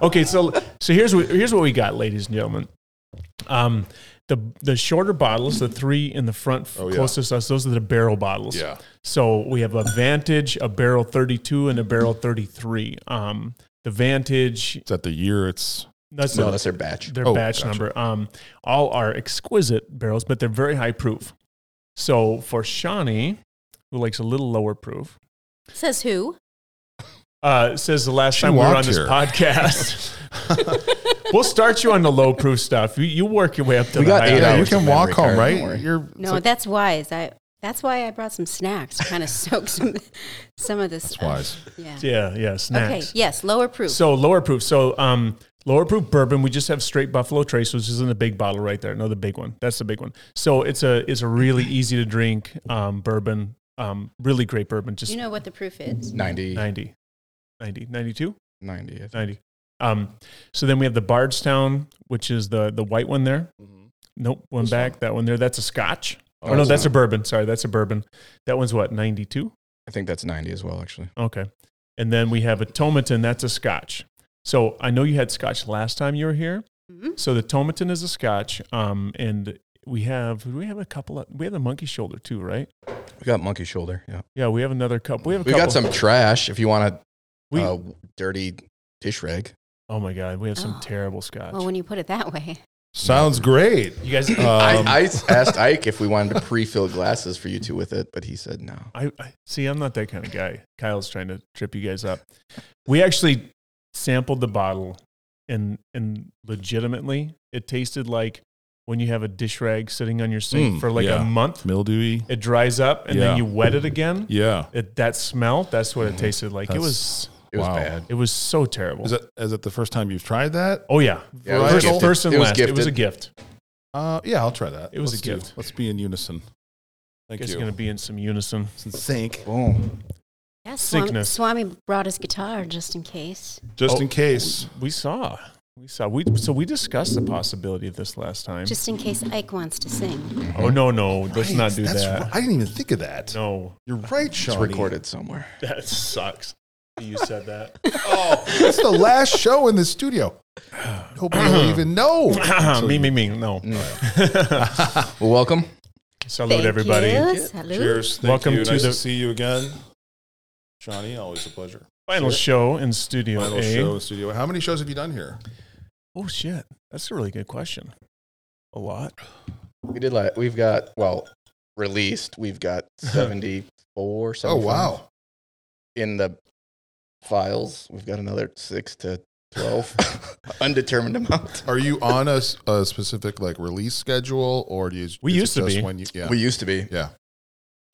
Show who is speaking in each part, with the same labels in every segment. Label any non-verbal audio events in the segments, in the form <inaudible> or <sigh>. Speaker 1: Okay, so so here's what here's what we got, ladies and gentlemen. Um, the the shorter bottles, the three in the front f-
Speaker 2: Oh, yeah.
Speaker 1: closest to us, those are the barrel bottles.
Speaker 2: Yeah.
Speaker 1: So we have a Vantage, a barrel 32, and a barrel 33. Um, the Vantage,
Speaker 2: Is that the year it's
Speaker 1: that's
Speaker 3: No,
Speaker 1: the-
Speaker 3: that's their batch.
Speaker 1: their
Speaker 2: Oh,
Speaker 1: batch
Speaker 2: gotcha.
Speaker 1: number. Um, all are exquisite barrels, but they're very high proof. So for Shawnee, who likes a little lower proof,
Speaker 4: Says who?
Speaker 1: uh, says the last
Speaker 2: She
Speaker 1: time we were on
Speaker 2: walked
Speaker 1: this
Speaker 2: here. <laughs>
Speaker 1: podcast. we'll start you on the low proof stuff. You, you work your way up to
Speaker 3: We
Speaker 1: the
Speaker 3: got
Speaker 1: high
Speaker 3: eight
Speaker 1: proof.
Speaker 2: Yeah,
Speaker 3: hours
Speaker 2: you
Speaker 3: of
Speaker 2: can
Speaker 3: memory
Speaker 2: walk home,
Speaker 3: card,
Speaker 2: right?
Speaker 3: don't worry.
Speaker 2: You're
Speaker 4: No, that's wise. I that's why I brought some snacks to kind of <laughs> soak some some of this.
Speaker 2: it's
Speaker 4: That's
Speaker 2: wise.
Speaker 3: <laughs>
Speaker 4: Yeah.
Speaker 1: Yeah, yeah,
Speaker 4: Okay.
Speaker 1: snacks.
Speaker 4: Yes, lower proof.
Speaker 1: So lower proof. So um, lower proof bourbon. We just have straight Buffalo Trace, which is in the big bottle right there. No, the big one. That's the big one. So it's a it's a really easy to drink um, bourbon. Um, really great bourbon. Just
Speaker 4: you know what the proof is?
Speaker 3: 90,
Speaker 1: 90, 90, 92,
Speaker 3: 90. I think.
Speaker 1: 90. Um, so then we have the Bardstown, which is the the white one there. Nope, one
Speaker 3: This
Speaker 1: back. That one there. That's a Scotch.
Speaker 3: Mm-hmm. Oh,
Speaker 1: Oh, no,
Speaker 3: that's
Speaker 1: that's a
Speaker 3: not-
Speaker 1: bourbon. Sorry, that's a bourbon. That one's what ninety two.
Speaker 3: I think that's 90 as well, actually.
Speaker 1: Okay. And then we have a Tomatin, that's a scotch. So I know you had scotch last time you were here.
Speaker 4: Mhm.
Speaker 1: So the Tomatin is a scotch. Um, and we have, do we have a couple of, we have the monkey shoulder too, right?
Speaker 3: We got monkey shoulder. Yeah.
Speaker 1: Yeah, we have another cup. We have a
Speaker 3: We
Speaker 1: couple.
Speaker 3: got some trash if you want a
Speaker 1: We-
Speaker 3: uh, dirty dish rag.
Speaker 1: oh my God, we have some
Speaker 4: Oh.
Speaker 1: terrible scotch.
Speaker 4: Well, when you put it that way,
Speaker 2: Sounds great.
Speaker 1: <laughs> you
Speaker 4: <coughs>
Speaker 1: guys, uh,
Speaker 2: Um,
Speaker 3: I, I asked Ike if we wanted to pre-fill glasses for you two with it, but he said no.
Speaker 1: I, I see. I'm not that kind of guy. Kyle's trying to trip you guys up. We actually sampled the bottle, and and legitimately, it tasted like when you have a dish rag sitting on your sink
Speaker 2: Mm,
Speaker 1: for like
Speaker 2: yeah.
Speaker 1: a month.
Speaker 2: mildewy.
Speaker 1: It dries up, and
Speaker 2: Yeah.
Speaker 1: then you wet it again.
Speaker 2: Yeah. Mm-hmm.
Speaker 1: It, that smell. That's what it tasted like. it was.
Speaker 2: That's-
Speaker 3: It was
Speaker 2: wow.
Speaker 3: bad.
Speaker 1: It was so terrible.
Speaker 2: Is that is that the first time you've tried that?
Speaker 1: oh yeah.
Speaker 3: Yeah, it was
Speaker 1: first,
Speaker 3: gifted.
Speaker 1: first and
Speaker 3: It was
Speaker 1: last. It was a
Speaker 3: gifted.
Speaker 1: gift.
Speaker 2: Uh, yeah, I'll try that.
Speaker 1: It was a
Speaker 2: Let's do-
Speaker 1: gift.
Speaker 2: let's be in unison. Thank
Speaker 1: It's
Speaker 2: you.
Speaker 1: going to be in some unison.
Speaker 2: It's in sync.
Speaker 3: Boom.
Speaker 4: yeah, Swami,
Speaker 1: Sickness.
Speaker 4: Swami brought his guitar just in case.
Speaker 2: Just
Speaker 1: Oh,
Speaker 2: in case.
Speaker 1: We saw. We saw. We so we discussed the possibility of this last time.
Speaker 4: Just in case Ike wants to sing.
Speaker 1: oh no no, let's
Speaker 2: Right,
Speaker 1: not do
Speaker 2: that's
Speaker 1: that.
Speaker 2: ri- I didn't even think of that.
Speaker 1: No,
Speaker 2: You're right, Sean.
Speaker 3: It's recorded somewhere.
Speaker 1: that sucks. You said that. <coughs>
Speaker 2: That's Oh, the last show in the
Speaker 1: <sighs>
Speaker 2: studio. Nobody will even
Speaker 1: <clears throat>
Speaker 2: know.
Speaker 1: me, me, me. No.
Speaker 3: Well, welcome.
Speaker 1: Salute,
Speaker 4: Thank
Speaker 1: everybody.
Speaker 4: you. Salud. <laughs>
Speaker 2: Thank
Speaker 1: Welcome
Speaker 2: you.
Speaker 1: to
Speaker 2: Nice
Speaker 1: the-
Speaker 2: see you again, Johnny. Always a pleasure.
Speaker 1: Final show eh? in Studio
Speaker 2: Final
Speaker 1: A.
Speaker 2: show in studio. How many shows have you done here?
Speaker 1: Oh, shit. That's a really good question. A lot.
Speaker 3: We did like we've got well released. We've got 74
Speaker 2: Oh
Speaker 3: 75
Speaker 2: wow!
Speaker 3: in the files. We've got another 6 to 12 <laughs> undetermined amount.
Speaker 2: Are you on a, s- a specific like release schedule, or do you?
Speaker 1: We
Speaker 2: is it
Speaker 1: used to
Speaker 2: just
Speaker 1: be.
Speaker 2: When you, yeah,
Speaker 3: We used to be
Speaker 2: yeah,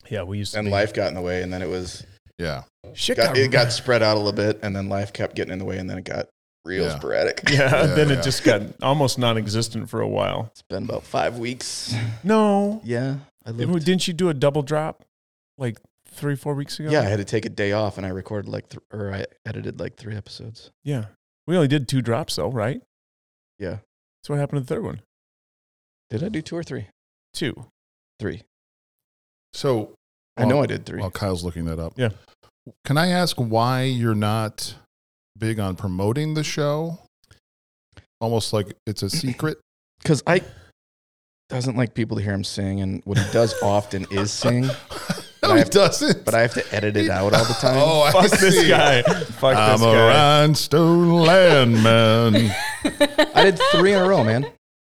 Speaker 1: Yeah, we used to.
Speaker 3: and
Speaker 1: be-
Speaker 3: life got in the way and then it was
Speaker 2: yeah.
Speaker 1: Shit
Speaker 3: got, it got
Speaker 1: <laughs> Yeah,
Speaker 3: spread out a little bit and then life kept getting in the way and then it got real
Speaker 2: Yeah.
Speaker 1: <laughs>
Speaker 3: sporadic.
Speaker 1: then
Speaker 2: yeah.
Speaker 1: it just got almost non existent for a while.
Speaker 3: It's been about 5 weeks.
Speaker 1: No.
Speaker 3: Yeah. I looked.
Speaker 1: Didn't you do a double drop like three, four weeks ago?
Speaker 3: <laughs> Yeah, I had to take a day off and I recorded like th- or I edited like 3 episodes.
Speaker 1: Yeah. We only did two drops, though, right?
Speaker 3: Yeah.
Speaker 1: That's what happened to the third one.
Speaker 3: Did I do 2 or 3?
Speaker 1: Two.
Speaker 3: 3.
Speaker 2: So
Speaker 3: I know I did 3.
Speaker 2: While Kyle's looking that up,
Speaker 1: Yeah.
Speaker 2: Can I ask why you're not big on promoting the show? Almost like it's
Speaker 3: <clears throat>
Speaker 2: a secret.
Speaker 3: Because Ike doesn't like people to hear him sing, and what
Speaker 2: <laughs>
Speaker 3: he does often is sing,
Speaker 2: no,
Speaker 3: I
Speaker 2: he
Speaker 3: have to-
Speaker 2: doesn't.
Speaker 3: but I have to edit it out all the
Speaker 2: <laughs>
Speaker 3: time.
Speaker 2: oh, I
Speaker 1: Fuck this
Speaker 2: see.
Speaker 1: guy. Fuck
Speaker 2: I'm
Speaker 1: this
Speaker 2: a
Speaker 1: guy. <laughs>
Speaker 2: rhinestone landman.
Speaker 3: I did three in
Speaker 4: <laughs>
Speaker 3: a row, man.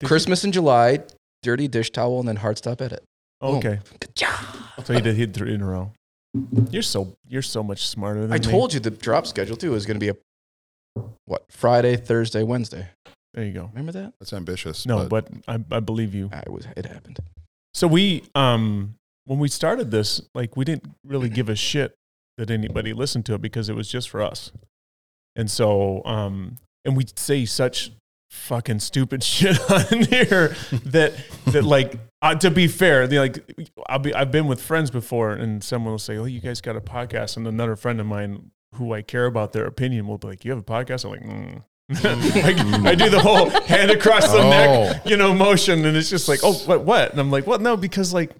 Speaker 1: you?
Speaker 3: Christmas in July, Dirty Dish Towel, and then Hard Stop Edit. Boom.
Speaker 1: Okay. So he did hit three in a row. You're so you're so much smarter than
Speaker 3: I
Speaker 1: me.
Speaker 3: told you the drop schedule, too, is going to be a, what, Friday, Thursday, Wednesday.
Speaker 1: There you go.
Speaker 3: Remember that?
Speaker 2: That's ambitious.
Speaker 1: No, but, I, I believe you.
Speaker 3: I was, it happened.
Speaker 1: So we um when we started this, like we didn't really give a shit that anybody listened to it because it was just for us. And so um and we say such fucking stupid <laughs> shit on here that that like uh, to be fair, they like I'll be I've been with friends before and someone will say, "Oh, you guys got a podcast." And another friend of mine who I care about their opinion will be like, "You have a podcast?" I'm like, mm. <laughs> like I do the whole hand across the
Speaker 2: Oh,
Speaker 1: neck, you know, motion, and it's just like, oh, what, what? And I'm like, well, no, because like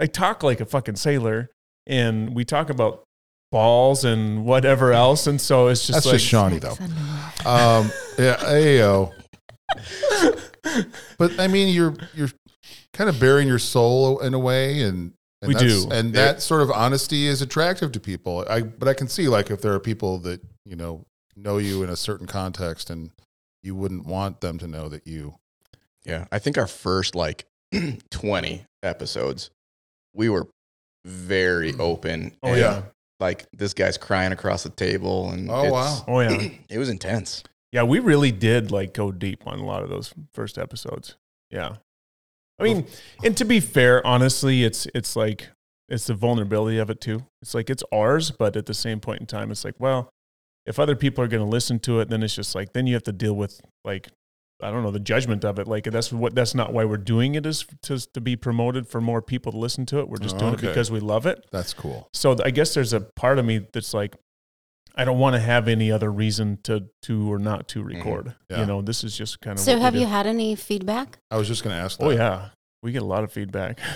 Speaker 1: I talk like a fucking sailor, and we talk about balls and whatever else, and so it's just
Speaker 2: that's
Speaker 1: like,
Speaker 2: just Shawnee, though. Um, Yeah, ayo. But I mean, you're you're kind of burying your soul in a way, and, and
Speaker 1: We
Speaker 2: that's-
Speaker 1: do.
Speaker 2: and that sort of honesty is attractive to people. I but I can see like if there are people that you know know you in a certain context, and you wouldn't want them to know that you.
Speaker 3: Yeah. I think our first like <clears throat> 20 episodes, we were very open.
Speaker 1: Oh
Speaker 3: and,
Speaker 1: yeah.
Speaker 3: Like this guy's crying across the table. And
Speaker 2: Oh,
Speaker 3: it's-
Speaker 2: wow.
Speaker 1: Oh yeah.
Speaker 3: <clears throat> it was intense.
Speaker 1: Yeah, we really did like go deep on a lot of those first episodes. Yeah. I mean, and to be fair, honestly, it's it's like it's the vulnerability of it too. It's like it's ours, but at the same point in time, it's like, well, if other people are going to listen to it, then it's just like then you have to deal with like I don't know the judgment of it. Like that's what that's not why we're doing it is to to be promoted for more people to listen to it. We're just doing
Speaker 2: Okay.
Speaker 1: it because we love it.
Speaker 2: That's cool.
Speaker 1: So th- I guess there's a part of me that's like, I don't want to have any other reason to to or not to record.
Speaker 2: Mm-hmm. Yeah.
Speaker 1: You know, this is just kind of.
Speaker 4: So
Speaker 1: what we
Speaker 4: have you
Speaker 1: do.
Speaker 4: had any feedback?
Speaker 2: I was just going to ask. That.
Speaker 1: Oh yeah, we get a lot of feedback. <laughs>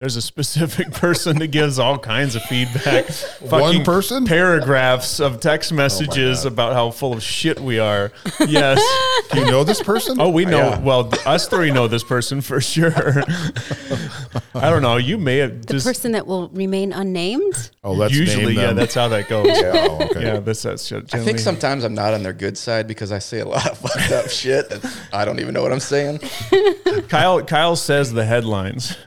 Speaker 1: there's a specific <laughs> person that gives all kinds of feedback.
Speaker 4: <laughs>
Speaker 2: one
Speaker 1: Fucking
Speaker 2: person. Oh
Speaker 1: Paragraphs of text messages about how full of shit we
Speaker 4: <laughs>
Speaker 1: are. Yes.
Speaker 2: Do you know this person?
Speaker 1: <laughs> Oh, we know.
Speaker 3: Yeah.
Speaker 1: Well, th- us three know this person for
Speaker 2: <laughs>
Speaker 1: sure. I don't know. You may have
Speaker 4: The
Speaker 1: just
Speaker 4: person that will remain unnamed?
Speaker 2: Oh, let's
Speaker 1: usually,
Speaker 2: name
Speaker 1: yeah.
Speaker 2: them.
Speaker 1: That's how
Speaker 2: <laughs>
Speaker 1: that goes. <laughs> yeah,
Speaker 2: oh, okay.
Speaker 1: that's that's. Generally,
Speaker 3: I think sometimes I'm not on their good side because I say a lot of <laughs> fucked up shit. that I don't even know what I'm <laughs> saying.
Speaker 1: Kyle Kyle says the headlines. <laughs>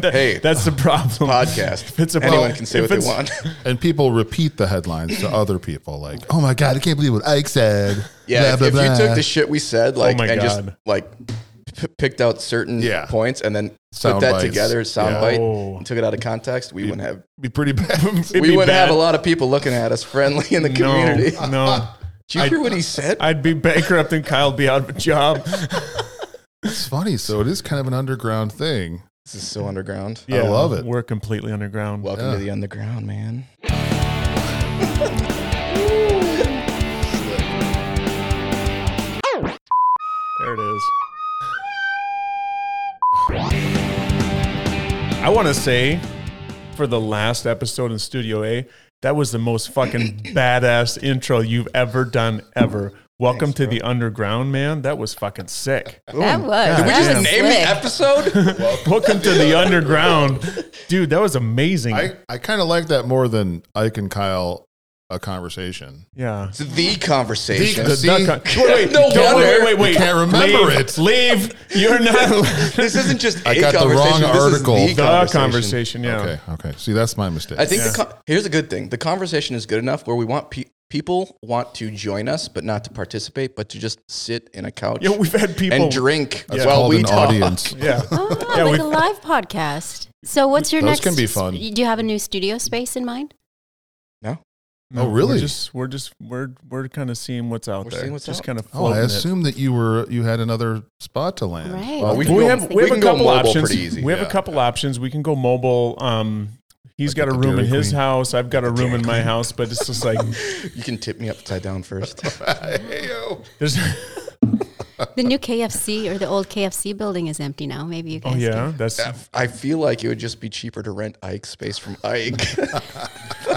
Speaker 3: Hey.
Speaker 1: that's the problem.
Speaker 3: Podcast.
Speaker 1: If it's a
Speaker 3: Anyone
Speaker 1: problem-
Speaker 3: can say
Speaker 1: if
Speaker 3: what they
Speaker 1: it's-
Speaker 3: want. <laughs>
Speaker 2: And people repeat the headlines to other people, like, "Oh my god, I can't believe what Ike said."
Speaker 3: Yeah,
Speaker 2: Blah,
Speaker 3: if,
Speaker 2: blah,
Speaker 3: if you
Speaker 2: blah.
Speaker 3: took the shit we said, like,
Speaker 1: Oh my
Speaker 3: and just
Speaker 1: God.
Speaker 3: like p- picked out certain
Speaker 2: Yeah.
Speaker 3: points and then
Speaker 2: Sound
Speaker 3: put that
Speaker 2: bites.
Speaker 3: together, sound
Speaker 2: Yeah.
Speaker 3: bite,
Speaker 1: Oh.
Speaker 3: and took it out of context, we wouldn't have
Speaker 2: be pretty bad.
Speaker 1: It'd be
Speaker 3: we wouldn't
Speaker 1: bad.
Speaker 3: have a lot of people looking at us friendly in the community.
Speaker 1: <laughs> No, no.
Speaker 3: Did you
Speaker 1: I-
Speaker 3: hear what he said?
Speaker 1: I'd be bankrupt and Kyle'd be out of a job.
Speaker 2: It's funny. So it is kind of an underground thing.
Speaker 3: this is so underground.
Speaker 1: Yeah,
Speaker 2: love it.
Speaker 1: We're completely underground.
Speaker 3: Welcome
Speaker 2: Yeah.
Speaker 3: to the underground, man.
Speaker 1: There it is. I want to say for the last episode in Studio A, that was the most fucking badass intro you've ever done ever. Welcome to the underground, man. That was fucking sick.
Speaker 4: that was.
Speaker 1: Did we
Speaker 4: that
Speaker 1: just
Speaker 4: was
Speaker 3: Name the
Speaker 4: slick.
Speaker 3: episode.
Speaker 1: Welcome to the underground. Dude, that was amazing.
Speaker 2: I, I kind of like that more than Ike and Kyle a conversation.
Speaker 1: yeah.
Speaker 3: It's the conversation.
Speaker 2: The-
Speaker 1: The
Speaker 2: See?
Speaker 1: duck- wait, wait,
Speaker 3: No
Speaker 1: don't-
Speaker 3: wonder.
Speaker 1: wait, wait, wait.
Speaker 2: You can't remember
Speaker 1: leave,
Speaker 2: it.
Speaker 1: Leave. You're not
Speaker 2: <laughs>
Speaker 1: <laughs>
Speaker 3: this isn't just
Speaker 2: I
Speaker 3: a
Speaker 2: got the wrong
Speaker 3: conversation. this is
Speaker 2: article.
Speaker 3: the
Speaker 2: The
Speaker 1: the
Speaker 3: conversation.
Speaker 1: conversation. Yeah.
Speaker 2: Okay, okay. See, that's my mistake.
Speaker 3: I think
Speaker 1: Yeah.
Speaker 3: the con- here's a good thing. The conversation is good enough where we want pe- people want to join us, but not to participate, but to just sit in a couch
Speaker 1: Yeah, we've had people.
Speaker 3: and drink
Speaker 2: that's
Speaker 3: while
Speaker 2: called
Speaker 3: we
Speaker 2: an
Speaker 3: talk. <laughs>
Speaker 2: audience. Oh,
Speaker 1: Yeah.
Speaker 2: <laughs>
Speaker 4: Ah,
Speaker 1: Yeah,
Speaker 4: like
Speaker 1: we-
Speaker 4: a live podcast. So what's your
Speaker 2: Those
Speaker 4: next?
Speaker 2: can be fun.
Speaker 4: Do you have a new studio space in mind?
Speaker 2: Oh, really?
Speaker 1: We're just we're just we're we're kind of seeing what's out
Speaker 3: We're
Speaker 1: there.
Speaker 3: seeing what's
Speaker 1: just
Speaker 3: out.
Speaker 1: kind of
Speaker 2: Oh, I
Speaker 1: floating it.
Speaker 2: assume that you were you had another spot to land.
Speaker 4: Right.
Speaker 3: Well,
Speaker 1: Well,
Speaker 3: we can
Speaker 1: we
Speaker 3: go-
Speaker 1: have we,
Speaker 3: we
Speaker 1: have
Speaker 3: can
Speaker 1: a
Speaker 3: go
Speaker 1: couple
Speaker 3: mobile
Speaker 1: options.
Speaker 3: pretty easy,
Speaker 1: We have
Speaker 2: yeah.
Speaker 1: a couple options. We can go mobile. Um, he's
Speaker 2: Like
Speaker 1: got a
Speaker 2: at the
Speaker 1: room in
Speaker 2: Dairy
Speaker 1: his
Speaker 2: Queen.
Speaker 1: house. I've got a room
Speaker 3: Dairy
Speaker 1: in my house, but it's
Speaker 3: <laughs>
Speaker 1: just like
Speaker 3: You can tip me upside
Speaker 1: <laughs>
Speaker 3: down first.
Speaker 2: Ayo.
Speaker 1: there's.
Speaker 4: The new KFC or the old KFC building is empty now. Maybe you guys.
Speaker 1: Oh yeah,
Speaker 4: can-
Speaker 1: that's
Speaker 3: <laughs> I feel like it would just be cheaper to rent Ike space from
Speaker 1: <laughs>
Speaker 3: Ike.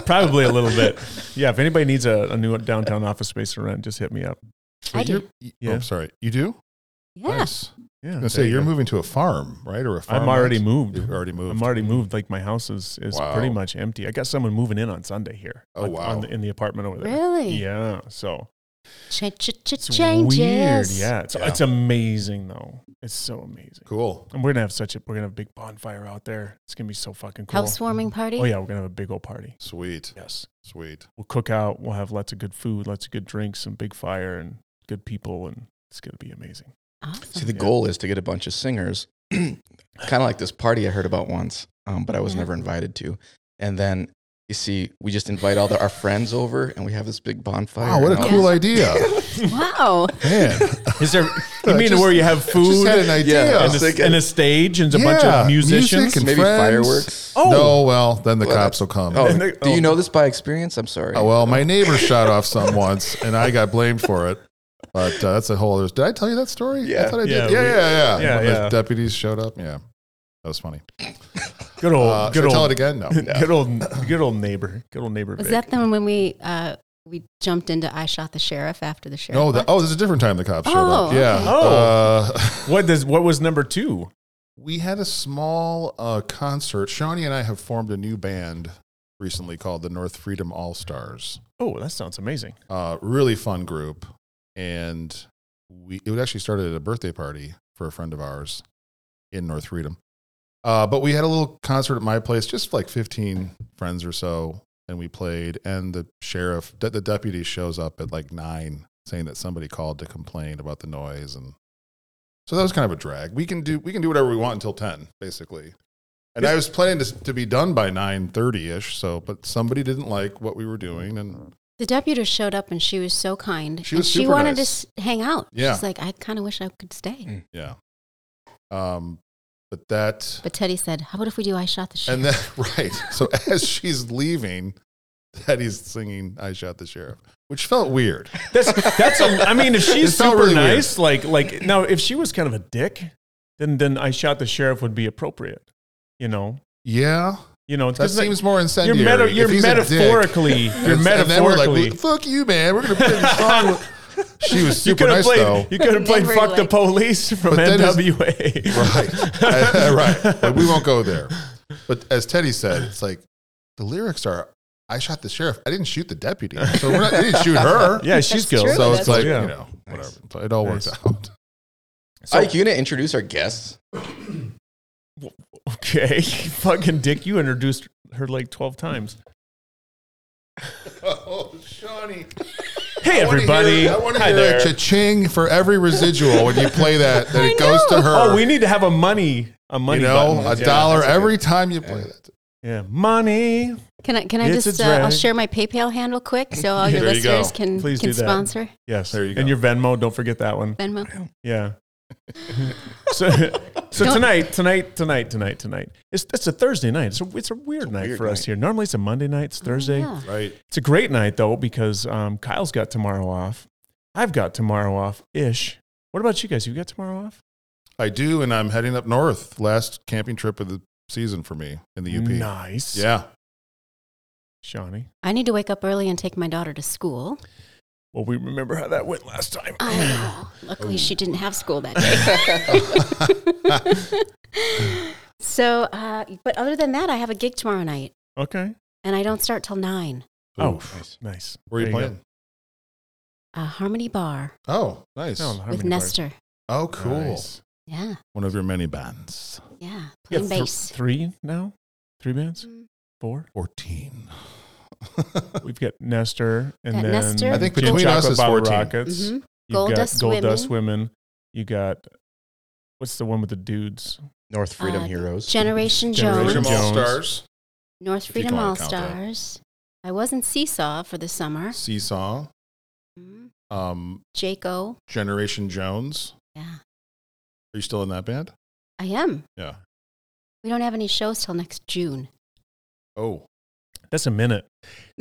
Speaker 1: probably a little bit. Yeah, if anybody needs a, a new downtown office space to rent, just hit me up.
Speaker 2: So
Speaker 4: I do.
Speaker 2: you're- you- oh,
Speaker 1: Yeah.
Speaker 2: I'm sorry. You do?
Speaker 4: Yeah.
Speaker 2: Nice.
Speaker 1: Yeah, there
Speaker 2: I was gonna say
Speaker 1: you
Speaker 2: you're
Speaker 1: go.
Speaker 2: moving to a farm, right? Or a farm?
Speaker 1: I'm already moved.
Speaker 2: You've already moved.
Speaker 1: I'm already moved. Like my house is, is
Speaker 2: Wow.
Speaker 1: pretty much empty. I got someone moving in on Sunday here.
Speaker 2: Oh,
Speaker 1: like, on
Speaker 2: wow.
Speaker 1: the, in the apartment over there.
Speaker 4: Really?
Speaker 1: Yeah. So
Speaker 4: Ch- ch- ch-
Speaker 1: it's
Speaker 4: changes.
Speaker 1: weird. Yeah. It's,
Speaker 2: Yeah.
Speaker 1: it's amazing though. It's so amazing.
Speaker 2: cool.
Speaker 1: And we're gonna have such a we're gonna have a big bonfire out there. It's gonna be so fucking cool.
Speaker 4: Housewarming party.
Speaker 1: Oh yeah, we're gonna have a big old party.
Speaker 2: Sweet.
Speaker 1: Yes.
Speaker 2: Sweet.
Speaker 1: We'll cook out. We'll have lots of good food, lots of good drinks, and big fire, and good people, and it's gonna be amazing.
Speaker 4: Awesome.
Speaker 3: See, the goal is to get a bunch of singers, <clears throat> kind of like this party I heard about once, um, but I was
Speaker 4: Yeah.
Speaker 3: never invited to. And then you see, we just invite all the, our friends over, and we have this big bonfire.
Speaker 2: Wow, what a
Speaker 3: and all-
Speaker 2: cool
Speaker 4: <laughs>
Speaker 2: idea. <laughs>
Speaker 4: Wow.
Speaker 2: Man.
Speaker 1: <laughs> Is <laughs> there?
Speaker 2: I
Speaker 1: You mean
Speaker 2: just-
Speaker 1: where you have
Speaker 2: Just
Speaker 1: food
Speaker 2: had an idea.
Speaker 1: and,
Speaker 3: I was
Speaker 1: a,
Speaker 3: thinking-
Speaker 1: and a stage and a bunch
Speaker 2: Yeah,
Speaker 1: of musicians?
Speaker 2: music and
Speaker 3: maybe
Speaker 2: friends.
Speaker 3: fireworks.
Speaker 1: Oh.
Speaker 2: No, well, then the
Speaker 3: Well,
Speaker 2: cops
Speaker 3: that's-
Speaker 2: will come.
Speaker 3: Oh,
Speaker 2: <laughs>
Speaker 1: And they-
Speaker 3: do
Speaker 1: oh.
Speaker 3: you know this by experience? I'm sorry.
Speaker 2: Oh, well, my
Speaker 3: <laughs>
Speaker 2: neighbor shot off some once, and I got blamed for it. But uh, that's a whole other. Did I tell you that story? I
Speaker 3: Yeah.
Speaker 2: thought I
Speaker 1: Yeah,
Speaker 2: did. Yeah,
Speaker 1: we-
Speaker 2: yeah, yeah.
Speaker 1: yeah,
Speaker 2: When the
Speaker 1: yeah.
Speaker 2: deputies showed up. Yeah, that was funny.
Speaker 1: Good old,
Speaker 2: Uh,
Speaker 1: Oh, good
Speaker 2: should I
Speaker 1: old, <laughs>
Speaker 2: tell it again? No.
Speaker 1: good old, good old neighbor, good old neighbor.
Speaker 4: Was
Speaker 1: Vic.
Speaker 4: that the one when we uh, we jumped into I shot the sheriff after the sheriff.
Speaker 2: No, the,
Speaker 4: left.
Speaker 2: oh, there's a different time the cops showed
Speaker 4: Oh,
Speaker 2: up. Yeah.
Speaker 4: okay.
Speaker 2: Oh.
Speaker 1: What does what was number two?
Speaker 2: <laughs> we had a small uh, concert. Shawnee and I have formed a new band recently called the North Freedom All Stars.
Speaker 1: Oh, that sounds amazing.
Speaker 2: Uh, really fun group, and we it actually started at a birthday party for a friend of ours in North Freedom. Uh, but we had a little concert at my place, just like 15 friends or so, and we played. And the sheriff, de- the deputy, shows up at like nine, saying that somebody called to complain about the noise, and so that was kind of a drag. We can do we can do whatever we want until 10, basically. And I was planning to, to be done by 9:30 ish. So, but somebody didn't like what we were doing, and
Speaker 4: The deputy showed up and she was so kind.
Speaker 2: She
Speaker 4: and
Speaker 2: was
Speaker 4: she
Speaker 2: super
Speaker 4: wanted
Speaker 2: nice.
Speaker 4: to s- hang out.
Speaker 2: Yeah. Mm.
Speaker 4: She's like, I kind of wish I could stay.
Speaker 2: yeah. Um, but that
Speaker 4: But Teddy said, How about if we do I shot the
Speaker 2: And
Speaker 4: sheriff?
Speaker 2: then, <laughs> right. So as she's leaving, Daddy's singing "I Shot the Sheriff," which felt weird.
Speaker 1: That's that's a, I mean, if she's
Speaker 2: It felt
Speaker 1: super
Speaker 2: really weird.
Speaker 1: nice, like like now, if she was kind of a dick, then then I shot the sheriff would be appropriate. You know,
Speaker 2: Yeah,
Speaker 1: you know,
Speaker 2: that
Speaker 1: 'cause, like,
Speaker 2: seems more
Speaker 1: you're,
Speaker 2: incendiary.
Speaker 1: meta,
Speaker 2: If
Speaker 1: you're
Speaker 2: he's a dick, <laughs>
Speaker 1: metaphorically, you're
Speaker 2: and- and then we're like,
Speaker 1: metaphorically.
Speaker 2: "Fuck you, man. We're gonna play the
Speaker 1: <laughs>
Speaker 2: song." with-" She was
Speaker 1: You
Speaker 2: super
Speaker 1: could have
Speaker 2: nice
Speaker 1: played.
Speaker 2: though. <laughs>
Speaker 1: You
Speaker 4: <laughs>
Speaker 1: could have played
Speaker 4: Never,
Speaker 1: "Fuck the
Speaker 4: like-
Speaker 1: Police" from
Speaker 2: But then it's-
Speaker 1: NWA. <laughs>
Speaker 2: <laughs> right, right. But we won't go there. But as Teddy said, it's like the lyrics are. I shot the sheriff. I didn't shoot the deputy. So we're not, we didn't
Speaker 1: <laughs>
Speaker 2: shoot her.
Speaker 1: Yeah, she's
Speaker 4: That's
Speaker 1: good.
Speaker 4: true.
Speaker 2: So it's
Speaker 4: that's
Speaker 2: like,
Speaker 1: true.
Speaker 2: you know, whatever. So it all works
Speaker 1: Nice.
Speaker 2: out.
Speaker 1: So-
Speaker 3: Ike, you gonna introduce our guests?
Speaker 1: Okay, <laughs> fucking dick, you introduced her like twelve times.
Speaker 2: <laughs> Oh, Shawnee.
Speaker 1: Hey everybody,
Speaker 2: I want to
Speaker 1: hi
Speaker 2: hear
Speaker 1: there.
Speaker 2: a cha-ching for every residual when you play that, that it
Speaker 4: I
Speaker 2: goes to
Speaker 4: know.
Speaker 2: her.
Speaker 1: Oh, we need to have a money, a money,
Speaker 2: you know,
Speaker 1: button.
Speaker 2: a
Speaker 1: yeah.
Speaker 2: dollar
Speaker 3: that's a
Speaker 2: every time you play
Speaker 3: yeah.
Speaker 2: that.
Speaker 1: Yeah, money.
Speaker 4: Can I, can I
Speaker 1: It's a
Speaker 4: just, uh, I'll
Speaker 1: drag.
Speaker 4: share my PayPal handle quick
Speaker 1: <laughs>
Speaker 4: so all your
Speaker 2: There you go.
Speaker 4: listeners can,
Speaker 1: Please
Speaker 4: can
Speaker 1: do that.
Speaker 4: sponsor
Speaker 1: Yes,
Speaker 2: There you go.
Speaker 1: And your Venmo, don't forget that one.
Speaker 4: Venmo.
Speaker 2: <laughs>
Speaker 1: Yeah. so, so
Speaker 4: Don't-
Speaker 1: tonight, tonight, tonight, tonight, tonight. It's it's a Thursday night. It's a it's a weird night
Speaker 3: weird
Speaker 1: for us
Speaker 3: night.
Speaker 1: here. Normally it's a Monday night. It's Thursday.
Speaker 4: Oh, Yeah.
Speaker 2: Right.
Speaker 1: It's a great night though because um, Kyle's got tomorrow off. I've got tomorrow off ish. What about you guys? You got tomorrow off?
Speaker 2: I do, and I'm heading up north. Last camping trip of the season for me in the UP.
Speaker 1: Nice.
Speaker 2: Yeah.
Speaker 1: Shawnee.
Speaker 4: I need to wake up early and take my daughter to school.
Speaker 1: Well, we remember how that went last time.
Speaker 4: I know. Luckily, she didn't have school that
Speaker 1: <laughs>
Speaker 4: day. so, uh, but other than that, I have a gig tomorrow night,
Speaker 1: <clears throat> Okay.
Speaker 4: and I don't start till nine.
Speaker 1: Oh,
Speaker 2: Ooh.
Speaker 1: nice. nice.
Speaker 2: Where are you
Speaker 1: There
Speaker 2: playing?
Speaker 4: Uh, Harmony Bar
Speaker 2: Oh,
Speaker 1: go.
Speaker 2: nice.
Speaker 1: No, Harmony
Speaker 4: with
Speaker 1: Bar.
Speaker 4: Nestor.
Speaker 2: Oh, cool.
Speaker 1: Nice.
Speaker 4: Yeah,
Speaker 2: One of your many bands.
Speaker 4: yeah,
Speaker 1: Yeah,
Speaker 4: playing
Speaker 1: th-
Speaker 4: bass.
Speaker 1: three now? Three bands?
Speaker 4: Mm.
Speaker 1: Four?
Speaker 2: <laughs> 14.
Speaker 1: We've got Nestor and
Speaker 4: Got
Speaker 1: then
Speaker 4: Nestor. I
Speaker 2: think
Speaker 1: Gin
Speaker 2: between us
Speaker 1: Chocolate
Speaker 2: is
Speaker 1: Bottle
Speaker 2: 14.
Speaker 1: Rockets.
Speaker 4: Mhm.
Speaker 1: You've got
Speaker 4: Goldust
Speaker 1: Gold Dust Women. You got what's the one with the dudes?
Speaker 3: North Freedom
Speaker 4: Uh,
Speaker 3: Heroes.
Speaker 4: Generation
Speaker 1: Generation
Speaker 4: Jones,
Speaker 1: Jones.
Speaker 2: If
Speaker 4: North
Speaker 2: you
Speaker 4: Freedom
Speaker 2: wanna
Speaker 4: All
Speaker 2: count that.
Speaker 4: Stars. I was in Seesaw for the summer.
Speaker 2: Seesaw.
Speaker 4: Mhm.
Speaker 2: Um,
Speaker 4: Jake O.
Speaker 2: Generation Jones.
Speaker 4: Yeah,
Speaker 2: Are you still in that band?
Speaker 4: I am.
Speaker 2: Yeah.
Speaker 4: We don't have any shows till next June.
Speaker 2: Oh,
Speaker 1: That's a minute.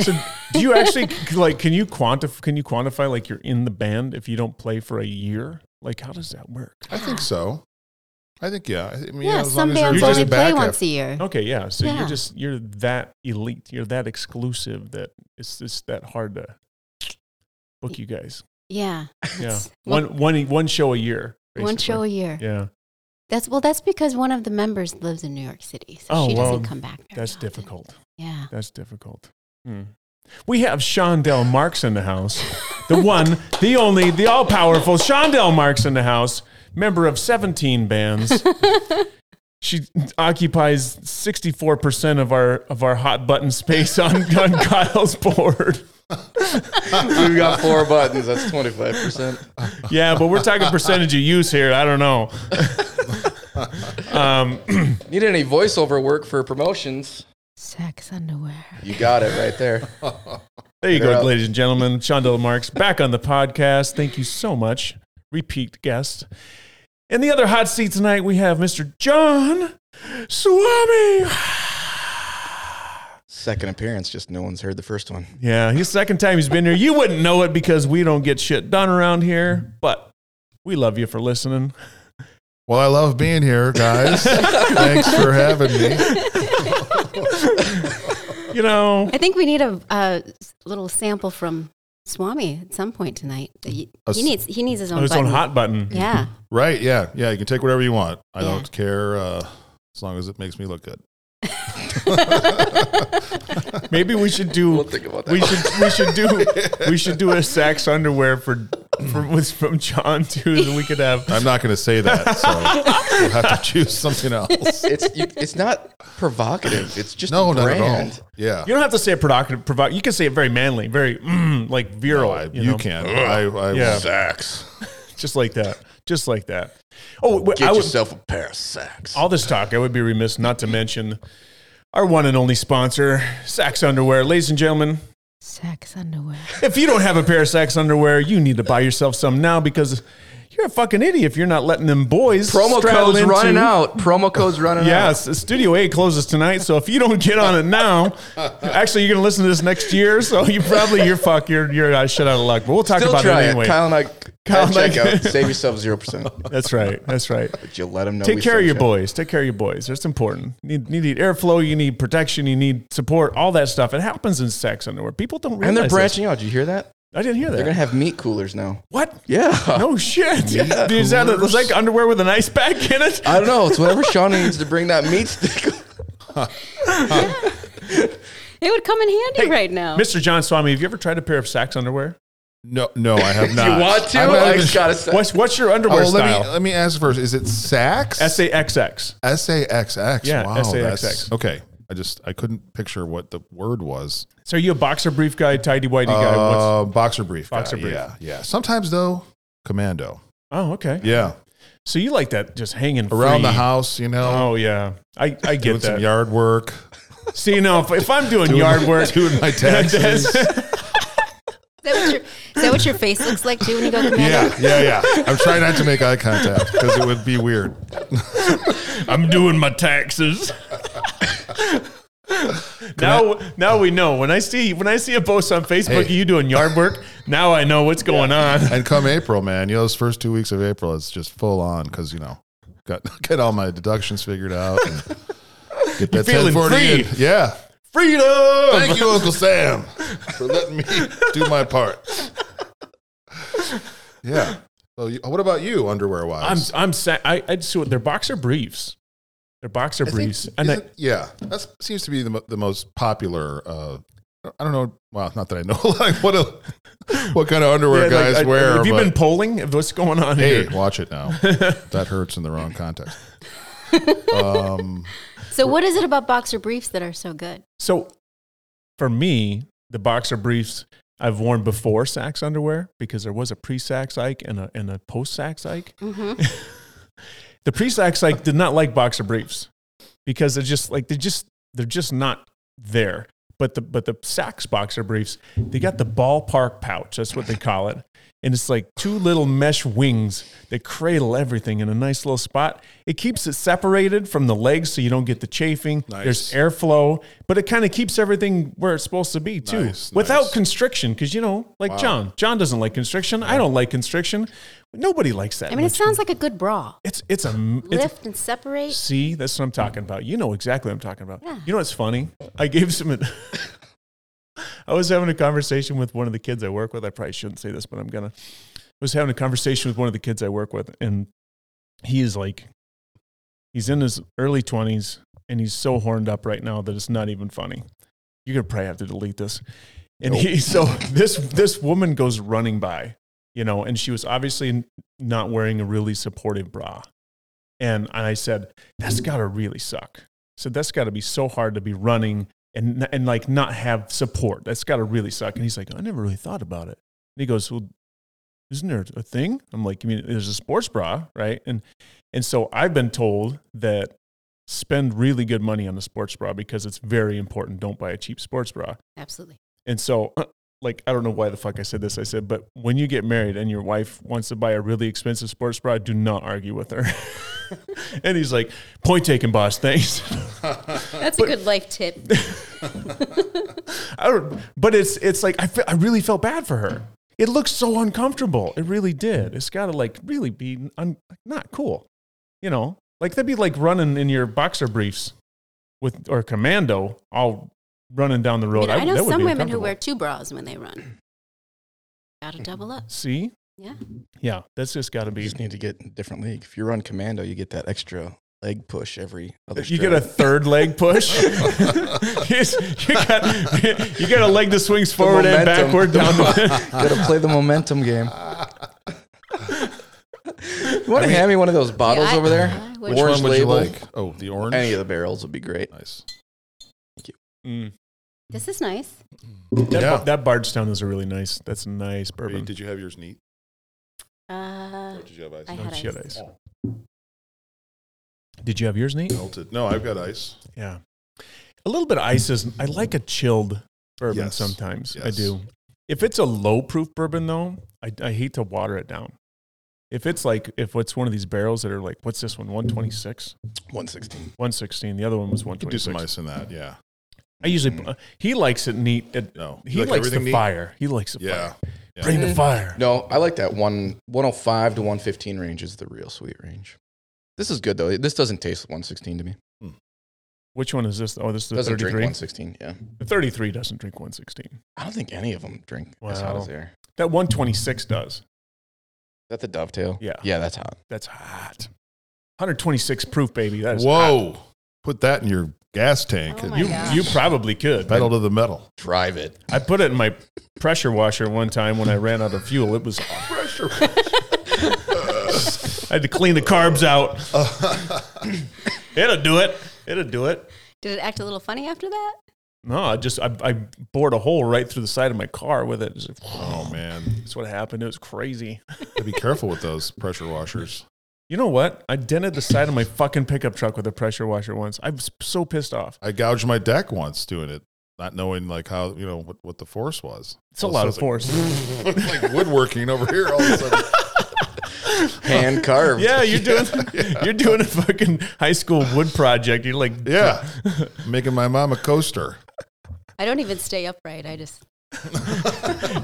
Speaker 1: So do you
Speaker 4: <laughs>
Speaker 1: actually c- like can you quantify can you quantify like you're in the band if you don't play for a year? Like how does that work?
Speaker 2: I think so. I think yeah. I mean,
Speaker 4: yeah,
Speaker 2: as long
Speaker 4: some
Speaker 2: as you're
Speaker 4: bands
Speaker 1: just
Speaker 4: only
Speaker 2: back
Speaker 4: play once
Speaker 2: after-
Speaker 4: a year.
Speaker 1: Okay, yeah. So
Speaker 4: Yeah.
Speaker 1: you're just you're that elite. You're that exclusive that it's just that hard to book you guys.
Speaker 4: Yeah. <laughs>
Speaker 1: Yeah.
Speaker 4: that's-
Speaker 1: One one one show a year.
Speaker 4: One show a year.
Speaker 1: Yeah.
Speaker 4: That's well. That's because one of the members lives in New York City, so
Speaker 1: Oh,
Speaker 4: she
Speaker 1: well,
Speaker 4: doesn't come back. very
Speaker 1: That's
Speaker 4: often.
Speaker 1: difficult.
Speaker 4: Yeah.
Speaker 1: That's difficult. Hmm. We have Shondell Marks in the house. The one, the only, the all powerful Shondell Marks in the house, member of 17 bands. She occupies 64% of our of our hot button space on, on Kyle's board.
Speaker 3: <laughs> We've got four buttons. That's twenty five percent.
Speaker 1: Yeah, but we're talking percentage of use here. I don't know. um,
Speaker 3: Need any voiceover work for promotions?
Speaker 4: Sex underwear.
Speaker 3: You got it right there.
Speaker 1: There you
Speaker 3: They're
Speaker 1: go,
Speaker 3: out.
Speaker 1: ladies and gentlemen. Shondell Marks back on the podcast. Thank you so much, repeat guest. In the other hot seat tonight, we have Mr. John Swami.
Speaker 3: <laughs> Second appearance, just no one's heard the first one.
Speaker 1: Yeah, his second time he's been here. You wouldn't know it because we don't get shit done around here, but we love you for listening.
Speaker 2: Well, I love
Speaker 1: <laughs>
Speaker 2: being here, guys. Thanks for having me.
Speaker 1: You know,
Speaker 4: I think we need a, a s- little sample from Swami at some point tonight. He,
Speaker 2: A
Speaker 4: he
Speaker 2: s-
Speaker 4: needs he needs his own.
Speaker 1: oh, his
Speaker 4: button.
Speaker 1: own hot button.
Speaker 4: Yeah,
Speaker 2: Right? Yeah, yeah. You can take whatever you want. I
Speaker 4: Yeah.
Speaker 2: don't care uh, as long as it makes me look good.
Speaker 1: Maybe we should do
Speaker 3: We'll think about that.
Speaker 1: we should we should do
Speaker 3: <laughs>
Speaker 1: we should do a Saks underwear for from was from John
Speaker 4: <laughs>
Speaker 1: too, and we could have
Speaker 2: I'm not going to say that, so we'll have
Speaker 1: <laughs>
Speaker 2: to choose something else.
Speaker 3: it's you, it's not provocative. It's just
Speaker 2: No,
Speaker 3: a
Speaker 2: not at all.
Speaker 3: brand.
Speaker 2: Yeah,
Speaker 1: You don't have to say it provocative. Provo- you can say it very manly, very mm, like virile.
Speaker 2: Oh, I- you,
Speaker 1: you, know?
Speaker 2: can. I, I
Speaker 1: Yeah.
Speaker 3: Sacks.
Speaker 1: just like that, just like that. Oh, wait, I
Speaker 3: Get
Speaker 1: would,
Speaker 3: yourself a pair of sacks.
Speaker 1: all this talk, I would be remiss not to mention our one and only sponsor, Saks Underwear, ladies and gentlemen.
Speaker 4: sex underwear.
Speaker 1: If you don't have a pair of Saks Underwear, you need to buy yourself some now because you're a fucking idiot if you're not letting them boys
Speaker 3: Promo
Speaker 1: straddle
Speaker 3: code's
Speaker 1: into-
Speaker 3: running out. Promo code's running out.
Speaker 1: Yes, Studio A closes tonight, so if you don't get on it now, actually you're gonna listen to this next year, so you probably you're fuck you're you're uh, shit out of luck. But we'll talk
Speaker 3: Still
Speaker 1: about
Speaker 3: try
Speaker 1: it
Speaker 3: it.
Speaker 1: anyway.
Speaker 3: Kyle and I.
Speaker 1: Kyle
Speaker 3: Kyle
Speaker 1: and I- <laughs>
Speaker 3: checkout. Save yourself zero percent. <laughs>
Speaker 1: That's right. That's right.
Speaker 3: But you let them know.
Speaker 1: Take
Speaker 3: we
Speaker 1: care of
Speaker 3: sent
Speaker 1: your
Speaker 3: you.
Speaker 1: boys. Take care of your boys. That's important. You need, you need airflow. You need protection. You need support. All that stuff. It happens in sex underwear. People don't realize.
Speaker 3: And they're
Speaker 1: this.
Speaker 3: branching out. Did you hear that?
Speaker 1: I didn't hear that.
Speaker 3: They're gonna have meat coolers now.
Speaker 1: what?
Speaker 3: Yeah.
Speaker 1: No shit. Dude, <laughs> Is that a, it's like underwear with an ice pack in it?
Speaker 3: <laughs> I don't know. It's whenever Sean needs to bring that meat stick.
Speaker 4: <laughs> It would come in handy
Speaker 1: Hey,
Speaker 4: right now.
Speaker 1: Mr. John Swami, have you ever tried a pair of Saks underwear?
Speaker 2: No, no,
Speaker 1: <laughs>
Speaker 2: I have not.
Speaker 3: you want to?
Speaker 2: I'm not
Speaker 3: Uh, I
Speaker 2: even
Speaker 3: just
Speaker 2: sure.
Speaker 3: gotta say.
Speaker 1: What's what's your
Speaker 2: Oh,
Speaker 1: underwear
Speaker 2: well, let me
Speaker 1: style?
Speaker 2: let me ask first. Is it Saks?
Speaker 1: S A X X.
Speaker 2: S A X X.
Speaker 1: Yeah,
Speaker 2: wow,
Speaker 1: SAXX.
Speaker 2: that's- Okay, I just I couldn't picture what the word was.
Speaker 1: So are you a boxer brief guy, tidy whitey guy? What's,
Speaker 2: Uh, boxer brief. guy,
Speaker 1: Boxer brief.
Speaker 2: Yeah, yeah. Sometimes though, commando.
Speaker 3: Uh,
Speaker 1: oh, okay.
Speaker 2: Yeah,
Speaker 1: So you like that just hanging
Speaker 2: around
Speaker 1: free.
Speaker 2: the house, you know,
Speaker 1: Oh yeah, I, I
Speaker 2: doing
Speaker 1: get
Speaker 2: some
Speaker 1: that.
Speaker 2: yard work,
Speaker 1: See, no, if, if I'm doing,
Speaker 2: doing
Speaker 1: yard
Speaker 2: my-
Speaker 1: work, <laughs>
Speaker 2: doing my taxes.
Speaker 4: Is that, what your, is that what your face looks like too when
Speaker 1: <laughs>
Speaker 4: you go commando?
Speaker 2: yeah, yeah, yeah. <laughs> I'm trying not to make eye contact because it would be weird.
Speaker 1: I'm doing my taxes. now, now we know. When I see when I see a post on Facebook,
Speaker 2: Hey.
Speaker 1: you doing yard work. Now I know what's going
Speaker 2: <laughs>
Speaker 1: on.
Speaker 2: And come April, man, you know, those first two weeks of April, it's just full on because you know, got <laughs> get all my deductions figured out. And get that
Speaker 1: feeling
Speaker 2: 1040
Speaker 1: free.
Speaker 2: in. Yeah.
Speaker 1: Freedom.
Speaker 2: Thank you, Uncle Sam, for letting me do my part. Yeah. So, you, what about you, underwear
Speaker 1: I'm
Speaker 2: wise?
Speaker 1: I'm sa- I I just they're boxer briefs. They're boxer briefs, and I,
Speaker 2: yeah, that seems to be the, mo- the most popular. Uh, I don't know. Well, not that I know <laughs> like what a, what kind of underwear
Speaker 1: yeah,
Speaker 2: guys
Speaker 1: like, I-
Speaker 2: wear.
Speaker 1: Have you
Speaker 2: but-
Speaker 1: been polling? What's going on
Speaker 2: Hey,
Speaker 1: here?
Speaker 2: watch it now. that hurts in the wrong context. Um,
Speaker 4: So what is it about boxer briefs that are so good?
Speaker 1: So for me, the boxer briefs I've worn before Saks underwear because there was a pre Saks Ike and a, and a post Saks Ike. <laughs> the pre Saks Ike did not like boxer briefs because they're just like, they're just, they're just not there. But the, but the Saks boxer briefs, they got the ballpark pouch. That's what they call it. And it's like two little mesh wings that cradle everything in a nice little spot. It keeps it separated from the legs so you don't get the chafing.
Speaker 2: Nice.
Speaker 1: There's airflow, but it kind of keeps everything where it's supposed to be too,
Speaker 2: Nice,
Speaker 1: without
Speaker 2: nice.
Speaker 1: constriction. Because you know, like John, John doesn't like constriction. I don't like constriction. Nobody likes that.
Speaker 4: I mean, it
Speaker 1: much.
Speaker 4: sounds like a good bra.
Speaker 1: it's it's a it's,
Speaker 4: Lift and separate.
Speaker 1: see that's what I'm talking about. You know exactly what I'm talking about. You know what's funny? I gave some. <laughs> I was having a conversation with one of the kids I work with. I probably shouldn't say this, but I'm gonna. I was having a conversation with one of the kids I work with, and he is like, he's in his early 20s, and he's so horned up right now that it's not even funny. You're gonna probably have to delete this. And he, <laughs> so this this woman goes running by, you know, and she was obviously not wearing a really supportive bra, and I said, that's gotta really suck. So that's gotta be so hard to be running and and like not have support. That's got to really suck. And he's like, I never really thought about it. And he goes, Well, isn't there a thing? I'm like, I mean, there's a sports bra, right? And and so I've been told that spend really good money on a sports bra because it's very important. Don't buy a cheap sports bra.
Speaker 4: Absolutely.
Speaker 1: And so, <clears throat> like, I don't know why the fuck I said this. I said, but when you get married and your wife wants to buy a really expensive sports bra, do not argue with her. <laughs> and he's like, point taken, boss. Thanks.
Speaker 4: That's a good life tip.
Speaker 1: I don't, but it's it's like I fe- I really felt bad for her. It looks so uncomfortable. It really did. It's got to like really be un, not cool, you know. Like that'd be like running in your boxer briefs with or commando all running down the
Speaker 4: I,
Speaker 1: road.
Speaker 4: mean, I
Speaker 1: that
Speaker 4: know
Speaker 1: would
Speaker 4: some
Speaker 1: be
Speaker 4: women who
Speaker 1: uncomfortable.
Speaker 4: wear two bras when they run. Got to double up.
Speaker 1: See?
Speaker 4: Yeah.
Speaker 1: Yeah. That's just got to
Speaker 3: You
Speaker 1: be.
Speaker 3: just need to get in a different league. If you're on commando, you get that extra leg push every other.
Speaker 1: You get a
Speaker 3: stride.
Speaker 1: third leg push. <laughs> Yes, you, got, you got a leg that swings forward and
Speaker 3: momentum.
Speaker 1: backward down.
Speaker 3: <laughs>
Speaker 1: the-
Speaker 3: gotta play the
Speaker 1: <laughs>
Speaker 3: momentum game. You want to hand me one of those bottles
Speaker 4: Yeah, I- uh,
Speaker 3: over there?
Speaker 4: I would.
Speaker 2: Which one
Speaker 3: Orange
Speaker 2: would
Speaker 3: label.
Speaker 2: you like? Oh, the orange.
Speaker 3: Any of the barrels would be great.
Speaker 2: Nice.
Speaker 1: Mm.
Speaker 4: This is nice.
Speaker 1: That,
Speaker 2: Yeah.
Speaker 1: yeah. that Bardstown is a really nice. That's a nice bourbon.
Speaker 2: Did you have yours neat?
Speaker 4: Uh,
Speaker 2: Or did you have ice?
Speaker 4: I
Speaker 1: No,
Speaker 4: had
Speaker 1: Oh, she had
Speaker 4: ice.
Speaker 1: ice. Did you have yours, Nate?
Speaker 2: Melted. No, I've got ice.
Speaker 1: Yeah. A little bit of ice is, I like a chilled bourbon
Speaker 2: Yes.
Speaker 1: sometimes. I
Speaker 2: Yes.
Speaker 1: do. If it's a low proof bourbon, though, I, I hate to water it down. If it's like, if it's one of these barrels that are like, what's this one? 126?
Speaker 3: 116.
Speaker 1: 116. The other one was
Speaker 2: Could do some
Speaker 1: 126.
Speaker 2: ice in that. Yeah.
Speaker 1: I usually, he likes it neat. It,
Speaker 2: No.
Speaker 1: he
Speaker 2: You like
Speaker 1: likes the
Speaker 2: everything neat?
Speaker 1: fire. He likes the
Speaker 2: Yeah.
Speaker 1: fire. Bring the fire.
Speaker 3: No, I like that one 105 to 115 range is the real sweet range. This is good though. This doesn't taste 116 to me.
Speaker 1: Which one is this? Oh, this is the
Speaker 3: Doesn't drink
Speaker 1: 33.
Speaker 3: 116. Yeah,
Speaker 1: The 33 doesn't drink 116.
Speaker 3: I don't think any of them drink as hot
Speaker 1: Wow.
Speaker 3: as air. Is
Speaker 1: That 126 does.
Speaker 3: that the dovetail?
Speaker 1: Yeah.
Speaker 3: yeah, that's hot.
Speaker 1: That's hot. 126 proof, baby. That is hot.
Speaker 2: Whoa. Put that in your gas tank
Speaker 4: Oh
Speaker 2: and
Speaker 4: my
Speaker 1: You
Speaker 4: gosh.
Speaker 1: you probably could.
Speaker 2: pedal to the metal.
Speaker 3: Drive it.
Speaker 1: I put it in my pressure washer one time when I ran out of fuel. It was
Speaker 2: Pressure.
Speaker 1: I had to clean the carbs <laughs> out. It'll do it. It'll do it.
Speaker 4: Did it act a little funny after that?
Speaker 1: No, I just I, I bored a hole right through the side of my car with it. Just-
Speaker 2: <laughs> oh man.
Speaker 1: That's what happened. It was crazy.
Speaker 2: Gotta be careful with those pressure washers.
Speaker 1: You know what? I dented the side of my fucking pickup truck with a pressure washer once. I was so pissed off.
Speaker 2: I gouged my deck once doing it, not knowing like how you know what, what the force was.
Speaker 1: Oh, It's a lot of
Speaker 2: Sounds
Speaker 1: force. <laughs>
Speaker 2: like- like woodworking over here. All of a sudden,
Speaker 3: <laughs> Hand
Speaker 1: <laughs>
Speaker 3: carved.
Speaker 1: Yeah, you're doing you're doing a fucking high school wood project. You're like
Speaker 2: yeah, making my mom a coaster.
Speaker 4: I don't even stay upright. I just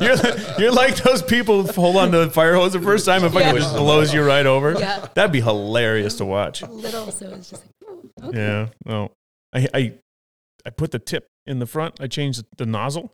Speaker 1: You're, you're like those people who hold on to the fire hose the first time and fucking
Speaker 4: Yeah.
Speaker 1: just blows you right over.
Speaker 4: <laughs> Yeah.
Speaker 1: That'd be hilarious to watch.
Speaker 4: little, so it's just like, ooh, okay.
Speaker 1: Yeah. No. I, I, I put the tip in the front. I changed the nozzle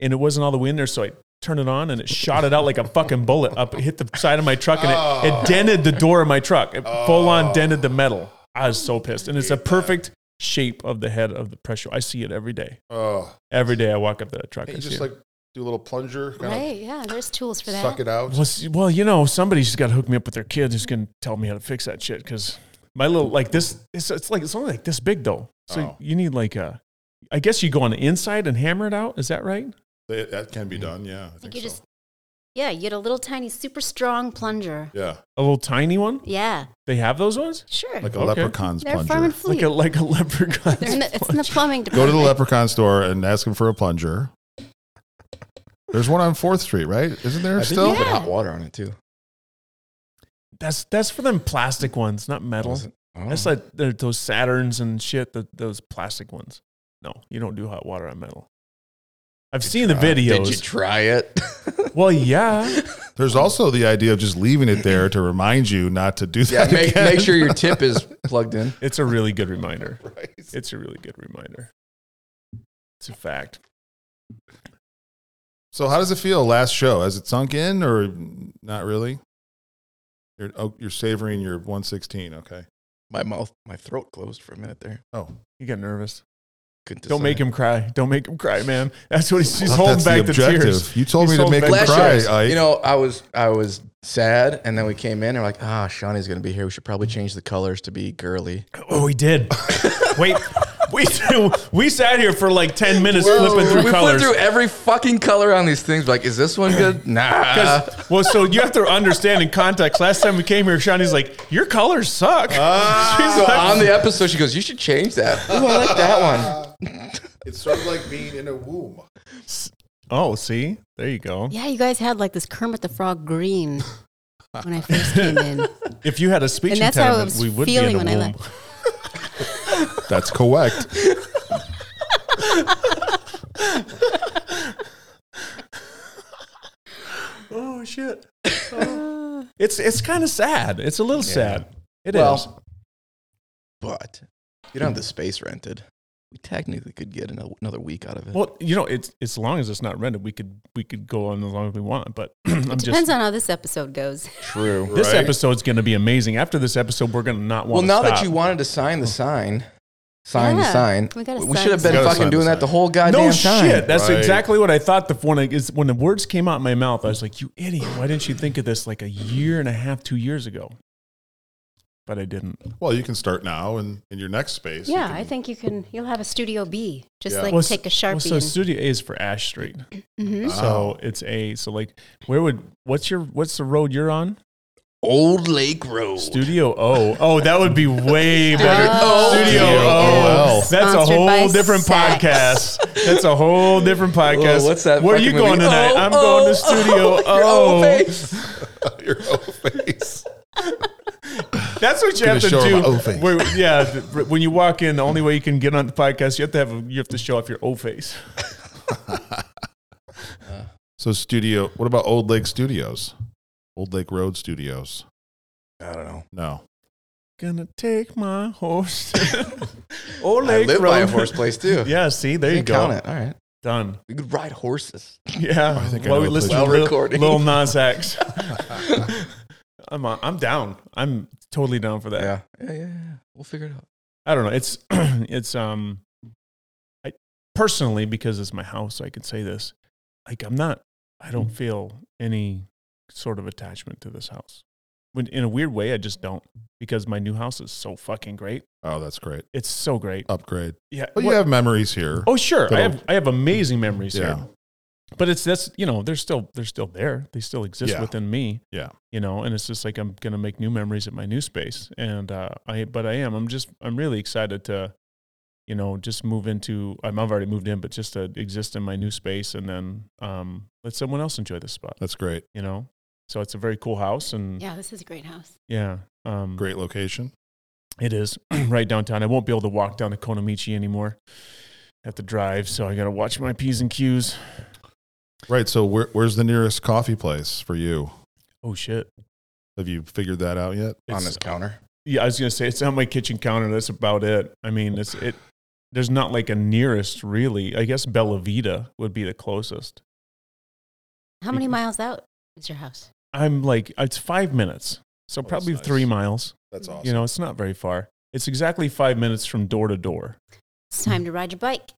Speaker 1: and it wasn't all the way in there. So I turned it on and it shot it out like a fucking bullet up. It hit the side of my truck and it,
Speaker 2: Oh.
Speaker 1: it dented the door of my truck. It full
Speaker 2: Oh.
Speaker 1: on dented the metal. I was so pissed. And it's a perfect shape of the head of the pressure. I see it every day.
Speaker 2: Oh,
Speaker 1: Every day I walk up to that truck.
Speaker 2: Can't
Speaker 1: I
Speaker 2: you
Speaker 1: see
Speaker 2: just
Speaker 1: it.
Speaker 2: like do a little plunger, kind
Speaker 4: Right, yeah. There's tools for
Speaker 2: of
Speaker 4: that.
Speaker 2: suck it out.
Speaker 1: Well, s- well, you know, somebody's just got to hook me up with their kid who's going to tell me how to fix that shit because my little like this, it's, it's like it's only like this big though. So
Speaker 2: Oh.
Speaker 1: you need like a, I guess you go on the inside and hammer it out. Is that right?
Speaker 2: That- that can
Speaker 3: Mm.
Speaker 2: be done. Yeah, I
Speaker 4: Like
Speaker 2: think
Speaker 4: you
Speaker 2: so.
Speaker 4: just, yeah, you get a little tiny, super strong plunger.
Speaker 2: yeah,
Speaker 1: A little tiny one.
Speaker 4: Yeah,
Speaker 1: They have those ones.
Speaker 4: sure.
Speaker 2: like a
Speaker 1: Okay.
Speaker 2: leprechaun's
Speaker 4: They're
Speaker 2: plunger.
Speaker 4: farm and
Speaker 1: Like
Speaker 4: fleet.
Speaker 1: a like a <laughs> leprechaun.
Speaker 4: They're in the, it's in the plumbing
Speaker 2: Go to
Speaker 4: department.
Speaker 2: the leprechaun store and ask him for a plunger. There's one on Fourth Street, right? Isn't there
Speaker 3: I think
Speaker 2: still?
Speaker 3: you put
Speaker 4: Yeah.
Speaker 3: hot water on it too.
Speaker 1: that's that's for them plastic ones, not metal.
Speaker 3: Was it? Oh.
Speaker 1: That's like they're those Saturns and shit. The, those plastic ones. No, you don't do hot water on metal. I've seen the
Speaker 3: Uh, Did you
Speaker 1: videos. <laughs>
Speaker 3: try it?
Speaker 1: well, yeah.
Speaker 2: There's also the idea of just leaving it there to remind you not to do
Speaker 3: yeah,
Speaker 2: that.
Speaker 3: make,
Speaker 2: again.
Speaker 3: make sure your tip
Speaker 1: <laughs>
Speaker 3: is plugged in.
Speaker 1: It's a really good
Speaker 3: <laughs>
Speaker 1: reminder.
Speaker 2: Right.
Speaker 1: It's a really good reminder. It's a fact.
Speaker 2: So how does it feel? Last show has it sunk in or not really? You're oh, you're savoring your 116. Okay.
Speaker 3: My mouth, my throat closed for a minute there.
Speaker 2: Oh,
Speaker 1: You get nervous.
Speaker 3: Couldn't
Speaker 1: Don't make
Speaker 3: decide.
Speaker 1: him cry. Don't make him cry, man. That's what he's, he's
Speaker 2: Well,
Speaker 1: holding
Speaker 2: that's the
Speaker 1: back the,
Speaker 2: objective.
Speaker 1: tears.
Speaker 2: You told
Speaker 1: He's
Speaker 2: me to
Speaker 1: holding
Speaker 2: make
Speaker 1: back
Speaker 2: him
Speaker 1: the
Speaker 2: cry.
Speaker 1: tears.
Speaker 2: I- Ike.
Speaker 3: You know, I was I was sad, and then we came in and we're like, ah, Shawnee's gonna be here. We should probably change the colors to be girly.
Speaker 1: Oh, we
Speaker 3: <laughs>
Speaker 1: did. Wait, we <laughs> we sat here for like ten minutes flipping
Speaker 3: we
Speaker 1: through
Speaker 3: put
Speaker 1: colors.
Speaker 3: through every fucking color on these things. Like, is this
Speaker 1: <laughs>
Speaker 3: one good? Nah.
Speaker 1: 'Cause- well, so you have to understand in context. Last time we came here, Shawnee's like, "Your colors suck." <laughs> She's
Speaker 3: Ah, So
Speaker 1: like,
Speaker 3: on the episode, she goes, "You should change that." Ooh, I like that one.
Speaker 2: it's sort of like being in a womb.
Speaker 1: oh, see, there you go.
Speaker 4: yeah, you guys had like this Kermit the Frog green when I first came in. <laughs>
Speaker 1: If you had a speech
Speaker 4: And that's how I
Speaker 1: impediment,
Speaker 4: was
Speaker 1: we would be
Speaker 4: feeling
Speaker 1: in a
Speaker 4: when I
Speaker 1: womb.
Speaker 4: left.
Speaker 2: That's correct.
Speaker 1: Oh shit!
Speaker 4: <laughs>
Speaker 1: it's it's kind of sad. It's a little sad. It is.
Speaker 3: Well, But you don't have the space rented. we technically could get ano- another week out of it.
Speaker 1: Well, you know, it's as long as it's not rented, we could we could go on as long as we want. But <clears throat> I'm
Speaker 4: Depends
Speaker 1: just
Speaker 4: on how this episode goes.
Speaker 3: True.
Speaker 1: this
Speaker 2: Right.
Speaker 1: episode's going to be amazing. After this episode, we're going to not
Speaker 3: Well,
Speaker 1: want.
Speaker 3: now that you wanted to sign the sign, sign the
Speaker 4: Yeah,
Speaker 3: sign.
Speaker 4: we gotta
Speaker 3: we
Speaker 4: sign
Speaker 3: should have
Speaker 4: the
Speaker 2: sign.
Speaker 3: been
Speaker 2: Gotta
Speaker 3: fucking
Speaker 2: sign
Speaker 3: doing
Speaker 2: the
Speaker 3: that the
Speaker 2: sign.
Speaker 3: whole goddamn
Speaker 1: No
Speaker 3: time.
Speaker 1: shit. That's
Speaker 2: Right.
Speaker 1: exactly what I thought. The when I, is when the words came out of my mouth, I was like, "You idiot! Why didn't you think of this like a year and a half, two years ago?" But I didn't.
Speaker 2: Well, you can start now and in your next space. you
Speaker 4: yeah,
Speaker 2: can-
Speaker 4: I think you can. You'll have a Studio B. Just
Speaker 2: Yeah.
Speaker 4: like
Speaker 1: Well, s-
Speaker 4: take a
Speaker 1: well,
Speaker 4: sharpie.
Speaker 1: so Studio A is for Ash Street,
Speaker 4: and, Mhm.
Speaker 1: so it's A. So like, where would what's your what's the road you're on?
Speaker 3: Old
Speaker 2: <laughs>
Speaker 3: Lake Road.
Speaker 1: Studio O. Oh, that would be
Speaker 3: <laughs>
Speaker 1: way better.
Speaker 3: Oh.
Speaker 1: Studio O.
Speaker 2: O.
Speaker 1: That's a
Speaker 4: Sponsored by
Speaker 1: whole different
Speaker 4: Saks.
Speaker 1: podcast. That's a whole different podcast.
Speaker 3: what's that
Speaker 1: Where are you
Speaker 3: fucking
Speaker 1: going
Speaker 3: movie?
Speaker 1: tonight?
Speaker 3: Oh,
Speaker 1: I'm
Speaker 3: oh,
Speaker 1: going to
Speaker 3: oh,
Speaker 4: <laughs>
Speaker 1: <laughs> Studio O.
Speaker 3: your O face.
Speaker 2: your whole face.
Speaker 1: That's what you
Speaker 2: Gonna
Speaker 1: have to
Speaker 2: show her
Speaker 1: do.
Speaker 2: my O face.
Speaker 1: Where- yeah, th- when you walk in, the only way you can get on the podcast, you have to have a, you have to show off your O face.
Speaker 2: So studio. What about Old Lake Studios? Old Lake Road Studios.
Speaker 3: I don't know.
Speaker 2: No.
Speaker 1: Gonna take my horse. <laughs> Old
Speaker 3: I
Speaker 1: Lake
Speaker 3: live
Speaker 1: Road.
Speaker 3: by a horse place too.
Speaker 1: Yeah, see, there you,
Speaker 3: Can't
Speaker 1: go.
Speaker 3: Count it. All right.
Speaker 1: Done.
Speaker 3: We could ride horses.
Speaker 1: Yeah.
Speaker 2: I think I
Speaker 1: While
Speaker 2: know
Speaker 1: we
Speaker 2: the
Speaker 1: listen
Speaker 2: place.
Speaker 1: to
Speaker 3: While
Speaker 1: Lil-
Speaker 3: recording.
Speaker 1: Lil Nas
Speaker 3: <laughs>
Speaker 1: X. <laughs> I'm, on, I'm down. I'm totally down for that.
Speaker 3: Yeah. Yeah, yeah, yeah. We'll figure it out.
Speaker 1: I don't know. It's <clears throat> it's um I personally because it's my house, I can say this. Like I'm not I don't
Speaker 3: Mm.
Speaker 1: feel any sort of attachment to this house. When in a weird way, I just don't because my new house is so fucking great.
Speaker 2: Oh, that's great.
Speaker 1: It's so
Speaker 3: Oh.
Speaker 1: great.
Speaker 2: Upgrade.
Speaker 1: Yeah.
Speaker 2: But
Speaker 1: what-
Speaker 2: you have memories here.
Speaker 1: oh sure.
Speaker 2: Good
Speaker 1: I
Speaker 2: old-
Speaker 1: have I have amazing memories
Speaker 2: yeah.
Speaker 1: here. But it's that's you know, they're still they're still there. They still exist
Speaker 2: Yeah.
Speaker 1: within me.
Speaker 2: Yeah.
Speaker 1: You know, and it's just like I'm gonna make new memories at my new space. And uh I but I am. I'm just I'm really excited to you know, just move into. I'm, I've already moved in, but just to exist in my new space, and then um, let someone else enjoy this spot.
Speaker 2: That's great.
Speaker 1: You know, so it's a very cool house, and yeah,
Speaker 4: Yeah, this is a great house.
Speaker 1: um,
Speaker 2: Great location.
Speaker 1: it is <clears throat> right downtown. I won't be able to walk down to Konamichi anymore. I have to drive, so I got to watch my p's and q's.
Speaker 2: Right. So where, where's the nearest coffee place for you?
Speaker 1: Oh shit!
Speaker 2: Have you figured that out yet?
Speaker 3: On
Speaker 1: It's-
Speaker 3: this counter.
Speaker 1: Yeah, I was gonna say it's on my kitchen counter. That's about it. I mean, it's it. There's not like a nearest really. I guess Bella Vita would be the closest.
Speaker 4: How many miles out is your house?
Speaker 1: I'm like it's five minutes, so
Speaker 2: Oh, that's
Speaker 1: probably
Speaker 2: nice.
Speaker 1: three miles.
Speaker 2: That's
Speaker 1: You know, it's not very far. It's exactly five minutes from door to door.
Speaker 4: It's time to ride your bike.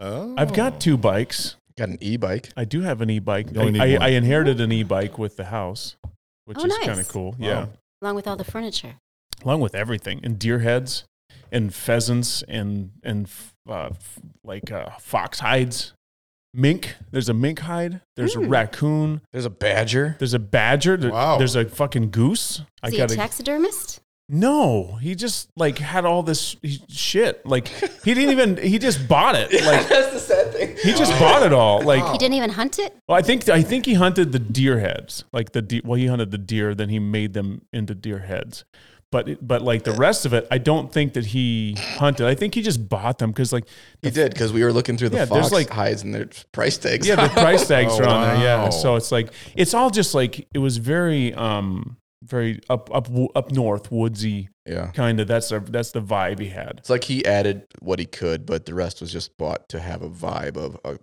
Speaker 2: Oh.
Speaker 1: I've got two bikes.
Speaker 3: Got an e bike.
Speaker 1: I do have an e-bike.
Speaker 2: You only need
Speaker 1: I, I,
Speaker 2: one.
Speaker 1: I inherited an e-bike with the house, which
Speaker 4: Oh,
Speaker 1: is
Speaker 4: nice.
Speaker 1: kind of cool.
Speaker 2: Wow.
Speaker 1: Yeah,
Speaker 4: Along with all the furniture.
Speaker 1: along with everything and deer heads, and pheasants and and f- uh, f- like uh, fox hides, mink. There's a mink hide. There's a
Speaker 4: Mm.
Speaker 1: raccoon.
Speaker 3: There's a badger.
Speaker 1: There's a badger. There-
Speaker 2: Wow.
Speaker 1: There's a fucking goose.
Speaker 4: Is he a taxidermist?
Speaker 1: No, he just like had all this he- shit. Like he didn't even. He just bought it. Like
Speaker 3: That's the sad thing.
Speaker 1: he just bought it all. Like
Speaker 4: He didn't even hunt it?
Speaker 1: well, I think I think he hunted the deer heads. Like the de- well, he hunted the deer, then he made them into deer heads. But it, but like the rest of it, I don't think that he hunted. I think he just bought them because like
Speaker 3: He did because we were looking through the
Speaker 1: Yeah, there's
Speaker 3: fox
Speaker 1: like-
Speaker 3: hides and their price tags.
Speaker 1: yeah, the
Speaker 2: <laughs>
Speaker 1: price tags
Speaker 2: Oh,
Speaker 1: are on there. Yeah,
Speaker 2: wow.
Speaker 1: so it's like it's all just like it was very um very up up up north woodsy
Speaker 3: yeah.
Speaker 1: kind of. That's a, that's the vibe he had.
Speaker 3: It's like he added what he could, but the rest was just bought to have a vibe of a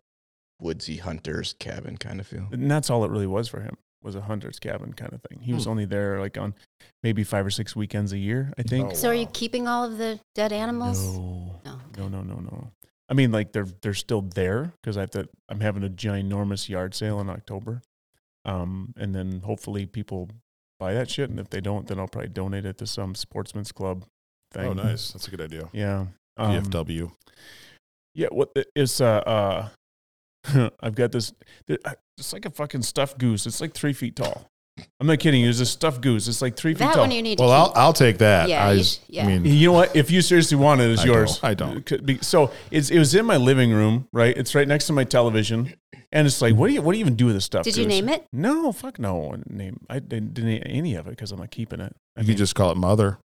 Speaker 3: woodsy hunter's cabin kind of feel.
Speaker 1: and that's all it really was for him was a hunter's cabin kind of thing. He
Speaker 2: Hmm.
Speaker 1: was only there like on maybe five or six weekends a year, I think.
Speaker 2: Oh,
Speaker 4: So are you
Speaker 2: wow.
Speaker 4: keeping all of the dead
Speaker 2: Oh,
Speaker 4: animals?
Speaker 1: No,
Speaker 4: No.
Speaker 1: no, no, no, no. I mean, like they're they're still there because I have to. I'm having a ginormous yard sale in October, um, and then hopefully people buy that shit. And if they don't, then I'll probably donate it to some sportsman's club thing.
Speaker 2: Oh, nice. That's a good idea.
Speaker 1: Yeah. Um,
Speaker 2: DFW.
Speaker 1: Yeah, what the, it's uh uh <laughs> I've got this th- I- it's like a fucking stuffed goose. It's like three feet tall. I'm not kidding you. It's a stuffed goose. It's like three feet
Speaker 4: That
Speaker 1: tall.
Speaker 4: one you need to
Speaker 2: Well, I'll,
Speaker 4: keep.
Speaker 2: I'll take that.
Speaker 4: Yeah,
Speaker 2: I,
Speaker 4: you sh- yeah.
Speaker 2: I mean,
Speaker 1: you know what? If you seriously want it, it's
Speaker 2: I
Speaker 1: yours.
Speaker 2: don't- I don't.
Speaker 1: Could be- So it's, it was in my living room, right? It's right next to my television, and it's like, what do you what do you even do with this stuff?
Speaker 4: Did you name it?
Speaker 1: No, fuck no. I Name I didn't, didn't name any of it because I'm not keeping it. I
Speaker 2: you could just call it mother.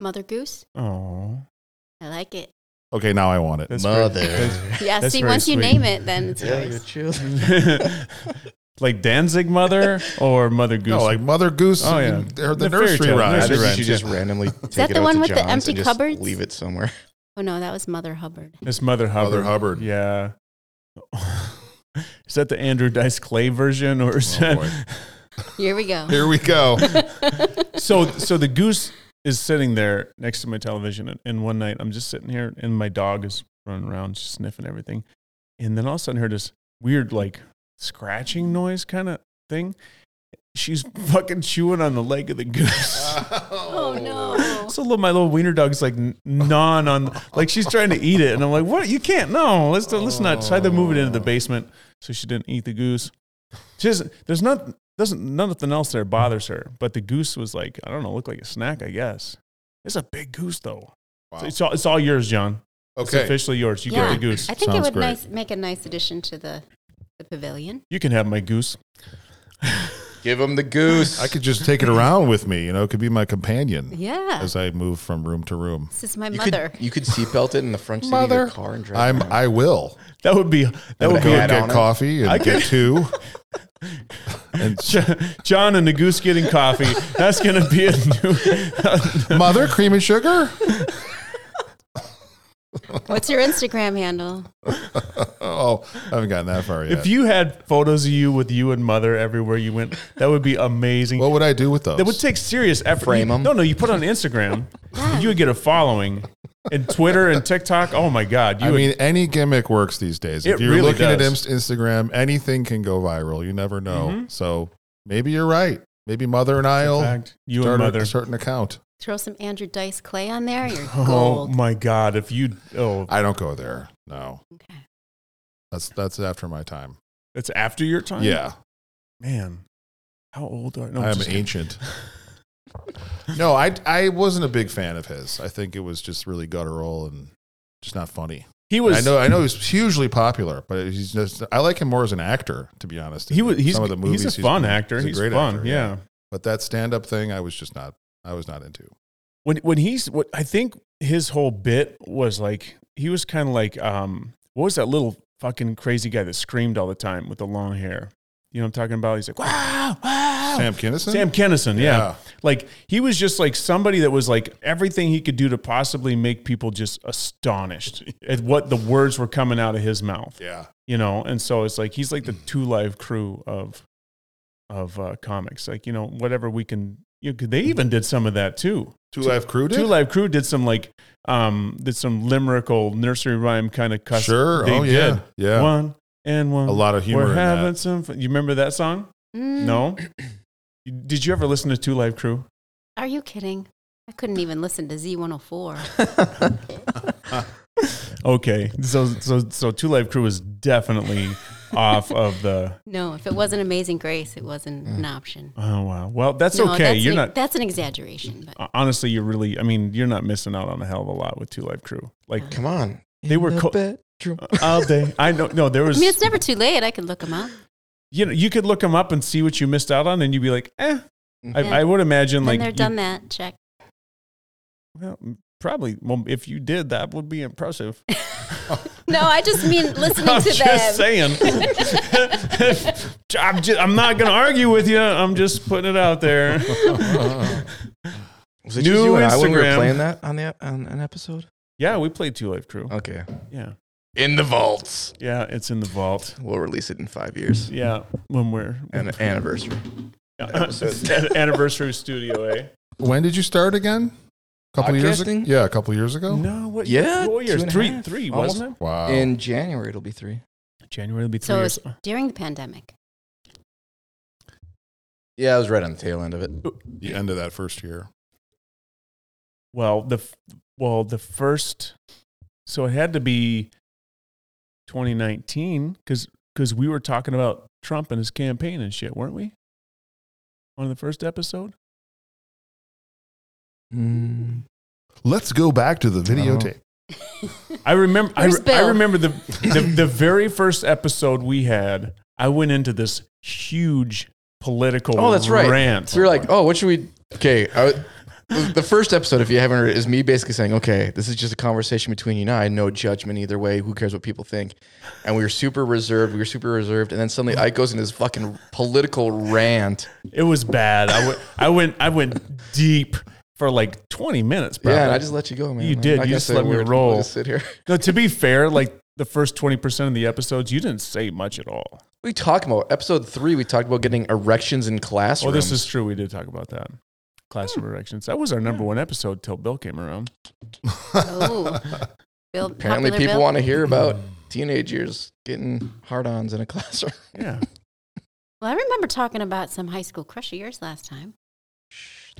Speaker 4: Mother Goose?
Speaker 1: oh,
Speaker 4: I like it.
Speaker 2: Okay, now I want it.
Speaker 1: that's very-
Speaker 3: Mother.
Speaker 4: Yeah,
Speaker 1: That's
Speaker 4: see,
Speaker 1: very
Speaker 4: once you
Speaker 1: sweet.
Speaker 4: name it, then it's
Speaker 3: yeah, your
Speaker 4: yours. <laughs>
Speaker 3: <laughs> children.
Speaker 1: <laughs> like Danzig mother or mother goose?
Speaker 2: No, like mother goose.
Speaker 1: Oh, yeah.
Speaker 2: and- or
Speaker 1: The
Speaker 2: the,
Speaker 1: fairy
Speaker 2: nursery
Speaker 1: tale,
Speaker 2: rhymes.
Speaker 3: I
Speaker 1: nursery
Speaker 3: think you
Speaker 1: rhymes.
Speaker 3: should just randomly take
Speaker 4: that
Speaker 3: it
Speaker 4: the
Speaker 3: out
Speaker 4: one
Speaker 3: to
Speaker 4: with the
Speaker 3: John's and
Speaker 4: empty
Speaker 3: just
Speaker 4: cupboards?
Speaker 3: Leave it somewhere.
Speaker 4: Oh no, that was Mother Hubbard.
Speaker 1: It's Mother Hubbard.
Speaker 2: Mother Hubbard.
Speaker 1: Yeah. <laughs> is that the Andrew Dice Clay version or is
Speaker 2: Oh,
Speaker 1: that?
Speaker 2: boy.
Speaker 4: Here we
Speaker 2: <laughs>
Speaker 4: <laughs> go.
Speaker 2: Here we go.
Speaker 1: so so the goose is sitting there next to my television and, and one night i'm just sitting here and my dog is running around she's sniffing everything and then all of a sudden heard this weird like scratching noise kind of thing she's fucking chewing on the leg of the
Speaker 2: Ah.
Speaker 1: goose
Speaker 4: oh no.
Speaker 1: So little, my little wiener dog's like n- gnawing on, like she's trying to eat it, and I'm like, "What? You can't! No, let's don't, let's not." So I had to move it into the basement so she didn't eat the goose. She doesn't. There's not doesn't nothing else there bothers her, but the goose was like, I don't know, looked like a snack, I guess. It's a big goose though.
Speaker 2: Wow.
Speaker 1: So it's all it's all yours, John. It's
Speaker 2: Okay.
Speaker 1: officially yours. You
Speaker 4: Yeah.
Speaker 1: get the goose.
Speaker 4: I think it
Speaker 2: Sounds
Speaker 4: would
Speaker 2: great.
Speaker 4: nice, make a nice addition to the, the pavilion.
Speaker 1: You can have my goose.
Speaker 3: <laughs> Give him the goose.
Speaker 2: I could just take it around with me. You know, it could be my companion
Speaker 4: Yeah.
Speaker 2: as I move from room to room.
Speaker 4: This is my
Speaker 3: you
Speaker 4: mother.
Speaker 3: could you could seatbelt it in the front seat of
Speaker 2: Mother.
Speaker 3: your car and drive.
Speaker 2: I'm.
Speaker 3: around.
Speaker 2: I will.
Speaker 1: That would be that
Speaker 3: Put
Speaker 1: would
Speaker 3: a
Speaker 1: be
Speaker 2: Go
Speaker 3: hat
Speaker 2: and get
Speaker 3: on it.
Speaker 2: coffee and
Speaker 1: I
Speaker 2: get two. and
Speaker 1: <laughs>
Speaker 2: <laughs>
Speaker 1: John and the goose getting coffee. That's gonna be a new.
Speaker 2: mother, cream and sugar.
Speaker 4: What's your Instagram <laughs> handle?
Speaker 2: Oh, I haven't gotten that far yet.
Speaker 1: If you had photos of you with you and mother everywhere you went, that would be amazing.
Speaker 2: what would I do with those?
Speaker 1: that would take serious effort.
Speaker 3: Frame
Speaker 1: You-
Speaker 3: 'em.
Speaker 1: No, no, you put on Instagram, you would get a following, and Twitter and TikTok. Oh my God, you
Speaker 2: I
Speaker 1: would,
Speaker 2: mean, any gimmick works these days.
Speaker 1: It
Speaker 2: If you're
Speaker 1: really
Speaker 2: looking at
Speaker 1: does. Mm-hmm.
Speaker 2: Inst- Instagram, anything can go viral. You never know. So maybe you're right. Maybe mother and
Speaker 1: in
Speaker 2: I'll
Speaker 1: fact, you and
Speaker 2: start
Speaker 1: mother.
Speaker 2: a certain account.
Speaker 4: Throw some Andrew Dice Clay on there. You're
Speaker 1: <laughs> Oh
Speaker 4: gold.
Speaker 1: my God, if you oh,
Speaker 2: I don't go there. No,
Speaker 4: Okay.
Speaker 2: that's that's after my time.
Speaker 1: that's after your time.
Speaker 2: Yeah,
Speaker 1: man, how old are? No,
Speaker 2: I'm
Speaker 1: just-
Speaker 2: ancient.
Speaker 1: <laughs>
Speaker 2: no, I I wasn't a big fan of his. I think it was just really guttural and just not funny.
Speaker 1: He was.
Speaker 2: I know I know he's hugely popular, but he's just I like him more as an actor. To be honest,
Speaker 1: He was. He's.
Speaker 2: Some of the movies
Speaker 1: he's a
Speaker 2: he's
Speaker 1: fun
Speaker 2: been-
Speaker 1: actor.
Speaker 2: he's
Speaker 1: He's,
Speaker 2: a great
Speaker 1: fun.
Speaker 2: actor,
Speaker 1: yeah.
Speaker 2: yeah. but that stand up thing, I was just not. I was not into.
Speaker 1: when when he's what I think his whole bit was like he was kind of like um what was that little fucking crazy guy that screamed all the time with the long hair? You know what I'm talking about? He's like wow, Ah, wow.
Speaker 2: Sam Kinison.
Speaker 1: Sam Kennison, yeah. Like he was just like somebody that was like everything he could do to possibly make people just astonished at what the words were coming out of his mouth,
Speaker 2: Yeah.
Speaker 1: you know. And so it's like he's like the two live crew of of uh, comics, like you know whatever we can. You know, 'cause they even did some of that too.
Speaker 2: Two Live Crew did?
Speaker 1: Two Live Crew did some like um did some limerical nursery rhyme kind of cuss.
Speaker 2: Sure.
Speaker 1: They
Speaker 2: oh, yeah.
Speaker 1: did.
Speaker 2: Yeah.
Speaker 1: One and one.
Speaker 2: A lot of humor.
Speaker 1: We're
Speaker 2: in
Speaker 1: having
Speaker 2: that.
Speaker 1: some. Fun. You remember that song?
Speaker 4: Mm, <clears throat>
Speaker 1: No. did you ever listen to Two Live Crew?
Speaker 4: Are you kidding? I couldn't even listen to
Speaker 1: <laughs>
Speaker 4: Z104.
Speaker 1: Okay, so so so Two Live Crew is
Speaker 4: <laughs>
Speaker 1: definitely off of the.
Speaker 4: No, if it wasn't Amazing Grace, it wasn't an option.
Speaker 1: Oh wow. Well, that's
Speaker 4: No,
Speaker 1: okay.
Speaker 4: That's
Speaker 1: you're
Speaker 4: an,
Speaker 1: not.
Speaker 4: That's an exaggeration, but
Speaker 1: Honestly, you're really. I mean, you're not missing out on a hell of a lot with Two Live Crew. Like
Speaker 3: Come on.
Speaker 1: They
Speaker 3: In
Speaker 1: were
Speaker 3: the
Speaker 1: co-
Speaker 3: bedroom.
Speaker 1: <laughs> all day. I
Speaker 3: <laughs>
Speaker 1: know. No, there was.
Speaker 4: <laughs> I mean, it's never too late. I could look them up.
Speaker 1: you know, you could look them up and see what you missed out on, and you'd be like, eh. I,
Speaker 4: Yeah.
Speaker 1: I would imagine
Speaker 4: When
Speaker 1: like
Speaker 4: they're
Speaker 1: you-
Speaker 4: done
Speaker 1: <laughs>
Speaker 4: that, check.
Speaker 1: Well, m- probably. Well, if you did, that would be impressive. <laughs>
Speaker 4: No, I just mean listening
Speaker 1: I'm
Speaker 4: to
Speaker 1: just
Speaker 4: them.
Speaker 1: saying. <laughs> I'm, just, I'm not going to argue with you. I'm just putting it out
Speaker 3: <laughs>
Speaker 1: there.
Speaker 3: Was it just you
Speaker 1: New
Speaker 3: and I when we were
Speaker 1: Instagram.
Speaker 3: playing that on the on an episode?
Speaker 1: Yeah, we played Two Life Crew.
Speaker 3: Okay.
Speaker 1: Yeah,
Speaker 3: In the vaults.
Speaker 1: yeah, it's in the vault.
Speaker 3: We'll release it in five years.
Speaker 1: Yeah, when we're <laughs>
Speaker 3: An anniversary.
Speaker 1: An- anniversary studio,
Speaker 3: <laughs>
Speaker 1: eh?
Speaker 2: When did you start again? A couple years ago?
Speaker 3: Podcasting?
Speaker 2: Yeah, a couple years ago.
Speaker 1: No, what?
Speaker 3: Yeah,
Speaker 1: what
Speaker 3: two
Speaker 1: years?
Speaker 3: and a
Speaker 1: Three,
Speaker 3: half.
Speaker 1: three,
Speaker 3: Almost.
Speaker 1: wasn't
Speaker 2: Wow.
Speaker 3: In January it'll be three.
Speaker 1: it? January will be three
Speaker 4: So it
Speaker 1: years.
Speaker 4: was during the pandemic.
Speaker 3: Yeah, I was right on the tail end of it.
Speaker 2: the end of that first year.
Speaker 1: Well, the f- well, the first so it had to be 2019 cuz cuz we were talking about Trump and his campaign and shit, weren't we? On the first episode?
Speaker 3: Mm.
Speaker 2: Let's go back to the videotape.
Speaker 1: I remember I,
Speaker 4: Where's
Speaker 1: re- I
Speaker 4: Bill?
Speaker 1: remember the,
Speaker 3: <laughs>
Speaker 1: the the very first episode we had, I went into this huge political
Speaker 3: Oh, that's right.
Speaker 1: rant.
Speaker 3: So we were like, oh, what should we? Okay. I, was- the first episode, if you haven't heard it, is me basically saying, okay, this is just a conversation between you and I. No judgment either way. Who cares what people think? And we were super reserved. We were super reserved. And then suddenly Ike goes into this fucking political rant.
Speaker 1: It was bad. I went I went I went deep for like 20 minutes, bro.
Speaker 3: Yeah, and I just let you go, man.
Speaker 1: You did.
Speaker 3: I
Speaker 1: You
Speaker 3: guess
Speaker 1: just
Speaker 3: I
Speaker 1: let me
Speaker 3: would
Speaker 1: roll.
Speaker 3: Sit here. <laughs>
Speaker 1: No, to be fair, like the first 20% of the episodes, you didn't say much at all.
Speaker 3: We talked about episode three. We talked about getting erections in classrooms.
Speaker 1: Oh, this is true. We did talk about that.
Speaker 2: Hmm.
Speaker 1: Classroom erections. That was our number one episode till Bill came around.
Speaker 4: Oh. Bill,
Speaker 3: apparently
Speaker 4: popular
Speaker 3: people
Speaker 4: Bill?
Speaker 3: want to hear about teenagers getting hard-ons in a <laughs> classroom.
Speaker 1: Yeah.
Speaker 4: Well, I remember talking about some high school crush of yours last time.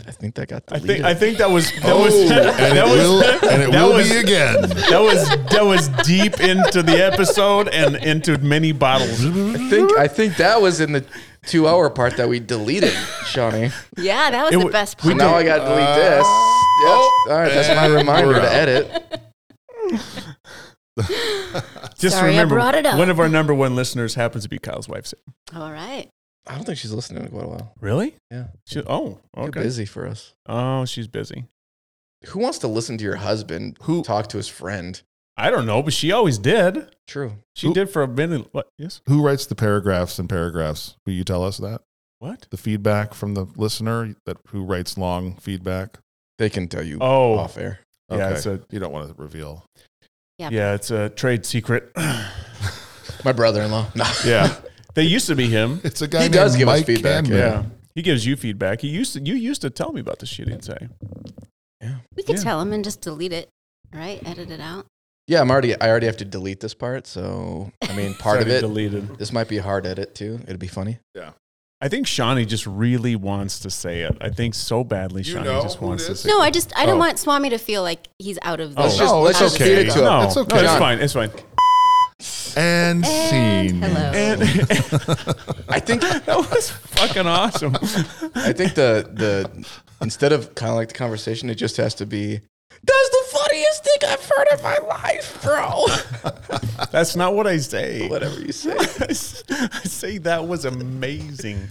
Speaker 3: I think that got
Speaker 1: <laughs> I
Speaker 3: deleted.
Speaker 1: think I think that was that
Speaker 2: oh,
Speaker 1: was
Speaker 2: <laughs> and
Speaker 1: that
Speaker 2: it
Speaker 1: was
Speaker 2: will, and it
Speaker 1: that
Speaker 2: will <laughs>
Speaker 1: was-
Speaker 2: be again.
Speaker 1: that was that was deep into the episode and into many bottles.
Speaker 3: I think I think that was in the two-hour part that we deleted, Shawnee.
Speaker 4: Yeah, that was
Speaker 1: It
Speaker 4: the
Speaker 1: wa-
Speaker 4: best
Speaker 1: we
Speaker 4: part.
Speaker 3: So now I got to delete this. Yes.
Speaker 2: oh,
Speaker 3: All right, that's my
Speaker 2: and
Speaker 3: reminder
Speaker 2: we're
Speaker 3: to
Speaker 2: out.
Speaker 3: edit.
Speaker 1: Just
Speaker 4: Sorry, I
Speaker 1: remember,
Speaker 4: brought it up.
Speaker 1: one of our number one listeners happens to be Kyle's wife.
Speaker 4: All right.
Speaker 3: I don't think she's listening in quite a while.
Speaker 1: Really?
Speaker 3: Yeah,
Speaker 1: She, oh,
Speaker 3: too
Speaker 1: okay.
Speaker 3: busy for us.
Speaker 1: Oh, she's busy.
Speaker 3: Who wants to listen to your husband
Speaker 2: Who-
Speaker 3: talk to his friend?
Speaker 1: I don't know, but she always did.
Speaker 3: True.
Speaker 1: She
Speaker 2: Who-
Speaker 1: did for a minute. What? Yes.
Speaker 2: Who writes the paragraphs and paragraphs? Will you tell us that?
Speaker 1: What?
Speaker 2: The feedback from the listener that who writes long feedback?
Speaker 3: They can tell you
Speaker 1: Oh,
Speaker 3: off air.
Speaker 1: yeah. It's a
Speaker 2: you don't want to reveal.
Speaker 4: Yeah.
Speaker 1: yeah. It's a trade secret.
Speaker 3: My brother-in-law. <laughs> No.
Speaker 4: <laughs>
Speaker 1: yeah. They used to be him.
Speaker 2: It's a guy.
Speaker 3: He does
Speaker 2: named
Speaker 3: give us
Speaker 2: Mike
Speaker 3: feedback,
Speaker 2: Kanman.
Speaker 1: Yeah. He gives you feedback. He used to, you used to tell me about the shit he'd say.
Speaker 4: We could
Speaker 1: Yeah.
Speaker 4: tell him and just delete it, right? Edit it out.
Speaker 3: Yeah, I'm already. I already have to delete this part. So I <laughs> mean, part of
Speaker 1: Started
Speaker 3: it.
Speaker 1: deleted.
Speaker 3: This might be a hard edit too. It'd be funny.
Speaker 1: I think Shawnee just really wants to say it. I think so badly.
Speaker 2: You
Speaker 1: Shawnee
Speaker 2: know
Speaker 1: just
Speaker 2: who
Speaker 1: wants
Speaker 2: it
Speaker 1: to
Speaker 2: is?
Speaker 1: say.
Speaker 4: No, I just I don't
Speaker 1: Oh.
Speaker 4: want Swami to feel like he's out of the.
Speaker 1: Let's just-
Speaker 2: No,
Speaker 3: let's
Speaker 2: it's
Speaker 3: just feed it to him.
Speaker 1: No,
Speaker 2: It's okay.
Speaker 1: No, it's
Speaker 3: John.
Speaker 1: fine. It's fine.
Speaker 2: And,
Speaker 4: And
Speaker 2: scene.
Speaker 4: hello.
Speaker 1: And,
Speaker 3: I
Speaker 1: <laughs>
Speaker 3: think.
Speaker 1: that was fucking awesome. <laughs>
Speaker 3: I think the the instead of kind of like the conversation, it just has to be. That's the funniest thing I've heard in my life, bro. <laughs>
Speaker 1: That's not what I say.
Speaker 3: Whatever you say.
Speaker 1: <laughs> I say that was amazing.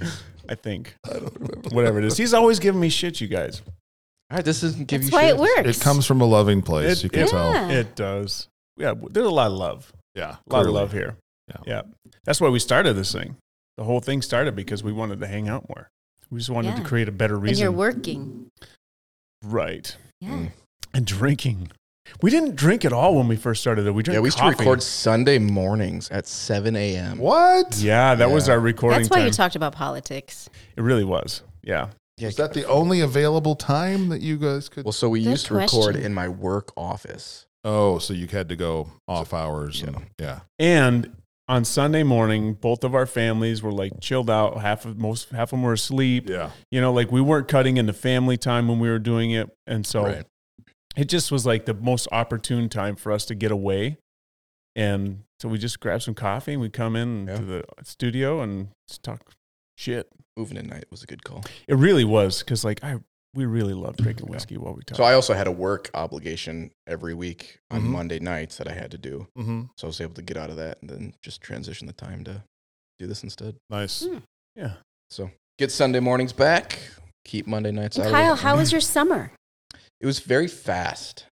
Speaker 1: I think. I don't remember. Whatever it is, he's always giving me shit. You guys,
Speaker 3: All right, this doesn't give
Speaker 4: That's
Speaker 3: you.
Speaker 4: why
Speaker 3: shit.
Speaker 4: it works.
Speaker 2: It comes from a loving place.
Speaker 1: It-
Speaker 2: you can
Speaker 1: it-
Speaker 2: tell.
Speaker 4: Yeah.
Speaker 1: it does. Yeah, there's a lot of love. A
Speaker 2: Yeah,
Speaker 1: lot of
Speaker 2: clearly.
Speaker 1: love here.
Speaker 2: Yeah.
Speaker 1: Yeah. That's why we started this thing. The whole thing started because we wanted to hang out more. We just wanted to
Speaker 4: Yeah.
Speaker 1: create a better
Speaker 4: And you're
Speaker 1: reason.
Speaker 4: working.
Speaker 1: right.
Speaker 4: Yeah.
Speaker 3: Mm.
Speaker 1: And drinking. We didn't drink at all when we first started though. We drank
Speaker 3: Yeah, we used
Speaker 1: coffee.
Speaker 3: to record Sunday mornings at 7 a.m.
Speaker 2: What?
Speaker 1: Yeah, that was
Speaker 3: Yeah.
Speaker 1: our recording
Speaker 4: That's why you
Speaker 1: time.
Speaker 4: talked about politics.
Speaker 1: it really was. Yeah.
Speaker 3: Yeah,
Speaker 2: Is that the only available time that you guys could?
Speaker 3: well, so we
Speaker 4: Good
Speaker 3: used to record
Speaker 4: question.
Speaker 3: in my work office.
Speaker 2: oh, so you had to go off hours. Yeah. And, yeah.
Speaker 1: And on Sunday morning, both of our families were like chilled out. Half of most half of them were asleep.
Speaker 2: Yeah.
Speaker 1: You know, like we weren't cutting into family time when we were doing it. And so
Speaker 3: Right.
Speaker 1: it just was like the most opportune time for us to get away. And so we just grab some coffee and we come in
Speaker 3: Yeah.
Speaker 1: to the studio and just talk shit.
Speaker 3: Moving at night was a good call.
Speaker 1: It really was because like I we really loved drinking whiskey while we talked.
Speaker 3: So I also had a work obligation every week on
Speaker 2: Mhm.
Speaker 3: Monday nights that I had to do.
Speaker 2: Mm-hmm.
Speaker 3: So I was able to get out of that and then just transition the time to do this instead.
Speaker 2: Nice.
Speaker 4: Mm.
Speaker 1: yeah.
Speaker 3: Get Sunday mornings back. Keep Monday nights
Speaker 4: And
Speaker 3: out.
Speaker 4: Kyle,
Speaker 3: of it.
Speaker 4: how was your summer?
Speaker 3: It was very fast.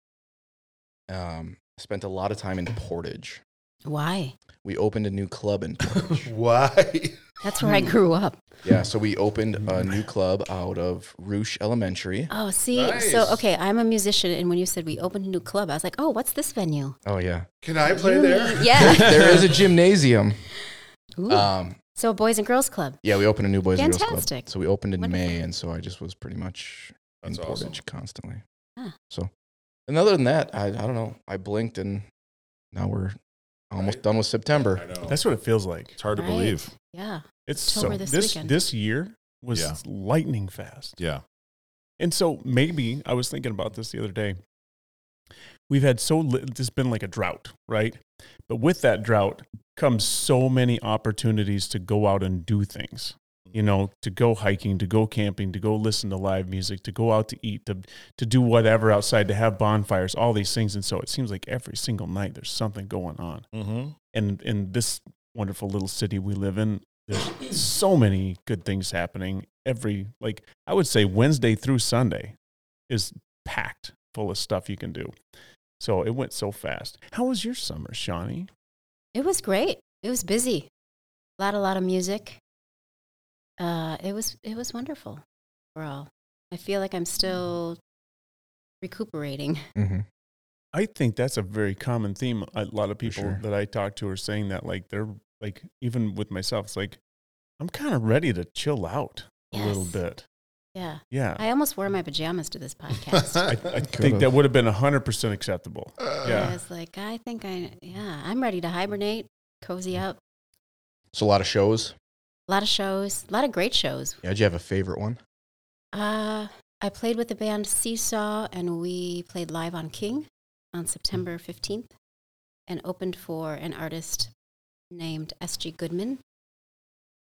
Speaker 3: Um, I spent a lot of time in Portage.
Speaker 4: Why?
Speaker 3: We opened a new club in Portage.
Speaker 2: Why?
Speaker 4: That's where I grew up.
Speaker 3: yeah, so we opened a new club out of Rouge Elementary.
Speaker 4: Oh, see, so
Speaker 2: Nice.
Speaker 4: okay, I'm a musician, and when you said we opened a new club, I was like, oh, what's this venue?
Speaker 3: Oh yeah,
Speaker 2: Can I play there?
Speaker 4: Yeah.
Speaker 3: there is a gymnasium.
Speaker 4: <laughs> Ooh.
Speaker 3: Um,
Speaker 4: so Boys and Girls Club.
Speaker 3: yeah, we opened a new boys and girls club.
Speaker 4: Fantastic.
Speaker 3: So we opened in
Speaker 4: Wonderful.
Speaker 3: May, and so I just was pretty much
Speaker 2: That's
Speaker 3: in
Speaker 2: awesome.
Speaker 3: Portage constantly.
Speaker 4: Huh.
Speaker 3: So, and other than that, I, I don't know. I blinked, and now we're almost
Speaker 2: Right?
Speaker 3: done with September.
Speaker 2: I know.
Speaker 1: That's what it feels like.
Speaker 2: it's hard to
Speaker 4: Right.
Speaker 2: believe.
Speaker 4: Yeah.
Speaker 1: It's
Speaker 4: October
Speaker 1: so
Speaker 4: this
Speaker 1: this
Speaker 4: weekend.
Speaker 1: this year was
Speaker 2: Yeah.
Speaker 1: lightning fast.
Speaker 2: Yeah.
Speaker 1: And so maybe I was thinking about this the other day. We've had so li- it's been like a drought, right? But with that drought comes so many opportunities to go out and do things. You know, to go hiking, to go camping, to go listen to live music, to go out to eat, to to do whatever outside, to have bonfires, all these things. And so it seems like every single night there's something going on.
Speaker 2: Mm-hmm.
Speaker 1: And in this wonderful little city we live in, there's so many good things happening every like I would say Wednesday through Sunday is packed full of stuff you can do. So it went so fast. How was your summer, Shawnee?
Speaker 4: It was great. It was busy. A lot, a lot of music. Uh, it was, it was wonderful. Overall, I feel like I'm still recuperating. <laughs>
Speaker 3: Mm-hmm.
Speaker 1: I think that's a very common theme. A lot of people
Speaker 3: sure.
Speaker 1: that I talk to are saying that, like, they're like, even with myself, it's like, I'm kind of ready to chill out a little
Speaker 4: Yes.
Speaker 1: bit.
Speaker 4: Yeah.
Speaker 1: Yeah.
Speaker 4: I almost wore my pajamas to this podcast.
Speaker 2: <laughs>
Speaker 1: I, I
Speaker 3: Could
Speaker 1: think
Speaker 3: have.
Speaker 1: that would have been 100% acceptable.
Speaker 4: I
Speaker 2: <laughs>
Speaker 1: Yeah.
Speaker 4: was like, I think I, yeah, I'm ready to hibernate, cozy up.
Speaker 3: So a lot of shows.
Speaker 4: A lot of shows, a lot of great shows.
Speaker 3: Yeah, do you have a favorite one?
Speaker 4: Uh, I played with the band Seesaw, and we played live on King on September 15th and opened for an artist named S.G. Goodman,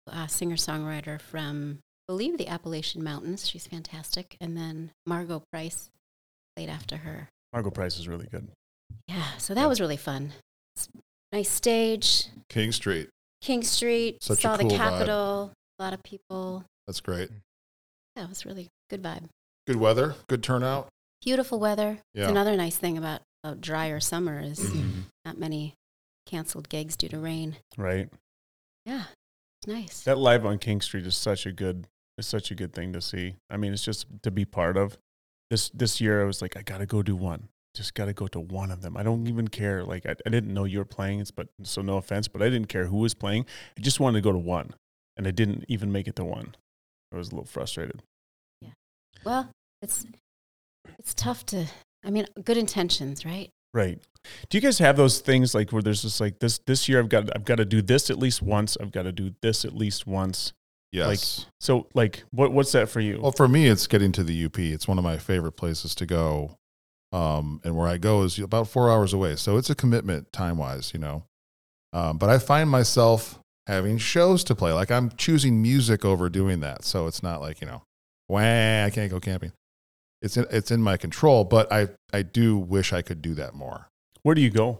Speaker 4: a singer songwriter from, I believe, the Appalachian Mountains. She's fantastic. And then Margot Price played after her.
Speaker 1: Margot Price is really good.
Speaker 4: Yeah, so that was really fun. It's nice stage,
Speaker 2: King Street.
Speaker 4: King Street,
Speaker 2: Such a
Speaker 4: saw
Speaker 2: cool
Speaker 4: the
Speaker 2: vibe.
Speaker 4: Capitol, a lot of people.
Speaker 2: That's great.
Speaker 4: Yeah, it was really good vibe.
Speaker 2: Good weather. Good turnout.
Speaker 4: Beautiful weather.
Speaker 2: Yeah.
Speaker 4: It's another nice thing about a drier summer is not many canceled gigs due to rain.
Speaker 1: Right.
Speaker 4: Yeah, it's nice.
Speaker 1: That live on King Street is such a good, is such a good thing to see. I mean, it's just to be part of. This, this year, I was like, I got to go do one. Just got to go to one of them. I don't even care. Like, I, I didn't know you were playing, it's- but so no offense, but I didn't care who was playing. I just wanted to go to one. And I didn't even make it to one. I was a little frustrated.
Speaker 4: Well, it's it's tough to. I mean, good intentions, right?
Speaker 1: Right. Do you guys have those things like where there's just like this this year I've got I've got to do this at least once. I've got to do this at least once.
Speaker 2: Yes.
Speaker 1: So like what what's that for you?
Speaker 2: well, for me, it's getting to the UP. It's one of my favorite places to go. Um, and where I go is about four hours away. So it's a commitment time wise, you know. Um, but I find myself having shows to play. Like I'm choosing music over doing that. So it's not like, you know, wah, I can't go camping. It's in, it's in my control, but I, I do wish I could do that more.
Speaker 1: Where do you go?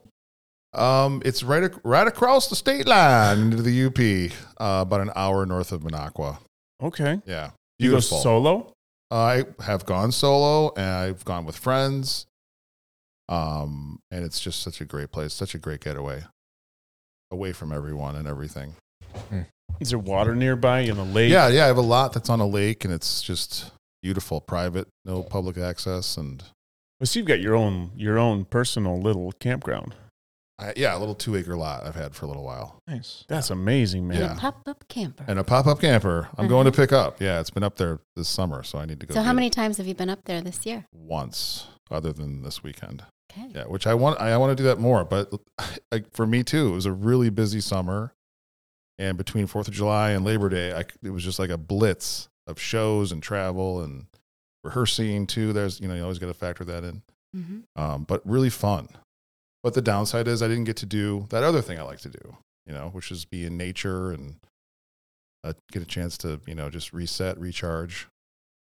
Speaker 2: Um, it's right ac- right across the state line into the UP, uh, about an hour north of Minocqua.
Speaker 1: Okay.
Speaker 2: Yeah,
Speaker 1: You go
Speaker 2: beautiful.
Speaker 1: solo?
Speaker 2: I have gone solo, and I've gone with friends. Um, and it's just such a great place, such a great getaway, away from everyone and everything.
Speaker 1: Is there water nearby in a lake?
Speaker 2: Yeah, yeah. I have a lot that's on a lake, and it's just beautiful, private, no public access, and
Speaker 1: Well, so you've got your own your own personal little campground.
Speaker 2: I, yeah, a little two acre lot I've had for a little while,
Speaker 3: Nice.
Speaker 1: That's amazing, man.
Speaker 4: And
Speaker 2: Yeah.
Speaker 4: a pop up camper.
Speaker 2: and a pop up camper. I'm
Speaker 4: Uh-huh.
Speaker 2: going to pick up. Yeah, it's been up there this summer, so I need to go.
Speaker 4: so,
Speaker 2: get
Speaker 4: how
Speaker 2: it.
Speaker 4: many times have you been up there this year?
Speaker 2: once other than this weekend.
Speaker 4: Okay.
Speaker 2: Yeah, which I want I want to do that more, but <sighs> like for me too, it was a really busy summer. And between 4th of July and Labor Day, I, c- it was just like a blitz of shows and travel and rehearsing too. There's, you know, you always got to factor that in.
Speaker 4: hmm
Speaker 2: Um, but really fun. But the downside is I didn't get to do that other thing I like to do, you know, which is be in nature and uh, get a chance to, you know, just reset, recharge.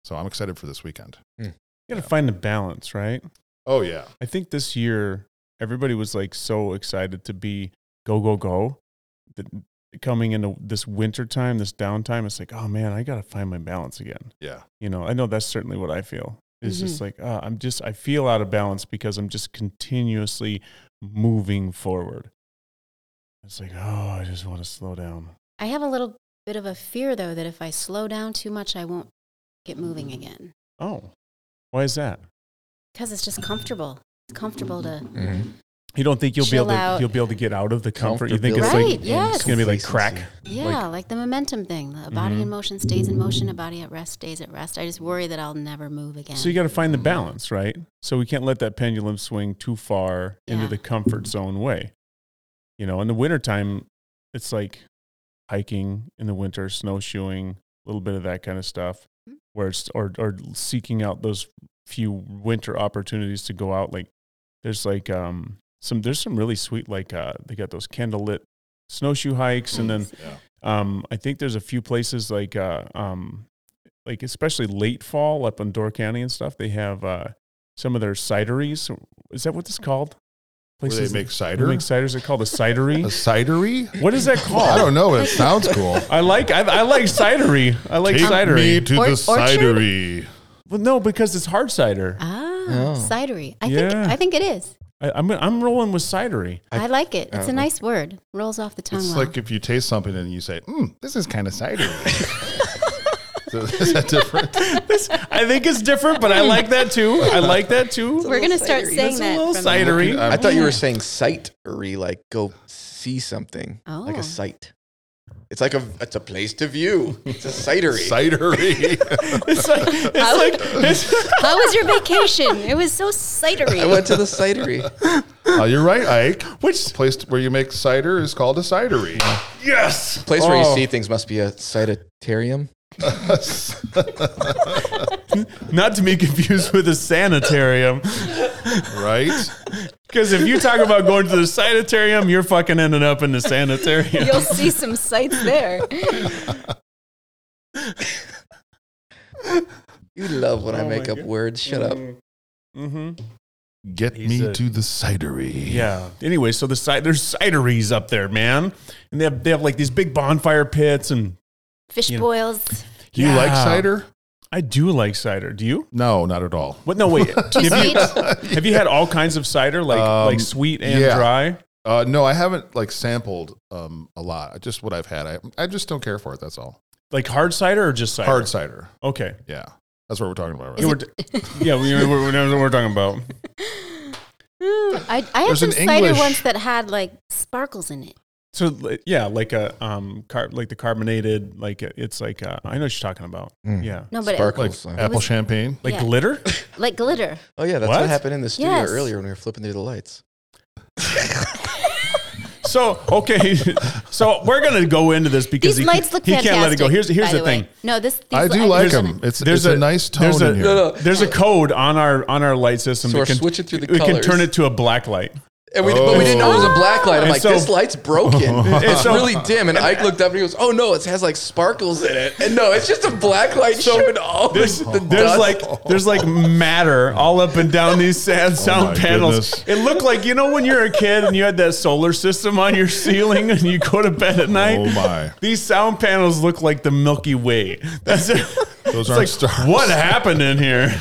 Speaker 2: So I'm excited for this weekend.
Speaker 1: You got to find the balance, right?
Speaker 2: Oh, yeah.
Speaker 1: I think this year everybody was like so excited to be go go go. That coming into this winter time, this downtime, it's like, oh man, I got to find my balance again.
Speaker 2: Yeah.
Speaker 1: You know, I know that's certainly what I feel. It's just like ah, I'm just I feel out of balance because I'm just continuously moving forward. It's like, oh, I just want to slow down.
Speaker 4: I have a little bit of a fear though that if I slow down too much, I won't get moving again
Speaker 1: Oh, why is that?
Speaker 4: because it's just comfortable. It's comfortable to
Speaker 1: You don't think you'll
Speaker 4: Chill
Speaker 1: be able
Speaker 4: out.
Speaker 1: to you'll be able to get out of the comfort? You think it's
Speaker 4: Right,
Speaker 1: like
Speaker 4: yes.
Speaker 1: it's gonna be like Mm-hmm. crack.
Speaker 4: yeah, like, the momentum thing. A body in motion stays in motion. A body at rest stays at rest. I just worry that I'll never move again.
Speaker 1: So you got to find the balance, right? So we can't let that pendulum swing too far into
Speaker 4: Yeah.
Speaker 1: the comfort zone way. You know, in the wintertime, it's like hiking in the winter, snowshoeing, a little bit of that kind of stuff,
Speaker 4: Mm-hmm.
Speaker 1: where it's or or seeking out those few winter opportunities to go out. Like there's like um some there's some really sweet like uh they got those candlelit snowshoe hikes and then um, I think there's a few places like uh, um, like especially late fall up in Door County and stuff. They have uh, some of their cideries. Is that what it's called?
Speaker 2: Where they
Speaker 1: that-
Speaker 2: make cider?
Speaker 1: They make ciders. They're called a
Speaker 2: <laughs> A
Speaker 1: cidery. <laughs>
Speaker 2: cidery?
Speaker 1: what is that called?
Speaker 2: Oh, I don't know, but it sounds cool.
Speaker 1: I like I, I like cidery. I like cidery.
Speaker 2: to
Speaker 4: Or- orchard?
Speaker 1: Well, no, because it's hard cider.
Speaker 4: ah,
Speaker 3: Oh.
Speaker 4: cidery. I
Speaker 1: Yeah.
Speaker 4: think I think it is.
Speaker 1: I, I'm I'm rolling with cidery.
Speaker 4: I, like it. It's a nice word. Rolls off the tongue
Speaker 2: It's
Speaker 4: well.
Speaker 1: <laughs>
Speaker 2: "Hmm, like if you taste something and you say, mm, this is kind of cidery. <laughs> Is that different?
Speaker 1: This- I think it's different, but I like that too. I like that too.
Speaker 4: We're gonna start
Speaker 5: cidery.
Speaker 4: saying
Speaker 1: That's a
Speaker 4: that.
Speaker 1: little
Speaker 4: from-
Speaker 1: cidery.
Speaker 2: I'm-
Speaker 3: I thought you were saying sitery, like go see something,
Speaker 4: Oh,
Speaker 3: like a site. It's like a it's a place to view.
Speaker 1: <laughs>
Speaker 3: It's a sitery.
Speaker 2: Cidery.
Speaker 1: <laughs> It's like it's like
Speaker 4: <laughs>
Speaker 1: it's, <laughs>
Speaker 4: how was your vacation? It was so cidery.
Speaker 3: I went to the
Speaker 1: <laughs>
Speaker 3: sitery.
Speaker 2: Uh, you're right, Ike.
Speaker 1: which
Speaker 2: Place where you make cider is called a cidery.
Speaker 1: yes,
Speaker 3: Place where you
Speaker 2: Oh.
Speaker 3: see things must be a cititarium.
Speaker 1: not to be confused with a sanitarium.
Speaker 2: right?
Speaker 1: Because if you talk about going to the sanitarium, you're fucking ending up in the sanitarium.
Speaker 5: You'll see some sights there.
Speaker 3: You love when I
Speaker 1: Oh
Speaker 3: make
Speaker 1: my
Speaker 3: up
Speaker 1: God.
Speaker 3: words. Shut up.
Speaker 1: <laughs> Mm-hmm.
Speaker 2: Get
Speaker 1: He's
Speaker 2: me
Speaker 1: a-
Speaker 2: to the cidery.
Speaker 1: Yeah. Anyway, so the side there's cideries up there, man, and they have they have like these big bonfire pits and.
Speaker 4: Fish
Speaker 1: You know.
Speaker 4: boils.
Speaker 2: Do you like
Speaker 1: Yeah.
Speaker 2: cider?
Speaker 1: I do like cider. Do you?
Speaker 2: No, not at all.
Speaker 1: What? No,
Speaker 2: <laughs>
Speaker 1: wait. have, you,
Speaker 4: sweet?
Speaker 1: have you had all kinds of cider, like
Speaker 2: Um,
Speaker 1: like sweet and
Speaker 2: yeah.
Speaker 1: dry?
Speaker 2: Uh, no, I haven't like sampled um, a lot. Just what I've had. I, I just don't care for it. That's all.
Speaker 1: Like hard cider or just cider?
Speaker 2: Hard cider.
Speaker 1: Okay.
Speaker 2: Yeah. That's what we're talking about, right?
Speaker 1: Yeah, we're,
Speaker 4: <laughs>
Speaker 1: yeah, we, we- we know what we're talking about.
Speaker 4: I, I had
Speaker 2: There's
Speaker 4: some
Speaker 2: an
Speaker 4: cider
Speaker 2: English-
Speaker 4: once that had like sparkles in it.
Speaker 1: So li- yeah, like a um, car, like the carbonated, like a, it's like a, I know what you're talking about.
Speaker 3: Mm.
Speaker 1: Yeah,
Speaker 4: No, but it,
Speaker 3: Sparkles.
Speaker 2: Like
Speaker 3: uh,
Speaker 2: apple
Speaker 4: was-
Speaker 2: champagne.
Speaker 1: like
Speaker 4: Yeah.
Speaker 1: glitter.
Speaker 4: like glitter.
Speaker 3: oh yeah, that's what?
Speaker 1: What?
Speaker 3: happened in the studio
Speaker 4: Yes.
Speaker 3: earlier when we were flipping through the lights.
Speaker 1: So okay, so we're gonna go into this because he,
Speaker 4: These lights look
Speaker 1: he
Speaker 4: fantastic.
Speaker 1: can't let it go. Here's here's
Speaker 4: by
Speaker 1: the,
Speaker 4: way.
Speaker 1: thing.
Speaker 4: No, this these
Speaker 2: I
Speaker 4: li-
Speaker 2: do like
Speaker 4: there's an-
Speaker 2: them. It's
Speaker 1: there's
Speaker 2: it's a,
Speaker 1: a-
Speaker 2: nice
Speaker 1: there's
Speaker 2: tone
Speaker 1: a-
Speaker 2: in here.
Speaker 3: No, no.
Speaker 1: There's a code on our on our light system.
Speaker 3: So
Speaker 1: that
Speaker 3: we're
Speaker 1: can-
Speaker 3: switching through the
Speaker 1: We can
Speaker 3: colors.
Speaker 1: turn it to a black light.
Speaker 3: And we, but we didn't know it was a black
Speaker 1: Oh.
Speaker 3: light. I'm
Speaker 1: And
Speaker 3: like,
Speaker 1: so-
Speaker 3: this
Speaker 1: <laughs>
Speaker 3: light's broken. It's
Speaker 1: so-
Speaker 3: really dim. And Ike looked up and he goes, oh no, it has like sparkles in it. And no, it's just a black light showing all <laughs>
Speaker 1: There's,
Speaker 3: the, the
Speaker 1: there's
Speaker 3: dust.
Speaker 1: like there's like matter all up and down these sound, sound
Speaker 2: Oh my
Speaker 1: panels.
Speaker 2: goodness.
Speaker 1: It looked like you know when you're a kid and you had that solar system on your ceiling and you go to bed at night.
Speaker 2: Oh
Speaker 1: <laughs>
Speaker 2: my.
Speaker 1: These sound panels look like the Milky Way. That's
Speaker 2: <laughs>
Speaker 1: it. It's
Speaker 2: Those aren't
Speaker 1: like,
Speaker 2: stars.
Speaker 1: What happened in here?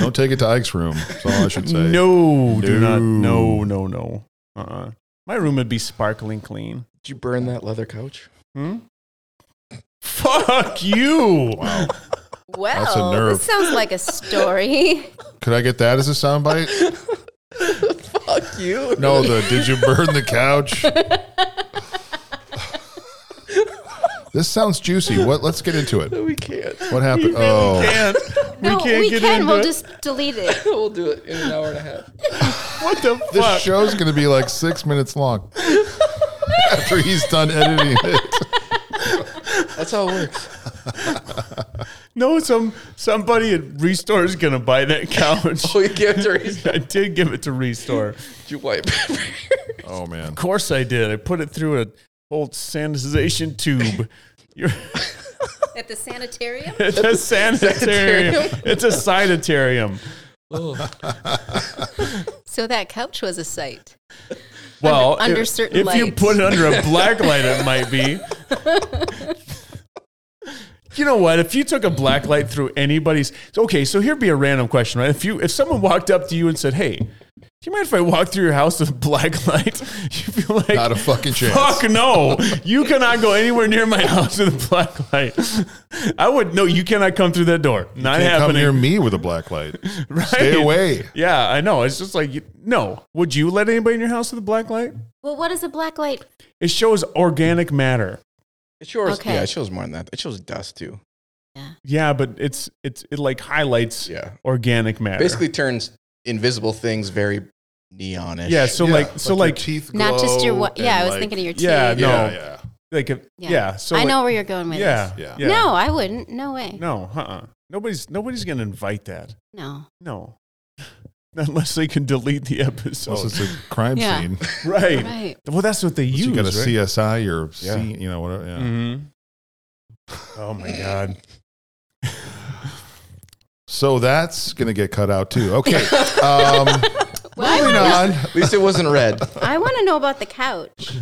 Speaker 2: Don't take it to Ike's room. That's all
Speaker 1: <laughs>
Speaker 2: I should say.
Speaker 1: No, do not.
Speaker 2: No.
Speaker 1: No, no, no. Uh-uh. My room would be sparkling clean.
Speaker 3: Did you burn that leather couch?
Speaker 1: Hmm? <laughs> Fuck you.
Speaker 4: Well,
Speaker 2: That's a nerve.
Speaker 4: this sounds
Speaker 2: <laughs>
Speaker 4: like a story.
Speaker 2: Could I get that as a soundbite?
Speaker 3: Fuck you.
Speaker 2: No, the did you burn the
Speaker 1: <laughs>
Speaker 2: couch? this sounds juicy. What? Let's get into it.
Speaker 3: No, we can't.
Speaker 2: What happened? Oh,
Speaker 1: Can't.
Speaker 4: no, we
Speaker 1: can't
Speaker 4: can.
Speaker 1: get into
Speaker 4: We'll
Speaker 1: it.
Speaker 4: just delete it.
Speaker 3: <laughs> We'll do it in an hour and a half.
Speaker 1: What the
Speaker 2: this
Speaker 1: fuck?
Speaker 2: show's gonna be like six
Speaker 1: <laughs>
Speaker 2: minutes long after he's done editing it.
Speaker 3: That's how it works.
Speaker 1: no, some somebody at Restore is gonna buy <laughs> that couch.
Speaker 3: Oh, you can't erase
Speaker 1: I did give it to <laughs> Restore. Of
Speaker 3: <laughs> you wipe.
Speaker 2: Oh man,
Speaker 1: course I did. I put it through a whole sanitization tube. <laughs> You're
Speaker 4: At the
Speaker 1: <laughs>
Speaker 4: sanitarium?
Speaker 1: It's a sanitarium. It's a sanitarium.
Speaker 4: So that couch was a sight.
Speaker 1: Well,
Speaker 4: under
Speaker 1: if,
Speaker 4: certain
Speaker 1: if you
Speaker 4: lights.
Speaker 1: put it under a
Speaker 4: <laughs>
Speaker 1: black light, it might be. You know what? If you took a black light through anybody's, okay. So here'd be a random question, right? If you, if someone walked up to you and said, "Hey, do you mind if I walk through your house with a black <laughs> light?" You feel like
Speaker 2: not a fucking
Speaker 1: <laughs>
Speaker 2: chance.
Speaker 1: Fuck no! You cannot go anywhere near my house with a black light. I would no. You cannot come through that door. Not
Speaker 2: Can't come
Speaker 1: happening.
Speaker 2: near me with a black light.
Speaker 1: <laughs> right?
Speaker 2: Stay away.
Speaker 1: Yeah, I know. It's just like you- no. Would you let anybody in your house with a black light?
Speaker 4: Well, what is a black light?
Speaker 1: It shows organic matter.
Speaker 3: It shows,
Speaker 4: Okay.
Speaker 3: yeah, it shows more than that. It shows dust too.
Speaker 1: Yeah, but it's it's it like highlights
Speaker 3: Yeah.
Speaker 1: organic matter.
Speaker 3: Basically turns invisible things very neonish.
Speaker 1: yeah. So
Speaker 2: Yeah,
Speaker 1: like so
Speaker 2: your
Speaker 1: like
Speaker 2: teeth.
Speaker 4: Not just your.
Speaker 2: glow
Speaker 4: Wa- yeah,
Speaker 2: and,
Speaker 4: I was
Speaker 2: like-
Speaker 4: thinking of your teeth.
Speaker 1: yeah, no.
Speaker 2: Yeah, yeah.
Speaker 1: like if, yeah.
Speaker 4: Yeah.
Speaker 1: So
Speaker 4: I
Speaker 1: like-
Speaker 4: know where you're going with
Speaker 1: Yeah,
Speaker 2: Yeah.
Speaker 4: this. No, I wouldn't. No way. No.
Speaker 1: No. Uh. uh Nobody's nobody's gonna invite that. No. <laughs> Not Unless they can delete the
Speaker 2: Unless
Speaker 1: episode,
Speaker 2: it's a crime
Speaker 4: Yeah.
Speaker 2: scene.
Speaker 1: <laughs> right.
Speaker 4: Right.
Speaker 1: Well, that's what they
Speaker 2: Unless
Speaker 1: use.
Speaker 2: you got a
Speaker 1: right?
Speaker 2: CSI or
Speaker 3: Yeah.
Speaker 2: C, you know whatever. Yeah.
Speaker 1: Mm-hmm. Oh
Speaker 2: <laughs>
Speaker 1: my god.
Speaker 2: So that's gonna get cut out too.
Speaker 1: <laughs>
Speaker 2: Okay. Um,
Speaker 4: Well,
Speaker 2: moving on.
Speaker 3: At least it wasn't
Speaker 1: <laughs>
Speaker 3: red.
Speaker 4: I want to know about the couch.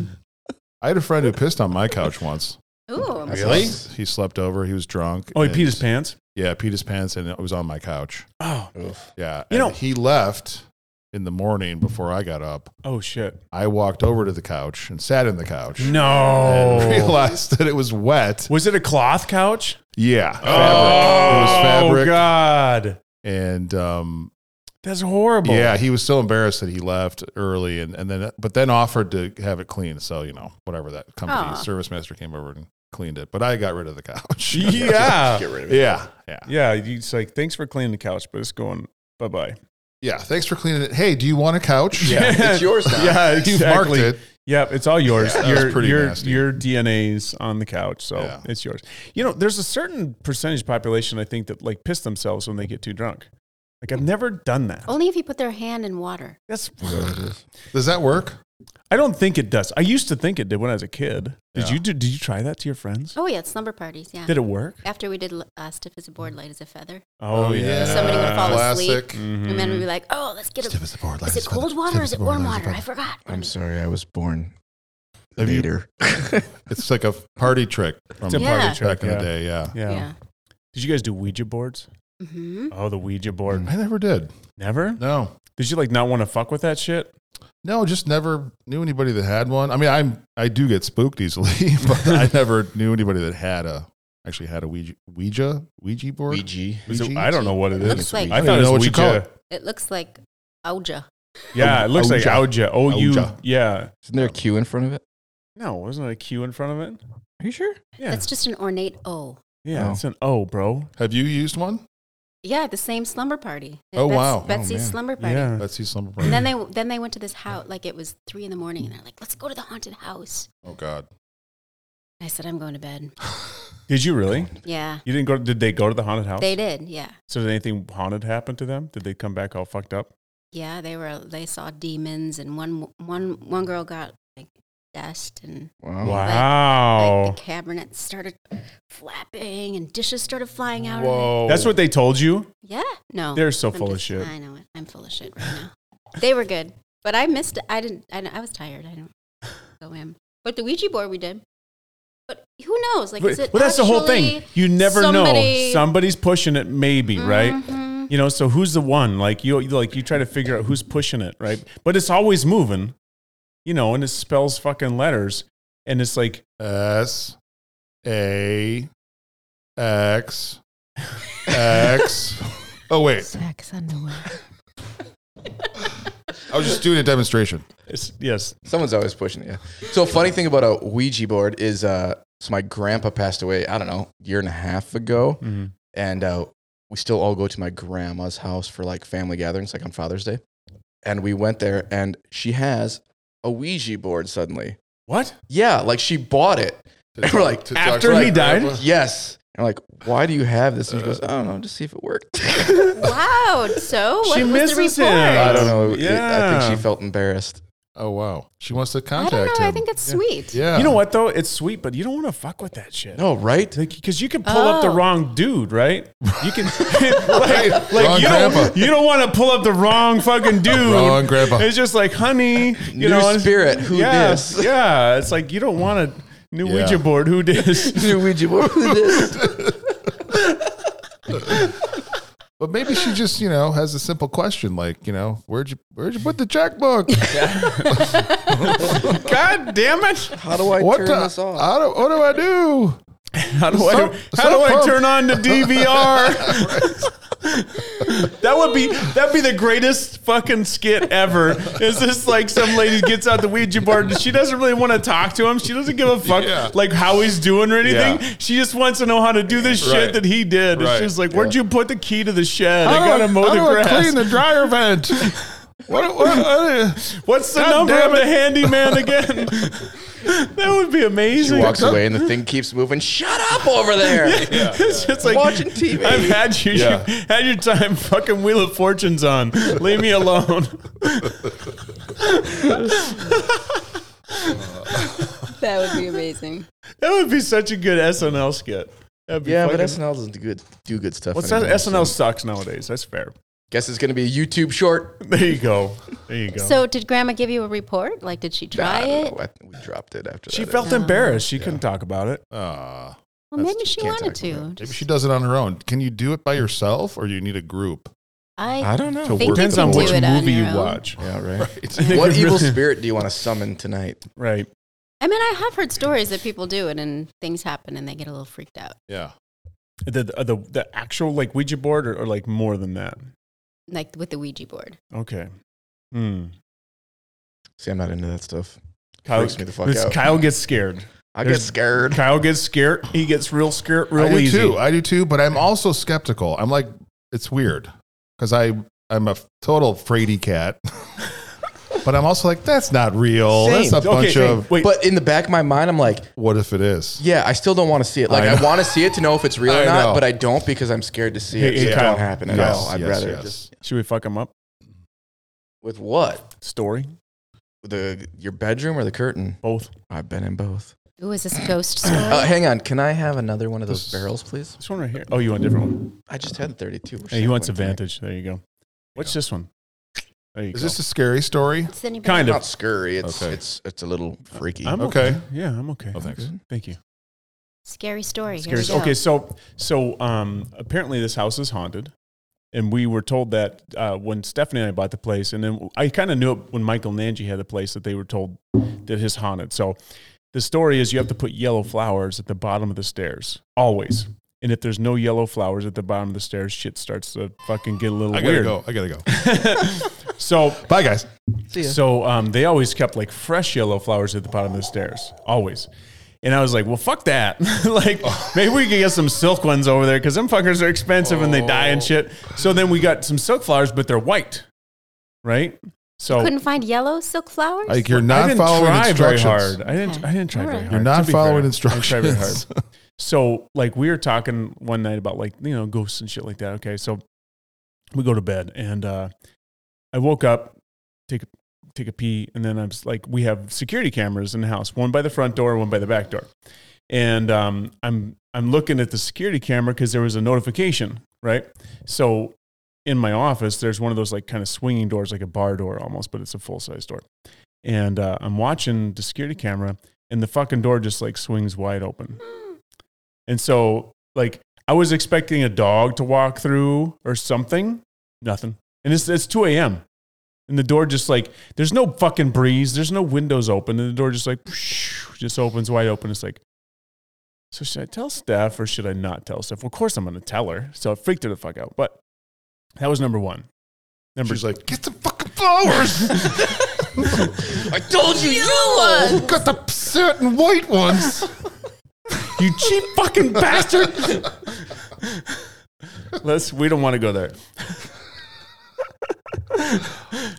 Speaker 2: I had a friend who pissed on my couch once.
Speaker 4: Ooh.
Speaker 3: Really?
Speaker 2: He slept over. He was drunk.
Speaker 1: Oh, he
Speaker 2: and-
Speaker 1: peed his pants.
Speaker 2: Yeah, peed his pants, and it was on my couch.
Speaker 1: Oh,
Speaker 3: Oof.
Speaker 2: Yeah,
Speaker 1: You
Speaker 2: and
Speaker 1: know-
Speaker 2: he left in the morning before I got up,
Speaker 1: Oh shit!
Speaker 2: I walked over to the couch and sat in the couch. And
Speaker 1: No.
Speaker 2: <laughs> realized that it was wet.
Speaker 1: Was it a cloth couch?
Speaker 2: Yeah, fabric.
Speaker 1: Oh
Speaker 2: it was fabric.
Speaker 1: God,
Speaker 2: And um,
Speaker 1: that's horrible.
Speaker 2: yeah, he was so embarrassed that he left early, and, and then but then offered to have it cleaned. So you know, whatever that company
Speaker 5: Aw.
Speaker 2: service master came over and cleaned it, but I got rid of the <laughs>
Speaker 1: <laughs>
Speaker 2: couch.
Speaker 1: yeah,
Speaker 3: Get rid of it.
Speaker 2: yeah, yeah,
Speaker 1: yeah. you- It's like thanks for cleaning the couch, but it's going bye bye.
Speaker 2: yeah. Thanks for cleaning it. Hey, do you want a couch?
Speaker 1: Yeah. <laughs>
Speaker 3: it's yours now.
Speaker 1: Yeah,
Speaker 2: you've
Speaker 1: exactly.
Speaker 2: marked it.
Speaker 1: Yep, it's all yours.
Speaker 2: Yeah, that was
Speaker 1: your,
Speaker 2: pretty
Speaker 1: your,
Speaker 2: nasty.
Speaker 1: your DNA's on the couch, so
Speaker 2: Yeah.
Speaker 1: it's yours. You know, there's a certain percentage population I think that like piss themselves when they get too drunk. Like I've never done that.
Speaker 4: Only if you put their hand in water.
Speaker 1: That's
Speaker 2: <laughs> Does that work?
Speaker 1: I don't think it does. I used to think it did when I was a kid. Did
Speaker 2: Yeah.
Speaker 1: you do, did you try that to your friends?
Speaker 4: Oh yeah, it's slumber parties. Yeah.
Speaker 1: Did it work? Oh,
Speaker 4: After we did uh, stiff as a board, light as a feather,
Speaker 2: Oh,
Speaker 4: Somebody
Speaker 1: somebody
Speaker 4: would fall
Speaker 2: Classic.
Speaker 4: asleep. and then we'd be like, oh, let's get a.
Speaker 2: Stiff as a board, light
Speaker 4: Is
Speaker 2: as
Speaker 4: it
Speaker 2: a
Speaker 4: cold
Speaker 2: feather.
Speaker 4: water?
Speaker 2: Stiff
Speaker 4: or
Speaker 2: as
Speaker 4: Is
Speaker 2: a
Speaker 4: it
Speaker 2: board,
Speaker 4: warm
Speaker 2: light as a
Speaker 4: water? I
Speaker 2: feather.
Speaker 4: forgot.
Speaker 3: I'm sorry, I was born
Speaker 2: Have you-
Speaker 3: later.
Speaker 2: It's like a party trick from
Speaker 1: It's a
Speaker 4: Yeah.
Speaker 1: party
Speaker 2: back
Speaker 1: trick.
Speaker 2: in
Speaker 1: Yeah.
Speaker 2: the day. Yeah,
Speaker 1: yeah.
Speaker 4: Yeah.
Speaker 1: Did you guys do Ouija boards?
Speaker 4: hmm
Speaker 1: Oh, the Ouija board.
Speaker 2: I never did.
Speaker 1: Never?
Speaker 2: No,
Speaker 1: Did you like not want to fuck with that shit?
Speaker 2: No, just never knew anybody that had one. I mean, I'm I do get spooked easily, <laughs> but I never knew anybody that had a actually had a Ouija Ouija Ouija board.
Speaker 3: BG.
Speaker 1: Is it-
Speaker 2: Ouija?
Speaker 1: I don't know what it
Speaker 4: Looks
Speaker 1: is.
Speaker 4: like-
Speaker 1: I
Speaker 2: I
Speaker 1: thought
Speaker 2: don't
Speaker 1: it was
Speaker 2: know what you
Speaker 1: Ouija.
Speaker 2: call it.
Speaker 4: It looks like auja.
Speaker 1: Yeah, it looks like Ouija. O U.
Speaker 2: Ouija.
Speaker 1: Yeah.
Speaker 3: Isn't there a Q in front of it?
Speaker 1: No, wasn't there a Q in front of it?
Speaker 3: Are you sure?
Speaker 1: Yeah.
Speaker 4: That's just an ornate O.
Speaker 1: yeah,
Speaker 3: Oh.
Speaker 1: it's an O, bro.
Speaker 2: Have you used one?
Speaker 4: Yeah, the same slumber party. at
Speaker 2: Oh,
Speaker 4: Bets-
Speaker 2: wow. Oh,
Speaker 4: Betsy's
Speaker 3: man.
Speaker 4: slumber party.
Speaker 1: Yeah.
Speaker 2: Betsy Slumber
Speaker 4: And
Speaker 2: Party.
Speaker 4: then they then they went to this house like it was three in the morning and they're like, let's go to the haunted house.
Speaker 2: Oh God.
Speaker 4: And I said, I'm going to bed.
Speaker 1: Did you really?
Speaker 4: Yeah,
Speaker 1: You didn't go did they go to the haunted house?
Speaker 4: they did. Yeah,
Speaker 1: So did anything haunted happen to them? Did they come back all fucked up?
Speaker 4: yeah, they were they saw demons and one one one girl got like dust and
Speaker 3: Wow.
Speaker 1: Wow.
Speaker 4: Oh. like the cabinet started flapping and dishes started flying out. of it.
Speaker 1: That's what they told you?
Speaker 4: Yeah, no,
Speaker 1: They're so
Speaker 4: I'm
Speaker 1: full of
Speaker 4: just-
Speaker 1: shit.
Speaker 4: I know it. I'm full of shit right now. they were good, but I missed. I didn't. I, don't- I was tired. I don't go in. But the Ouija board we did. But who knows? Like, is
Speaker 1: But-
Speaker 4: it
Speaker 1: well, that's the whole thing.
Speaker 4: actually-
Speaker 1: You never know.
Speaker 4: somebody-
Speaker 1: Somebody's pushing it, maybe, right?
Speaker 4: Mhm.
Speaker 1: You know, so who's the one? Like you, you- like you try to figure out who's pushing it, right? But it's always moving, you know, and it spells fucking letters, and it's like
Speaker 2: S A X
Speaker 1: <laughs>
Speaker 2: X. Oh wait,
Speaker 4: Sex underwear.
Speaker 2: I was just doing a
Speaker 1: <laughs>
Speaker 2: demonstration.
Speaker 1: it's, yes,
Speaker 3: Someone's always pushing it. Yeah. So funny thing about a Ouija board is, uh, so my grandpa passed away. I don't know, year and a half ago,
Speaker 1: Mhm.
Speaker 3: and uh, we still all go to my grandma's house for like family gatherings, like on Father's Day, and we went there, and she has a Ouija board suddenly.
Speaker 1: what?
Speaker 3: Yeah, like she bought it. They were like,
Speaker 2: talk
Speaker 1: after
Speaker 2: to
Speaker 1: he
Speaker 2: my
Speaker 1: died?
Speaker 2: grandpa.
Speaker 3: Yes. And I'm like, why do you have this? And she
Speaker 1: Uh.
Speaker 3: goes, I don't know, just see if it worked.
Speaker 4: Wow. So what
Speaker 1: She
Speaker 4: was
Speaker 1: misses
Speaker 4: the
Speaker 1: him.
Speaker 4: report?
Speaker 3: <laughs> I don't know. It- I
Speaker 1: Yeah.
Speaker 3: think she felt embarrassed.
Speaker 2: Oh wow, she wants to
Speaker 4: I
Speaker 2: contact
Speaker 4: don't know.
Speaker 2: him.
Speaker 4: I think that's
Speaker 1: Yeah.
Speaker 4: sweet.
Speaker 2: yeah.
Speaker 1: You know what though? It's sweet, but you don't want to fuck with that shit.
Speaker 3: No, right?
Speaker 1: because you can pull up the
Speaker 4: Oh.
Speaker 1: wrong dude, right? You
Speaker 2: <laughs>
Speaker 1: can <laughs> like, like
Speaker 2: Wrong
Speaker 1: you
Speaker 2: grandpa.
Speaker 1: don't you don't want to pull up the wrong
Speaker 2: <laughs>
Speaker 1: fucking dude.
Speaker 2: Wrong grandpa.
Speaker 1: It's just like, honey, you
Speaker 3: New
Speaker 1: know, and-
Speaker 3: spirit, who
Speaker 1: yeah,
Speaker 3: dis?
Speaker 1: Yeah, it's like you don't want a new
Speaker 2: Yeah.
Speaker 1: Ouija board. Who
Speaker 2: <laughs>
Speaker 1: dis?
Speaker 3: New Ouija board.
Speaker 2: But maybe she just, you know, has a simple question like, you know, where'd you where'd you put
Speaker 1: <laughs>
Speaker 2: the checkbook?
Speaker 1: God damn it!
Speaker 3: How do I
Speaker 2: What
Speaker 3: turn
Speaker 2: do-
Speaker 3: this off?
Speaker 2: I don't- what do I do?
Speaker 1: How do I
Speaker 2: Some-
Speaker 1: how do I
Speaker 2: some-
Speaker 1: turn on the
Speaker 2: <laughs>
Speaker 1: DVR? that would be that'd be the greatest fucking skit ever. Is this like some lady gets out the Ouija board and she doesn't really want to talk to him. She doesn't give a fuck
Speaker 2: Yeah.
Speaker 1: like how he's doing or anything.
Speaker 2: Yeah.
Speaker 1: She just wants to know how to do this shit
Speaker 2: Right.
Speaker 1: that he did. And
Speaker 2: Right.
Speaker 1: she's like, "Where'd you put the key to the shed? I
Speaker 2: How do
Speaker 1: gotta mow
Speaker 2: how
Speaker 1: the
Speaker 2: do I
Speaker 1: grass.
Speaker 2: clean the
Speaker 1: <laughs>
Speaker 2: dryer vent. What, what, what-
Speaker 1: What's the
Speaker 2: God
Speaker 1: number
Speaker 2: damn
Speaker 1: of the
Speaker 2: <laughs>
Speaker 1: handyman again?" <laughs> that would be amazing.
Speaker 3: Walks away and the thing keeps moving. Shut up over <laughs> there.
Speaker 1: it's just like
Speaker 3: Watching TV.
Speaker 1: I've had you, you had your time. Fucking Wheel of Fortune's on. Leave me alone. <laughs>
Speaker 5: That would be amazing.
Speaker 1: That would be such a good SNL skit. That'd be
Speaker 3: Yeah, but
Speaker 1: fucking-
Speaker 3: SNL doesn't do good, do good stuff.
Speaker 1: What's that?
Speaker 3: anymore, so-
Speaker 1: SNL sucks nowadays. That's fair.
Speaker 3: Guess it's going to be a YouTube short.
Speaker 1: There you go. There you go.
Speaker 4: So did Grandma give you a report? Like, did she
Speaker 3: Nah, I
Speaker 4: try
Speaker 3: don't
Speaker 4: it?
Speaker 3: know. Oh, I- we dropped it after
Speaker 1: she
Speaker 3: that.
Speaker 1: felt embarrassed. She couldn't talk about it.
Speaker 2: uh,
Speaker 4: Well, maybe
Speaker 3: you
Speaker 4: she
Speaker 3: can't
Speaker 4: wanted
Speaker 3: talk about
Speaker 4: to.
Speaker 2: maybe
Speaker 4: Just-
Speaker 2: she does it on her own. Can you do it by yourself or you need a group?
Speaker 4: I,
Speaker 3: I don't know.
Speaker 2: To
Speaker 4: think
Speaker 2: work
Speaker 4: you
Speaker 1: Depends
Speaker 4: can
Speaker 1: on
Speaker 4: do
Speaker 1: which
Speaker 4: it on
Speaker 1: movie you
Speaker 4: your own.
Speaker 1: watch.
Speaker 3: Yeah, right.
Speaker 2: Right.
Speaker 1: think
Speaker 3: <laughs> What
Speaker 1: it
Speaker 3: evil
Speaker 1: really-
Speaker 3: spirit do you want to summon tonight?
Speaker 1: Right.
Speaker 4: I mean, I have heard stories that people do it and things happen and they get a little freaked out.
Speaker 2: Yeah.
Speaker 1: The, the, the, the actual like Ouija board or, or like more than that?
Speaker 4: Like with the Ouija board.
Speaker 1: Okay. Hmm.
Speaker 3: See, I'm not into that stuff.
Speaker 1: Kyle,
Speaker 3: Freaks me the fuck
Speaker 1: this-
Speaker 3: out.
Speaker 1: Kyle gets scared.
Speaker 3: I get
Speaker 1: There's-
Speaker 3: scared.
Speaker 1: Kyle gets scared. He gets real scared real
Speaker 2: I do
Speaker 1: easy.
Speaker 2: too. I do too, but I'm also skeptical. I'm like, it's weird because I I'm a total fraidy cat, <laughs> but I'm also like, that's not real. Oh, That's
Speaker 3: Same.
Speaker 2: a bunch of
Speaker 1: wait,
Speaker 3: But in the back of my mind, I'm like,
Speaker 2: what if it is?
Speaker 3: yeah, I still don't want to see it. Like,
Speaker 2: I
Speaker 3: I,
Speaker 2: know.
Speaker 3: want to see it to know if it's real
Speaker 2: I
Speaker 3: or not,
Speaker 2: know.
Speaker 3: but I don't because I'm scared to see
Speaker 1: Hey,
Speaker 3: it. so
Speaker 1: hey,
Speaker 3: it
Speaker 1: Kyle.
Speaker 3: don't happen at
Speaker 2: Yes,
Speaker 3: all. I'd
Speaker 2: yes,
Speaker 3: rather
Speaker 2: yes.
Speaker 3: just
Speaker 1: should we fuck him up?
Speaker 3: with what
Speaker 1: Story?
Speaker 3: the your bedroom or the curtain.
Speaker 1: Both.
Speaker 3: I've been in both.
Speaker 4: Ooh, is this
Speaker 1: <clears throat>
Speaker 4: a ghost story?
Speaker 3: Uh, hang on, can I have another one of those
Speaker 2: This-
Speaker 3: barrels, please?
Speaker 1: This one right here. Oh, you want a different one?
Speaker 3: I just had 32.
Speaker 1: Hey, he wants a Vantage. There you go. What's this one? There you go.
Speaker 2: Is this a scary story?
Speaker 4: Does anybody
Speaker 1: Kind
Speaker 3: It's
Speaker 1: of.
Speaker 3: not scurry. It's
Speaker 2: Okay.
Speaker 3: it's it's a little freaky.
Speaker 1: I'm
Speaker 2: Okay.
Speaker 1: Yeah, I'm okay.
Speaker 2: Oh, thanks.
Speaker 1: Thank you.
Speaker 4: Scary story.
Speaker 1: Scary.
Speaker 4: Here we go.
Speaker 1: Okay, so so um, apparently this house is haunted, and we were told that uh, when Stephanie and I bought the place, and then I kind of knew it when Michael Nanji had the place that they were told that it's haunted. So the story is you have to put yellow flowers at the bottom of the stairs always, and if there's no yellow flowers at the bottom of the stairs, shit starts to fucking get a little
Speaker 2: I gotta
Speaker 1: weird.
Speaker 2: go. I gotta go.
Speaker 1: So
Speaker 2: Bye, guys.
Speaker 1: so um, they always kept like fresh yellow flowers at the bottom of the stairs, always. And I was like, well, fuck that. <laughs> like,
Speaker 2: Oh.
Speaker 1: maybe we can get some silk ones over there because them fuckers are expensive and they die and shit. So then we got some silk flowers, but they're white, right? So
Speaker 4: Couldn't find yellow silk flowers?
Speaker 2: <laughs> Like you're
Speaker 1: I
Speaker 2: not
Speaker 1: didn't
Speaker 2: following
Speaker 1: try very
Speaker 2: instructions.
Speaker 1: hard. I didn't.
Speaker 4: Okay.
Speaker 1: I didn't try
Speaker 4: All
Speaker 1: very
Speaker 4: right.
Speaker 1: hard.
Speaker 2: You're
Speaker 1: to
Speaker 2: not
Speaker 1: be fair.
Speaker 2: following
Speaker 1: I didn't
Speaker 2: instructions.
Speaker 1: try very
Speaker 2: <laughs>
Speaker 1: hard. So like we were talking one night about like, you know, ghosts and shit like that. Okay. So we go to bed and uh I woke up, take a take a pee, and then I'm just like we have security cameras in the house, one by the front door, one by the back door. And um I'm I'm looking at the security camera because there was a notification, right? So in my office, there's one of those like kind of swinging doors, like a bar door almost, but it's a full size door. And uh, I'm watching the security camera, and the fucking door just like swings wide open. And so, like, I was expecting a dog to walk through or something. Nothing. And it's, it's 2 a.m. And the door just like, there's no fucking breeze. There's no windows open. And the door just like, just opens wide open. It's like, so should I tell Steph or should I not tell Steph? Well, of course I'm going to tell her. So it freaked her the fuck out. But that was number one. Number
Speaker 2: She's like, get the fucking flowers. <laughs>
Speaker 3: I told you.
Speaker 2: You
Speaker 1: <laughs>
Speaker 2: got the certain white ones.
Speaker 1: You cheap fucking bastard. Let's we don't want to go there.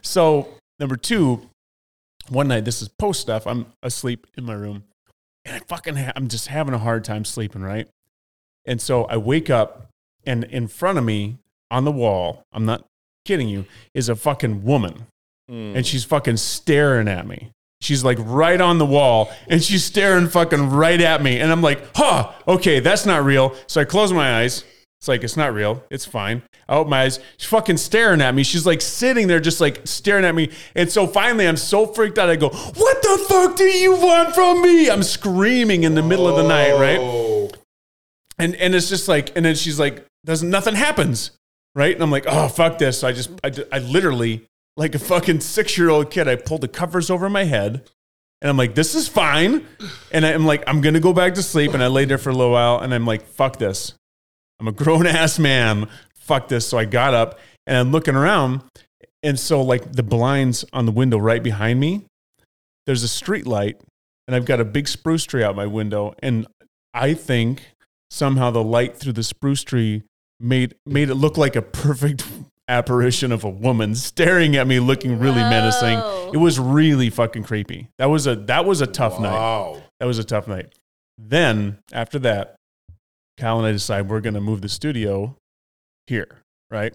Speaker 1: so number two, one night this is post stuff. I'm asleep in my room, and I fucking ha- I'm just having a hard time sleeping, right? And so I wake up, and in front of me on the wall, I'm not kidding you, is a fucking woman, and she's fucking staring at me. She's like right on the wall and she's staring fucking right at me. And I'm like, huh, okay, that's not real. So I close my eyes. It's like, it's not real. It's fine. I open my eyes. She's fucking staring at me. She's like sitting there, just like staring at me. And so finally, I'm so freaked out. I go, what the fuck do you want from me? I'm screaming in the middle of the night, right? And, and it's just like, and then she's like, does nothing happens, right? And I'm like, oh, fuck this. So I just, I, I literally like a fucking six year old kid. I pulled the covers over my head and I'm like, this is fine. And I'm like, I'm going to go back to sleep. And I laid there for a little while and I'm like, fuck this. I'm a grown ass man. Fuck this. So I got up and I'm looking around. And so, like, the blinds on the window right behind me, there's a street light and I've got a big spruce tree out my window. And I think somehow the light through the spruce tree made made it look like a perfect <laughs> apparition of a woman staring at me looking really menacing
Speaker 4: Whoa.
Speaker 1: it was really fucking creepy that was a that was a tough night
Speaker 2: Wow.
Speaker 1: that was a tough night then after that kyle and i decide we're going to move the studio here right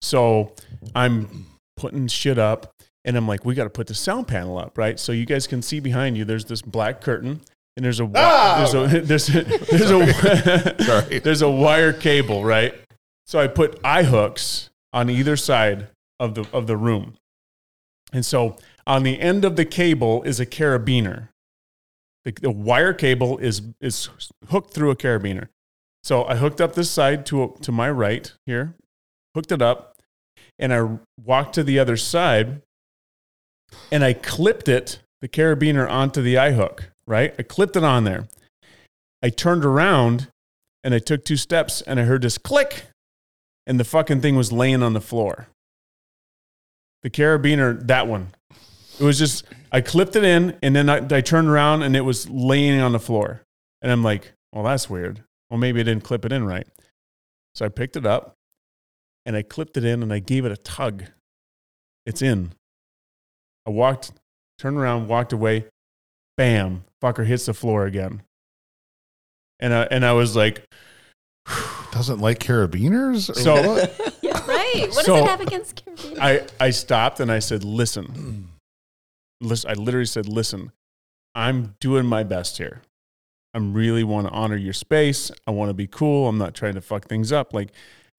Speaker 1: so i'm putting shit up and i'm like we got to put the sound panel up right so you guys can see behind you there's this black curtain and there's a, wi-
Speaker 2: Ah!
Speaker 1: <laughs> there's a there's a there's a <laughs>
Speaker 2: Sorry.
Speaker 1: there's a wire cable, right? So I put eye hooks on either side of the of the room. And so on the end of the cable is a carabiner. The, the wire cable is is hooked through a carabiner. So I hooked up this side to to my right here, hooked it up, and I walked to the other side and I clipped it, the carabiner onto the eye hook, right? I clipped it on there. I turned around and I took two steps and I heard this click and the fucking thing was laying on the floor. The carabiner, that one. It was just, I clipped it in and then I, I turned around and it was laying on the floor. And I'm like, well, that's weird. Well, maybe I didn't clip it in right. So I picked it up and I clipped it in and I gave it a tug. It's in. I walked, turned around, walked away. Bam, fucker hits the floor again. And I, and I was like,
Speaker 2: Doesn't like carabiners? Or
Speaker 1: So-
Speaker 2: what?
Speaker 4: Yeah, right. What
Speaker 1: So-
Speaker 4: does it have against Caribbean?
Speaker 1: I, I stopped and I said, listen, listen, I literally said, listen, I'm doing my best here. I really want to honor your space. I want to be cool. I'm not trying to fuck things up. Like,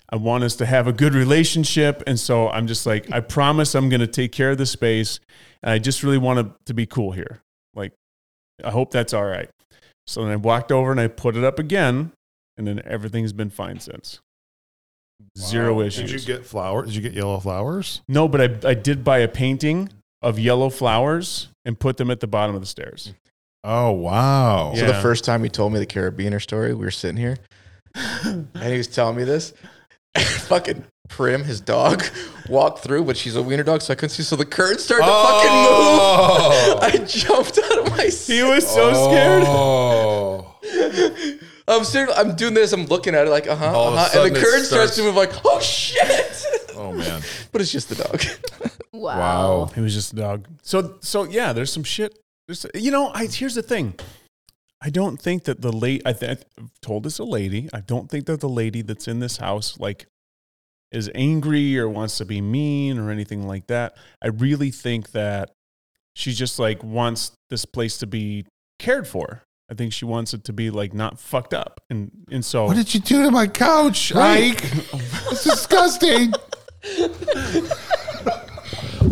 Speaker 1: I want us to have a good relationship. And so I'm just like, I promise I'm going to take care of the space. And I just really want to, to be cool here. Like, I hope that's all right. So then I walked over and I put it up again. And then everything's been fine since. Zero issues.
Speaker 2: Did you get flowers? Did you get yellow flowers?
Speaker 1: No, but I, I did buy a painting of yellow flowers and put them at the bottom of the stairs.
Speaker 2: Oh wow!
Speaker 1: Yeah.
Speaker 3: So the first time he told me the carabiner story, we were
Speaker 1: <laughs>
Speaker 3: sitting here, and he was telling me this. <laughs> fucking Prim, his dog, <laughs> walked through, but she's a wiener dog, so I couldn't see. So the curtain started
Speaker 2: Oh. <laughs>
Speaker 3: to fucking move. <laughs> I jumped out of my seat.
Speaker 1: He was so scared.
Speaker 2: Oh.
Speaker 3: I'm serious. I'm doing this. I'm looking at it like, uh huh,
Speaker 2: All of a
Speaker 3: uh-huh. and
Speaker 2: sudden
Speaker 3: the
Speaker 2: it
Speaker 3: curtain starts,
Speaker 2: starts-
Speaker 3: to move. Like, oh shit! <laughs>
Speaker 2: Oh, man.
Speaker 3: but it's just the dog.
Speaker 5: Wow.
Speaker 2: Wow.
Speaker 1: It was just a dog. So so yeah, there's some shit. There's, you know, I, here's the thing. I don't think that the late I th- I've told this a lady. I don't think that the lady that's in this house like is angry or wants to be mean or anything like that. I really think that she just like wants this place to be cared for. I think she wants it to be like not fucked up. And and so
Speaker 2: What did you do to my couch,
Speaker 1: Right.
Speaker 2: Ike? It's disgusting.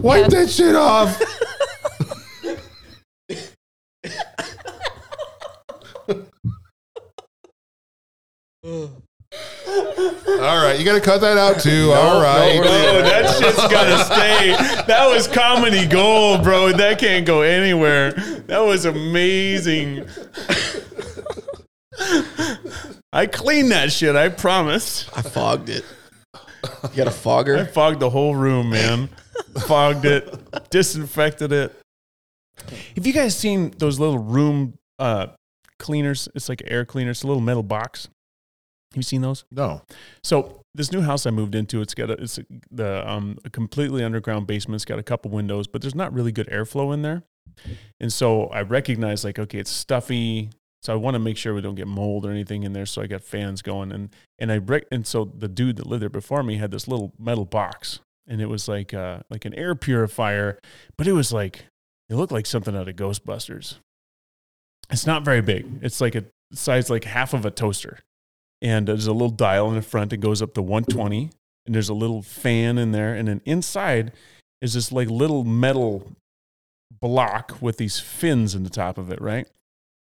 Speaker 2: Wipe that shit off. All right, you got to cut that out too. All right.
Speaker 3: we're leaving
Speaker 1: No, that shit's gotta stay. That was comedy gold, bro. That can't go anywhere. That was amazing. I cleaned that shit, I promise.
Speaker 3: I fogged it. You got a
Speaker 1: I
Speaker 3: fogger?
Speaker 1: fogged the whole room, man. Fogged it, disinfected it. Have you guys seen those little room uh, cleaners? It's like air cleaners, it's a little metal box. Have you seen those?
Speaker 2: No.
Speaker 1: So this new house I moved into, it's got a, it's a, the um, a completely underground basement. It's got a couple windows, but there's not really good airflow in there. And so I recognize like, okay, it's stuffy. So I want to make sure we don't get mold or anything in there. So I got fans going, and and I rec- and so the dude that lived there before me had this little metal box, and it was like uh, like an air purifier, but it was like it looked like something out of Ghostbusters. It's not very big. It's like a size like half of a toaster and there's a little dial in the front that goes up to 120 and there's a little fan in there and then inside is this like little metal block with these fins in the top of it right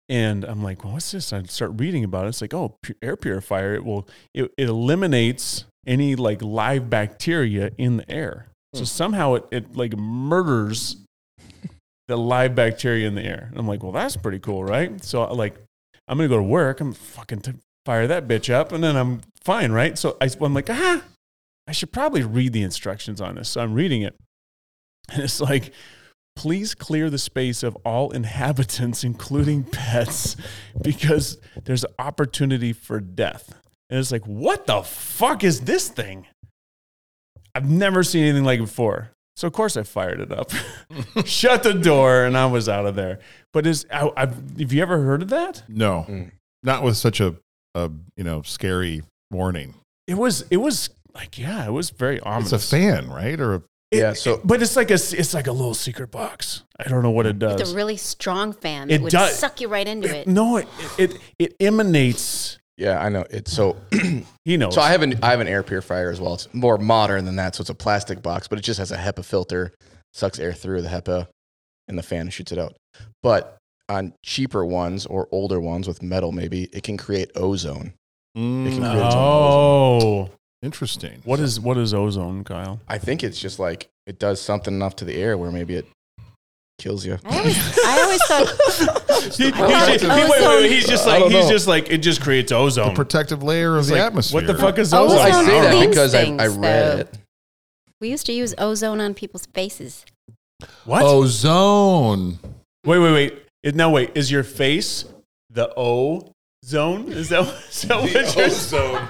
Speaker 1: and i'm like well, what's this i start reading about it it's like oh pu- air purifier it will it, it eliminates any like live bacteria in the air so somehow it, it like murders the live bacteria in the air and i'm like well that's pretty cool right so like i'm gonna go to work i'm fucking t- fire that bitch up and then I'm fine, right? So I, am like, ah, I should probably read the instructions on this. So I'm reading it. <laughs> And it's like, please clear the space of all inhabitants, including pets, because there's opportunity for death. And it's like, what the fuck is this thing? I've never seen anything like it before. So of course I fired it up, <laughs> shut the door, and I was out of there. But is I, I've, have you ever heard of that?
Speaker 2: No.
Speaker 3: Mm.
Speaker 2: Not with such a, a you know scary warning.
Speaker 1: It was it was like yeah, it was very ominous.
Speaker 2: It's a fan, right? Or a,
Speaker 1: It-
Speaker 3: Yeah, so-
Speaker 1: it- but it's like a s- it's like a little secret box. I don't know what it
Speaker 4: With
Speaker 1: does.
Speaker 4: a really strong fan
Speaker 1: It
Speaker 4: that would
Speaker 1: does-
Speaker 4: suck you right into it.
Speaker 1: no, it, it it emanates.
Speaker 3: Yeah, I know.
Speaker 1: <clears throat>
Speaker 3: It's so.
Speaker 1: He knows.
Speaker 3: So I have an I have an air purifier as well. It's more modern than that, so it's a plastic box, but it just has a HEPA filter, sucks air through the HEPA, and the fan shoots it out. But on cheaper ones or older ones with metal, maybe it can create ozone.
Speaker 2: Mm.
Speaker 3: It can create its own ozone.
Speaker 1: oh,
Speaker 2: Interesting.
Speaker 1: What is what is ozone, Kyle?
Speaker 3: I think it's just like it does something enough to the air where maybe it kills you.
Speaker 4: I always, I always thought <laughs>
Speaker 1: He-
Speaker 4: I thought
Speaker 1: he's, just,
Speaker 4: ozone-
Speaker 1: he- wait, wait, wait, he's just
Speaker 3: I
Speaker 1: like
Speaker 3: don't
Speaker 1: he's
Speaker 3: know.
Speaker 1: just like it just creates
Speaker 2: the
Speaker 1: ozone.
Speaker 2: protective layer of
Speaker 1: It's
Speaker 2: the
Speaker 1: like,
Speaker 2: atmosphere?
Speaker 1: what the fuck is ozone?
Speaker 4: Ozone
Speaker 3: Well, I say that
Speaker 4: cleans
Speaker 3: because I, I
Speaker 4: things,
Speaker 3: read it.
Speaker 4: we used to use ozone on people's faces.
Speaker 1: What?
Speaker 3: Oh.
Speaker 2: Ozone.
Speaker 1: Wait, wait, wait. It, now wait, is your face the O zone? Is that, is that what you're
Speaker 2: ozone.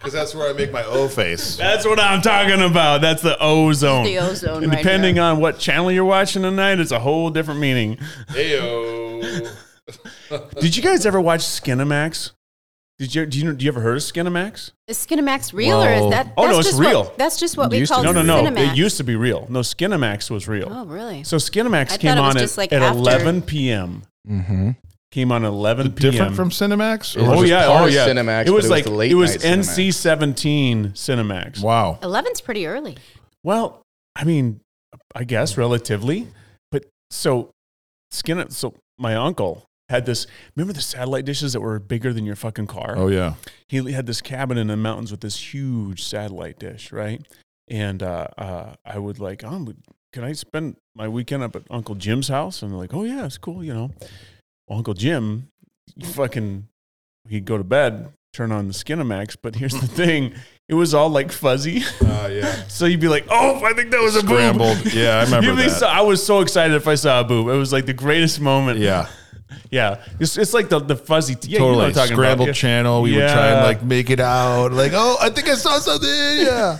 Speaker 2: Because that's where I make my O face.
Speaker 1: That's what I'm talking about. That's the ozone.
Speaker 5: The ozone.
Speaker 1: And
Speaker 5: right
Speaker 1: depending
Speaker 5: here.
Speaker 1: on what channel you're watching tonight, it's a whole different meaning.
Speaker 2: Ayo.
Speaker 1: Did you guys ever watch Skinamax? Did you do you, do you ever heard of Skinamax?
Speaker 4: Is Skinamax real or
Speaker 2: Whoa.
Speaker 4: is that?
Speaker 1: Oh, no,
Speaker 4: that's
Speaker 1: it's
Speaker 4: just
Speaker 1: real.
Speaker 4: What, that's just what we
Speaker 3: Used to
Speaker 4: called
Speaker 1: No, no, no.
Speaker 4: Cinemax.
Speaker 1: It used to be real. No, Skinamax was real.
Speaker 4: oh, really?
Speaker 1: So Skinamax
Speaker 4: I
Speaker 1: came
Speaker 4: thought it was
Speaker 1: on at,
Speaker 4: just like
Speaker 1: at
Speaker 4: after-
Speaker 1: 11 p.m.
Speaker 3: Mm-hmm.
Speaker 1: Came on at 11 p.m.
Speaker 2: Different from Cinemax?
Speaker 3: It was
Speaker 1: Oh
Speaker 3: just
Speaker 1: yeah,
Speaker 3: part
Speaker 1: oh
Speaker 3: of
Speaker 1: yeah.
Speaker 3: Cinemax,
Speaker 1: it
Speaker 3: but
Speaker 1: was
Speaker 3: it was
Speaker 1: like
Speaker 3: the late
Speaker 1: it was
Speaker 3: night Cinemax.
Speaker 1: NC-17 Cinemax.
Speaker 2: Wow.
Speaker 4: 11's pretty early.
Speaker 1: Well, I mean, I guess relatively, but so Skin. So my uncle had this. Remember the satellite dishes that were bigger than your fucking car?
Speaker 2: Oh, yeah.
Speaker 1: he had this cabin in the mountains with this huge satellite dish, right? And uh, uh, I would like, um, can I spend my weekend up at Uncle Jim's house? And they're like, oh yeah, it's cool, you know. Well, Uncle Jim, you fucking, he'd go to bed, turn on the Skinamax, but here's the thing, it was all like fuzzy,
Speaker 2: Uh, yeah.
Speaker 1: so you'd be like, oh, I think that was a
Speaker 2: Scrambled.
Speaker 1: boob.
Speaker 2: Yeah, I
Speaker 1: <laughs>
Speaker 2: remember
Speaker 1: You'd be
Speaker 2: that.
Speaker 1: so- I was so excited if I saw a boob. It was like the greatest moment.
Speaker 2: Yeah,
Speaker 1: yeah. It's, it's like the the fuzzy. T- yeah, You know what
Speaker 2: totally.
Speaker 1: I'm talking
Speaker 2: Scrambled
Speaker 1: about. Yeah.
Speaker 2: channel. We would try and
Speaker 1: Yeah.
Speaker 2: like make it out. Like, oh, I think I saw something. Yeah.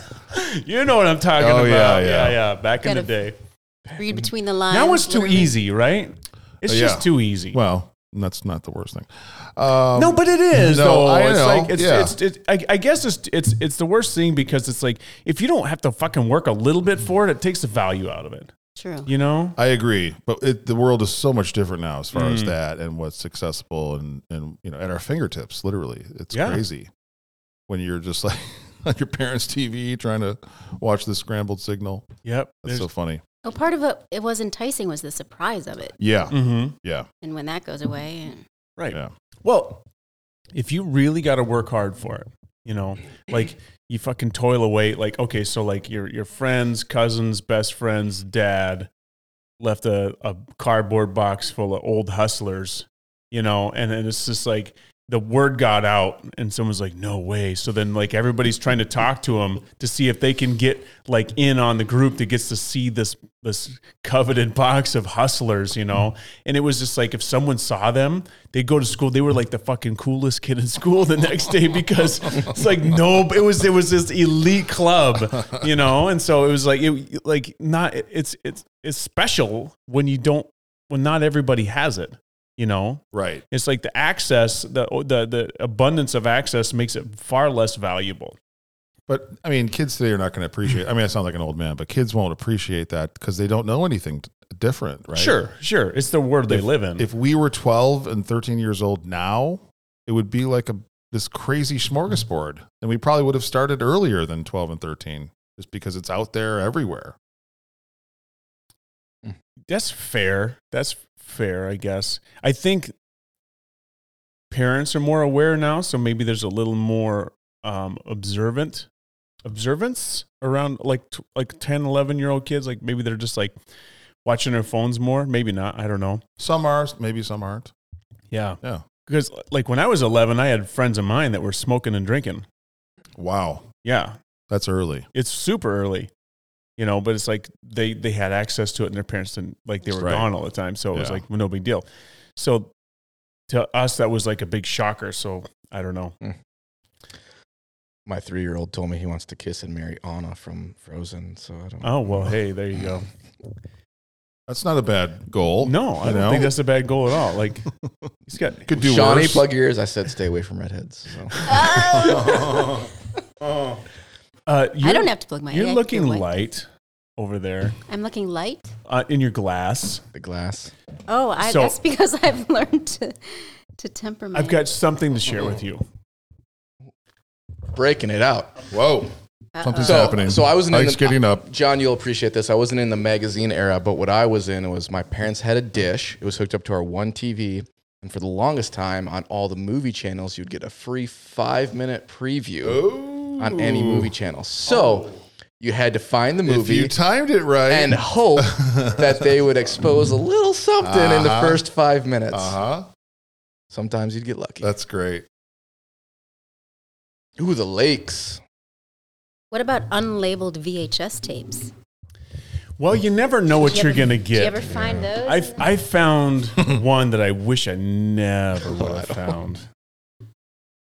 Speaker 1: You know what I'm talking
Speaker 2: Oh,
Speaker 1: about.
Speaker 2: yeah,
Speaker 1: Yeah, yeah,
Speaker 2: yeah.
Speaker 1: Back in
Speaker 4: Gotta
Speaker 1: the day.
Speaker 4: Read between the lines.
Speaker 1: Now it's too
Speaker 4: learn.
Speaker 1: easy, right? It's
Speaker 2: Yeah.
Speaker 1: just too easy.
Speaker 2: well, that's not the worst thing. Um,
Speaker 1: no, but it is.
Speaker 2: No,
Speaker 1: though.
Speaker 2: I
Speaker 1: it's
Speaker 2: know.
Speaker 1: like it's,
Speaker 2: Yeah.
Speaker 1: it's, it, I, I guess it's it's it's the worst thing because it's like if you don't have to fucking work a little bit for it, it takes the value out of it.
Speaker 4: True.
Speaker 1: You know?
Speaker 2: I agree. But it, the world is so much different now as far as
Speaker 1: Mm.
Speaker 2: that and what's accessible and, and, you know, at our fingertips, literally. It's
Speaker 1: Yeah.
Speaker 2: crazy when you're just like <laughs> on your parents' TV trying to watch the scrambled signal.
Speaker 1: Yep.
Speaker 2: That's so funny.
Speaker 4: Well, part of what it was enticing was the surprise of it,
Speaker 2: Yeah.
Speaker 1: mm-hmm.
Speaker 2: Yeah.
Speaker 4: and when that goes away, and
Speaker 1: Right.
Speaker 2: Yeah.
Speaker 1: Well, if you really got to work hard for it, you know, like you fucking toil away. Like, okay, so like your your friends, cousins, best friends, dad left a, a cardboard box full of old hustlers, you know, and then it's just like the word got out and someone's like, no way. So then like everybody's trying to talk to him to see if they can get like in on the group that gets to see this this coveted box of hustlers, you know? And it was just like if someone saw them, they'd go to school. They were like the fucking coolest kid in school the next day because it's like no, it was it was this elite club, you know? And so it was like it like not it's it's it's special when you don't when not everybody has it, you know?
Speaker 2: Right.
Speaker 1: It's like the access, the the the abundance of access makes it far less valuable.
Speaker 2: But I mean, kids today are not going to appreciate. I mean, I sound like an old man, but kids won't appreciate that because they don't know anything t- different, right?
Speaker 1: Sure, sure. It's the world they live
Speaker 3: Mm-hmm.
Speaker 1: in.
Speaker 2: If we were 12 and 13 years old now, it would be like a this crazy smorgasbord, and we probably would have started earlier than 12 and 13, just because it's out there everywhere.
Speaker 1: That's fair. That's fair, I guess. I think parents are more aware now, so maybe there's a little more um, observant observance around like t- like 10, 11 year old kids. Like maybe they're just like watching their phones more. Maybe not. I don't know.
Speaker 2: Some are, maybe some aren't.
Speaker 1: Yeah.
Speaker 2: Yeah.
Speaker 1: Because like when I was 11, I had friends of mine that were smoking and drinking.
Speaker 2: Wow,
Speaker 1: Yeah.
Speaker 2: that's early.
Speaker 1: it's super early you know but it's like they they had access to it and their parents didn't like they were
Speaker 2: Right.
Speaker 1: gone all the time so it was
Speaker 2: Yeah.
Speaker 1: like no big deal so to us that was like a big shocker so i don't know
Speaker 3: My three-year-old told me he wants to kiss and marry Anna from Frozen, so I don't.
Speaker 1: oh well hey there you go
Speaker 2: That's not a bad goal.
Speaker 1: no i
Speaker 2: You
Speaker 1: don't
Speaker 2: know?
Speaker 1: think that's a bad goal at all
Speaker 2: <laughs>
Speaker 1: like he's got
Speaker 2: could do
Speaker 3: Shawnee,
Speaker 2: worse.
Speaker 3: plug your ears. I said stay away from redheads. So. <laughs>
Speaker 1: uh
Speaker 4: I
Speaker 1: you're-
Speaker 4: don't have to plug my.
Speaker 1: you're
Speaker 4: eye, I can
Speaker 1: looking
Speaker 4: do it.
Speaker 1: light over there
Speaker 4: I'm looking light.
Speaker 1: uh, in your glass
Speaker 3: the glass.
Speaker 4: Oh, I,
Speaker 1: So-
Speaker 4: that's because <laughs> I've learned to to temper my.
Speaker 1: i've got something to share with you
Speaker 3: Breaking it out.
Speaker 2: Whoa,
Speaker 4: Uh-oh.
Speaker 2: something's
Speaker 3: So-
Speaker 2: happening.
Speaker 3: so I was in
Speaker 2: Mike's
Speaker 3: the-
Speaker 2: getting up.
Speaker 3: John, you'll appreciate this. I wasn't in the magazine era, but what I was in was my parents had a dish. It was hooked up to our one TV. And for the longest time on all the movie channels, you'd get a free five minute preview on any movie channel. So you had to find the
Speaker 2: If
Speaker 3: movie
Speaker 2: you timed it right.
Speaker 3: and hope <laughs> that they would expose a little something in the
Speaker 2: Uh-huh.
Speaker 3: first five minutes.
Speaker 2: Uh huh.
Speaker 3: Sometimes you'd get lucky.
Speaker 2: That's great.
Speaker 3: Ooh, the lakes.
Speaker 4: What about unlabeled VHS tapes?
Speaker 1: Well, you never know what
Speaker 4: Do you
Speaker 1: you're
Speaker 4: ever-
Speaker 1: going to
Speaker 4: Do you
Speaker 1: get.
Speaker 4: ever find those?
Speaker 1: I I
Speaker 3: <laughs>
Speaker 1: found one that I wish I never would have
Speaker 3: I don't-
Speaker 1: found.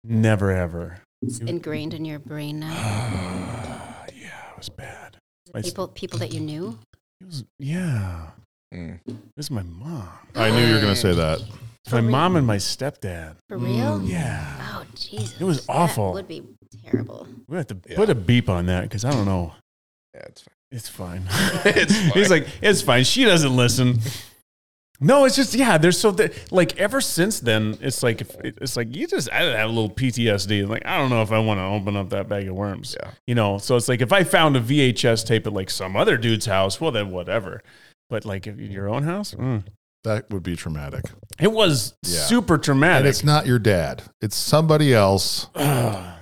Speaker 1: Never ever.
Speaker 4: it's ingrained in your
Speaker 1: <sighs>
Speaker 4: brain now.
Speaker 1: Oh, yeah, it was bad. My s-
Speaker 4: People, people that you knew.
Speaker 1: it was, yeah,
Speaker 3: Mm.
Speaker 1: this is my mom.
Speaker 2: I knew you were going to say that.
Speaker 1: It's my mom and my stepdad.
Speaker 4: For real?
Speaker 1: Mm, Yeah,
Speaker 4: Oh Jesus!
Speaker 1: It was awful.
Speaker 4: That would be terrible.
Speaker 1: we have to
Speaker 3: Yeah.
Speaker 1: put a beep on that because I don't know.
Speaker 3: Yeah, it's fine.
Speaker 1: It's fine.
Speaker 3: <laughs> It's fine.
Speaker 1: <laughs> He's like, it's fine. She doesn't listen. No, it's just yeah. There's so that like ever since then, it's like if, it's like you just I have a little PTSD. Like I don't know if I want to open up that bag of worms.
Speaker 3: Yeah.
Speaker 1: you know. So it's like if I found a VHS tape at like some other dude's house, well then whatever. But like if your own house, Mm.
Speaker 2: That would be traumatic.
Speaker 1: it was
Speaker 2: Yeah.
Speaker 1: super
Speaker 2: And
Speaker 1: traumatic.
Speaker 2: it's not your dad, it's somebody else
Speaker 1: Ugh.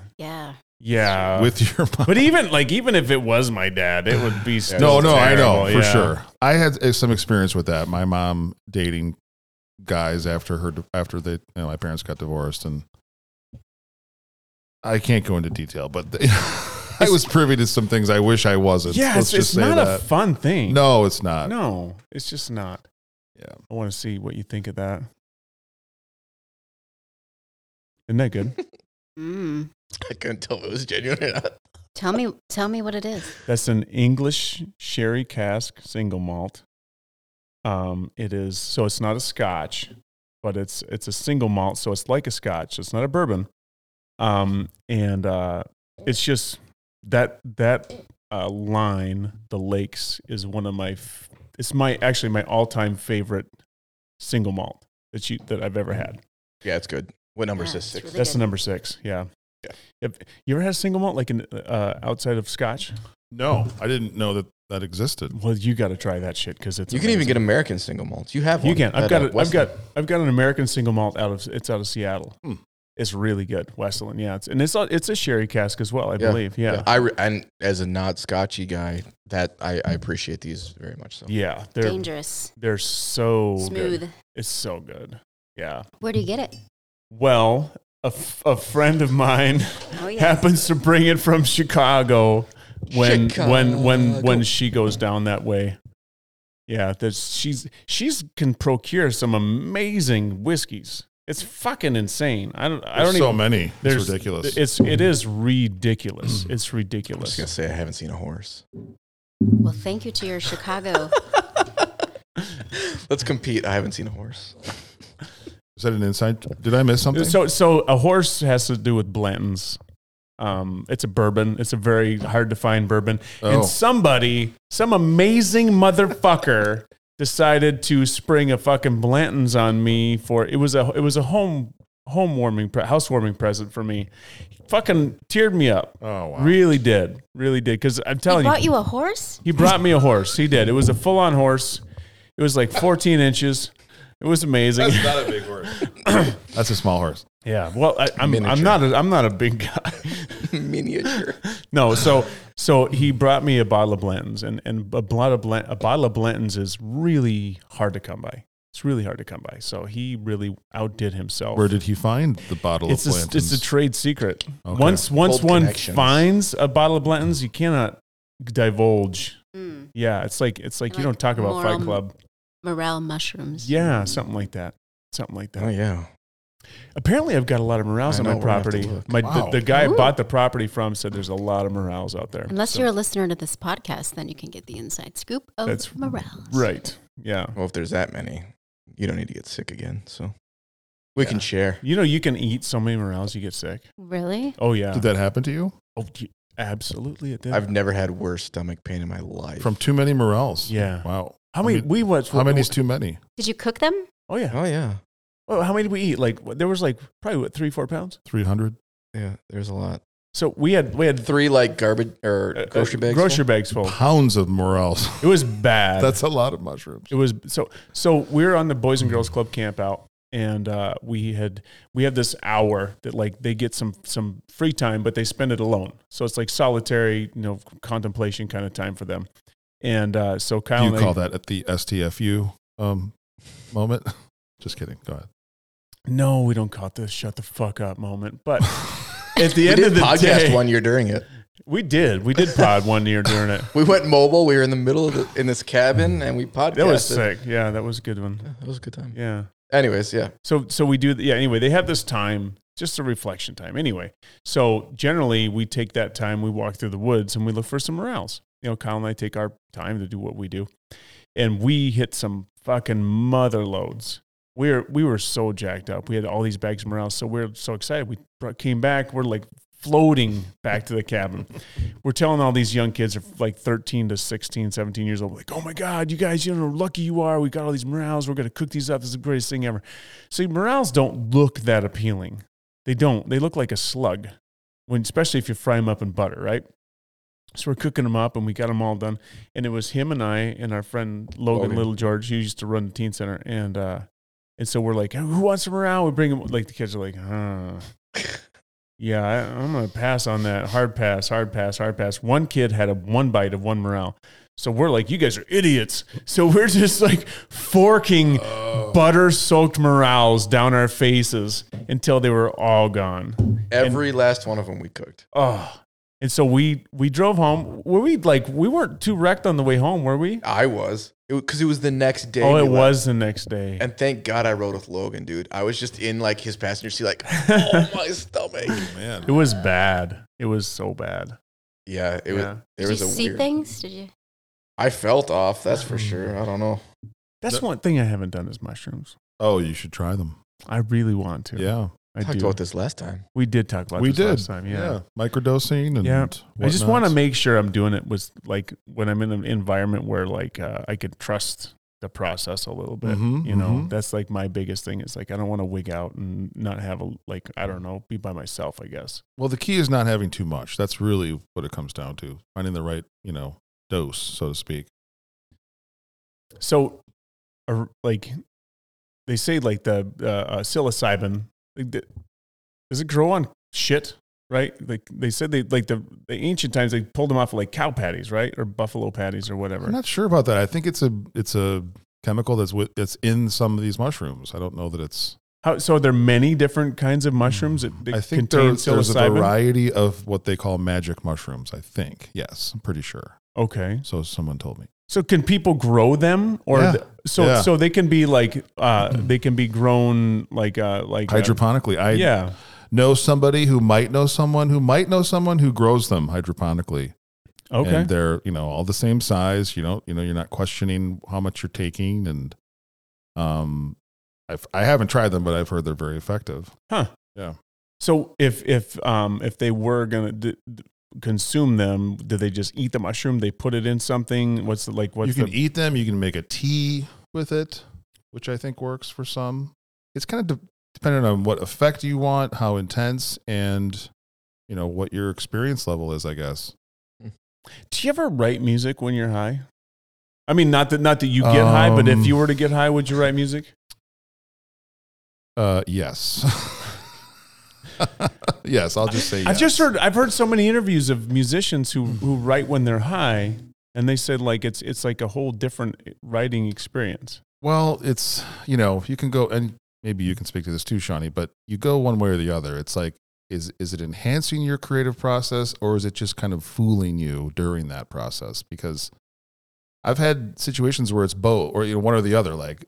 Speaker 1: <sighs>
Speaker 4: Yeah.
Speaker 3: Uh.
Speaker 1: yeah,
Speaker 2: with <laughs> your mom.
Speaker 1: but even like even if it was my dad, it would
Speaker 2: <sighs>
Speaker 1: be still
Speaker 2: no, no, I
Speaker 1: terrible.
Speaker 2: know for
Speaker 1: Yeah.
Speaker 2: sure. I had uh, some experience with that. My mom dating guys after her after they you know, my parents got divorced, and I can't go into detail, but <laughs> they, I was privy to some things I wish I wasn't.
Speaker 1: Yeah,
Speaker 2: Let's
Speaker 1: it's, it's
Speaker 2: just say
Speaker 1: not
Speaker 2: that.
Speaker 1: a fun thing.
Speaker 2: no, it's not.
Speaker 1: no, it's just not.
Speaker 2: Yeah.
Speaker 1: I want to see what you think of that. Isn't that good?
Speaker 4: Mm.
Speaker 3: I couldn't tell if it was genuine or not.
Speaker 4: Tell me, tell me what it is.
Speaker 1: That's an English sherry cask single malt. Um, it is so it's not a Scotch, but it's it's a single malt, so it's like a Scotch. It's not a bourbon, um, and uh, it's just that that uh, line, the Lakes, is one of my. F- it's my actually my all time favorite single malt that you that I've ever had.
Speaker 3: Yeah, it's good. What number is
Speaker 4: Yeah,
Speaker 3: this?
Speaker 4: it's
Speaker 3: Six.
Speaker 4: really-
Speaker 1: That's the
Speaker 4: good.
Speaker 1: number six. Yeah.
Speaker 3: Yeah.
Speaker 1: If, you ever had a single malt like an uh, outside of Scotch?
Speaker 2: no, I didn't know that that existed.
Speaker 1: Well, you got to try that shit because it's.
Speaker 3: You can even get American single malts. You have
Speaker 1: You
Speaker 3: one
Speaker 1: can. I've
Speaker 3: at,
Speaker 1: got
Speaker 3: uh,
Speaker 1: it. I've
Speaker 3: Weston.
Speaker 1: got. I've got an American single malt out of. It's out of Seattle.
Speaker 2: Hmm.
Speaker 1: It's really good, Wesleyan. Yeah, it's and it's a, it's a sherry cask as well, I
Speaker 3: Yeah,
Speaker 1: believe. Yeah.
Speaker 3: I re- and as a not Scotchy guy, that I, I appreciate these very much. So
Speaker 1: yeah, They're
Speaker 4: Dangerous.
Speaker 1: they're so good.
Speaker 4: Smooth.
Speaker 1: It's so good. Yeah.
Speaker 4: Where do you get it?
Speaker 1: Well, a, f- a friend of mine
Speaker 4: Oh <laughs> yeah.
Speaker 1: happens to bring it from Chicago when when when
Speaker 3: Chicago.
Speaker 1: when she goes down that way. Yeah, that's she's she's can procure some amazing whiskeys. It's fucking insane. I don't I
Speaker 2: There's
Speaker 1: don't
Speaker 2: so
Speaker 1: even
Speaker 2: many.
Speaker 1: there's-
Speaker 2: it's ridiculous.
Speaker 1: It's it is ridiculous. It's
Speaker 3: I'm just
Speaker 1: ridiculous.
Speaker 3: gonna say I haven't seen a horse.
Speaker 4: Well, thank you to
Speaker 1: <laughs>
Speaker 4: your Chicago.
Speaker 3: Let's compete. I haven't seen a horse.
Speaker 2: Is that an insight? Did I miss something?
Speaker 1: So so a horse has to do with Blanton's. Um, it's a bourbon. It's a very hard to find bourbon.
Speaker 2: Oh.
Speaker 1: And somebody, some amazing motherfucker, decided to spring a fucking Blanton's on me for it was a it was a home home warming pre- housewarming present for me. fucking teared me up.
Speaker 2: oh wow.
Speaker 1: Really did, really did. Because I'm
Speaker 4: he
Speaker 1: telling you,
Speaker 4: bought you a horse.
Speaker 1: He brought me a horse. He did. It was a full on horse. It was like 14 inches. It was amazing.
Speaker 2: not a big horse. That's a small horse.
Speaker 1: <laughs> Yeah. Well, I, I'm, I'm
Speaker 3: Miniature.
Speaker 1: not a, I'm not a big guy.
Speaker 3: <laughs>
Speaker 1: <laughs>
Speaker 3: Miniature.
Speaker 1: No. So so he brought me a bottle of Blanton's, and and a bottle of Blant, a bottle of Blanton's is really hard to come by. It's really hard to come by. So he really outdid himself.
Speaker 2: Where did he find the bottle
Speaker 1: it's
Speaker 2: of
Speaker 1: a,
Speaker 2: Blanton's?
Speaker 1: it's a trade secret.
Speaker 2: Okay.
Speaker 1: Once once
Speaker 3: Old
Speaker 1: one
Speaker 3: connections.
Speaker 1: finds a bottle of Blanton's, you cannot divulge.
Speaker 3: Hmm.
Speaker 4: Mm.
Speaker 1: Yeah, it's like it's like, you
Speaker 4: Like
Speaker 1: don't talk about
Speaker 4: moral
Speaker 1: Fight Club.
Speaker 4: Morel mushrooms.
Speaker 1: Yeah, something like that. Something like that.
Speaker 3: Oh yeah.
Speaker 1: Apparently, I've got a lot of morales
Speaker 3: I
Speaker 1: on
Speaker 3: know,
Speaker 1: my
Speaker 3: we're gonna have to
Speaker 1: property.
Speaker 3: look.
Speaker 1: My
Speaker 2: Wow.
Speaker 1: the, the guy I
Speaker 4: Ooh.
Speaker 1: bought the property from said there's a lot of morales out there.
Speaker 4: Unless
Speaker 1: So-
Speaker 4: you're a listener to this podcast, then you can get the inside scoop of
Speaker 1: That's
Speaker 4: morels.
Speaker 1: right, yeah.
Speaker 3: Well, if there's that many, you don't need to get sick again. So we can share.
Speaker 1: You know, you can eat so many morales, you get sick.
Speaker 4: Really?
Speaker 1: Oh yeah.
Speaker 2: Did that happen to you?
Speaker 1: oh, you- absolutely, it did.
Speaker 3: I've never had worse stomach pain in my life.
Speaker 2: From too many morels.
Speaker 1: yeah.
Speaker 2: Wow.
Speaker 1: How many?
Speaker 2: I mean,
Speaker 1: we watched.
Speaker 2: How many's too many?
Speaker 4: Did you cook them?
Speaker 1: Oh yeah.
Speaker 3: oh yeah,
Speaker 1: Well, how many did we eat? Like there was like probably what three, four pounds.
Speaker 2: 300?
Speaker 3: yeah. There's a lot.
Speaker 1: So we had we had
Speaker 3: Three like garbage or
Speaker 1: uh,
Speaker 3: grocery bags. full?
Speaker 1: Grocery bags full.
Speaker 2: Pounds
Speaker 1: <laughs>
Speaker 2: of morels.
Speaker 1: It was bad.
Speaker 2: That's a lot of mushrooms.
Speaker 1: It was so so we were on the Boys and Girls Club camp out and uh, we had we have this hour that like they get some some free time, but they spend it alone. So it's like solitary, you know, contemplation kind of time for them. And uh, so Kyle,
Speaker 2: Do you
Speaker 1: and I-
Speaker 2: call that at the STFU um, moment? <laughs> Just kidding. Go ahead.
Speaker 1: No, we don't call it the shut the fuck up moment. But at the
Speaker 3: we
Speaker 1: end
Speaker 3: did
Speaker 1: of the
Speaker 3: podcast
Speaker 1: day,
Speaker 3: one year during it.
Speaker 1: we did we did pod one year during it.
Speaker 3: We went mobile. We were in the middle of the, in this cabin and we podcasted.
Speaker 1: That was sick. Yeah, that was a good one.
Speaker 3: That was a good time.
Speaker 1: Yeah.
Speaker 3: Anyways, yeah.
Speaker 1: So so we do yeah, anyway, they have this time, just a reflection time. Anyway. So generally we take that time, we walk through the woods and we look for some morels. You know, Kyle and I take our time to do what we do. And we hit some fucking mother loads. We were, we were so jacked up. We had all these bags of morels. So we are so excited. We brought, came back. We're like floating back to the cabin. we're telling all these young kids are like 13 to 16, 17 years old, like, oh my God, you guys, you know, lucky you are. We got all these morels. We're going to cook these up. This is the greatest thing ever. See, morels don't look that appealing. They don't. They look like a slug, when, especially if you fry them up in butter, right? So we're cooking them up and we got them all done. And it was him and I and our friend Logan,
Speaker 3: Logan.
Speaker 1: Little George, who used to run the teen center. And, uh, and so we're like, who wants a morel? We bring them, like the kids are like, huh. Yeah, I, I'm gonna pass on that. Hard pass, hard pass, hard pass. One kid had a one bite of one morale. So we're like, you guys are idiots. So we're just like forking butter soaked morales down our faces until they were all gone.
Speaker 3: Every last one of them we cooked.
Speaker 1: Oh. And so we we drove home. Were we like we weren't too wrecked on the way home, were we?
Speaker 3: I was. Because it, was the next day.
Speaker 1: Oh,
Speaker 3: we
Speaker 1: it
Speaker 3: left.
Speaker 1: was the next day. <laughs>
Speaker 3: And thank God I rode with Logan, dude. I was just in like his passenger seat, like, <laughs> oh my stomach.
Speaker 1: <laughs>
Speaker 2: Man.
Speaker 1: It was bad. It was so bad.
Speaker 3: Yeah,
Speaker 1: Yeah.
Speaker 3: it was. There
Speaker 4: Did
Speaker 3: was
Speaker 4: you
Speaker 3: a
Speaker 4: see
Speaker 3: weird.
Speaker 4: things? Did you?
Speaker 3: I felt off. That's
Speaker 1: Mm.
Speaker 3: for sure. I don't know.
Speaker 1: That's
Speaker 2: The-
Speaker 1: one thing I haven't done is mushrooms.
Speaker 2: Oh, you should try them.
Speaker 1: I really want to.
Speaker 2: Yeah.
Speaker 1: I
Speaker 3: talked
Speaker 1: do.
Speaker 3: about this last time.
Speaker 1: We did talk about
Speaker 2: we
Speaker 1: this
Speaker 2: did.
Speaker 1: last time.
Speaker 2: Microdosing and
Speaker 1: Yeah. I just want to
Speaker 2: whatnots.
Speaker 1: make sure I'm doing it with like when I'm in an environment where like uh, I could trust the process a little bit.
Speaker 2: Mhm,
Speaker 1: you know,
Speaker 2: mhm.
Speaker 1: that's like my biggest thing. Is like I don't want to wig out and not have a like I don't know, be by myself. I guess.
Speaker 2: Well, the key is not having too much. That's really what it comes down to. Finding the right, you know, dose, so to speak.
Speaker 1: So, uh, like they say, like the uh, uh, psilocybin like, the- does it grow on shit? Right? Like they said, they like the, the ancient times they pulled them off of like cow patties, right, or buffalo patties or whatever.
Speaker 2: I'm not sure about that. I think it's a it's a chemical that's with that's in some of these mushrooms. I don't know that it's.
Speaker 1: How, so are there many different kinds of mushrooms that, that
Speaker 2: I think
Speaker 1: contain
Speaker 2: there- there's a
Speaker 1: psilocybin?
Speaker 2: variety of what they call magic mushrooms. I think yes, I'm pretty sure.
Speaker 1: Okay.
Speaker 2: So someone told me.
Speaker 1: So can people grow them or
Speaker 2: Yeah.
Speaker 1: th- so
Speaker 2: Yeah.
Speaker 1: so they can be like uh they can be grown like uh like uh,
Speaker 2: Hydroponically, I
Speaker 1: yeah.
Speaker 2: know somebody who might know someone who might know someone who grows them hydroponically.
Speaker 1: Okay.
Speaker 2: and uh, they're you know all the same size you don't you know you're not questioning how much you're taking and um I've, i haven't tried them but i've heard they're very effective
Speaker 1: so if if um if they were going to d- d- consume them, do they just eat the mushroom? They put it in something? What's the, like what's
Speaker 2: you can
Speaker 1: the
Speaker 2: eat them you can make a tea with it which i think works for some it's kind of de- dependent on what effect you want how intense and you know what your experience level is i guess
Speaker 1: Do you ever write music when you're high? I mean, not that not that you get high, but if
Speaker 2: Um,
Speaker 1: you were to get high, would you write music?
Speaker 2: uh yes <laughs> yes i'll just say yes. Mm-hmm.
Speaker 1: I've just heard I've heard so many interviews of musicians who who write when they're high, and they said like it's it's like a whole different eh, writing experience.
Speaker 2: Well, it's you know you can go and maybe you can speak to this too, Shawnee. But you go one way or the other. It's like is is it enhancing your creative process or is it just kind of fooling you during that process? Because I've had situations where it's both, or you know one or the other. Like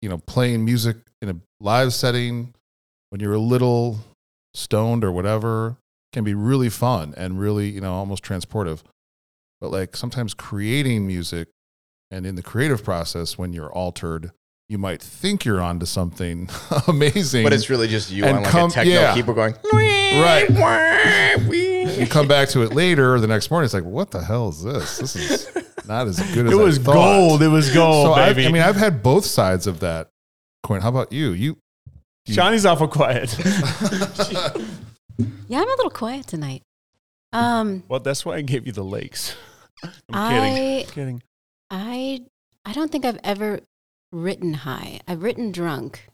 Speaker 2: you know playing music in a live setting when you're a little stoned or whatever can be really fun and really you know almost transportive. But like sometimes creating music and in the creative process when you're altered you might think you're onto something <laughs> amazing
Speaker 3: But it's really just you
Speaker 2: And
Speaker 3: on like
Speaker 2: come-
Speaker 3: a techno
Speaker 2: yeah.
Speaker 3: keyboard going,
Speaker 2: right you
Speaker 3: <laughs> wee.
Speaker 2: come back to it later the next morning it's like what the hell is this this is not as good as
Speaker 1: it
Speaker 2: I
Speaker 1: was
Speaker 2: thought.
Speaker 1: gold. It was gold,
Speaker 2: <laughs> so I've-
Speaker 1: baby.
Speaker 2: i mean i've had both sides of that coin how about you you
Speaker 1: Johnny's awful quiet. <laughs>
Speaker 4: Yeah, I'm a little quiet tonight. Um,
Speaker 1: well, that's why I gave you the lakes. <laughs> I'm kidding.
Speaker 4: I
Speaker 1: kidding.
Speaker 4: I I don't think I've ever written high. I've written drunk,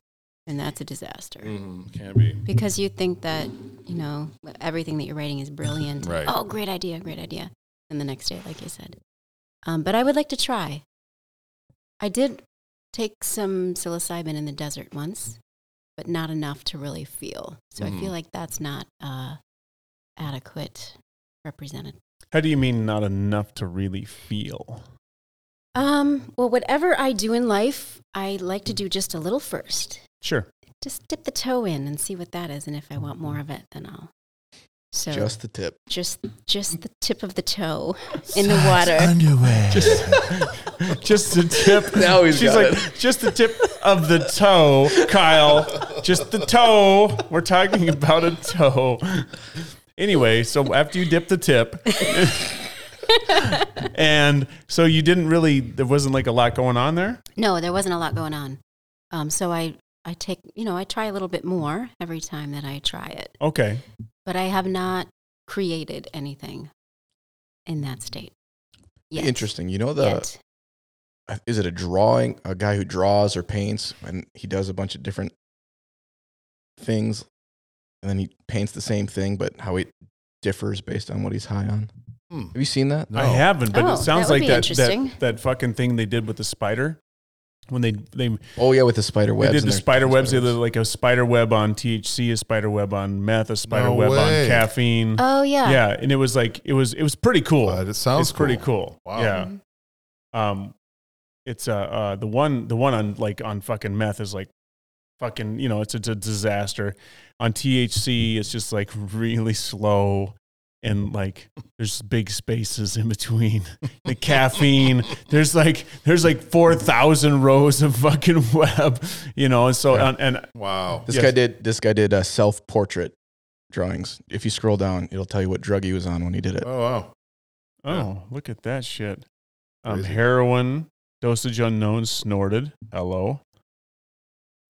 Speaker 4: and that's a disaster
Speaker 2: Can be.
Speaker 4: because you think that you know everything that you're writing is brilliant.
Speaker 2: Right.
Speaker 4: Oh, great idea, great idea. And the next day, like you said, um, but I would like to try. I did take some psilocybin in the desert once, but not enough to really feel. So I feel
Speaker 2: Mhm.
Speaker 4: like that's not uh, adequate represented.
Speaker 1: How do you mean not enough to really feel?
Speaker 4: Um, well, whatever I do in life, I like to do just a little first.
Speaker 1: Sure.
Speaker 4: Just dip the toe in and see what that is, and if I want more of it, then I'll. So
Speaker 3: Just the tip.
Speaker 4: just just the tip of the
Speaker 1: <laughs>
Speaker 4: toe in the water.
Speaker 2: Underwear.
Speaker 1: Just, just the tip.
Speaker 3: <laughs> Now he's
Speaker 1: She's
Speaker 3: got
Speaker 1: like, just the tip of the toe, Kyle. Just the toe. We're talking about a toe. Anyway, so after you dip the tip, <laughs> and so you didn't really, there wasn't like a lot going on there.
Speaker 4: No, there wasn't a lot going on. Um, so I I take you know I try a little bit more every time that I try it,
Speaker 1: Okay.
Speaker 4: but I have not created anything in that state. Yet.
Speaker 3: Interesting. You know
Speaker 1: uh,
Speaker 3: the uh,
Speaker 4: Yet.
Speaker 3: is it a drawing? A guy who draws or paints, and he does a bunch of different things, and then he paints the same thing, but how it differs based on what he's high on.
Speaker 2: Hmm.
Speaker 3: Have you seen that?
Speaker 2: No.
Speaker 1: I haven't, but
Speaker 4: Oh,
Speaker 1: it sounds
Speaker 4: that would
Speaker 1: like
Speaker 4: be
Speaker 1: that,
Speaker 4: interesting.
Speaker 1: that that fucking thing they did with the spider when they they,
Speaker 3: Oh yeah, with the spider
Speaker 1: they
Speaker 3: webs.
Speaker 1: did
Speaker 3: and
Speaker 1: the
Speaker 3: there's
Speaker 1: spider
Speaker 3: different
Speaker 1: webs. They did like a spider web on THC, a spider web on meth, a spider
Speaker 2: No
Speaker 1: web
Speaker 2: way.
Speaker 1: on caffeine.
Speaker 4: Oh yeah.
Speaker 1: yeah, and it was like it was it was pretty cool.
Speaker 2: But it
Speaker 1: it's
Speaker 2: sounds
Speaker 1: pretty cool.
Speaker 2: Wow.
Speaker 1: Yeah. Um, it's uh, uh the one the one on like on fucking meth is like fucking you know it's it's a disaster. On THC, it's just like really slow and like there's big spaces in
Speaker 2: <laughs>
Speaker 1: between the caffeine. There's like there's like four thousand rows of fucking <laughs> web, you know. And so
Speaker 2: Yeah.
Speaker 1: and, and
Speaker 2: Wow.
Speaker 3: This
Speaker 1: Yes.
Speaker 3: guy did. This guy did uh, self portrait drawings. If you scroll down, it'll tell you what drug he was on when he did it.
Speaker 2: Oh wow.
Speaker 1: oh look at that shit. Um,
Speaker 2: Crazy.
Speaker 1: heroin dosage unknown snorted. Hello.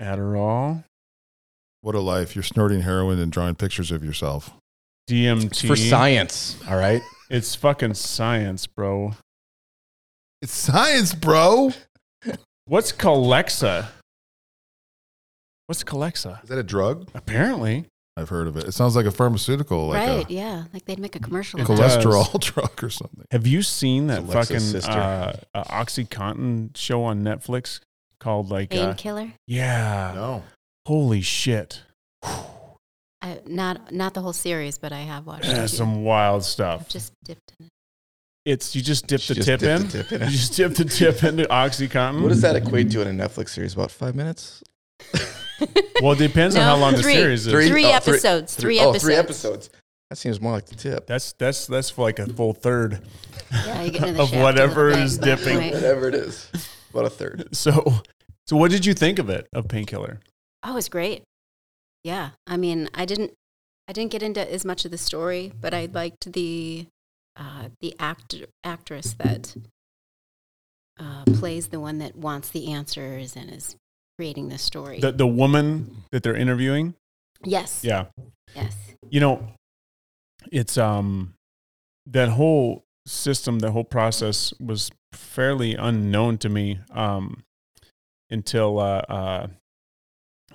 Speaker 1: Adderall.
Speaker 2: What a life. You're snorting heroin and drawing pictures of yourself.
Speaker 3: It's
Speaker 1: DMT.
Speaker 3: for science, all right.
Speaker 1: It's fucking science, bro.
Speaker 2: It's science, bro.
Speaker 1: What's Calexa? What's Calexa?
Speaker 2: Is that a drug?
Speaker 1: Apparently,
Speaker 2: I've heard of it. It sounds like a pharmaceutical, like
Speaker 1: uh,
Speaker 4: right. yeah. Like they'd make a commercial.
Speaker 2: a
Speaker 1: It
Speaker 4: about it.
Speaker 1: does.
Speaker 2: cholesterol <laughs> drug or something.
Speaker 1: have you seen that
Speaker 3: It's Alexa's
Speaker 1: fucking
Speaker 3: sister.
Speaker 1: uh, uh, OxyContin show on Netflix called like uh,
Speaker 4: Painkiller.
Speaker 1: Yeah?
Speaker 2: No.
Speaker 1: Holy shit!
Speaker 4: I- Not not the whole series, but I have watched it.
Speaker 1: That's
Speaker 4: too.
Speaker 1: some wild
Speaker 4: I've
Speaker 1: stuff.
Speaker 4: just dipped
Speaker 1: <laughs>
Speaker 4: in it.
Speaker 1: It's you just dip
Speaker 3: She
Speaker 1: the
Speaker 3: just
Speaker 1: tip
Speaker 3: dipped
Speaker 1: in.
Speaker 3: the tip
Speaker 1: You just dip the tip
Speaker 3: <laughs>
Speaker 1: into OxyContin.
Speaker 3: What does that equate to in a Netflix series? About five minutes?
Speaker 1: Well, it depends on
Speaker 4: No,
Speaker 1: how long the
Speaker 4: three.
Speaker 1: series is.
Speaker 3: Three-
Speaker 4: Three
Speaker 3: oh, three-
Speaker 4: episodes. Three,
Speaker 3: oh,
Speaker 4: episodes.
Speaker 3: three episodes. That seems more like the tip.
Speaker 1: That's that's that's for like a full third.
Speaker 4: Yeah, you get into the
Speaker 1: Of
Speaker 4: shaft a little
Speaker 1: whatever
Speaker 4: bit
Speaker 1: is
Speaker 4: at that
Speaker 1: dipping.
Speaker 4: point.
Speaker 3: Whatever it is, about a third.
Speaker 1: So, so what did you think of it of Painkiller?
Speaker 4: Oh, it's great. Yeah, I mean, I didn't, I didn't get into as much of the story, but I liked the, uh, the act actress that uh, plays the one that wants the answers and is creating the story.
Speaker 1: The the woman that they're interviewing.
Speaker 4: yes.
Speaker 1: Yeah.
Speaker 4: Yes.
Speaker 1: you know it's um that whole system the whole process was fairly unknown to me um until uh uh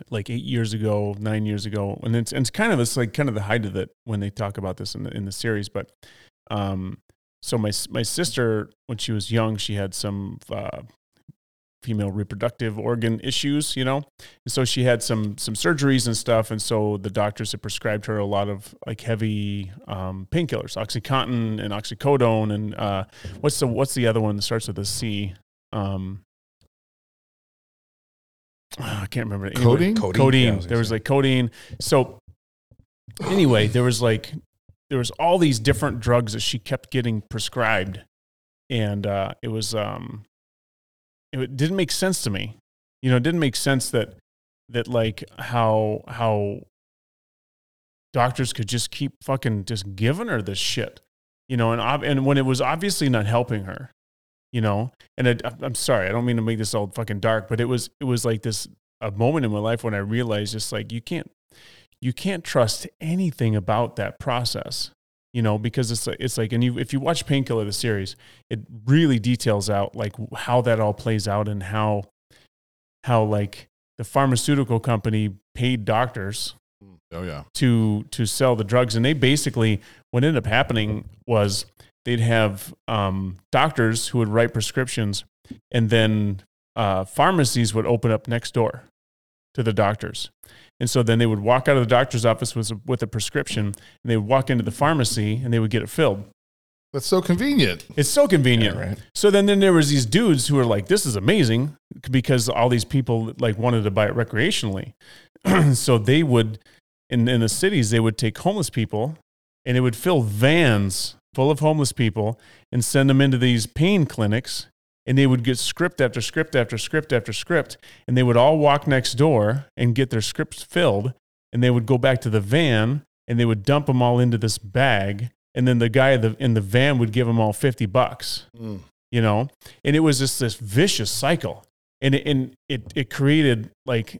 Speaker 1: like eight years ago nine years ago and it's and it's kind of it's like kind of the height of it when they talk about this in the in the series but um so my s- my sister when she was young she had some uh female reproductive organ issues you know and so she had some some surgeries and stuff, and so the doctors had prescribed her a lot of like heavy um, painkillers, OxyContin and oxycodone, and uh, what's the what's the other one that starts with a C? Um, ah, I can't remember. Anyway,
Speaker 2: Codeine?
Speaker 3: Codeine?
Speaker 1: Codeine.
Speaker 3: Yeah, I was gonna
Speaker 1: there was
Speaker 3: say.
Speaker 1: like codeine. So anyway, there was like there was all these different drugs that she kept getting prescribed, and uh, it was um, it didn't make sense to me. You know, it didn't make sense that that like how how doctors could just keep fucking just giving her this shit, you know, and ob- and when it was obviously not helping her, you know, and I, I'm sorry, I don't mean to make this all fucking dark, but it was it was like this a moment in my life when I realized just like you can't you can't trust anything about that process, you know, because it's like- it's like and you if you watch Painkiller the series, it really details out like how that all plays out and how how like the pharmaceutical company paid doctors
Speaker 2: Oh yeah.
Speaker 1: to to sell the drugs, and they basically what ended up happening was they'd have um, doctors who would write prescriptions, and then uh, pharmacies would open up next door to the doctors, and so then they would walk out of the doctor's office with a, with a prescription, and they would walk into the pharmacy and they would get it filled.
Speaker 2: That's so convenient.
Speaker 1: It's so convenient,
Speaker 3: right.
Speaker 1: so then, then there was these dudes who were like, "This is amazing," because all these people like wanted to buy it recreationally. <clears throat> so they would, in in the cities, they would take homeless people, and they would fill vans full of homeless people and send them into these pain clinics, and they would get script after script after script after script, and they would all walk next door and get their scripts filled, and they would go back to the van and they would dump them all into this bag. And then the guy in the- in the van would give them all 50 bucks
Speaker 2: Mm.
Speaker 1: you know and it was just this vicious cycle and it, and it, it created like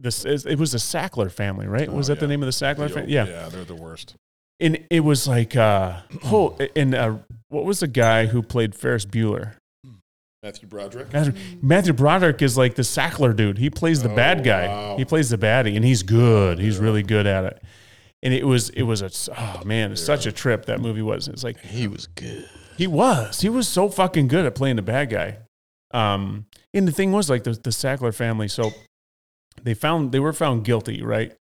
Speaker 1: this it was the sackler family right was
Speaker 2: Oh,
Speaker 1: that the
Speaker 2: yeah.
Speaker 1: name of the sackler
Speaker 2: Yo,
Speaker 1: family yeah.
Speaker 2: Yeah, they're the worst.
Speaker 1: and it was like uh <clears throat> oh and uh what was the guy who played ferris bueller
Speaker 2: Matthew Broderick.
Speaker 1: matthew, Matthew broderick is like the sackler dude he plays the
Speaker 2: Oh,
Speaker 1: bad guy
Speaker 2: wow.
Speaker 1: he plays the baddie and he's good he's
Speaker 2: Yeah.
Speaker 1: really good at it and it was it was a oh man it's such
Speaker 2: Yeah.
Speaker 1: a trip that movie was it's like
Speaker 3: <laughs> He was good.
Speaker 1: He was. He was so fucking good at playing the bad guy. Um, and the thing was, like the, the Sackler family, so they found they were found guilty, right?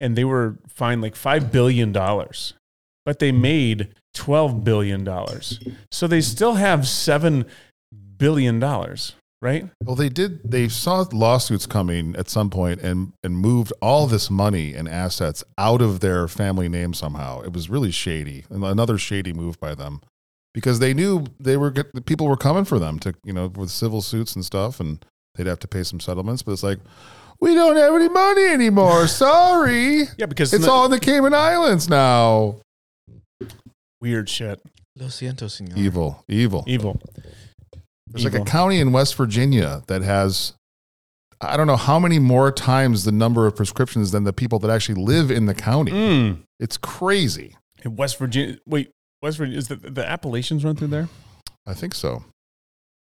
Speaker 1: And they were fined like five billion dollars, but they made twelve billion dollars. So they still have seven billion dollars, right?
Speaker 2: Well, they did. They saw lawsuits coming at some point and and moved all this money and assets out of their family name somehow. It was really shady, and another shady move by them because they knew they were get- the people were coming for them to you know with civil suits and stuff, and they'd have to pay some settlements. But it's like we don't have any money anymore. Sorry,
Speaker 1: Yeah, because
Speaker 2: it's all in the Cayman Islands now.
Speaker 1: weird shit,
Speaker 3: Lo siento, senor.
Speaker 2: Evil, evil.
Speaker 1: evil.
Speaker 2: There's
Speaker 1: Evil.
Speaker 2: like a county in West Virginia that has I don't know how many more times the number of prescriptions than the people that actually live in the county.
Speaker 1: Mm.
Speaker 2: It's crazy.
Speaker 1: In West Virginia. Wait, West Virginia is the the Appalachians run through there?
Speaker 2: I think so.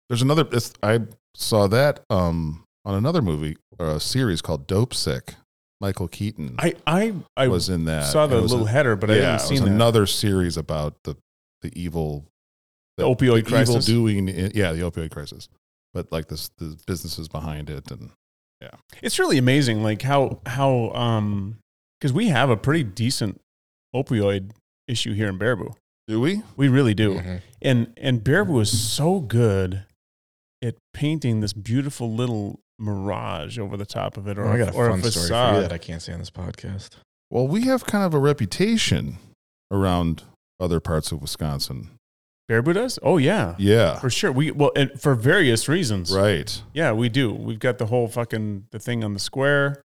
Speaker 2: There's another it's, I saw that um on another movie or a series called Dope Sick. Michael Keaton
Speaker 1: I I I
Speaker 2: was in that.
Speaker 1: saw
Speaker 2: It
Speaker 1: the
Speaker 2: was
Speaker 1: little
Speaker 2: a,
Speaker 1: header, but I
Speaker 2: yeah,
Speaker 1: haven't
Speaker 2: it
Speaker 1: seen
Speaker 2: was
Speaker 1: that.
Speaker 2: another series about the the evil
Speaker 1: The opioid
Speaker 2: evil
Speaker 1: crisis.
Speaker 2: doing in, yeah, the opioid crisis. But like this the businesses behind it and
Speaker 1: it's really amazing like how how um because we have a pretty decent opioid issue here in baraboo
Speaker 2: do we?
Speaker 1: we really do
Speaker 2: Mm-hmm.
Speaker 3: Mhm.
Speaker 1: and and baraboo is so good at painting this beautiful little mirage over the top of it or,
Speaker 3: Oh, I got a
Speaker 1: or
Speaker 3: fun
Speaker 1: a
Speaker 3: story for you that
Speaker 1: facade
Speaker 3: I can't say on this podcast.
Speaker 2: Well, we have kind of a reputation around other parts of Wisconsin.
Speaker 1: baraboo does oh yeah,
Speaker 2: Yeah.
Speaker 1: for sure we well and for various reasons
Speaker 2: Right.
Speaker 1: yeah we do we've got the whole fucking the thing on the square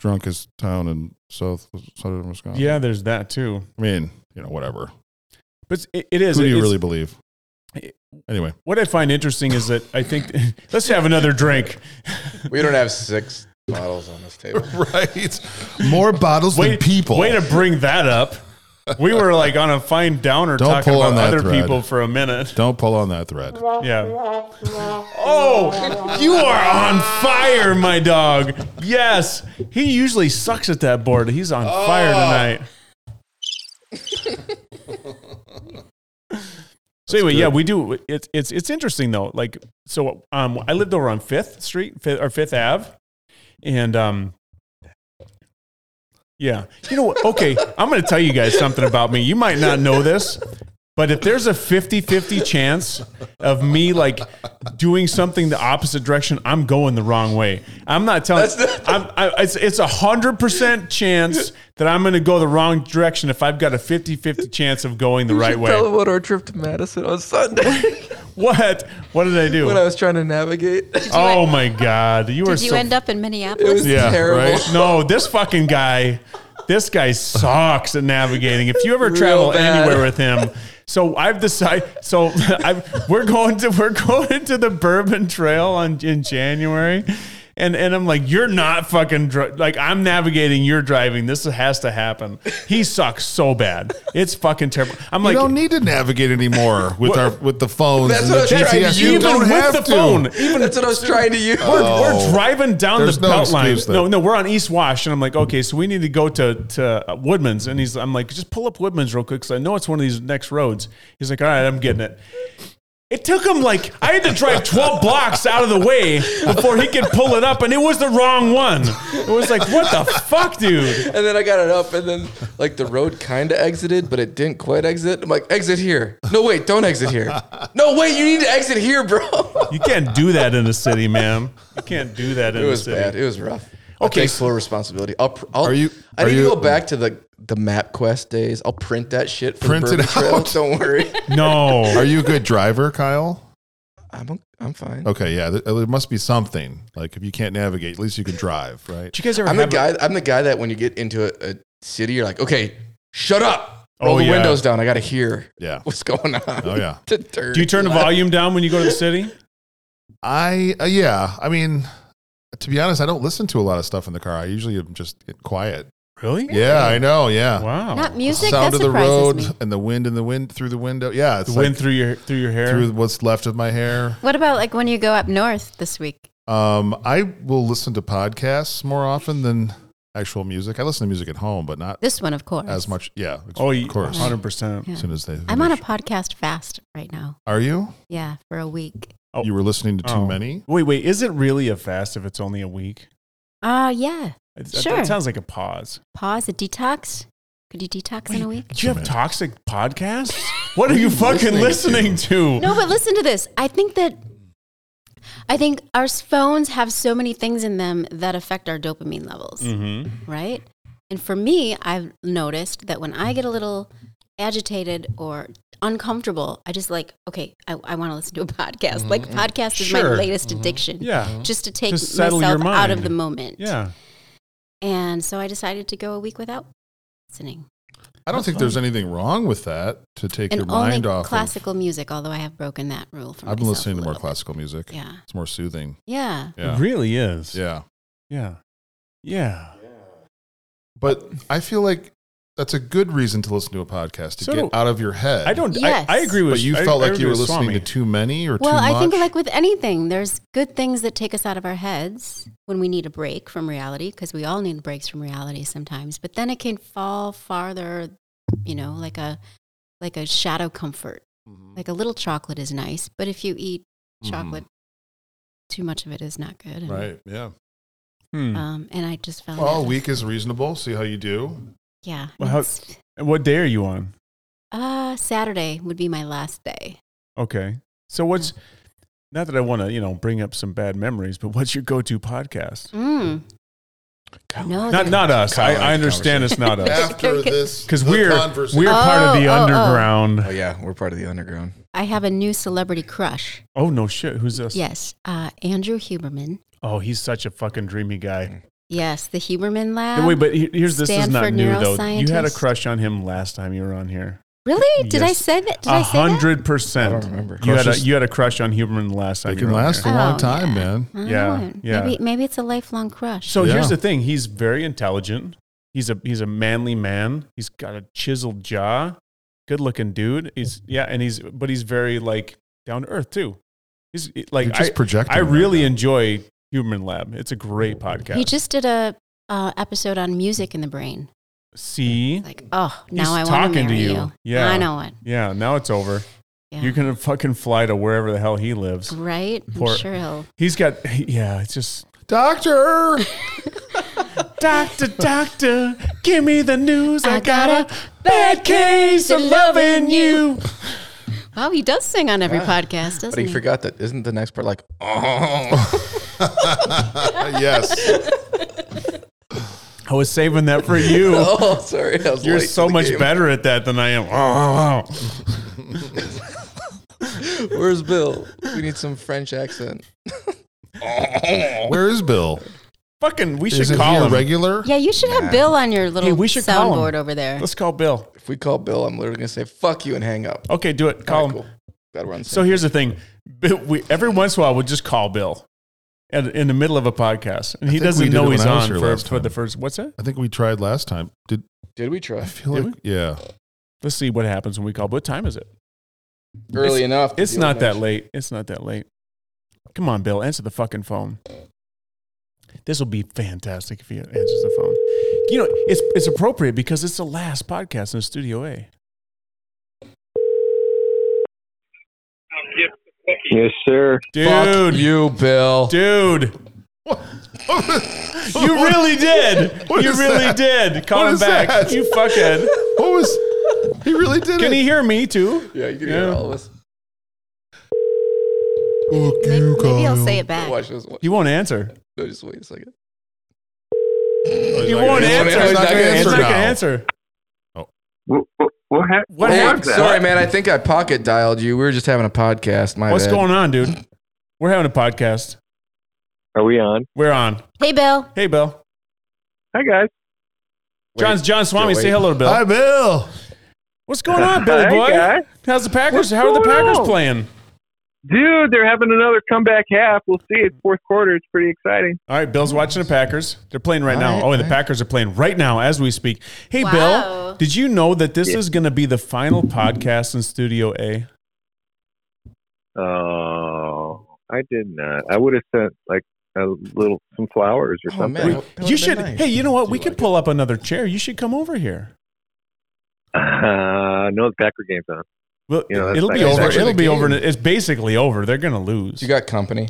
Speaker 2: Drunkest town in south southern Wisconsin.
Speaker 1: yeah there's that too
Speaker 2: I mean, you know, whatever.
Speaker 1: but it, it is
Speaker 2: Who do you
Speaker 1: it's-
Speaker 2: really believe?
Speaker 1: It- <laughs>
Speaker 2: Anyway,
Speaker 1: what i find interesting is that i think <laughs> let's have another
Speaker 2: <laughs>
Speaker 1: drink
Speaker 3: We don't have six <laughs> bottles on this table.
Speaker 2: right. <laughs> More bottles than people.
Speaker 1: Way to bring that up. We were like on a fine downer
Speaker 2: Don't
Speaker 1: talking
Speaker 2: pull
Speaker 1: about
Speaker 2: on that
Speaker 1: other
Speaker 2: thread.
Speaker 1: people for a minute. <laughs>
Speaker 2: Don't pull on that thread.
Speaker 1: Yeah. Oh, you are on fire, my dog. Yes. He usually sucks at that board. He's on
Speaker 2: Oh.
Speaker 1: fire tonight. So anyway, yeah, we do. It's it's it's interesting though. Like, so um, I lived over on Fifth Street Fifth, or Fifth Ave, and um, yeah, you know what? Okay, I'm going to tell you guys something about me. You might not know this, but if there's a 50-50 chance of me like doing something the opposite direction, I'm going the wrong way. I'm not telling.
Speaker 3: That's not-
Speaker 1: I'm, I, it's it's a hundred percent chance that I'm going to go the wrong direction if I've got a 50-50 chance of going the right way.
Speaker 6: Tell them about our trip to Madison on Sunday <laughs>
Speaker 1: What? What did I do?
Speaker 6: when I was trying to navigate.
Speaker 1: oh my god, you were
Speaker 4: Did you
Speaker 1: so
Speaker 4: end up in
Speaker 6: It
Speaker 4: Minneapolis?
Speaker 6: was
Speaker 2: Yeah,
Speaker 6: <laughs> terrible.
Speaker 2: right?
Speaker 1: no. This fucking guy, this guy sucks at navigating. If you ever
Speaker 6: Real
Speaker 1: travel
Speaker 6: bad.
Speaker 1: anywhere with him, so I've decided. So <laughs> I've, we're going to we're going to the Bourbon Trail on in January. And and I'm like, you're not fucking dri- like I'm navigating. You're driving. This has to happen. He sucks so bad. It's fucking terrible. I'm
Speaker 2: you
Speaker 1: like,
Speaker 2: don't need to
Speaker 1: <laughs>
Speaker 2: navigate anymore with our with the phones.
Speaker 3: That's
Speaker 2: and
Speaker 3: what
Speaker 2: the
Speaker 3: I was trying
Speaker 2: GPS.
Speaker 3: to use.
Speaker 2: You
Speaker 1: even
Speaker 2: don't
Speaker 1: with
Speaker 2: have
Speaker 1: the
Speaker 2: to.
Speaker 1: phone, even
Speaker 3: That's what I was trying to use.
Speaker 1: we're,
Speaker 2: Oh.
Speaker 1: we're driving down
Speaker 2: There's
Speaker 1: the
Speaker 2: no
Speaker 1: belt line.
Speaker 2: excuse there.
Speaker 1: No, no, we're on East Wash, and I'm like, okay, so we need to go to to uh, Woodman's, and he's, I'm like, just pull up Woodman's real quick, because I know it's one of these next roads. He's like, all right, I'm getting it. It took him like I had to drive 12 <laughs> blocks out of the way before he could pull it up, and it was the wrong one. It was like, what the fuck, dude?
Speaker 3: <laughs> And then I got it up, and then like the road kind of exited, but it didn't quite exit. I'm like, exit here. No, wait, don't exit here. No, wait, you need to exit here, bro.
Speaker 1: You can't do that in the city, man. You can't do that in
Speaker 3: it
Speaker 1: the
Speaker 3: was
Speaker 1: city.
Speaker 3: bad. It was rough.
Speaker 1: Okay,
Speaker 3: Okay, take
Speaker 1: so-
Speaker 3: full responsibility. I'll, pr- I'll,
Speaker 2: Are you-
Speaker 3: I
Speaker 2: are
Speaker 3: need
Speaker 2: you-
Speaker 3: to go back to the the map quest days. I'll print that shit. For
Speaker 2: Print
Speaker 3: print
Speaker 2: it
Speaker 3: the it trail.
Speaker 2: out.
Speaker 3: Don't worry. <laughs>
Speaker 1: No,
Speaker 2: Are you a good driver, Kyle?
Speaker 3: I'm o- I'm fine.
Speaker 2: Okay, yeah. There, there must be something. Like if you can't navigate, at least you can drive,
Speaker 1: <laughs>
Speaker 2: right?
Speaker 1: Did you guys ever
Speaker 3: I'm the
Speaker 1: have a-
Speaker 3: guy. I'm the guy that when you get into a, a city, you're like, okay, shut up. Roll
Speaker 1: Oh,
Speaker 3: the
Speaker 1: yeah.
Speaker 3: windows down. I gotta hear
Speaker 2: Yeah.
Speaker 3: what's going on.
Speaker 2: Oh yeah.
Speaker 3: <laughs> To turn
Speaker 1: Do you turn the
Speaker 3: left.
Speaker 1: volume down when you go to the city?
Speaker 2: I uh, yeah. I mean, to be honest, I don't listen to a lot of stuff in the car. I usually am just quiet.
Speaker 1: Really?
Speaker 2: Yeah, I know. Yeah.
Speaker 1: Wow.
Speaker 4: Not music.
Speaker 2: Sound
Speaker 4: that
Speaker 2: of the
Speaker 4: surprises
Speaker 2: road
Speaker 4: me.
Speaker 2: and the wind and the wind through the window. Yeah, it's
Speaker 1: the
Speaker 2: like
Speaker 1: wind through your through your hair.
Speaker 2: through what's left of my hair.
Speaker 4: What about like when you go up north this week?
Speaker 2: Um, I will listen to podcasts more often than actual music. I listen to music at home, but not
Speaker 4: This one, of course.
Speaker 2: as much. Yeah,
Speaker 1: oh,
Speaker 2: of course.
Speaker 1: hundred percent.
Speaker 4: Yeah.
Speaker 2: As soon as they,
Speaker 4: I'm on a podcast fast right now.
Speaker 2: Are you?
Speaker 4: Yeah, for a week.
Speaker 1: Oh.
Speaker 2: You were listening to too
Speaker 1: Oh.
Speaker 2: many.
Speaker 1: Wait, wait. Is it really a fast if it's only a week?
Speaker 4: Ah, yeah.
Speaker 1: It,
Speaker 4: Sure.
Speaker 1: That sounds like a pause.
Speaker 4: Pause. A detox. Could you detox in a week?
Speaker 1: Do you have
Speaker 2: Wait a minute.
Speaker 1: toxic
Speaker 2: <laughs>
Speaker 1: podcasts? What are you fucking
Speaker 3: listening
Speaker 1: listening to?
Speaker 4: No, but listen to this. I think that I think our phones have so many things in them that affect our dopamine levels,
Speaker 1: Mm-hmm.
Speaker 4: right? And for me, I've noticed that when I get a little agitated or uncomfortable, I just like, okay, I, I want to listen to a podcast. Like, podcast is
Speaker 1: Mm-hmm.
Speaker 4: my
Speaker 1: Sure. Mm-hmm.
Speaker 4: latest addiction.
Speaker 1: Yeah.
Speaker 4: Just to take
Speaker 1: To settle your
Speaker 4: myself out of
Speaker 1: mind.
Speaker 4: the moment.
Speaker 1: Yeah.
Speaker 4: And so I decided to go a week without listening.
Speaker 2: I don't think there's anything wrong with that to take
Speaker 4: and
Speaker 2: your
Speaker 4: only
Speaker 2: mind off.
Speaker 4: classical music, although I have broken that rule for
Speaker 2: Of, I've been
Speaker 4: myself
Speaker 2: listening
Speaker 4: a
Speaker 2: to more
Speaker 4: little bit.
Speaker 2: classical music.
Speaker 4: Yeah.
Speaker 2: It's more soothing.
Speaker 4: Yeah.
Speaker 2: Yeah,
Speaker 1: It really is.
Speaker 2: yeah.
Speaker 1: Yeah. Yeah.
Speaker 2: But I feel like that's a good reason to listen to a podcast to
Speaker 1: So
Speaker 2: get
Speaker 1: do-
Speaker 2: out of your head.
Speaker 1: I don't.
Speaker 4: Yes.
Speaker 1: I, I agree with.
Speaker 2: But you
Speaker 1: I-
Speaker 2: felt
Speaker 1: I
Speaker 2: like you
Speaker 1: agree
Speaker 2: were
Speaker 1: with
Speaker 2: listening
Speaker 1: Swami.
Speaker 2: to too many or
Speaker 4: Well,
Speaker 2: too much.
Speaker 4: I think like with anything, there's good things that take us out of our heads when we need a break from reality, because we all need breaks from reality sometimes. But then it can fall farther, you know, like a like a shadow comfort.
Speaker 2: Mm-hmm.
Speaker 4: Like a little chocolate is nice, but if you eat
Speaker 2: Mhm.
Speaker 4: chocolate, too much of it is not good. And,
Speaker 2: right? Yeah.
Speaker 1: Hmm.
Speaker 4: Um, and I just found
Speaker 2: Well, a
Speaker 4: that-
Speaker 2: week is reasonable. See how you do.
Speaker 4: Yeah.
Speaker 1: Well, how-
Speaker 4: it's-
Speaker 1: And what day are you on?
Speaker 4: uh, Saturday would be my last day.
Speaker 1: Okay. So what's
Speaker 4: Mm.
Speaker 1: not that I want to you know bring up some bad memories, but what's your go-to podcast?
Speaker 4: Mm. No,
Speaker 1: Not
Speaker 4: there-
Speaker 1: not us. I,
Speaker 3: Kinda like
Speaker 1: I understand it's not
Speaker 2: <laughs>
Speaker 1: us
Speaker 2: After
Speaker 4: <laughs> Okay.
Speaker 2: this,
Speaker 1: because
Speaker 2: the
Speaker 1: we're
Speaker 2: conversation-
Speaker 1: we're part of the
Speaker 4: Oh, oh, oh.
Speaker 1: underground.
Speaker 3: Oh yeah, we're part of the underground.
Speaker 4: I have a new celebrity crush.
Speaker 1: Oh no shit! Who's this?
Speaker 4: Yes, uh, Andrew Huberman.
Speaker 1: Oh, he's such a fucking dreamy guy.
Speaker 4: Yes, the Huberman Lab.
Speaker 1: Wait, but he- here's this is not
Speaker 4: Um, Stanford
Speaker 1: new though. You had a
Speaker 4: neuroscientist.
Speaker 1: crush on him last time you were on here.
Speaker 4: really? Did I
Speaker 1: Yes.
Speaker 4: say that? Did I
Speaker 1: A
Speaker 4: say that?
Speaker 1: hundred
Speaker 3: I don't
Speaker 1: percent.
Speaker 3: remember.
Speaker 1: You had a
Speaker 2: Crushes-
Speaker 1: you had a crush on Huberman last time.
Speaker 2: They
Speaker 1: you
Speaker 2: can
Speaker 1: were on
Speaker 2: last a
Speaker 1: here.
Speaker 4: Oh,
Speaker 2: long time,
Speaker 4: yeah.
Speaker 2: man.
Speaker 4: I don't
Speaker 1: Yeah,
Speaker 4: know.
Speaker 1: yeah.
Speaker 4: Oh, Maybe maybe it's a lifelong crush.
Speaker 1: So here's the
Speaker 2: Yeah.
Speaker 1: thing: he's very intelligent. He's a he's a manly man. He's got a chiseled jaw, good looking dude. He's yeah, and he's but he's very like down to earth too. He's like
Speaker 2: You're just
Speaker 1: I,
Speaker 2: projecting.
Speaker 1: I
Speaker 2: right
Speaker 1: really
Speaker 2: now.
Speaker 1: enjoy Huberman Lab. It's a great podcast.
Speaker 4: He just did a uh, episode on music in the brain.
Speaker 1: see,
Speaker 4: Like, oh, now I
Speaker 1: He's
Speaker 4: want to
Speaker 1: talking to
Speaker 4: marry
Speaker 1: you.
Speaker 4: you.
Speaker 1: Yeah.
Speaker 4: I know it.
Speaker 1: yeah. Now it's over.
Speaker 4: Yeah.
Speaker 1: You can fucking fly to wherever the hell he lives.
Speaker 4: right?
Speaker 1: Poor-
Speaker 4: I'm sure he'll.
Speaker 1: He's got yeah. It's just
Speaker 2: doctor. Uh,
Speaker 1: doctor, doctor, give me the news. I,
Speaker 4: I
Speaker 1: got,
Speaker 4: got
Speaker 1: a bad case of loving you.
Speaker 4: Wow, he does sing on every podcast, doesn't
Speaker 3: Ah, But he
Speaker 4: he?
Speaker 3: forgot that. Isn't the next part like, <laughs>
Speaker 1: <laughs>
Speaker 3: oh,
Speaker 2: yes.
Speaker 1: I was saving that for you.
Speaker 3: oh sorry, I was
Speaker 1: You're
Speaker 3: late to
Speaker 1: so
Speaker 3: the
Speaker 1: much
Speaker 3: game.
Speaker 1: better at that than I am. <laughs> Oh, oh, oh.
Speaker 3: Where's Bill? We need some French accent.
Speaker 2: Where is Bill?
Speaker 1: Fucking, we should
Speaker 2: Is it
Speaker 1: call
Speaker 2: here
Speaker 1: him.
Speaker 2: regular?
Speaker 4: Yeah, you should have Bill on your little
Speaker 1: Hey, we should call him.
Speaker 4: soundboard over there.
Speaker 1: Let's call Bill.
Speaker 3: If we call Bill, I'm literally gonna say fuck you and hang up.
Speaker 1: Okay, do it. Call
Speaker 3: Alright,
Speaker 1: him.
Speaker 3: cool. Glad we're on the
Speaker 1: So
Speaker 3: same
Speaker 1: here's the thing. Bill, we, every once in a while, we'll just call Bill. at, in the middle of a podcast, and
Speaker 2: I
Speaker 1: he
Speaker 2: think
Speaker 1: doesn't
Speaker 2: we did
Speaker 1: know
Speaker 2: it
Speaker 1: he's
Speaker 2: when I was
Speaker 1: on
Speaker 2: here
Speaker 1: for,
Speaker 2: last
Speaker 1: for the
Speaker 2: time.
Speaker 1: first. What's that?
Speaker 2: I think we tried last time. Did
Speaker 3: Did we try?
Speaker 2: I feel
Speaker 1: Did
Speaker 2: like yeah. <laughs>
Speaker 1: Let's see what happens when we call. What time is it?
Speaker 3: Early enough. to
Speaker 1: It's
Speaker 3: do
Speaker 1: not
Speaker 3: it
Speaker 1: that
Speaker 3: next.
Speaker 1: late. It's not that late. Come on, Bill, answer the fucking phone. This will be fantastic if he answers the phone. You know, it's it's appropriate because it's the last podcast in Studio A.
Speaker 7: Yes, sir.
Speaker 1: Dude,
Speaker 3: Fuck you, Bill.
Speaker 1: dude,
Speaker 2: <laughs> you <laughs>
Speaker 1: you really did.
Speaker 2: What
Speaker 1: you
Speaker 2: is
Speaker 1: really
Speaker 2: that?
Speaker 1: did. Call
Speaker 2: What
Speaker 1: him
Speaker 2: is
Speaker 1: back.
Speaker 2: that?
Speaker 1: You fuckhead.
Speaker 2: <laughs> What was? He really did
Speaker 1: Can
Speaker 2: it.
Speaker 1: he hear me too?
Speaker 3: Yeah, you can
Speaker 1: Yeah.
Speaker 3: hear all of us.
Speaker 2: Fuck
Speaker 4: Maybe,
Speaker 2: you,
Speaker 4: maybe I'll
Speaker 2: Kyle.
Speaker 4: say it back.
Speaker 3: Watch this one.
Speaker 1: He won't answer.
Speaker 3: No, just wait a second.
Speaker 1: He won't
Speaker 2: He's not
Speaker 1: answer.
Speaker 2: gonna- he's not gonna
Speaker 1: He's
Speaker 2: answer
Speaker 1: not gonna
Speaker 2: now.
Speaker 1: answer.
Speaker 7: What, what, what hap-
Speaker 1: What
Speaker 7: was
Speaker 1: happened?
Speaker 7: that?
Speaker 3: Sorry, man. I think I pocket dialed you. We were just having a podcast. My
Speaker 1: What's
Speaker 3: bad.
Speaker 1: going on, dude? We're having a podcast.
Speaker 7: Are we on?
Speaker 1: We're on.
Speaker 4: Hey, Bill.
Speaker 1: Hey, Bill.
Speaker 7: Hi, guys.
Speaker 1: John's John Swami.
Speaker 3: Joe,
Speaker 1: Say
Speaker 3: wait.
Speaker 1: hello to Bill.
Speaker 2: Hi, Bill.
Speaker 1: What's going on, Billy
Speaker 7: Hi,
Speaker 1: boy?
Speaker 7: guys.
Speaker 1: How's the Packers?
Speaker 7: What's
Speaker 1: How are the
Speaker 7: going
Speaker 1: Packers
Speaker 7: on?
Speaker 1: playing?
Speaker 7: Dude, they're having another comeback half. We'll see. It's fourth quarter. It's pretty exciting.
Speaker 1: All right, Bill's watching the Packers. They're playing right
Speaker 3: All
Speaker 1: now.
Speaker 3: right,
Speaker 1: oh, and the
Speaker 3: all right.
Speaker 1: Packers are playing right now as we speak. Hey,
Speaker 4: Wow.
Speaker 1: Bill, did you know that this
Speaker 7: Yeah.
Speaker 1: is going to be the final podcast in Studio A?
Speaker 7: Oh, I did not. I would have sent like a little some flowers or
Speaker 3: Oh,
Speaker 7: something. <laughs>
Speaker 3: man. that would've
Speaker 1: you
Speaker 3: been
Speaker 1: should.
Speaker 3: nice.
Speaker 1: Hey, you know what?
Speaker 3: Do
Speaker 1: We
Speaker 3: you
Speaker 1: could
Speaker 3: like
Speaker 1: pull up another chair. You should come over here.
Speaker 7: Uh, no, the Packer game's on.
Speaker 1: Well,
Speaker 7: You know, that's
Speaker 1: it'll be
Speaker 7: like-
Speaker 1: over.
Speaker 2: Actually,
Speaker 1: It'll
Speaker 2: the
Speaker 1: be over.
Speaker 2: game-
Speaker 1: It's basically over. They're going to lose.
Speaker 3: You got company.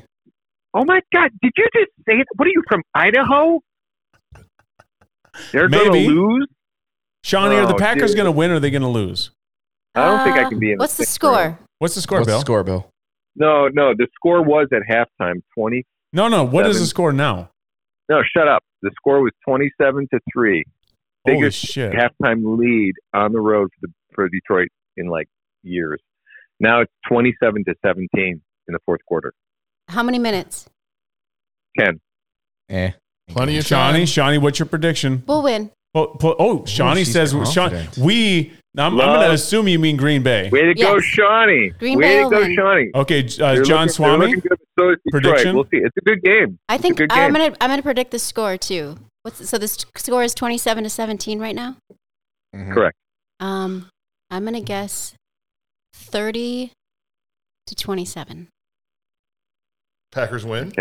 Speaker 7: Oh my God! Did you just say? that? What are you from Idaho? They're gonna
Speaker 1: Maybe.
Speaker 7: lose.
Speaker 1: Shawnee, are the
Speaker 7: Oh,
Speaker 1: Packers
Speaker 7: dude.
Speaker 1: going to win or are they going to lose?
Speaker 7: I don't think I can be in the
Speaker 4: What's the
Speaker 7: sixth round.
Speaker 4: score?
Speaker 1: What's the score,
Speaker 3: What's
Speaker 1: Bill?
Speaker 3: the score, Bill?
Speaker 7: No, no. The score was at halftime twenty.
Speaker 1: No, no. What is
Speaker 7: Seven.
Speaker 1: the score now?
Speaker 7: No, shut up. The score was twenty-seven to three.
Speaker 1: Holy
Speaker 7: Biggest
Speaker 1: shit.
Speaker 7: halftime lead on the road for, the, for Detroit in like years. Now it's 27 to 17 in the fourth quarter.
Speaker 4: How many minutes?
Speaker 7: Ken,
Speaker 3: Eh.
Speaker 2: Plenty of
Speaker 1: Shawnee,
Speaker 2: time.
Speaker 1: Shawnee, what's your prediction?
Speaker 4: We'll win.
Speaker 1: Well, po- oh, Shawnee
Speaker 3: she's
Speaker 1: says Shawn,
Speaker 3: confident.
Speaker 1: we. I'm, I'm
Speaker 7: Love.
Speaker 1: going to assume you mean Green Bay.
Speaker 7: way to go,
Speaker 4: Yes.
Speaker 7: Shawnee!
Speaker 4: Green
Speaker 7: way
Speaker 4: Bay
Speaker 7: to
Speaker 4: will
Speaker 7: go,
Speaker 4: win.
Speaker 7: Shawnee!
Speaker 1: Okay, uh, John
Speaker 7: They're looking- they're
Speaker 1: Swami.
Speaker 7: looking good, so is Detroit.
Speaker 1: Prediction?
Speaker 7: We'll see. It's a good game.
Speaker 4: I think
Speaker 7: good
Speaker 4: I'm
Speaker 7: game.
Speaker 4: gonna I'm gonna predict the score too. What's so the s- score is 27 to 17 right now.
Speaker 3: Mhm.
Speaker 7: Correct.
Speaker 4: Um, I'm gonna guess 30 to 27.
Speaker 2: Packers win.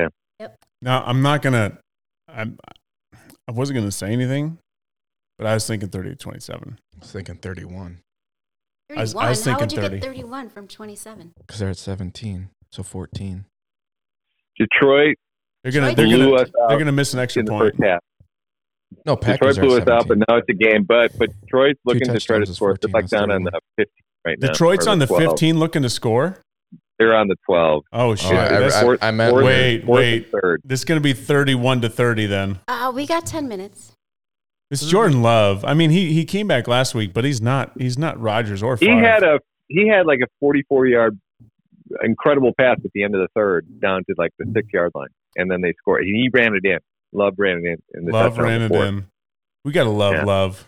Speaker 1: Now I'm not gonna. I'm. I wasn't gonna say anything, but I was thinking 30 to 27.
Speaker 3: I was thinking 31
Speaker 1: I was- I was 31? How
Speaker 4: How
Speaker 1: would thinking
Speaker 4: would you
Speaker 1: you get 30.
Speaker 4: get 31 from 27?
Speaker 3: because they're at 17, so 14.
Speaker 7: Detroit
Speaker 1: They're gonna.
Speaker 4: Detroit
Speaker 1: They're
Speaker 7: blew
Speaker 1: gonna.
Speaker 7: us out
Speaker 1: They're gonna miss an extra
Speaker 7: in the
Speaker 1: point.
Speaker 7: first half.
Speaker 3: No,
Speaker 7: Detroit
Speaker 3: Packers
Speaker 7: blew
Speaker 3: are
Speaker 7: us out, but
Speaker 3: 17.
Speaker 7: now it's a game. But but Detroit's looking to try to
Speaker 3: touchdowns is
Speaker 7: score. They're
Speaker 3: 14,
Speaker 7: like
Speaker 3: that's
Speaker 7: down on
Speaker 3: 31.
Speaker 7: the 15 right now.
Speaker 1: Detroit's
Speaker 7: or
Speaker 1: on the
Speaker 7: 12.
Speaker 1: 15, looking to score.
Speaker 7: They're on the 12.
Speaker 1: Oh shit!
Speaker 3: Oh, I-
Speaker 1: That's-
Speaker 3: I- I meant-
Speaker 7: fourth-
Speaker 1: Wait,
Speaker 7: fourth
Speaker 1: wait.
Speaker 7: and Third.
Speaker 1: this is gonna be 31 to 30 then.
Speaker 4: Uh, we got 10 minutes.
Speaker 1: It's Jordan Love. I mean, he he came back last week, but he's not. He's not Rodgers or.
Speaker 7: he
Speaker 1: Favre.
Speaker 7: had a he had like a 44 yard incredible pass at the end of the third down to like the six yard line and then they scored he ran it in love ran it in and the
Speaker 1: love
Speaker 7: touchdown
Speaker 1: ran it
Speaker 7: before.
Speaker 1: in. We gotta love
Speaker 7: Yeah.
Speaker 1: love.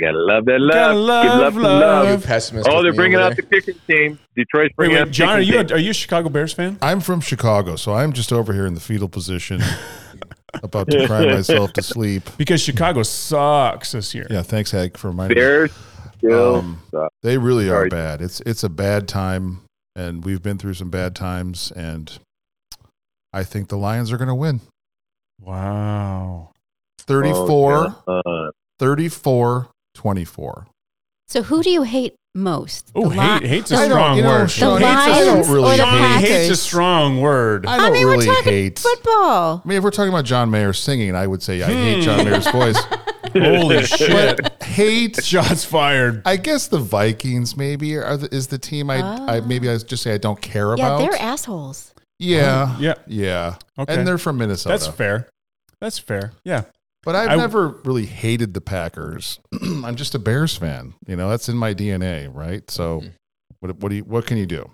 Speaker 7: gotta love that
Speaker 1: Gotta
Speaker 7: love Give
Speaker 1: love,
Speaker 7: love, to
Speaker 1: love.
Speaker 7: love.
Speaker 3: You pessimist
Speaker 7: oh
Speaker 3: with
Speaker 7: they're
Speaker 3: me
Speaker 7: bringing
Speaker 3: over
Speaker 7: out the
Speaker 3: there.
Speaker 7: kicking team detroit's
Speaker 1: Wait,
Speaker 7: bringing
Speaker 1: wait,
Speaker 7: out the
Speaker 1: John, are
Speaker 7: kicking
Speaker 1: you
Speaker 7: team.
Speaker 1: a, are you a Chicago Bears fan?
Speaker 2: I'm from Chicago, so I'm just over here in the fetal <laughs> position, about to cry myself to sleep.
Speaker 1: Because Chicago sucks this year.
Speaker 2: Yeah, thanks, Hank, for reminding me.
Speaker 7: bears still
Speaker 2: Um,
Speaker 7: suck.
Speaker 2: They really are
Speaker 7: Sorry.
Speaker 2: bad. It's it's a bad time, and we've been through some bad times, and I think the Lions are going to win.
Speaker 1: Wow.
Speaker 2: 34,
Speaker 7: Oh, yeah. Uh,
Speaker 2: 34, 24.
Speaker 4: So who do you hate most?
Speaker 1: Oh,
Speaker 4: The Li-
Speaker 1: hate hate's a
Speaker 2: I don't-
Speaker 1: strong
Speaker 2: you know,
Speaker 1: word.
Speaker 2: Sean,
Speaker 4: The
Speaker 1: hates a-
Speaker 2: I
Speaker 4: Lions
Speaker 2: don't really
Speaker 4: or the
Speaker 2: hate-
Speaker 1: Sean hates a
Speaker 4: Packers?
Speaker 1: strong word.
Speaker 2: I don't
Speaker 4: mean, we're
Speaker 2: really
Speaker 4: talking
Speaker 2: hate.
Speaker 4: Football.
Speaker 2: I mean, if we're talking about John Mayer singing, I would say I hate
Speaker 1: Hmm.
Speaker 2: John Mayer's <laughs> voice.
Speaker 1: Holy shit.
Speaker 2: But hate,
Speaker 1: Shots fired.
Speaker 2: I guess the Vikings maybe are the, is the team I, I
Speaker 4: Ah.
Speaker 2: maybe I just say I don't care
Speaker 4: Yeah,
Speaker 2: about.
Speaker 4: they're assholes.
Speaker 2: yeah,
Speaker 1: Yeah.
Speaker 2: yeah,
Speaker 1: Okay.
Speaker 2: and they're from Minnesota.
Speaker 1: That's fair. That's fair. Yeah.
Speaker 2: But I've
Speaker 1: I-
Speaker 2: never really hated the Packers. <clears throat> I'm just a Hmm. Bears fan. You know, that's in my DNA, right? So, what what do you, what can you do?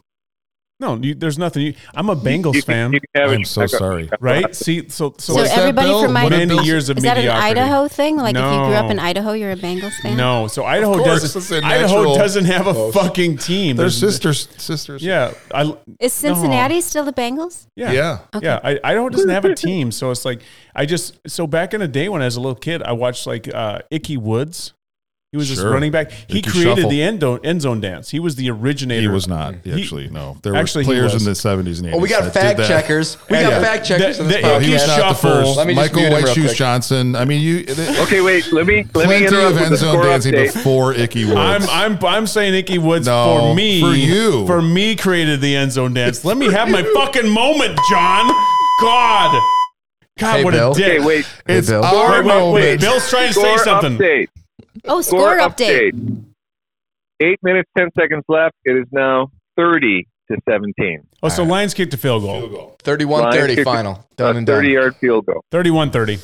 Speaker 1: No, you, there's nothing. You, I'm a Bengals
Speaker 7: You can-
Speaker 1: fan,
Speaker 7: you can have it-
Speaker 2: I'm so sorry.
Speaker 1: right? See, so so,
Speaker 4: So
Speaker 1: it's
Speaker 2: that,
Speaker 4: everybody
Speaker 2: Bill?
Speaker 4: from my
Speaker 2: What did
Speaker 1: many
Speaker 2: Bill
Speaker 1: years of
Speaker 4: Is that an
Speaker 1: mediocrity.
Speaker 4: Idaho thing? Like if you grew up in
Speaker 1: No.
Speaker 4: Idaho, you're a Bengals fan.
Speaker 1: No, so Idaho
Speaker 2: course, it's a
Speaker 1: doesn't. Idaho
Speaker 2: natural-
Speaker 1: doesn't have a
Speaker 2: Oh.
Speaker 1: fucking team.
Speaker 2: They're
Speaker 1: There's-
Speaker 2: sisters. Sisters.
Speaker 1: Yeah, I,
Speaker 4: Is Cincinnati still the Bengals?
Speaker 1: yeah,
Speaker 2: Yeah.
Speaker 1: Yeah, I, Idaho doesn't
Speaker 2: <laughs>
Speaker 1: have a team, so it's like I just so back in the day when I was a little kid, I watched like uh, Icky Woods. He was this
Speaker 2: Sure.
Speaker 1: running back. He
Speaker 2: Icky
Speaker 1: created
Speaker 2: Shuffle.
Speaker 1: the end, do- end zone dance. He was the originator.
Speaker 2: He was not
Speaker 1: He-
Speaker 2: actually. No, there were
Speaker 1: actually, he
Speaker 2: players
Speaker 1: was.
Speaker 2: in the 70s and 80s.
Speaker 3: Oh, we got
Speaker 2: that did
Speaker 3: fact
Speaker 2: that.
Speaker 3: checkers. We got
Speaker 1: Yeah.
Speaker 3: fact checkers
Speaker 1: The-
Speaker 3: on this
Speaker 1: the-
Speaker 2: Oh,
Speaker 3: podcast.
Speaker 2: he was not the
Speaker 1: Shuffle.
Speaker 2: first.
Speaker 3: Let me just
Speaker 2: Michael
Speaker 3: mute him real
Speaker 2: White
Speaker 3: quick.
Speaker 2: Johnson. I mean, you.
Speaker 7: Okay, wait. Let me let me
Speaker 2: plenty
Speaker 7: interrupt
Speaker 2: of
Speaker 7: with
Speaker 2: end
Speaker 7: the
Speaker 2: zone
Speaker 7: score
Speaker 2: dancing
Speaker 7: update.
Speaker 2: before Icky Woods.
Speaker 1: I'm I'm I'm saying Icky Woods
Speaker 2: No,
Speaker 1: for me
Speaker 2: for you.
Speaker 1: for me created the end zone dance. Let me
Speaker 3: <laughs>
Speaker 1: have my fucking moment, John. God, God,
Speaker 3: Hey,
Speaker 1: what
Speaker 3: Bill.
Speaker 1: a dick.
Speaker 7: Okay, wait.
Speaker 2: it's
Speaker 3: Hey, Bill.
Speaker 2: our
Speaker 1: Wait, wait,
Speaker 2: moment.
Speaker 1: wait. Bill's trying to say
Speaker 7: Score
Speaker 1: something.
Speaker 7: update.
Speaker 4: Oh, score, update.
Speaker 7: Eight minutes, ten seconds left. It is now thirty to seventeen.
Speaker 1: Oh, so Lions kicked a field goal.
Speaker 2: Field goal.
Speaker 3: 31
Speaker 7: Lions
Speaker 3: 30
Speaker 7: kick-
Speaker 3: final.
Speaker 7: A
Speaker 3: Done and done.
Speaker 7: thirty-yard field goal.
Speaker 1: 31 30.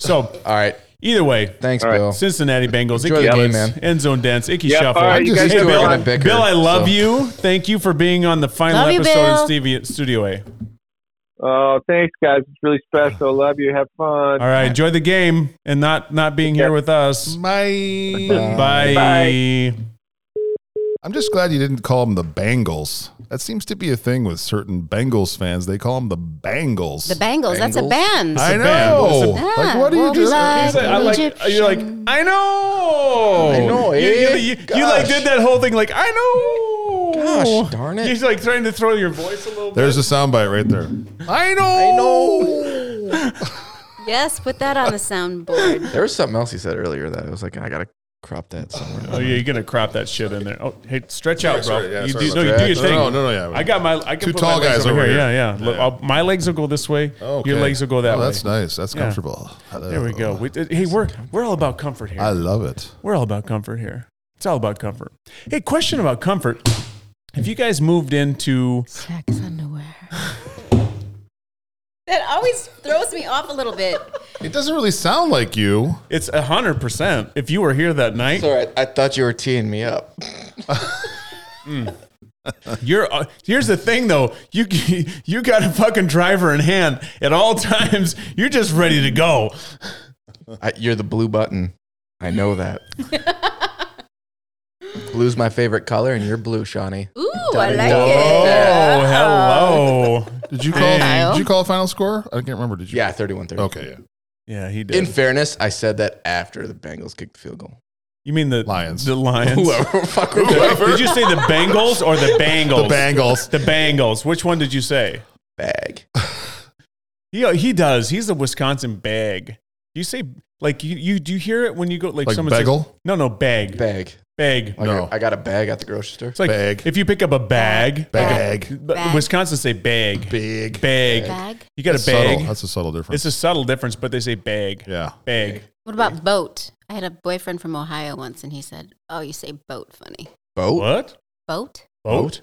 Speaker 1: So,
Speaker 3: All right.
Speaker 1: either way,
Speaker 3: Thanks,
Speaker 7: All right.
Speaker 3: Bill.
Speaker 1: Cincinnati Bengals,
Speaker 3: Enjoy
Speaker 1: Icky
Speaker 3: the game,
Speaker 1: Woods,
Speaker 3: man.
Speaker 1: end zone dance, Icky
Speaker 7: Yeah,
Speaker 1: Shuffle.
Speaker 7: all right,
Speaker 3: I'm
Speaker 7: you
Speaker 3: just
Speaker 7: guys
Speaker 1: Hey,
Speaker 3: doing
Speaker 7: go
Speaker 3: it
Speaker 1: Bill,
Speaker 3: to bicker,
Speaker 1: Bill, I love
Speaker 3: so-
Speaker 1: you. Thank you for being on the final
Speaker 4: Love you,
Speaker 1: episode
Speaker 4: Bill.
Speaker 1: of Stevie, Studio A.
Speaker 7: Oh, thanks, guys. It's really special. Love you. Have fun.
Speaker 1: All right, enjoy the game and not not being here
Speaker 7: Yeah.
Speaker 1: with us.
Speaker 2: My,
Speaker 1: Bye.
Speaker 7: Bye.
Speaker 2: I'm just glad you didn't call them the Bengals. That seems to be a thing with certain Bengals fans. They call them the Bengals.
Speaker 4: The Bengals. That's a
Speaker 3: Bengals.
Speaker 4: band.
Speaker 2: I
Speaker 1: It's a
Speaker 2: know.
Speaker 1: band.
Speaker 4: It's a-
Speaker 2: like, what do
Speaker 4: Yeah,
Speaker 2: you
Speaker 4: we'll
Speaker 2: just?
Speaker 4: love-
Speaker 1: He's like, I like, you're like, I know.
Speaker 3: I know,
Speaker 1: You,
Speaker 3: eh?
Speaker 1: you, you, you, like
Speaker 3: Gosh.
Speaker 1: did that whole thing, like, I know.
Speaker 3: Gosh, darn it.
Speaker 1: He's like trying to throw your voice a little
Speaker 2: There's a soundbite right there. I know.
Speaker 3: I know.
Speaker 4: Yes, put that on
Speaker 1: <laughs>
Speaker 4: the soundboard.
Speaker 3: There was something else he said earlier that I was like, I got to crop that somewhere. <laughs>
Speaker 1: Oh yeah, you're gonna crop that shit in there. Oh hey, stretch out, bro.
Speaker 2: Sorry, sorry, yeah,
Speaker 1: you
Speaker 2: sorry
Speaker 1: do, no,
Speaker 2: about
Speaker 1: you
Speaker 2: that.
Speaker 1: do your
Speaker 2: No,
Speaker 1: thing.
Speaker 2: no, no, no, yeah.
Speaker 1: I got my. I can
Speaker 2: Two
Speaker 1: put
Speaker 2: tall
Speaker 1: my legs
Speaker 2: guys
Speaker 1: over,
Speaker 2: over
Speaker 1: here.
Speaker 2: here.
Speaker 1: Yeah, yeah. Look,
Speaker 2: Yeah.
Speaker 1: I'll- my legs will go this way. Your legs will go that
Speaker 2: oh,
Speaker 1: way.
Speaker 2: That's Oh. nice. That's
Speaker 1: Yeah.
Speaker 2: comfortable. Hello.
Speaker 1: There we go. We, hey, we're we're all about comfort here.
Speaker 2: I love it.
Speaker 1: We're all about comfort here. It's all about comfort. Hey, question about comfort. If you guys moved into
Speaker 4: Sex underwear. That always throws me off a little bit.
Speaker 2: It doesn't really sound like you.
Speaker 1: it's hundred percent. If you were here that night,
Speaker 3: Sorry, I, I thought you were teeing me up.
Speaker 1: You're uh, here's the thing though. You <laughs> you got a fucking driver in hand at all times. You're just ready to go.
Speaker 3: I, you're the blue button. I know <laughs> that. Blue's my favorite color, and you're blue, Shawnee.
Speaker 4: Ooh, I like
Speaker 1: Oh,
Speaker 4: it.
Speaker 1: hello.
Speaker 2: Did you call?
Speaker 1: Hey.
Speaker 2: Did you call final score? I can't remember. Did you?
Speaker 3: Yeah, 31 30.
Speaker 2: Okay. Yeah.
Speaker 1: Yeah, he did.
Speaker 3: In fairness, I said that after the Bengals kicked the field goal.
Speaker 1: you mean the
Speaker 2: Lions.
Speaker 1: The Lions.
Speaker 3: Whoever, fuck
Speaker 1: The-
Speaker 3: whoever.
Speaker 1: Did you say the Bengals or the Bengals?
Speaker 2: The Bengals.
Speaker 1: The Bengals. Which one did you say?
Speaker 3: <laughs> bag.
Speaker 1: He uh, he does. He's a Wisconsin bag. You say like you you do you hear it when you go like,
Speaker 2: Like
Speaker 1: someone says-
Speaker 2: bagel?
Speaker 1: no no bag bag.
Speaker 3: Bag. Like
Speaker 2: No.
Speaker 3: I got a bag at the grocery store.
Speaker 1: It's like
Speaker 2: Bag.
Speaker 1: if you pick up a bag.
Speaker 2: Bag.
Speaker 1: But
Speaker 4: Bag.
Speaker 1: Wisconsin say bag.
Speaker 2: Big.
Speaker 1: Bag.
Speaker 4: Bag.
Speaker 1: You got
Speaker 2: That's
Speaker 1: a bag.
Speaker 2: Subtle. That's a subtle difference.
Speaker 1: It's a subtle difference, but they say bag.
Speaker 2: yeah.
Speaker 1: Bag.
Speaker 4: What about boat? I had a boyfriend from Ohio once, and he said, "Oh, you say boat funny."
Speaker 3: Boat.
Speaker 1: What?
Speaker 4: Boat.
Speaker 1: Boat?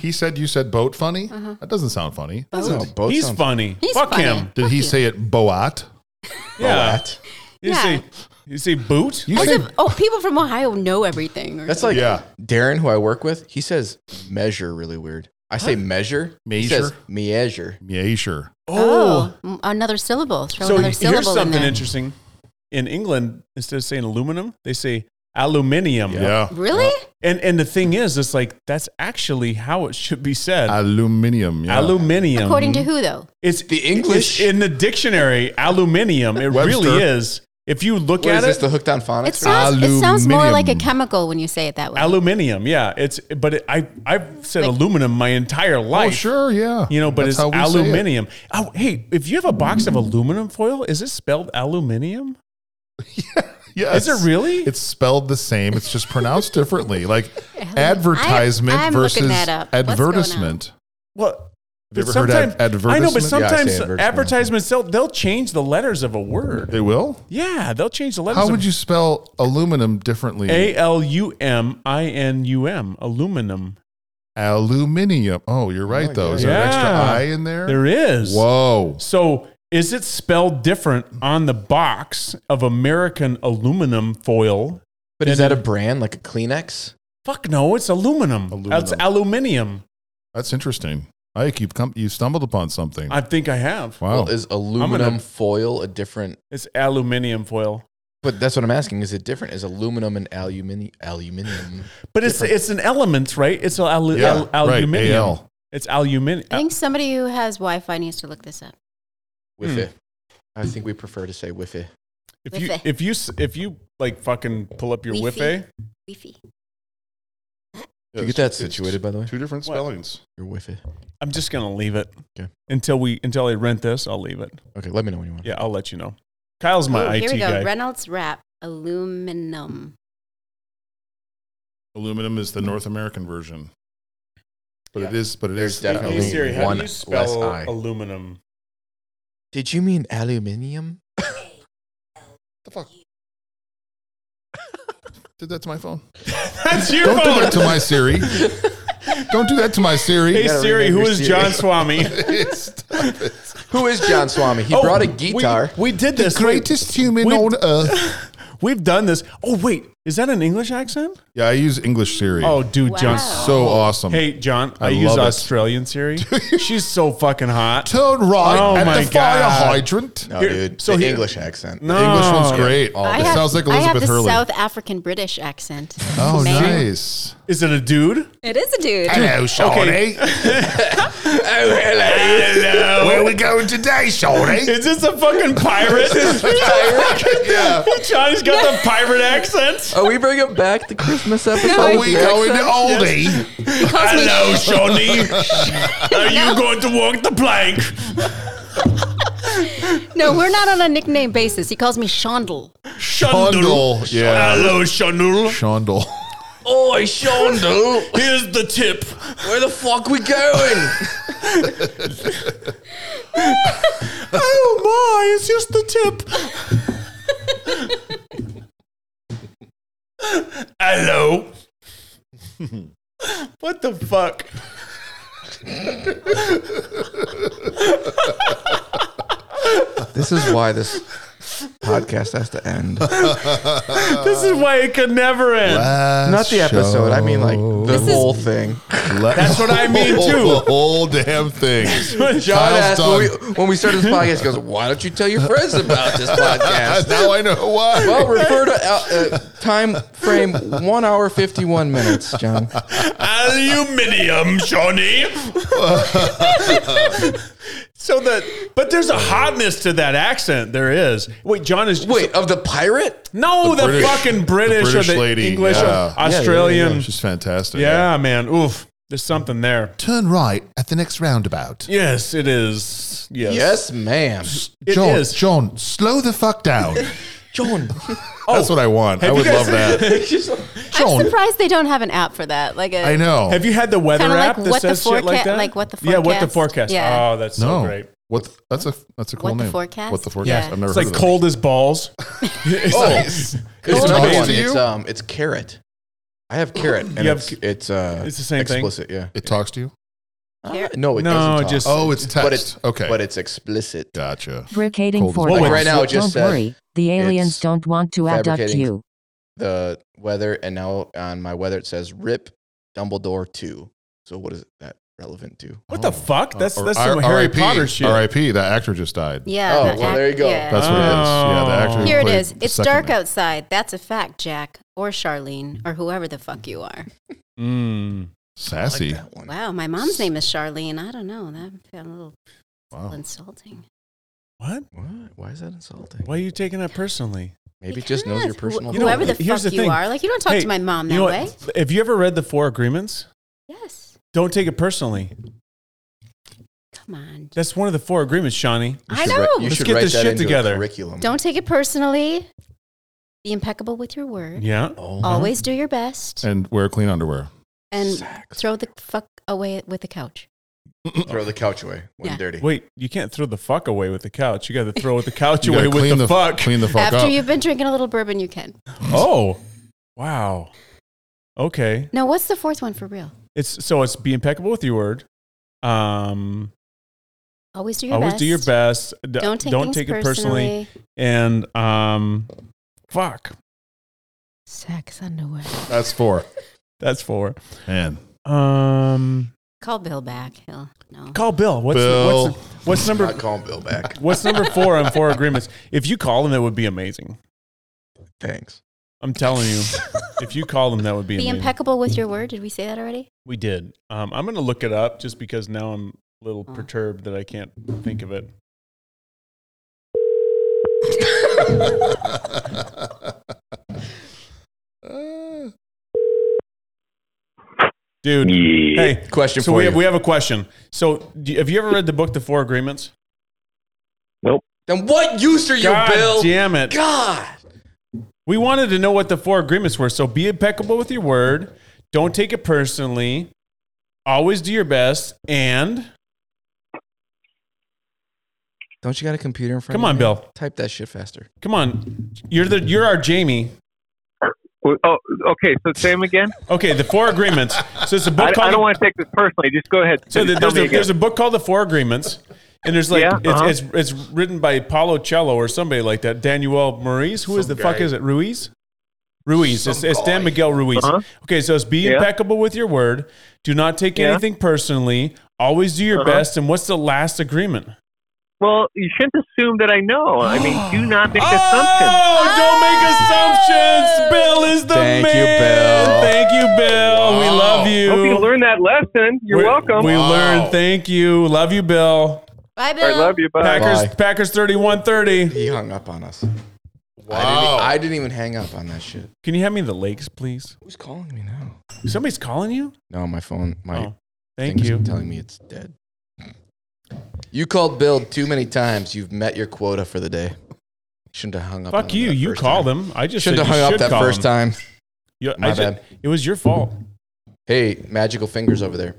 Speaker 2: He said you said boat funny.
Speaker 4: Uh-huh.
Speaker 2: That doesn't sound funny.
Speaker 3: That's not
Speaker 4: Boat.
Speaker 3: a boat
Speaker 1: He's
Speaker 3: sound.
Speaker 1: funny.
Speaker 4: He's
Speaker 1: Fuck
Speaker 4: funny.
Speaker 1: him.
Speaker 2: Did
Speaker 4: Fuck
Speaker 2: he
Speaker 4: you.
Speaker 2: say it boat?
Speaker 1: Yeah.
Speaker 3: Boat.
Speaker 1: You
Speaker 4: Yeah.
Speaker 1: say you say boot?
Speaker 2: You
Speaker 4: As
Speaker 2: say
Speaker 4: if- oh, people from Ohio know everything. Or
Speaker 3: That's like
Speaker 2: Yeah.
Speaker 3: Darren, who I work with. He says measure really weird. I say measure. He says
Speaker 2: Measure?
Speaker 3: measure.
Speaker 2: yeah, sure.
Speaker 4: Oh, m- another syllable. Throw
Speaker 1: So
Speaker 4: another
Speaker 1: he-
Speaker 4: syllable
Speaker 1: here's
Speaker 4: in
Speaker 1: something
Speaker 4: there.
Speaker 1: interesting. In England, instead of saying aluminum, they say aluminium.
Speaker 2: Yeah.
Speaker 4: Really?
Speaker 1: And and the thing is, it's like that's actually how it should be said.
Speaker 2: Aluminium. Yeah.
Speaker 1: Aluminium.
Speaker 4: According to who though?
Speaker 1: it's
Speaker 3: The English-
Speaker 1: it's in the dictionary, aluminium. It
Speaker 2: Webster.
Speaker 1: really is. If you look
Speaker 3: What
Speaker 1: at
Speaker 3: is
Speaker 1: it,
Speaker 3: this? The hooked on phonics?
Speaker 4: It sounds, it sounds more
Speaker 2: Aluminium.
Speaker 4: like a chemical when you say it that way.
Speaker 1: aluminium. Yeah, it's but it, I I've said
Speaker 4: Like-
Speaker 1: aluminum my entire
Speaker 2: Oh,
Speaker 1: life.
Speaker 2: sure. Yeah.
Speaker 1: You know, but
Speaker 2: That's
Speaker 1: it's
Speaker 2: how we say it.
Speaker 1: aluminium. Oh, hey, if you have a box of aluminum foil, is it spelled aluminium? Is
Speaker 2: Yes.
Speaker 1: it really?
Speaker 2: It's spelled the same. It's just pronounced differently.
Speaker 4: <laughs>
Speaker 2: Like advertisement
Speaker 4: I- I'm looking
Speaker 2: versus
Speaker 4: that up. What's going on?
Speaker 2: advertisement.
Speaker 1: well,
Speaker 2: Have
Speaker 1: but
Speaker 2: you ever heard of
Speaker 1: sometime- I know, but
Speaker 2: advertisement?
Speaker 3: Yeah, I say
Speaker 1: sometimes
Speaker 3: advertisement.
Speaker 1: advertisements they'll, they'll change the letters of a word.
Speaker 2: They will.
Speaker 1: Yeah, they'll change the letters.
Speaker 2: How would you spell aluminum differently?
Speaker 1: A L U M I N U M aluminum.
Speaker 2: Aluminium. Oh, you're right
Speaker 3: Oh,
Speaker 2: though. Is
Speaker 1: yeah.
Speaker 2: there an extra
Speaker 1: Yeah.
Speaker 2: I in there?
Speaker 1: There is.
Speaker 2: Whoa.
Speaker 1: So is it spelled different on the box of American aluminum foil?
Speaker 3: but is that a brand like a Kleenex?
Speaker 1: Fuck no, it's aluminum.
Speaker 2: Aluminum.
Speaker 1: It's aluminium.
Speaker 2: That's interesting. Ike, you've come, you stumbled upon something.
Speaker 1: I think I have.
Speaker 2: wow.
Speaker 3: Well, is aluminum foil a different?
Speaker 1: It's aluminium foil,
Speaker 3: But that's what I'm asking. Is it different? Is aluminum and aluminium aluminium?
Speaker 1: but it's it's an element, right? It's al-
Speaker 2: yeah,
Speaker 1: al-
Speaker 2: right,
Speaker 1: aluminium.
Speaker 2: AL.
Speaker 1: It's aluminium.
Speaker 4: I think somebody who has Wi-Fi needs to look this up.
Speaker 3: Wiffy. I think we prefer to say wiffy.
Speaker 1: if you
Speaker 4: Wifi.
Speaker 1: if you s- if you like fucking pull up your wifi,
Speaker 4: Wifi. Wi-Fi.
Speaker 3: Did you get that situated, by the way?
Speaker 2: Two different
Speaker 1: What?
Speaker 2: spellings.
Speaker 3: Your wiffy.
Speaker 1: I'm just gonna leave it.
Speaker 3: Okay.
Speaker 1: Until we until I rent this, I'll leave it.
Speaker 3: Okay, let me know when you want.
Speaker 1: Yeah, I'll let you know. Kyle's my
Speaker 4: Oh,
Speaker 1: IT
Speaker 4: here we go.
Speaker 1: guy.
Speaker 4: Reynolds wrap aluminum.
Speaker 2: Aluminum is the North American version, but it is, but it
Speaker 3: There's
Speaker 2: is
Speaker 3: definitely
Speaker 1: hey Siri, how
Speaker 3: one
Speaker 1: do you
Speaker 3: less
Speaker 1: spell
Speaker 3: eye.
Speaker 1: aluminum?
Speaker 3: Did you mean aluminium?
Speaker 2: the fuck? <laughs> Did that to
Speaker 1: <laughs>
Speaker 2: my phone?
Speaker 1: <laughs> That's your
Speaker 2: Don't
Speaker 1: phone.
Speaker 2: do that to my Siri. Don't do that to my Siri.
Speaker 1: hey
Speaker 3: gotta
Speaker 1: Siri,
Speaker 3: rename
Speaker 1: who
Speaker 3: your
Speaker 1: is
Speaker 3: Siri.
Speaker 1: John Swami? <laughs>
Speaker 2: Stop it.
Speaker 3: Who is John Swami? He
Speaker 1: Oh,
Speaker 3: brought a guitar.
Speaker 1: We, we did this.
Speaker 2: Greatest human
Speaker 1: we-
Speaker 2: on earth.
Speaker 1: We, have done this. Oh wait, is that an English accent?
Speaker 2: Yeah, I use English Siri.
Speaker 1: Oh dude, John.
Speaker 4: Wow.
Speaker 2: so awesome.
Speaker 1: Hey John, I,
Speaker 2: I
Speaker 1: use
Speaker 2: love it.
Speaker 1: Australian Siri. She's so fucking hot.
Speaker 2: turn right
Speaker 1: Oh
Speaker 2: at
Speaker 1: my
Speaker 2: the fire
Speaker 1: God.
Speaker 2: hydrant.
Speaker 3: no,
Speaker 1: here- Oh.
Speaker 3: dude.
Speaker 1: so
Speaker 3: the
Speaker 1: here-
Speaker 3: English accent.
Speaker 1: No,
Speaker 2: English one's great. Oh,
Speaker 4: I
Speaker 2: it
Speaker 4: have-
Speaker 2: sounds like
Speaker 4: I have
Speaker 2: Elizabeth
Speaker 4: the
Speaker 2: Hurley.
Speaker 4: South African British accent.
Speaker 2: oh,
Speaker 4: Man.
Speaker 2: nice.
Speaker 1: Is it a dude?
Speaker 5: It is a dude.
Speaker 2: Hello,
Speaker 1: Shawnee.
Speaker 3: Oh, hello.
Speaker 2: Where we going today,
Speaker 1: <laughs>
Speaker 2: Shawnee?
Speaker 1: Is this a fucking pirate? <laughs>
Speaker 2: yeah.
Speaker 1: Johnny's got the pirate accent.
Speaker 6: Are we bringing back the
Speaker 3: <laughs>
Speaker 6: Christmas episode?
Speaker 4: Oh,
Speaker 2: Are
Speaker 6: with
Speaker 2: we
Speaker 6: the
Speaker 2: going to
Speaker 6: accent?
Speaker 2: Aldi?
Speaker 5: He calls me-
Speaker 1: Hello, Shawnee. <laughs> Are you going to walk the plank?
Speaker 4: no, we're not on a nickname basis. He calls me Shondel.
Speaker 1: Shundle.
Speaker 2: Shundle, yeah.
Speaker 1: Hello, Shundle.
Speaker 2: Shondle.
Speaker 3: Oi, Shondel.
Speaker 1: Here's the tip.
Speaker 3: Where the fuck we going?
Speaker 1: Oh my, it's just the tip. <laughs> Hello. what the fuck?
Speaker 3: This is why this podcast has to end. <laughs>
Speaker 1: This is why it could never end.
Speaker 2: Uh,
Speaker 3: Not the episode. I mean, like the
Speaker 5: This is-
Speaker 3: whole thing.
Speaker 1: That's what I
Speaker 2: <laughs>
Speaker 1: mean, too.
Speaker 2: The whole damn thing.
Speaker 1: <laughs>
Speaker 3: John
Speaker 2: Kyle's
Speaker 3: asked when we,
Speaker 2: done.
Speaker 3: when we started this podcast, he goes, "Why don't you tell your friends about <laughs> this
Speaker 2: Ah, <laughs>
Speaker 3: podcast?"
Speaker 2: now I know why.
Speaker 3: Well, refer to uh, uh, time frame one hour fifty one minutes, John.
Speaker 1: Aluminium, Shawnee. <laughs> so that, but there's a hotness to that accent. There is. Wait, John is
Speaker 3: Wait, of the pirate?
Speaker 1: no the,
Speaker 2: The British-
Speaker 1: fucking
Speaker 2: the
Speaker 1: British,
Speaker 2: British
Speaker 1: or the
Speaker 2: lady,
Speaker 1: English
Speaker 2: yeah.
Speaker 1: or Australian. Yeah,
Speaker 2: She's fantastic.
Speaker 1: man. Oof, there's something there.
Speaker 2: Turn right at the next roundabout.
Speaker 1: Yes, it is. Yes,
Speaker 3: Yes, ma'am.
Speaker 1: it
Speaker 2: John,
Speaker 1: is.
Speaker 2: John, slow the
Speaker 1: <laughs>
Speaker 2: fuck down.
Speaker 3: John,
Speaker 2: That's what I want. I
Speaker 1: Oh. Have you
Speaker 2: would
Speaker 1: guys-
Speaker 2: love
Speaker 1: <laughs>
Speaker 2: that.
Speaker 4: I'm
Speaker 2: John,
Speaker 4: surprised they don't have an app for that. Like a
Speaker 2: I know.
Speaker 1: Have you had the weather
Speaker 4: Kinda like
Speaker 1: app that
Speaker 4: what the
Speaker 1: says shit like
Speaker 4: foreca-
Speaker 1: that?
Speaker 4: like what the
Speaker 1: Yeah, what the
Speaker 4: forecast.
Speaker 1: forecast?
Speaker 4: Yeah.
Speaker 1: Oh, that's
Speaker 2: no.
Speaker 1: so great.
Speaker 2: What? the- that's a that's a cool
Speaker 4: What the
Speaker 2: name.
Speaker 4: forecast?
Speaker 2: What the forecast?
Speaker 4: Yeah.
Speaker 2: I've never
Speaker 1: It's
Speaker 2: heard
Speaker 1: like
Speaker 2: of Oh. that.
Speaker 1: cold as
Speaker 2: <laughs>
Speaker 1: balls. It's like-
Speaker 2: It's,
Speaker 3: There's
Speaker 2: it's
Speaker 1: Cool.
Speaker 3: another
Speaker 1: amazing.
Speaker 2: amazing.
Speaker 3: one.
Speaker 2: To
Speaker 3: It's
Speaker 2: you?
Speaker 3: um, it's carrot. I have
Speaker 1: <gasps>
Speaker 3: carrot, and
Speaker 1: You have
Speaker 3: it's it's uh,
Speaker 1: It's the same thing?
Speaker 3: explicit, Yeah.
Speaker 2: it talks to you.
Speaker 3: Uh, no, it
Speaker 1: No,
Speaker 3: doesn't. Talk,
Speaker 1: just-
Speaker 2: Oh, it's text.
Speaker 3: But it's-
Speaker 2: okay,
Speaker 3: but it's explicit.
Speaker 2: gotcha.
Speaker 8: Brickading
Speaker 2: Cold
Speaker 8: for
Speaker 1: blood. Well,
Speaker 8: us.
Speaker 1: right
Speaker 3: now it just
Speaker 8: Don't
Speaker 3: said
Speaker 8: worry, the aliens
Speaker 3: it's
Speaker 8: don't want to abduct
Speaker 3: fabricating-
Speaker 8: you.
Speaker 3: the weather, and now on my weather it says "Rip Dumbledore 2. So what is that relevant to?
Speaker 1: What
Speaker 4: Oh.
Speaker 1: the fuck? That's
Speaker 2: Or
Speaker 1: that's some
Speaker 2: R-
Speaker 1: Harry
Speaker 2: RIP.
Speaker 1: Potter shit.
Speaker 2: R.I.P. That actor just died.
Speaker 4: yeah.
Speaker 3: Oh,
Speaker 4: that
Speaker 3: well,
Speaker 4: app-
Speaker 3: there you go.
Speaker 4: yeah.
Speaker 2: That's what it is. Yeah, the actor.
Speaker 1: Oh.
Speaker 2: who
Speaker 4: Here it
Speaker 2: played
Speaker 4: is.
Speaker 2: the
Speaker 4: It's
Speaker 2: second
Speaker 4: dark
Speaker 2: man.
Speaker 4: outside. That's a fact, Jack or Charlene or whoever the fuck you are.
Speaker 1: Mm.
Speaker 3: I like
Speaker 2: Sassy.
Speaker 3: that one.
Speaker 4: Wow, my mom's name is Charlene. I don't know. That felt a little
Speaker 2: Wow.
Speaker 4: insulting.
Speaker 1: What?
Speaker 3: What? Why is that insulting?
Speaker 1: Why are you taking that personally?
Speaker 3: Maybe it just knows your
Speaker 4: Because wh-
Speaker 3: personal.
Speaker 1: You know,
Speaker 4: whoever
Speaker 3: feelings.
Speaker 4: the
Speaker 1: here's
Speaker 4: fuck
Speaker 1: the
Speaker 4: you
Speaker 1: thing.
Speaker 4: are. Like you don't talk
Speaker 1: Hey,
Speaker 4: to my mom that
Speaker 1: You know
Speaker 4: way.
Speaker 1: what? Have you ever read the Four Agreements?
Speaker 4: Yes.
Speaker 1: Don't take it personally.
Speaker 4: Come on.
Speaker 1: That's one of the four agreements, Shawnee.
Speaker 3: You
Speaker 4: I
Speaker 3: should write-
Speaker 4: know.
Speaker 3: you
Speaker 1: Let's
Speaker 3: should
Speaker 1: get
Speaker 3: write
Speaker 1: this
Speaker 3: that
Speaker 1: shit
Speaker 3: into a
Speaker 1: together.
Speaker 3: Curriculum.
Speaker 4: Don't take it personally. Be impeccable with your word.
Speaker 1: Yeah.
Speaker 3: Oh,
Speaker 4: Always do your best
Speaker 2: And wear clean underwear.
Speaker 4: and
Speaker 3: sex.
Speaker 4: throw the fuck away with the couch.
Speaker 3: Throw the couch away when
Speaker 4: Yeah.
Speaker 3: dirty.
Speaker 1: Wait, you can't throw the fuck away with the couch. You got to throw the
Speaker 4: <laughs>
Speaker 1: couch
Speaker 2: You gotta
Speaker 1: away with
Speaker 2: clean
Speaker 1: the, fuck.
Speaker 2: Clean the fuck
Speaker 4: After
Speaker 2: up.
Speaker 4: you've been drinking a little bourbon, you can.
Speaker 1: Oh, wow. Okay.
Speaker 4: No, what's the fourth one for real?
Speaker 1: It's so it's be impeccable with your word. Um,
Speaker 4: Always do your
Speaker 1: always
Speaker 4: best.
Speaker 1: do your best. D-
Speaker 4: Don't take,
Speaker 1: don't
Speaker 4: things
Speaker 1: take it personally.
Speaker 4: personally.
Speaker 1: And um, fuck.
Speaker 4: Sex underwear.
Speaker 2: That's four.
Speaker 1: That's four.
Speaker 2: Man,
Speaker 1: Um,
Speaker 4: Call Bill back. He'll no.
Speaker 1: Call Bill. What's
Speaker 2: Bill.
Speaker 1: what's, what's number
Speaker 3: Not calling
Speaker 1: <laughs>
Speaker 3: Bill back.
Speaker 1: what's number four on four agreements? If you call them, that would be amazing.
Speaker 3: Thanks.
Speaker 1: I'm telling you, if you call them, that would be,
Speaker 4: Be
Speaker 1: amazing.
Speaker 4: impeccable with your word. Did we say that already?
Speaker 1: We did. Um, I'm going to look it up just because now I'm a little perturbed that I can't think of it. <laughs> Dude,
Speaker 7: Yeah.
Speaker 1: hey,
Speaker 3: Question
Speaker 1: so
Speaker 3: for
Speaker 1: we
Speaker 3: you.
Speaker 1: have, we have a question. So, do, have you ever read the book, The Four Agreements?
Speaker 3: then what use are you,
Speaker 1: God
Speaker 3: Bill?
Speaker 1: damn it.
Speaker 3: God.
Speaker 1: We wanted to know what the four agreements were. So, be impeccable with your word, don't take it personally, always do your best, and
Speaker 3: Don't you got a computer in front
Speaker 1: come
Speaker 3: of
Speaker 1: on,
Speaker 3: you?
Speaker 1: Bill.
Speaker 3: Type that shit faster.
Speaker 1: Come on. You're, the, you're our Jamie.
Speaker 7: Oh, okay. So
Speaker 1: <laughs>
Speaker 7: same again.
Speaker 1: Okay, the four agreements. So, it's a book
Speaker 7: I,
Speaker 1: called
Speaker 7: I don't want to take this personally. Just go ahead.
Speaker 1: So
Speaker 7: Tell
Speaker 1: the, there's,
Speaker 7: me
Speaker 1: a,
Speaker 7: again.
Speaker 1: there's a book called The Four Agreements, and there's like
Speaker 7: Yeah, uh-huh.
Speaker 1: it's, it's it's written by Paulo Cello or somebody like that. Daniel Ruiz, who is the fuck is it? Ruiz. Ruiz. It's, it's Dan Miguel Ruiz.
Speaker 7: Uh-huh.
Speaker 1: Okay, so it's be
Speaker 7: Yeah.
Speaker 1: impeccable with your word. Do not take
Speaker 7: Yeah.
Speaker 1: anything personally. Always do your
Speaker 7: Uh-huh.
Speaker 1: best. And what's the last agreement?
Speaker 7: <laughs> well, you shouldn't assume that I know. I
Speaker 1: <gasps>
Speaker 7: mean, do not make assumptions.
Speaker 1: Oh, don't make
Speaker 7: Ah!
Speaker 1: assumptions. Bill is the
Speaker 3: Thank you,
Speaker 1: man.
Speaker 3: Bill.
Speaker 1: Thank you, Bill. We love you.
Speaker 7: Hope you learned that lesson. You're
Speaker 1: We-
Speaker 7: welcome.
Speaker 1: We
Speaker 7: All
Speaker 1: learned. Thank you. Love you, Bill.
Speaker 4: Bye, Bill.
Speaker 7: right, love you. Bye.
Speaker 1: Packers,
Speaker 3: Bye.
Speaker 1: Packers 31 30.
Speaker 3: He hung up on us. e-
Speaker 2: Wow.
Speaker 3: I, didn't, I didn't even hang up on that shit.
Speaker 1: Can you hand me the lakes, please?
Speaker 3: Who's calling me now?
Speaker 1: Somebody's calling you?
Speaker 3: No, my phone. My
Speaker 1: Oh, Thank
Speaker 3: thing's
Speaker 1: you.
Speaker 3: telling me it's dead. You called Bill too many times. You've met your quota for the day. Shouldn't have hung up. on
Speaker 1: Fuck
Speaker 3: him
Speaker 1: you.
Speaker 3: that
Speaker 1: You
Speaker 3: first
Speaker 1: called
Speaker 3: time.
Speaker 1: him. I just
Speaker 3: Shouldn't
Speaker 1: said
Speaker 3: have
Speaker 1: you
Speaker 3: hung up
Speaker 1: should
Speaker 3: that
Speaker 1: call
Speaker 3: first
Speaker 1: him.
Speaker 3: time.
Speaker 1: You-
Speaker 3: My
Speaker 1: I said-
Speaker 3: bad.
Speaker 1: it was your
Speaker 3: <laughs>
Speaker 1: fault.
Speaker 3: Hey, magical fingers over there.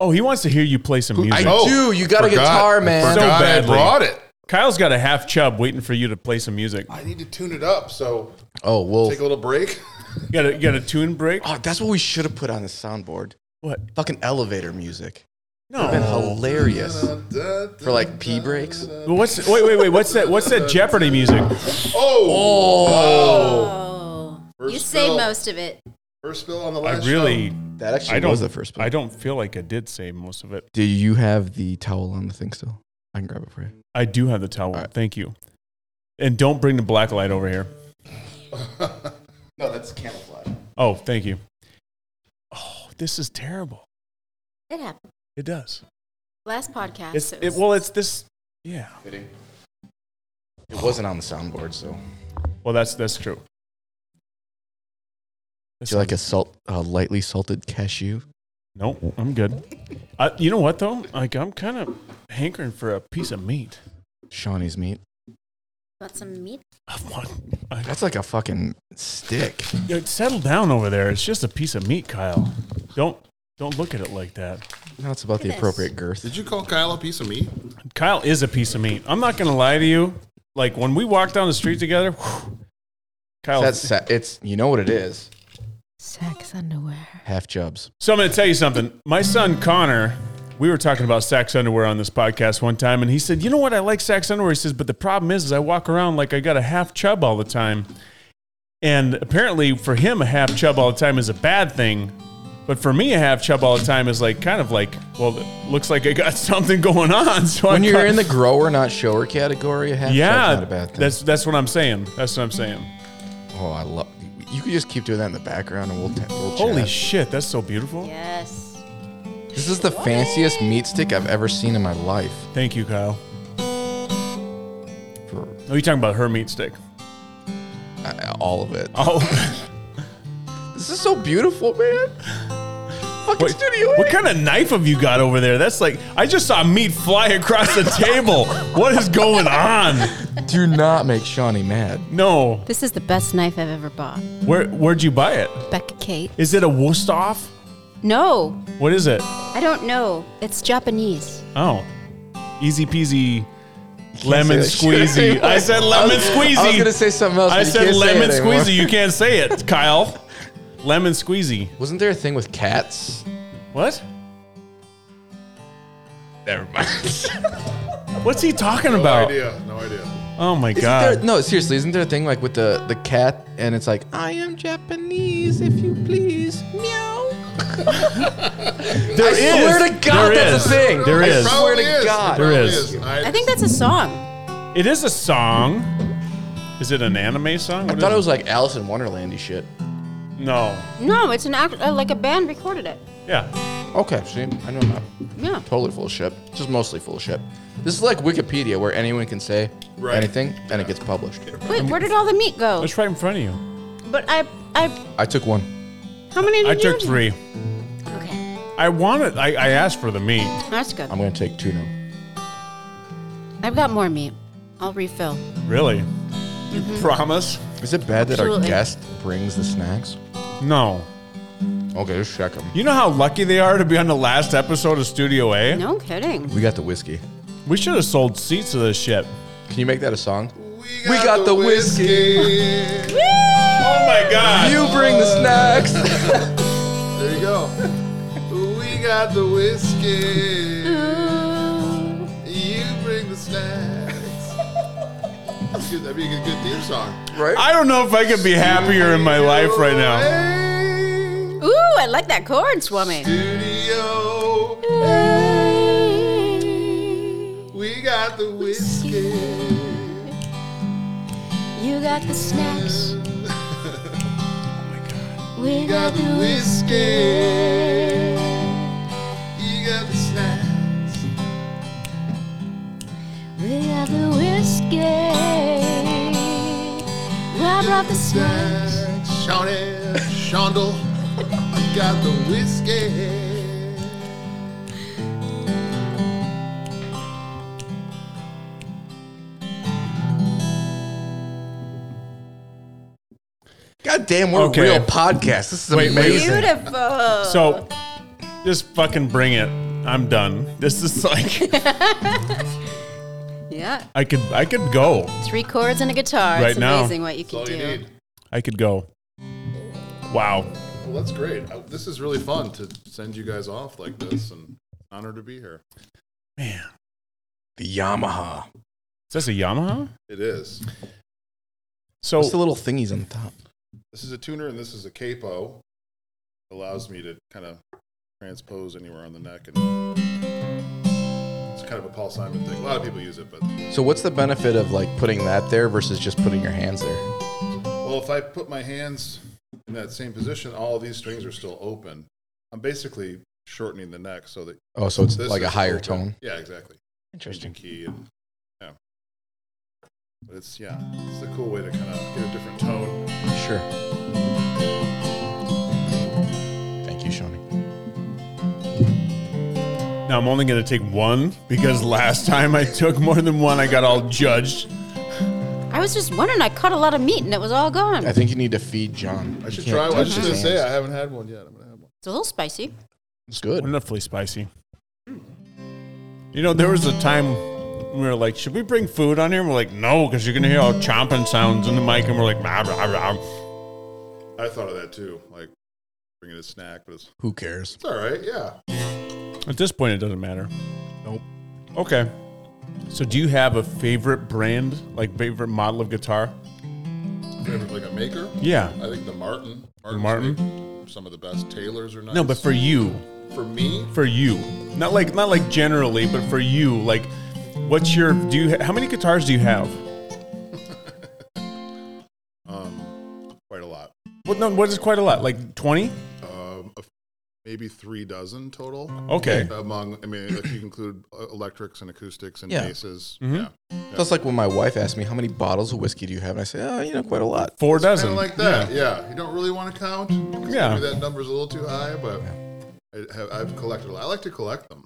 Speaker 1: Oh, he wants to hear you play some
Speaker 2: Who-
Speaker 1: music.
Speaker 2: I- Oh,
Speaker 3: Dude, you got a
Speaker 2: Forgot-
Speaker 3: guitar, man.
Speaker 1: So
Speaker 2: Forgot I
Speaker 1: badly.
Speaker 2: brought it.
Speaker 1: Kyle's got a half chub waiting for you to play some music.
Speaker 2: I need to tune it up. So
Speaker 3: oh, well.
Speaker 2: take a little break. <laughs>
Speaker 1: You got a, you got a tune break?
Speaker 3: Oh, that's what we should have put on the soundboard.
Speaker 1: What?
Speaker 3: Fucking elevator music.
Speaker 1: No.
Speaker 3: Been hilarious.
Speaker 2: For
Speaker 3: like, pee breaks?
Speaker 1: But what's wait wait wait what's that what's that Jeopardy music?
Speaker 2: Oh.
Speaker 4: Oh,
Speaker 2: First
Speaker 4: you saved
Speaker 2: Bill.
Speaker 4: most of it.
Speaker 2: First bill on the
Speaker 1: I
Speaker 2: last.
Speaker 1: really
Speaker 3: That actually
Speaker 1: I don't-
Speaker 3: was the first
Speaker 1: I don't feel like I did save most of it.
Speaker 3: Do you have the towel on the thing still? I can grab it for you.
Speaker 1: I do have the towel.
Speaker 3: All right.
Speaker 1: Thank you. And don't bring the black light over here.
Speaker 3: No, that's camouflage.
Speaker 1: Oh, thank you. Oh, this is terrible.
Speaker 4: It happened.
Speaker 1: It does.
Speaker 4: Last podcast.
Speaker 1: It's
Speaker 4: it
Speaker 1: it,
Speaker 4: was-
Speaker 1: well, it's this. Yeah.
Speaker 3: Fitting. It wasn't on the soundboard, so.
Speaker 1: Well, that's that's true.
Speaker 3: Do you like a salt, uh, lightly salted cashew?
Speaker 1: Nope, I'm good. I, you know what though? Like I'm kind of hankering for a piece of meat.
Speaker 3: Shawnee's meat.
Speaker 4: want some meat?
Speaker 1: I want. I,
Speaker 3: That's like a fucking stick.
Speaker 1: Yo, settle down over there. It's just a piece of meat, Kyle. Don't don't look at it like that.
Speaker 3: Now it's about the
Speaker 4: Look at
Speaker 3: appropriate girth.
Speaker 2: Did you call Kyle a piece of meat?
Speaker 1: Kyle is a piece of meat. I'm not gonna lie to you. Like when we walked down the street together, whew, Kyle.
Speaker 3: That's sa- it's you know what it is.
Speaker 4: Sex underwear.
Speaker 3: Half chubs.
Speaker 1: So I'm going to tell you something. My son Connor, we were talking about Saks underwear on this podcast one time, and he said, "You know what? I like Saks underwear." He says, "But the problem is, is I walk around like I got a half chub all the time." And apparently, for him, a half chub all the time is a bad thing. But for me, a half chub all the time is like kind of like, well, it looks like I got <laughs> something going on. So
Speaker 3: When
Speaker 1: I
Speaker 3: you're
Speaker 1: got-
Speaker 3: in the grower, not shower category, a half
Speaker 1: yeah,
Speaker 3: chub's not a bad thing.
Speaker 1: that's that's what I'm saying. That's what I'm saying.
Speaker 3: oh, I love. You could just keep doing that in the background, and we'll. ta- we'll
Speaker 1: Holy
Speaker 3: chat.
Speaker 1: shit, that's so beautiful.
Speaker 4: Yes.
Speaker 3: This is the fanciest meat stick I've ever seen in my life.
Speaker 1: Thank you, Kyle.
Speaker 3: For
Speaker 1: Oh, you talking about her meat stick?
Speaker 3: uh, all of it.
Speaker 1: Oh. <laughs>
Speaker 3: This is so beautiful, man. Fucking
Speaker 1: Wait,
Speaker 3: Studio
Speaker 1: What
Speaker 3: A.
Speaker 1: kind of knife have you got over there? That's like I just saw meat fly across the table. what is going on?
Speaker 3: Do not make Shawnee mad.
Speaker 1: No.
Speaker 4: This is the best knife I've ever bought.
Speaker 1: Where where'd you buy it?
Speaker 4: Becca Kate.
Speaker 1: Is it a Wusthof?
Speaker 4: No,
Speaker 1: What is it?
Speaker 4: I don't know. It's Japanese.
Speaker 1: Oh. Easy peasy lemon
Speaker 3: say that shit
Speaker 1: <laughs> squeezy.
Speaker 3: anymore.
Speaker 1: I said
Speaker 3: I was-
Speaker 1: lemon squeezy.
Speaker 3: I was gonna say something else.
Speaker 1: I
Speaker 3: but you
Speaker 1: said
Speaker 3: can't say
Speaker 1: lemon
Speaker 3: it anymore.
Speaker 1: squeezy. You can't say <laughs> it, Kyle. lemon squeezy.
Speaker 3: Wasn't there a thing with cats?
Speaker 1: What?
Speaker 3: Never <laughs> mind.
Speaker 1: What's he talking
Speaker 2: No
Speaker 1: about?
Speaker 2: idea. No idea.
Speaker 1: Oh my
Speaker 3: Isn't there,
Speaker 1: god.
Speaker 3: no, seriously, isn't there a thing like with the the cat and it's like I am Japanese, if you please, meow.
Speaker 1: There
Speaker 3: I swear
Speaker 1: is.
Speaker 3: to God,
Speaker 1: There
Speaker 3: that's a
Speaker 1: is.
Speaker 3: thing.
Speaker 1: There
Speaker 3: I
Speaker 1: is.
Speaker 3: swear to
Speaker 2: Probably is.
Speaker 3: God.
Speaker 2: Probably
Speaker 1: There is.
Speaker 2: I,
Speaker 4: I think that's a song.
Speaker 1: It is a song. Is it an anime song?
Speaker 3: I
Speaker 1: What
Speaker 3: thought
Speaker 1: is
Speaker 3: it was like Alice in Wonderlandy shit.
Speaker 1: No.
Speaker 4: No, it's an act, uh, like a band recorded it.
Speaker 1: Yeah.
Speaker 3: Okay, see, I know I'm not
Speaker 4: Yeah.
Speaker 3: totally full of shit. Just mostly full of shit. This is like Wikipedia, where anyone can say
Speaker 2: Right.
Speaker 3: anything and it gets published.
Speaker 4: Wait, where did all the meat go?
Speaker 1: It's right in front of you.
Speaker 4: But I, I,
Speaker 3: I took one.
Speaker 4: how many did
Speaker 1: I
Speaker 4: you
Speaker 1: took
Speaker 4: do?
Speaker 1: three.
Speaker 4: Okay,
Speaker 1: I wanted. I, I asked for the meat.
Speaker 4: that's good.
Speaker 3: I'm gonna take two now.
Speaker 4: I've got more meat. I'll refill.
Speaker 1: Really? You promise?
Speaker 3: Is it bad that
Speaker 4: Absolutely.
Speaker 3: our guest brings the snacks?
Speaker 1: No.
Speaker 3: Okay, just check them.
Speaker 1: You know how lucky they are to be on the last episode of Studio A.
Speaker 4: No kidding.
Speaker 3: We got the whiskey.
Speaker 1: We should have sold seats to this shit.
Speaker 3: Can you make that a song?
Speaker 2: we
Speaker 3: got the
Speaker 2: whiskey.
Speaker 1: Oh my god!
Speaker 3: You bring the snacks. <laughs>
Speaker 2: there you go. <laughs> We got the whiskey. You bring the snacks. That's good. That'd be a good, good theme song.
Speaker 1: I don't know if I could be happier in my life right now.
Speaker 2: now.
Speaker 4: Ooh, I like that chord, Swami.
Speaker 2: Studio. We got the whiskey.
Speaker 4: You got
Speaker 2: <laughs>
Speaker 4: the snacks.
Speaker 2: Oh
Speaker 4: We
Speaker 2: We got the whiskey. You got the snacks.
Speaker 4: We got the whiskey. I brought the snacks.
Speaker 2: Snacks. Shawnee, <laughs> Shondel. You got the whiskey.
Speaker 3: God damn, we're
Speaker 1: Okay.
Speaker 3: a real podcast. This is
Speaker 1: Wait, wait.
Speaker 3: amazing.
Speaker 4: Beautiful.
Speaker 1: So, just fucking bring it. I'm done. This is like
Speaker 4: yeah,
Speaker 1: I could I could go.
Speaker 4: three chords and a guitar.
Speaker 1: Right
Speaker 4: it's
Speaker 1: now.
Speaker 4: amazing what you can
Speaker 2: That's all
Speaker 4: do.
Speaker 2: you need.
Speaker 1: I could go. Wow.
Speaker 2: Well, that's great. I- This is really fun to send you guys off like this, and honor to be here.
Speaker 1: Man.
Speaker 3: The Yamaha.
Speaker 1: Is this a Yamaha?
Speaker 2: It is.
Speaker 1: So
Speaker 3: What's the little thingies on the top?
Speaker 2: This is a tuner, and this is a capo. Allows me to kind of transpose anywhere on the neck, and it's kind of a Paul Simon thing. A lot of people use it, but
Speaker 3: So what's the benefit of like putting that there versus just putting your hands there?
Speaker 2: well, if I put my hands in that same position, all these strings are still open. I'm basically shortening the neck so that
Speaker 3: Oh, so it's
Speaker 2: this
Speaker 3: like a
Speaker 2: is
Speaker 3: higher
Speaker 2: open.
Speaker 3: tone.
Speaker 2: Yeah, exactly. Changing key and yeah, but it's yeah, it's a cool way to kind of get a different tone.
Speaker 3: Sure. Thank you, Shawnee.
Speaker 1: now I'm only gonna take one because last time I took more than one, I got all judged.
Speaker 4: I was just wondering. I caught a lot of meat and it was all gone.
Speaker 3: I think you need to feed John.
Speaker 2: I
Speaker 3: You
Speaker 2: should
Speaker 3: can't
Speaker 2: try. one. I
Speaker 3: touch
Speaker 2: was
Speaker 3: his
Speaker 2: gonna say
Speaker 3: hands.
Speaker 2: I haven't had one yet. I'm gonna have one.
Speaker 4: It's a little spicy.
Speaker 3: It's good.
Speaker 1: Wonderfully spicy. You know, there was a time we were like, should we bring food on here? And we're like, no, because you're gonna hear all chomping sounds in the mic, and we're like, rah, rah, rah.
Speaker 2: I thought of that too, like bringing a snack, but it's,
Speaker 3: Who cares?
Speaker 2: it's all right. Yeah.
Speaker 1: at this point, it doesn't matter.
Speaker 3: Nope.
Speaker 1: Okay. So, do you have a favorite brand, like favorite model of guitar?
Speaker 2: Favorite, like a maker?
Speaker 1: Yeah.
Speaker 2: I think the Martin.
Speaker 1: Martin?
Speaker 2: make Some of the best tailors are nice.
Speaker 1: No, but for you,
Speaker 2: for me,
Speaker 1: for you, not like not like generally, but for you, like, what's your do you how many guitars do you have?
Speaker 2: um, quite a lot.
Speaker 1: What no, what is quite a lot, like twenty?
Speaker 2: Um, a- maybe three dozen total.
Speaker 1: Okay.
Speaker 2: Among, I mean, if you include uh, electrics and acoustics and
Speaker 3: Yeah.
Speaker 2: basses.
Speaker 1: Mhm.
Speaker 2: Yeah.
Speaker 3: That's like when my wife asked me how many bottles of whiskey do you have, and I say, oh, you know, quite a lot.
Speaker 1: Four
Speaker 2: Kind
Speaker 1: dozen.
Speaker 2: of like that. Yeah. You don't really want to count. 'cause
Speaker 1: Yeah.
Speaker 2: Maybe that number's a little too high, but I have, I've collected a lot. I like to collect them.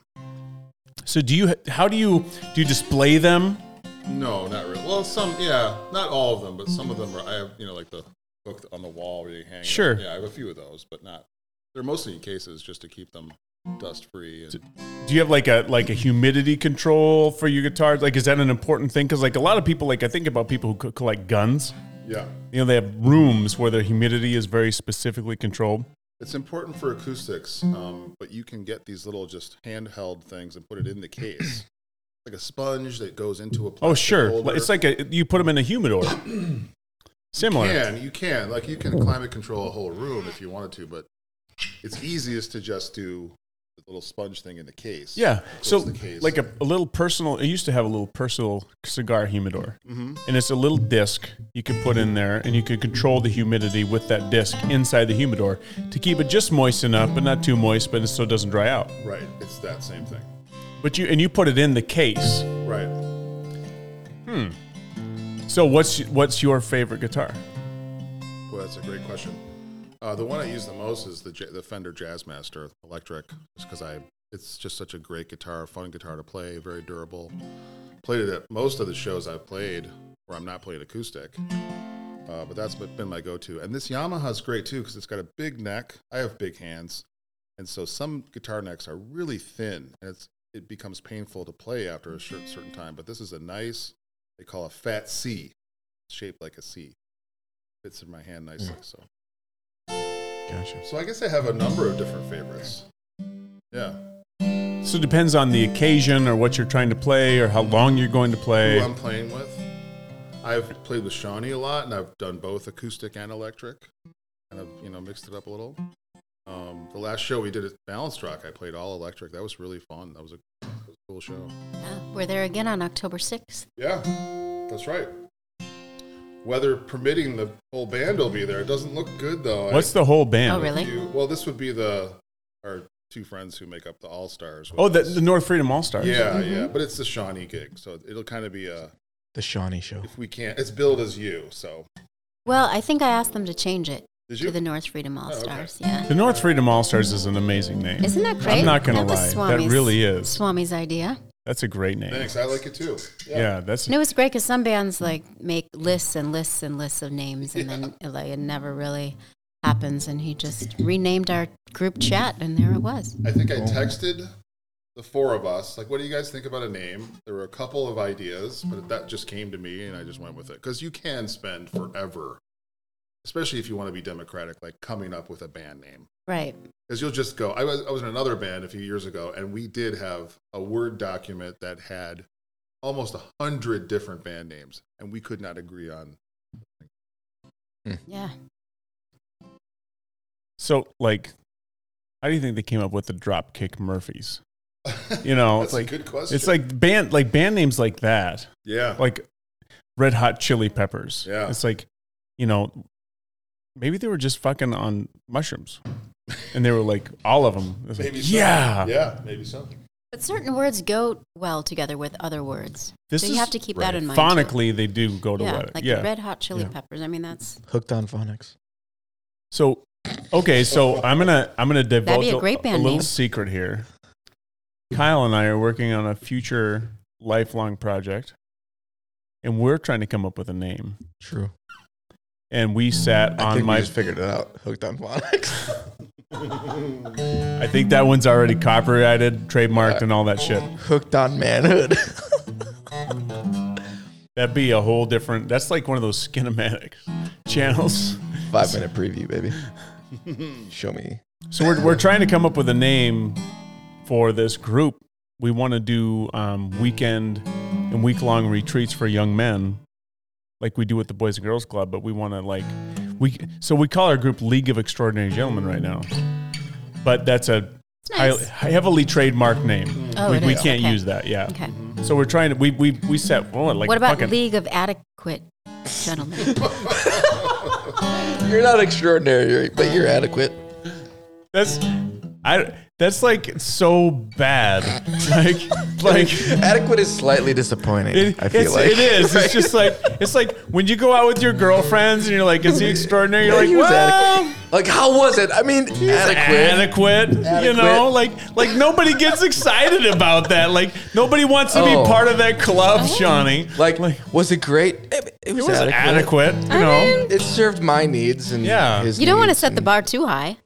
Speaker 1: So do you? How do you do? You display them?
Speaker 2: No, not really. Well, some, yeah, not all of them, but some of them are. I have, you know, like the book on the wall where you hang. it.
Speaker 1: Sure.
Speaker 2: Yeah, I have a few of those, but not. They're mostly in cases just to keep them dust free. And
Speaker 1: Do you have like a like a humidity control for your guitars? Like, is that an important thing? Because like a lot of people, like I think about people who co- collect guns.
Speaker 2: yeah,
Speaker 1: You know, they have rooms where their humidity is very specifically controlled.
Speaker 2: it's important for acoustics. Um, but you can get these little just handheld things and put it in the case, like a sponge that goes into
Speaker 1: Oh,
Speaker 2: a. plastic
Speaker 1: sure.
Speaker 2: holder.
Speaker 1: It's like a you put them in a
Speaker 2: <clears throat>
Speaker 1: humidor. Similar.
Speaker 2: You can you can like you can climate control a whole room if you wanted to, but it's easiest to just do the little sponge thing in the case.
Speaker 1: Yeah. So,
Speaker 2: Close the case.
Speaker 1: like a, a little personal, I used to have a little personal cigar humidor,
Speaker 2: Mhm.
Speaker 1: and it's a little disc you could put in there, and you could control the humidity with that disc inside the humidor to keep it just moist enough, but not too moist, but it so it doesn't dry out.
Speaker 2: Right. It's that same thing.
Speaker 1: But you and you put it in the case.
Speaker 2: Right.
Speaker 1: So what's what's your favorite guitar?
Speaker 2: Well, that's a great question. Uh, the one I use the most is the J- the Fender Jazzmaster electric, just because I it's just such a great guitar, fun guitar to play, very durable. Played it at most of the shows I've played where I'm not playing acoustic, uh, but that's been my go-to. And this Yamaha's great too because it's got a big neck. I have big hands, and so some guitar necks are really thin, and it's it becomes painful to play after a cer- certain time. But this is a nice they call a fat C, shaped like a C fits in my hand nicely. So,
Speaker 1: Gotcha.
Speaker 2: so I guess I have a number of different favorites. Yeah,
Speaker 1: So it depends on the occasion or what you're trying to play or how long you're going to play.
Speaker 2: who I'm playing with. I've played with Shawnee a lot, and I've done both acoustic and electric, and I've you know mixed it up a little. Um, the last show we did at Balanced Rock, I played all electric. That was really fun. That was a, that was a cool show.
Speaker 4: We're there again on October 6th.
Speaker 2: Yeah, that's right. Weather permitting, the whole band will be there. It doesn't look good though. I-
Speaker 1: What's the whole band?
Speaker 4: Oh, really?
Speaker 2: you- well, this would be the our two friends who make up the All Stars.
Speaker 1: Oh, the, the North Freedom All Stars.
Speaker 2: Yeah, yeah, but it's the Shawnee gig, so it'll kind of be a
Speaker 3: The Shawnee Show.
Speaker 2: if we can't. It's billed as you, so
Speaker 4: Well, I think I asked them to change it
Speaker 2: did
Speaker 4: to
Speaker 2: you?
Speaker 4: the North Freedom All
Speaker 1: Oh,
Speaker 2: okay.
Speaker 4: Stars. Yeah.
Speaker 1: The North Freedom All Stars is an amazing name.
Speaker 4: Isn't that great?
Speaker 1: I'm not going to
Speaker 4: That was
Speaker 1: lie. That
Speaker 4: Swami's-
Speaker 1: really is.
Speaker 4: Swami's idea.
Speaker 1: That's a great name.
Speaker 2: Thanks, I like it too.
Speaker 1: Yeah, that's
Speaker 4: And it was great because some bands like make lists and lists and lists of names, and then like it never really happens. And he just renamed our group chat, and there it was.
Speaker 2: I think I texted the four of us like, "What do you guys think about a name?" There were a couple of ideas, but that just came to me, and I just went with it because you can spend forever, especially if you want to be democratic, like coming up with a band name.
Speaker 4: Right.
Speaker 2: because you'll just go. I was I was in another band a few years ago, and we did have a word document that had almost a hundred different band names, and we could not agree on.
Speaker 4: Yeah.
Speaker 1: so like how do you think they came up with the Dropkick Murphys? You know,
Speaker 2: <laughs>
Speaker 3: Oh,
Speaker 1: it's
Speaker 2: That's
Speaker 1: like
Speaker 2: a good question.
Speaker 1: it's like band like band names like that.
Speaker 2: yeah,
Speaker 1: Like Red Hot Chili Peppers.
Speaker 2: Yeah.
Speaker 1: It's like, you know, maybe they were just fucking on mushrooms. And they were like all of them. It's like,
Speaker 2: maybe so.
Speaker 1: yeah.
Speaker 2: yeah, maybe so.
Speaker 4: But certain words go well together with other words.
Speaker 1: This
Speaker 4: so you
Speaker 1: is-
Speaker 4: have to keep that in mind. too.
Speaker 1: Phonically they do go to
Speaker 4: yeah,
Speaker 1: what?
Speaker 4: like
Speaker 1: yeah.
Speaker 4: the Red Hot Chili
Speaker 1: Yeah.
Speaker 4: Peppers. I mean, that's
Speaker 3: Hooked on phonics.
Speaker 1: So, okay, so I'm gonna I'm gonna
Speaker 4: be
Speaker 1: divulge
Speaker 4: a great band
Speaker 1: little
Speaker 4: name.
Speaker 1: secret here. Kyle and I are working on a future lifelong project, and we're trying to come up with a name.
Speaker 3: True.
Speaker 1: And we sat
Speaker 3: I
Speaker 1: on
Speaker 3: think
Speaker 1: my.
Speaker 3: we just figured it out. Hooked on phonics. <laughs>
Speaker 1: I think that one's already copyrighted, trademarked,
Speaker 3: Uh,
Speaker 1: and all that shit.
Speaker 3: Hooked on manhood. <laughs>
Speaker 1: That'd be a whole different. That's like one of those skinematic <laughs> channels.
Speaker 3: Five minute preview,
Speaker 1: <laughs>
Speaker 3: baby. Show me.
Speaker 1: So we're we're trying to come up with a name for this group. We want to do um, weekend and week long retreats for young men, like we do with the Boys and Girls Club. But we want to like we so we call our group League of Extraordinary Gentlemen right now. But that's a
Speaker 4: it's nice.
Speaker 1: high, heavily trademarked name.
Speaker 4: oh,
Speaker 1: we
Speaker 4: it
Speaker 1: we
Speaker 4: is.
Speaker 1: can't
Speaker 4: Okay.
Speaker 1: use that. Yeah.
Speaker 4: Okay.
Speaker 1: So we're trying to we we we set oh, like
Speaker 4: what about
Speaker 1: fucking-
Speaker 4: League of Adequate Gentlemen?
Speaker 1: <laughs>
Speaker 3: You're not extraordinary, but you're adequate.
Speaker 1: that's I that's like so bad <laughs> like like.
Speaker 3: adequate is slightly disappointing.
Speaker 1: It,
Speaker 3: I feel
Speaker 1: it's,
Speaker 3: like
Speaker 1: it
Speaker 3: <laughs>
Speaker 1: is. It's just like it's like when you go out with your girlfriends and you're like, "Is he extraordinary?" You're
Speaker 3: Yeah,
Speaker 1: like,
Speaker 3: he was
Speaker 1: "Well,
Speaker 3: like how was it? I mean, adequate.
Speaker 1: adequate. You
Speaker 3: Adequate.
Speaker 1: know, like like nobody gets excited about that. Like nobody wants to
Speaker 3: Oh.
Speaker 1: be part of that
Speaker 4: Oh.
Speaker 1: club, Shawnee.
Speaker 3: Like, was it great? It, it
Speaker 1: it
Speaker 3: was,
Speaker 1: was
Speaker 3: adequate.
Speaker 1: adequate. you know,
Speaker 3: It served my needs and
Speaker 1: Yeah.
Speaker 3: his
Speaker 4: you don't want to
Speaker 3: needs
Speaker 4: set the
Speaker 3: and-
Speaker 4: bar too high.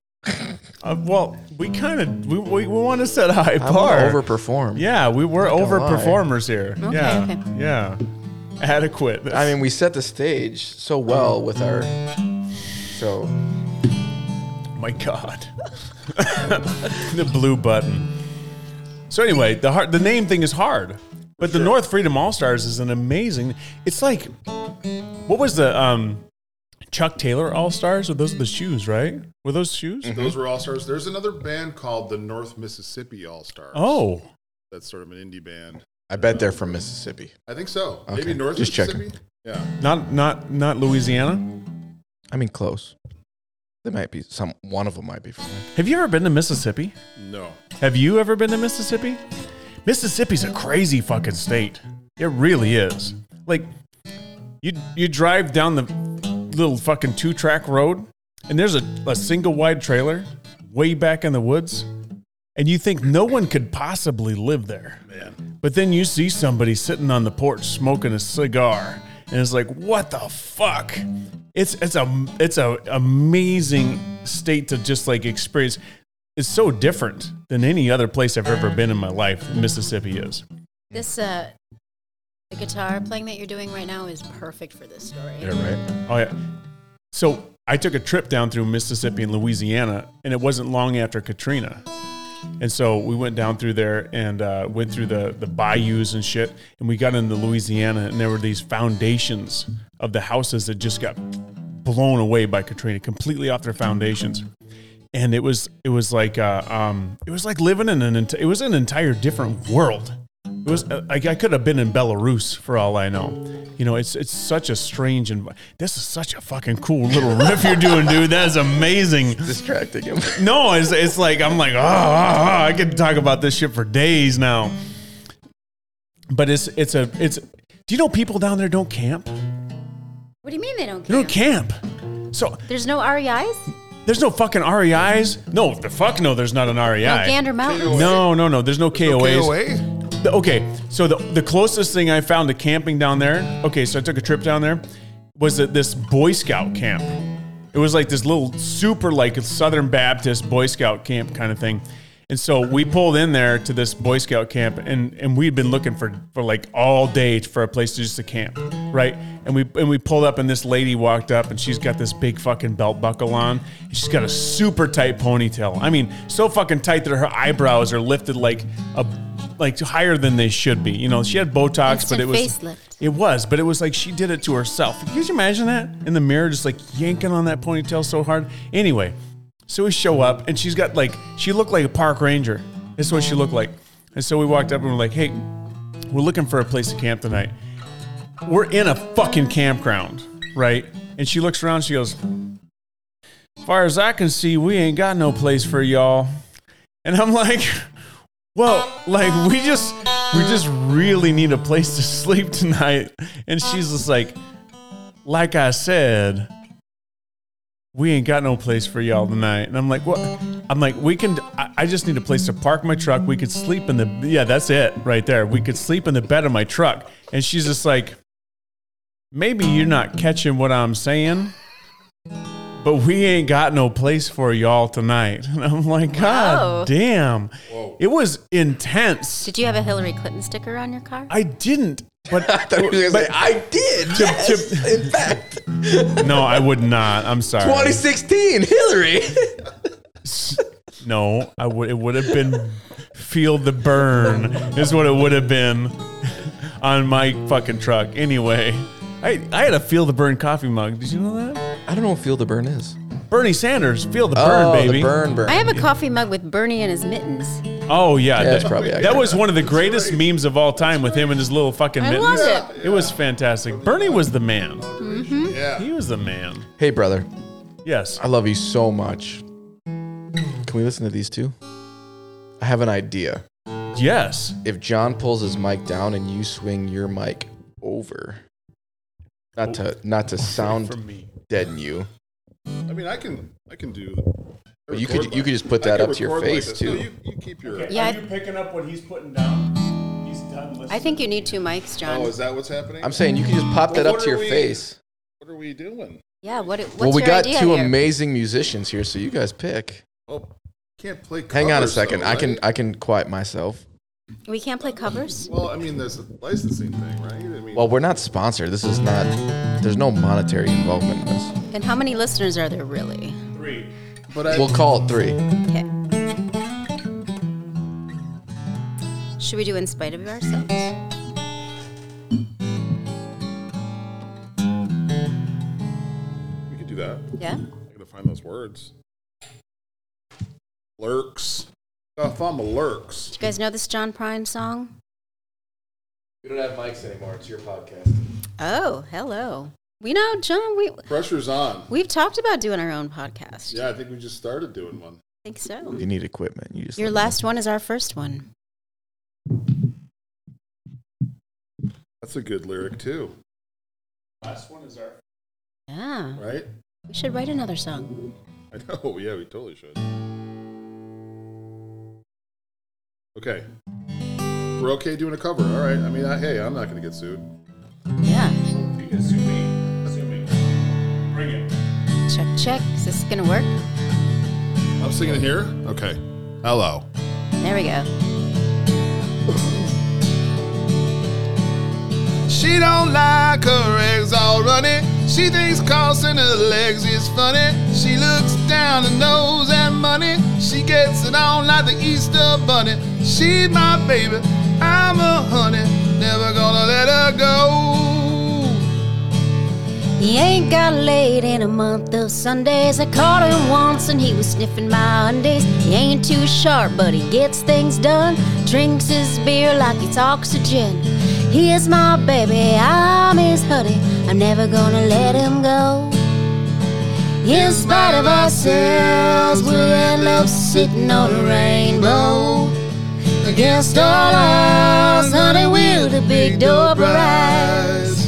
Speaker 1: Uh, well, we kind of we, we, we want to set a high
Speaker 3: I want
Speaker 1: bar.
Speaker 3: to overperform.
Speaker 1: yeah, we were
Speaker 3: Not gonna
Speaker 1: overperformers here.
Speaker 4: Okay,
Speaker 1: yeah,
Speaker 4: okay.
Speaker 1: yeah, adequate.
Speaker 3: I mean, we set the stage so well with our. So
Speaker 1: My God. <laughs> the blue button. So anyway, the hard, the name thing is hard, but the North Freedom All Stars is an amazing. It's like, what was the um, Chuck Taylor All Stars? Or those are the shoes, right? Were those shoes?
Speaker 2: Those were all stars. There's another band called the North Mississippi All Stars.
Speaker 1: Oh,
Speaker 2: that's sort of an indie band.
Speaker 3: I bet they're from Mississippi.
Speaker 2: I think so.
Speaker 3: Okay.
Speaker 2: Maybe North
Speaker 3: Just checking.
Speaker 2: Mississippi. Yeah.
Speaker 1: not not not Louisiana.
Speaker 3: I mean, close. They might be some. One of them might be from there. <laughs>
Speaker 1: Have you ever been to Mississippi?
Speaker 2: No.
Speaker 1: Have you ever been to Mississippi? Mississippi's a crazy fucking state. It really is. Like you you drive down the little fucking two track road and there's a, a single wide trailer way back in the woods and you think no one could possibly live there. Man. But then you see somebody sitting on the porch smoking a cigar and it's like what the fuck? It's it's a it's a amazing state to just like experience is so different than any other place I've ever been in my life. Mississippi is.
Speaker 4: This uh, the guitar playing that you're doing right now is perfect for this story.
Speaker 3: right.
Speaker 1: Oh yeah. So I took a trip down through Mississippi and Louisiana, and it wasn't long after Katrina. And so we went down through there and uh, went through the the bayous and shit, and we got into Louisiana, and there were these foundations of the houses that just got blown away by Katrina, completely off their foundations. And it was it was like uh, um, it was like living in an ent- it was an entire different world. It was uh, like I could have been in Belarus for all I know. You know, it's it's such a strange and this is such a fucking cool little riff you're doing, dude. That is amazing.
Speaker 3: Distracting him. <laughs>
Speaker 1: No, it's it's like I'm like oh, oh, oh, I could talk about this shit for days now. But it's it's a it's. Do you know people down there don't camp?
Speaker 4: What do you mean they don't?
Speaker 1: They don't
Speaker 4: Camp?
Speaker 1: camp. So
Speaker 4: There's no REIs.
Speaker 1: there's no fucking REIs. No, the fuck no. There's not an E REI.
Speaker 4: No Gander Mountains.
Speaker 1: No, no, no. There's no KOAs.
Speaker 2: KOA?
Speaker 1: The- okay, so the, the closest thing I found to camping down there, okay, so I took a trip down there, was at this Boy Scout camp. It was like this little super like Southern Baptist Boy Scout camp kind of thing. And so we pulled in there to this Boy Scout camp and, and we'd been looking for, for like all day for a place to just to camp, right? And we and we pulled up and this lady walked up and she's got this big fucking belt buckle on. And she's got a super tight ponytail. I mean, so fucking tight that her eyebrows are lifted like a like higher than they should be. You know, she had Botox,
Speaker 4: Instant
Speaker 1: but it was
Speaker 4: facelift.
Speaker 1: It was, but it was like she did it to herself. Can you imagine that in the mirror, just like yanking on that ponytail so hard? Anyway, so we show up, and she's got like she looked like a park ranger. That's what she looked like. And so we walked up and we're like, "Hey, we're looking for a place to camp tonight. We're in a fucking campground, right?" And she looks around. She goes, "Far as I can see, we ain't got no place for y'all." And I'm like. Well, like we just we just really need a place to sleep tonight. And she's just like, like I said, we ain't got no place for y'all tonight. And I'm like, what? I'm like, we can. I, I just need a place to park my truck. We could sleep in the. Yeah, that's it right there. We could sleep in the bed of my truck. And she's just like, maybe you're not catching what I'm saying. But we ain't got no place for y'all tonight. <laughs> And I'm like, God
Speaker 5: Wow.
Speaker 1: damn. It was intense.
Speaker 4: Did you have a Hillary Clinton sticker on your car?
Speaker 1: I didn't, but,
Speaker 3: <laughs> I thought he was gonna say,
Speaker 1: but
Speaker 3: I did. yes,
Speaker 1: to-
Speaker 3: in fact,
Speaker 1: no, I would not. I'm sorry.
Speaker 3: 2016, Hillary. <laughs>
Speaker 1: No, I would. It would have been feel the burn is what it would have been on my fucking truck. Anyway, I I had a feel the burn coffee mug. Did you know that?
Speaker 3: I don't know what Feel the Burn is.
Speaker 1: Bernie Sanders, feel the burn,
Speaker 3: oh,
Speaker 1: baby.
Speaker 3: The burn, burn.
Speaker 4: I have a coffee mug with Bernie and his mittens.
Speaker 1: Oh yeah,
Speaker 3: that's
Speaker 1: that,
Speaker 3: probably
Speaker 1: that
Speaker 3: accurate.
Speaker 1: was one of the greatest memes of all time with him and his little fucking
Speaker 4: I
Speaker 1: mittens.
Speaker 4: love it.
Speaker 1: It was fantastic. Bernie was the man.
Speaker 2: Yeah.
Speaker 1: He was the man.
Speaker 3: hey, brother,
Speaker 1: Yes.
Speaker 3: I love you so much. Can we listen to these two? I have an idea.
Speaker 1: Yes.
Speaker 3: If John pulls his mic down and you swing your mic over, not to not to sound
Speaker 1: From me.
Speaker 3: deaden you,
Speaker 2: I mean, I can I can do.
Speaker 3: But you could-
Speaker 2: record
Speaker 3: you could just put
Speaker 2: like- I
Speaker 3: that
Speaker 2: can
Speaker 3: up to your
Speaker 2: record like
Speaker 3: face,
Speaker 2: this.
Speaker 3: too.
Speaker 2: No, you, you keep your.
Speaker 4: Yeah, I-
Speaker 1: Are you picking up what he's putting down? He's done listening.
Speaker 4: I think you need two mics, John.
Speaker 2: Oh, is that what's happening?
Speaker 3: I'm saying you can just pop
Speaker 2: Well,
Speaker 3: that up
Speaker 2: what
Speaker 3: to
Speaker 2: are
Speaker 3: your
Speaker 2: we-
Speaker 3: face.
Speaker 2: what are we doing?
Speaker 4: yeah. What? What's
Speaker 3: well, we
Speaker 4: your
Speaker 3: got
Speaker 4: idea
Speaker 3: two
Speaker 4: here?
Speaker 3: amazing musicians here, so you guys pick.
Speaker 2: Well, Oh, can't play. Covers,
Speaker 3: Hang on a second.
Speaker 2: though,
Speaker 3: I can
Speaker 2: right?
Speaker 3: I can quiet myself.
Speaker 4: we can't play covers.
Speaker 2: Well, I mean, there's a licensing thing, right? I mean,
Speaker 3: Well, we're not sponsored. This is not. There's no monetary involvement in this.
Speaker 4: And how many listeners are there really?
Speaker 1: three.
Speaker 2: but I,
Speaker 3: We'll call it three.
Speaker 4: Okay. Should we do in spite of ourselves?
Speaker 2: we can words. Lurks. Oh, Stuff on the lurks.
Speaker 4: you guys know this John Prine song?
Speaker 3: We don't have mics anymore. It's your podcast.
Speaker 4: Oh, hello. We know John. We
Speaker 2: Pressure's on.
Speaker 4: we've talked about doing our own podcast.
Speaker 2: Yeah, I think we just started doing one.
Speaker 4: I think so.
Speaker 3: You need equipment. You just
Speaker 4: Your
Speaker 3: let me know.
Speaker 4: last one is our first one.
Speaker 2: That's a good lyric too,
Speaker 1: Last one is our.
Speaker 4: Yeah,
Speaker 2: right?
Speaker 4: we should write another song.
Speaker 2: I know. <laughs> Yeah, we totally should. Okay. We're okay doing a cover. All right. I mean, I, hey, I'm not going to get sued.
Speaker 4: Yeah.
Speaker 1: Bring it.
Speaker 4: Check, check. Is this gonna work?
Speaker 2: I'm singing it here. Okay. Hello.
Speaker 4: There we go.
Speaker 2: She don't like her eggs all runny. She thinks crossing her legs is funny. She looks down and knows that money. She gets it on like the Easter bunny. She's my baby. I'm a honey. Never gonna let her go.
Speaker 4: He ain't got laid in a month of Sundays. I caught him once and he was sniffing my undies. He ain't too sharp, but he gets things done. Drinks his beer like it's oxygen. He is my baby, I'm his honey. I'm never gonna let him go. In spite of ourselves, we'll end up sitting on a rainbow. Against all odds, honey, we're the big door prize.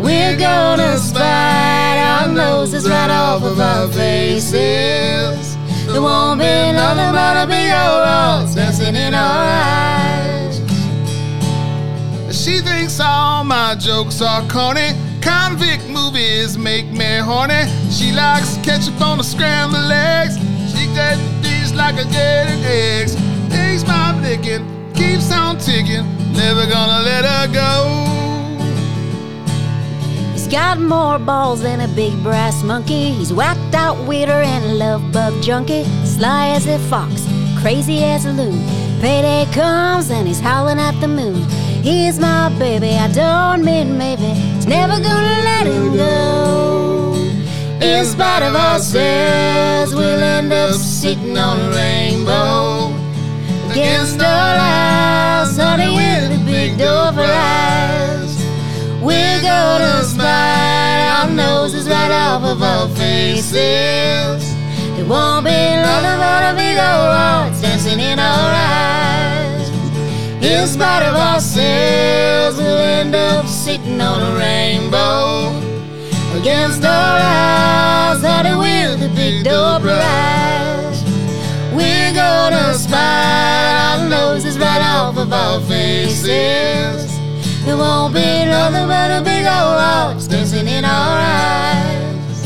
Speaker 4: We're gonna spite our noses right off of our faces. There won't be nothing but a big old rose dancing in our eyes.
Speaker 2: She thinks all my jokes are corny. Convict movies make me horny. She likes ketchup on the scrambled eggs. She gets these like a jaded eggs. Things my licking, keeps on ticking. Never gonna let her go.
Speaker 4: He's got more balls than a big brass monkey. He's whacked out weirder and a love bug junkie. Sly as a fox, crazy as a loon. Payday comes and he's howling at the moon. He's my baby, I don't mean maybe. He's never gonna let him go. In spite of ourselves, we'll end up sitting on a rainbow. Against all odds, honey, we're the big door for eyes. We're gonna spite our noses right off of our faces. It won't be nothing but a big old heart dancing in our eyes. In spite of ourselves, we'll end up sitting on a rainbow. Against all odds, honey, we're the big door prize. We're gonna spite our noses right off of our faces. There won't be nothing but a big old arch dancing in our eyes.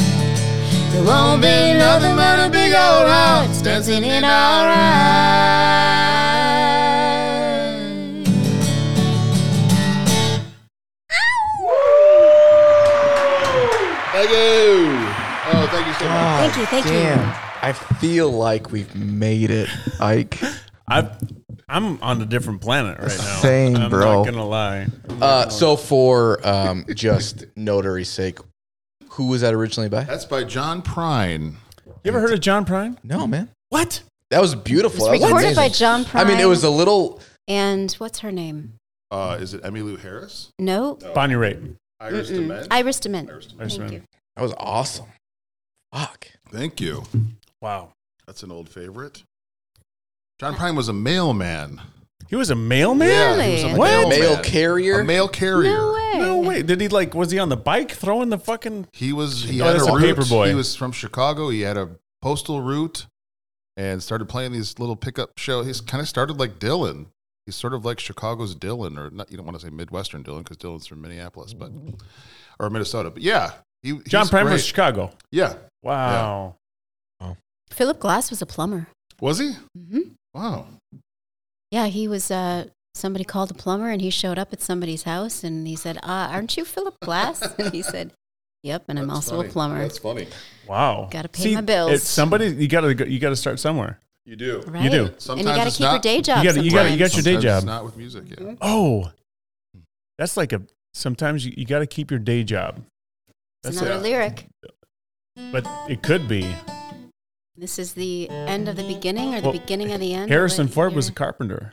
Speaker 4: There won't be nothing but a big old arch dancing in our eyes.
Speaker 2: Thank you. Oh, thank you so much.
Speaker 4: Thank you, thank you.
Speaker 3: I feel like we've made it, Ike.
Speaker 8: I've, I'm on a different planet right now.
Speaker 3: Same,
Speaker 8: I'm
Speaker 3: bro.
Speaker 8: not gonna lie.
Speaker 3: Uh, so for um, just notary's sake, who was that originally by?
Speaker 2: That's by John Prine.
Speaker 1: You ever heard of John Prine?
Speaker 3: No, man.
Speaker 8: What?
Speaker 3: That was beautiful.
Speaker 4: It's
Speaker 3: That was
Speaker 4: recorded by
Speaker 3: amazing.
Speaker 4: John Prine.
Speaker 3: I mean, it was a little.
Speaker 4: and what's her name?
Speaker 2: Uh, is it Emmylou Harris?
Speaker 4: No,
Speaker 1: Bonnie Raitt.
Speaker 2: Iris
Speaker 4: Mm-mm.
Speaker 2: DeMent?
Speaker 4: Iris Dement.
Speaker 2: Iris DeMent.
Speaker 4: Thank
Speaker 1: Dement.
Speaker 4: you.
Speaker 3: That was awesome. Fuck.
Speaker 2: Thank you.
Speaker 1: Wow.
Speaker 2: That's an old favorite. John Prine was a mailman.
Speaker 1: He was a mailman.
Speaker 2: he was a
Speaker 4: Really?
Speaker 1: What?
Speaker 2: mailman.
Speaker 3: Mail carrier?
Speaker 2: A mail carrier.
Speaker 4: No way.
Speaker 1: No way. Did he like? Was he on the bike throwing the fucking?
Speaker 2: He was he
Speaker 1: Oh,
Speaker 2: had
Speaker 1: that's
Speaker 2: a,
Speaker 1: a
Speaker 2: route.
Speaker 1: paperboy.
Speaker 2: He was from Chicago. He had a postal route and started playing these little pickup show. He's kind of started like Dylan. He's sort of like Chicago's Dylan, or not. You don't want to say Midwestern Dylan because Dylan's from Minneapolis, but or Minnesota. But yeah, he he's
Speaker 1: John Prine was
Speaker 2: great.
Speaker 1: Chicago.
Speaker 2: yeah.
Speaker 1: Wow.
Speaker 4: Philip Glass was a plumber.
Speaker 2: Was he?
Speaker 4: hmm
Speaker 2: Wow.
Speaker 4: Yeah, he was. Uh, somebody called a plumber, and he showed up at somebody's house, and he said, uh, "Aren't you Philip Glass?" <laughs> and he said, "Yep, and I'm
Speaker 2: That's
Speaker 4: also
Speaker 2: funny.
Speaker 4: a plumber."
Speaker 2: That's funny.
Speaker 1: Wow.
Speaker 4: Gotta pay my bills.
Speaker 1: It's somebody you gotta go, you gotta start somewhere.
Speaker 2: You do.
Speaker 4: right?
Speaker 1: do.
Speaker 4: and you
Speaker 2: Sometimes
Speaker 4: got to
Speaker 2: it's
Speaker 4: keep your
Speaker 2: not-
Speaker 4: day job. Mm-hmm.
Speaker 1: gotta- you gotta- you
Speaker 4: sometimes.
Speaker 1: got your day
Speaker 2: Sometimes
Speaker 1: job.
Speaker 2: It's not with music. Yeah.
Speaker 1: Oh, that's like a. Sometimes you, you got to keep your day job,
Speaker 4: It's
Speaker 1: That's
Speaker 4: another
Speaker 2: it.
Speaker 4: lyric.
Speaker 1: but it could be
Speaker 4: This is the end of the beginning or the
Speaker 1: Well,
Speaker 4: beginning of the end? or
Speaker 1: Harrison
Speaker 4: what
Speaker 1: Ford was a
Speaker 4: year?
Speaker 1: carpenter.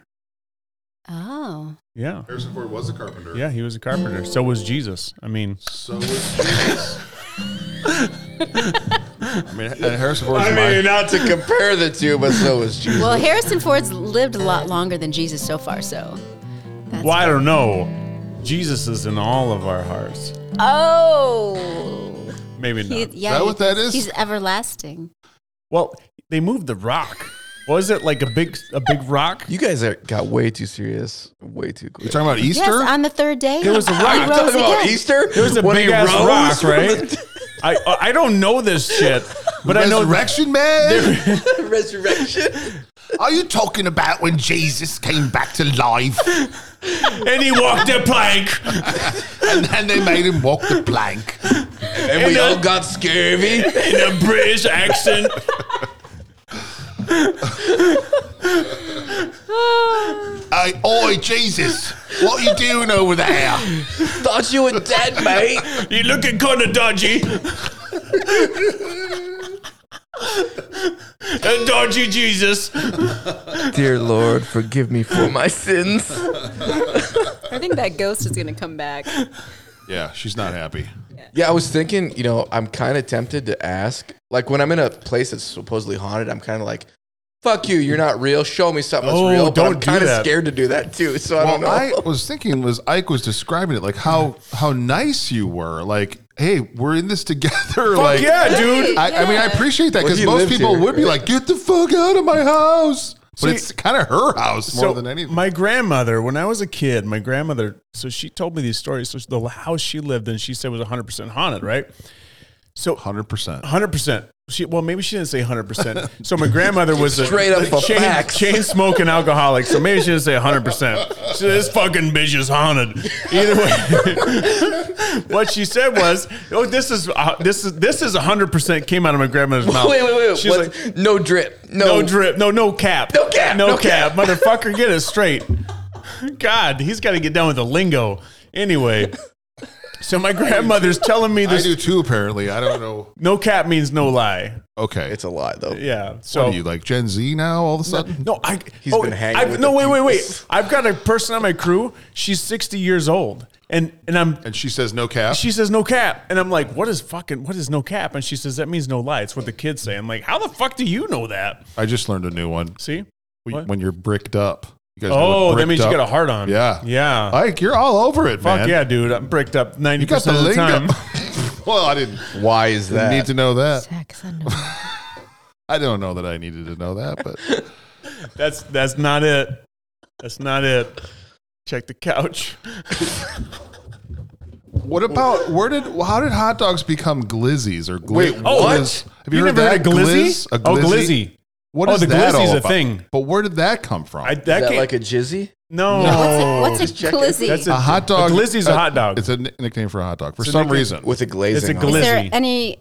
Speaker 4: Oh.
Speaker 1: Yeah.
Speaker 2: Harrison Ford was a carpenter.
Speaker 1: Yeah, he was a carpenter. So was Jesus. I mean,
Speaker 2: So was Jesus. <laughs> I mean, and Harrison Ford's
Speaker 3: I
Speaker 2: my-
Speaker 3: mean, not to compare the two, but so was Jesus.
Speaker 4: Well, Harrison Ford's lived a lot longer than Jesus so far, so. That's
Speaker 8: Well, I don't know. Jesus is in all of our hearts.
Speaker 4: Oh.
Speaker 1: maybe
Speaker 4: He,
Speaker 1: not.
Speaker 4: yeah,
Speaker 2: that what that
Speaker 4: he's-
Speaker 2: is?
Speaker 4: He's everlasting.
Speaker 1: Well, they moved the rock. Was it like a big a big rock?
Speaker 3: you guys are, got way too serious, way too quick.
Speaker 2: You're talking about Easter?
Speaker 4: Yes, on the third day.
Speaker 1: There
Speaker 3: <laughs>
Speaker 1: was a rock.
Speaker 4: He
Speaker 1: I'm
Speaker 4: rose
Speaker 3: talking about
Speaker 4: again.
Speaker 3: Easter?
Speaker 1: There was a
Speaker 3: When he
Speaker 1: big ass
Speaker 3: rose
Speaker 1: rock,
Speaker 3: from
Speaker 1: right? I I don't know this shit, but I know
Speaker 2: Resurrection man?
Speaker 3: the <laughs> resurrection.
Speaker 2: Are you talking about when Jesus came back to life
Speaker 1: and he walked a plank.
Speaker 2: and then they made him walk the plank?
Speaker 3: And we all got scurvy.
Speaker 1: in a British accent.
Speaker 2: Hey, oi, Jesus, what you doing over there?
Speaker 3: Thought you were dead, mate.
Speaker 1: You're looking kind of dodgy. a dodgy Jesus.
Speaker 3: Dear Lord, forgive me for my sins.
Speaker 5: I think that ghost is gonna come
Speaker 1: <laughs>
Speaker 5: back.
Speaker 2: Yeah, she's not happy.
Speaker 3: Yeah, I was thinking, you know, I'm kind of tempted to ask, like, when I'm in a place that's supposedly haunted, I'm kind of like, fuck you, you're not real. Show me something that's
Speaker 1: Oh,
Speaker 3: real. But I'm
Speaker 1: don't do
Speaker 3: kind of
Speaker 1: that.
Speaker 3: scared to do that too. So I don't
Speaker 2: Well,
Speaker 3: know.
Speaker 2: I was thinking was Ike was describing it like how how nice you were. Like, hey, we're in this together. like,
Speaker 1: yeah, dude.
Speaker 2: I, I mean, I appreciate that
Speaker 3: Well,
Speaker 2: because
Speaker 3: he
Speaker 2: most
Speaker 3: lived
Speaker 2: people
Speaker 3: here,
Speaker 2: would be
Speaker 3: right?
Speaker 2: like, "Get the fuck out of my house."
Speaker 1: See-
Speaker 2: But it's kind of her house more than anything.
Speaker 1: My grandmother, when I was a kid, my grandmother, so she told me these stories. So the house she lived in, she said was 100% haunted, right? So
Speaker 2: Hundred percent.
Speaker 1: 100%. She, well, maybe she didn't say 100%. So my grandmother was a,
Speaker 3: Straight up
Speaker 1: a chain,
Speaker 3: facts.
Speaker 1: chain smoking alcoholic. So maybe she didn't say 100%. She said, this fucking bitch is haunted. Either way, <laughs> what she said was, oh, this is, uh, this is, this is 100% came out of my grandmother's mouth.
Speaker 3: <laughs> wait, wait, wait.
Speaker 1: She's
Speaker 3: What?
Speaker 1: like,
Speaker 3: no drip. No,
Speaker 1: no drip. No, no cap.
Speaker 3: No cap,
Speaker 1: No,
Speaker 3: no
Speaker 1: cap.
Speaker 3: cap. <laughs>
Speaker 1: Motherfucker, get it straight. God, he's got to get down with the lingo.
Speaker 3: <laughs>
Speaker 1: Anyway, so my grandmother's telling me
Speaker 2: I
Speaker 1: this.
Speaker 2: do too. Apparently, I
Speaker 1: <laughs>
Speaker 2: don't know.
Speaker 1: No cap means no lie.
Speaker 2: Okay,
Speaker 3: It's a lie, though.
Speaker 1: Yeah. So
Speaker 2: so you like Gen Z now? All of a sudden,
Speaker 1: no, I. oh,
Speaker 3: He's been hanging
Speaker 1: I've-
Speaker 3: with
Speaker 1: no,
Speaker 3: the
Speaker 1: wait, wait, wait.
Speaker 3: pupils.
Speaker 1: I've got a person on my crew. She's sixty years old, and and I'm.
Speaker 2: and she says no cap.
Speaker 1: She says no cap, and I'm like, "What is fucking? What is no cap?" And she says that means no lie. It's what the kids say. I'm like, "How the fuck do you know that?"
Speaker 2: I just learned a new one.
Speaker 1: See?
Speaker 2: We-
Speaker 1: What?
Speaker 2: When you're bricked up, you guys. know what
Speaker 1: Oh, that
Speaker 2: bricked
Speaker 1: means you
Speaker 2: up-
Speaker 1: got a hard on.
Speaker 2: Yeah.
Speaker 1: yeah.
Speaker 2: Ike, you're all over it,
Speaker 1: Fuck
Speaker 2: man.
Speaker 1: yeah, dude. I'm bricked up 90%
Speaker 2: you got the
Speaker 1: of the
Speaker 2: lingo.
Speaker 1: time.
Speaker 2: <laughs> well, I didn't
Speaker 3: Why is
Speaker 2: didn't
Speaker 3: that?
Speaker 2: need to know that.
Speaker 4: Sex unknown.
Speaker 2: I don't know that I needed to know that, but
Speaker 3: <laughs>
Speaker 1: That's that's not it. That's not it. Check the couch.
Speaker 2: What about where did how did hot dogs become glizzies or gli-
Speaker 3: Wait, Oh, what?
Speaker 2: glizz? Have
Speaker 1: You
Speaker 2: heard
Speaker 1: never heard
Speaker 2: that?
Speaker 1: of glizzy?
Speaker 2: Glizz? A
Speaker 1: Oh,
Speaker 2: glizzy?
Speaker 1: glizzy.
Speaker 2: What
Speaker 1: Oh,
Speaker 2: is
Speaker 1: the glizzy's
Speaker 2: that all
Speaker 1: a
Speaker 2: about?
Speaker 1: thing.
Speaker 2: But where did that come from?
Speaker 1: I,
Speaker 2: A
Speaker 1: that
Speaker 3: Is that
Speaker 1: can't-
Speaker 3: like a jizzy?
Speaker 1: no.
Speaker 4: What's a glizzy?
Speaker 1: That's a,
Speaker 2: hot dog.
Speaker 1: A glizzy's a hot dog.
Speaker 2: It's a nick- nickname for a hot dog for
Speaker 1: It's a
Speaker 2: some
Speaker 1: nickname.
Speaker 2: reason.
Speaker 3: With a glazing.
Speaker 1: It's a
Speaker 3: on
Speaker 1: gla-
Speaker 3: it.
Speaker 4: Is there
Speaker 1: Glizzy.
Speaker 4: any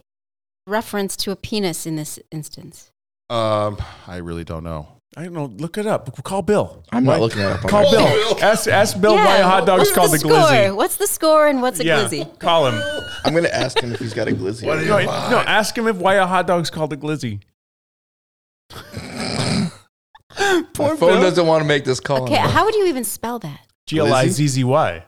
Speaker 4: reference to a penis in this instance?
Speaker 2: um, I really don't know.
Speaker 1: I don't know. Look it up. Call Bill.
Speaker 3: I'm
Speaker 1: Why-
Speaker 3: not looking that up. on
Speaker 1: Call
Speaker 3: my phone.
Speaker 1: Bill. Ask, ask Bill why a hot dog's
Speaker 4: what's
Speaker 1: called
Speaker 4: the
Speaker 1: a
Speaker 4: score?
Speaker 1: glizzy.
Speaker 4: What's the score and what's a
Speaker 1: yeah.
Speaker 4: glizzy?
Speaker 1: Call him.
Speaker 3: <laughs> I'm going to ask him if he's got a glizzy.
Speaker 2: What
Speaker 3: or
Speaker 2: do
Speaker 1: No,
Speaker 3: not.
Speaker 2: you-
Speaker 1: no, ask him if why a hot dog's called a
Speaker 3: <laughs>
Speaker 1: glizzy.
Speaker 3: my phone doesn't want to make this call.
Speaker 4: Okay,
Speaker 3: anymore.
Speaker 4: how would you even spell that?
Speaker 1: G L I Z Z Y.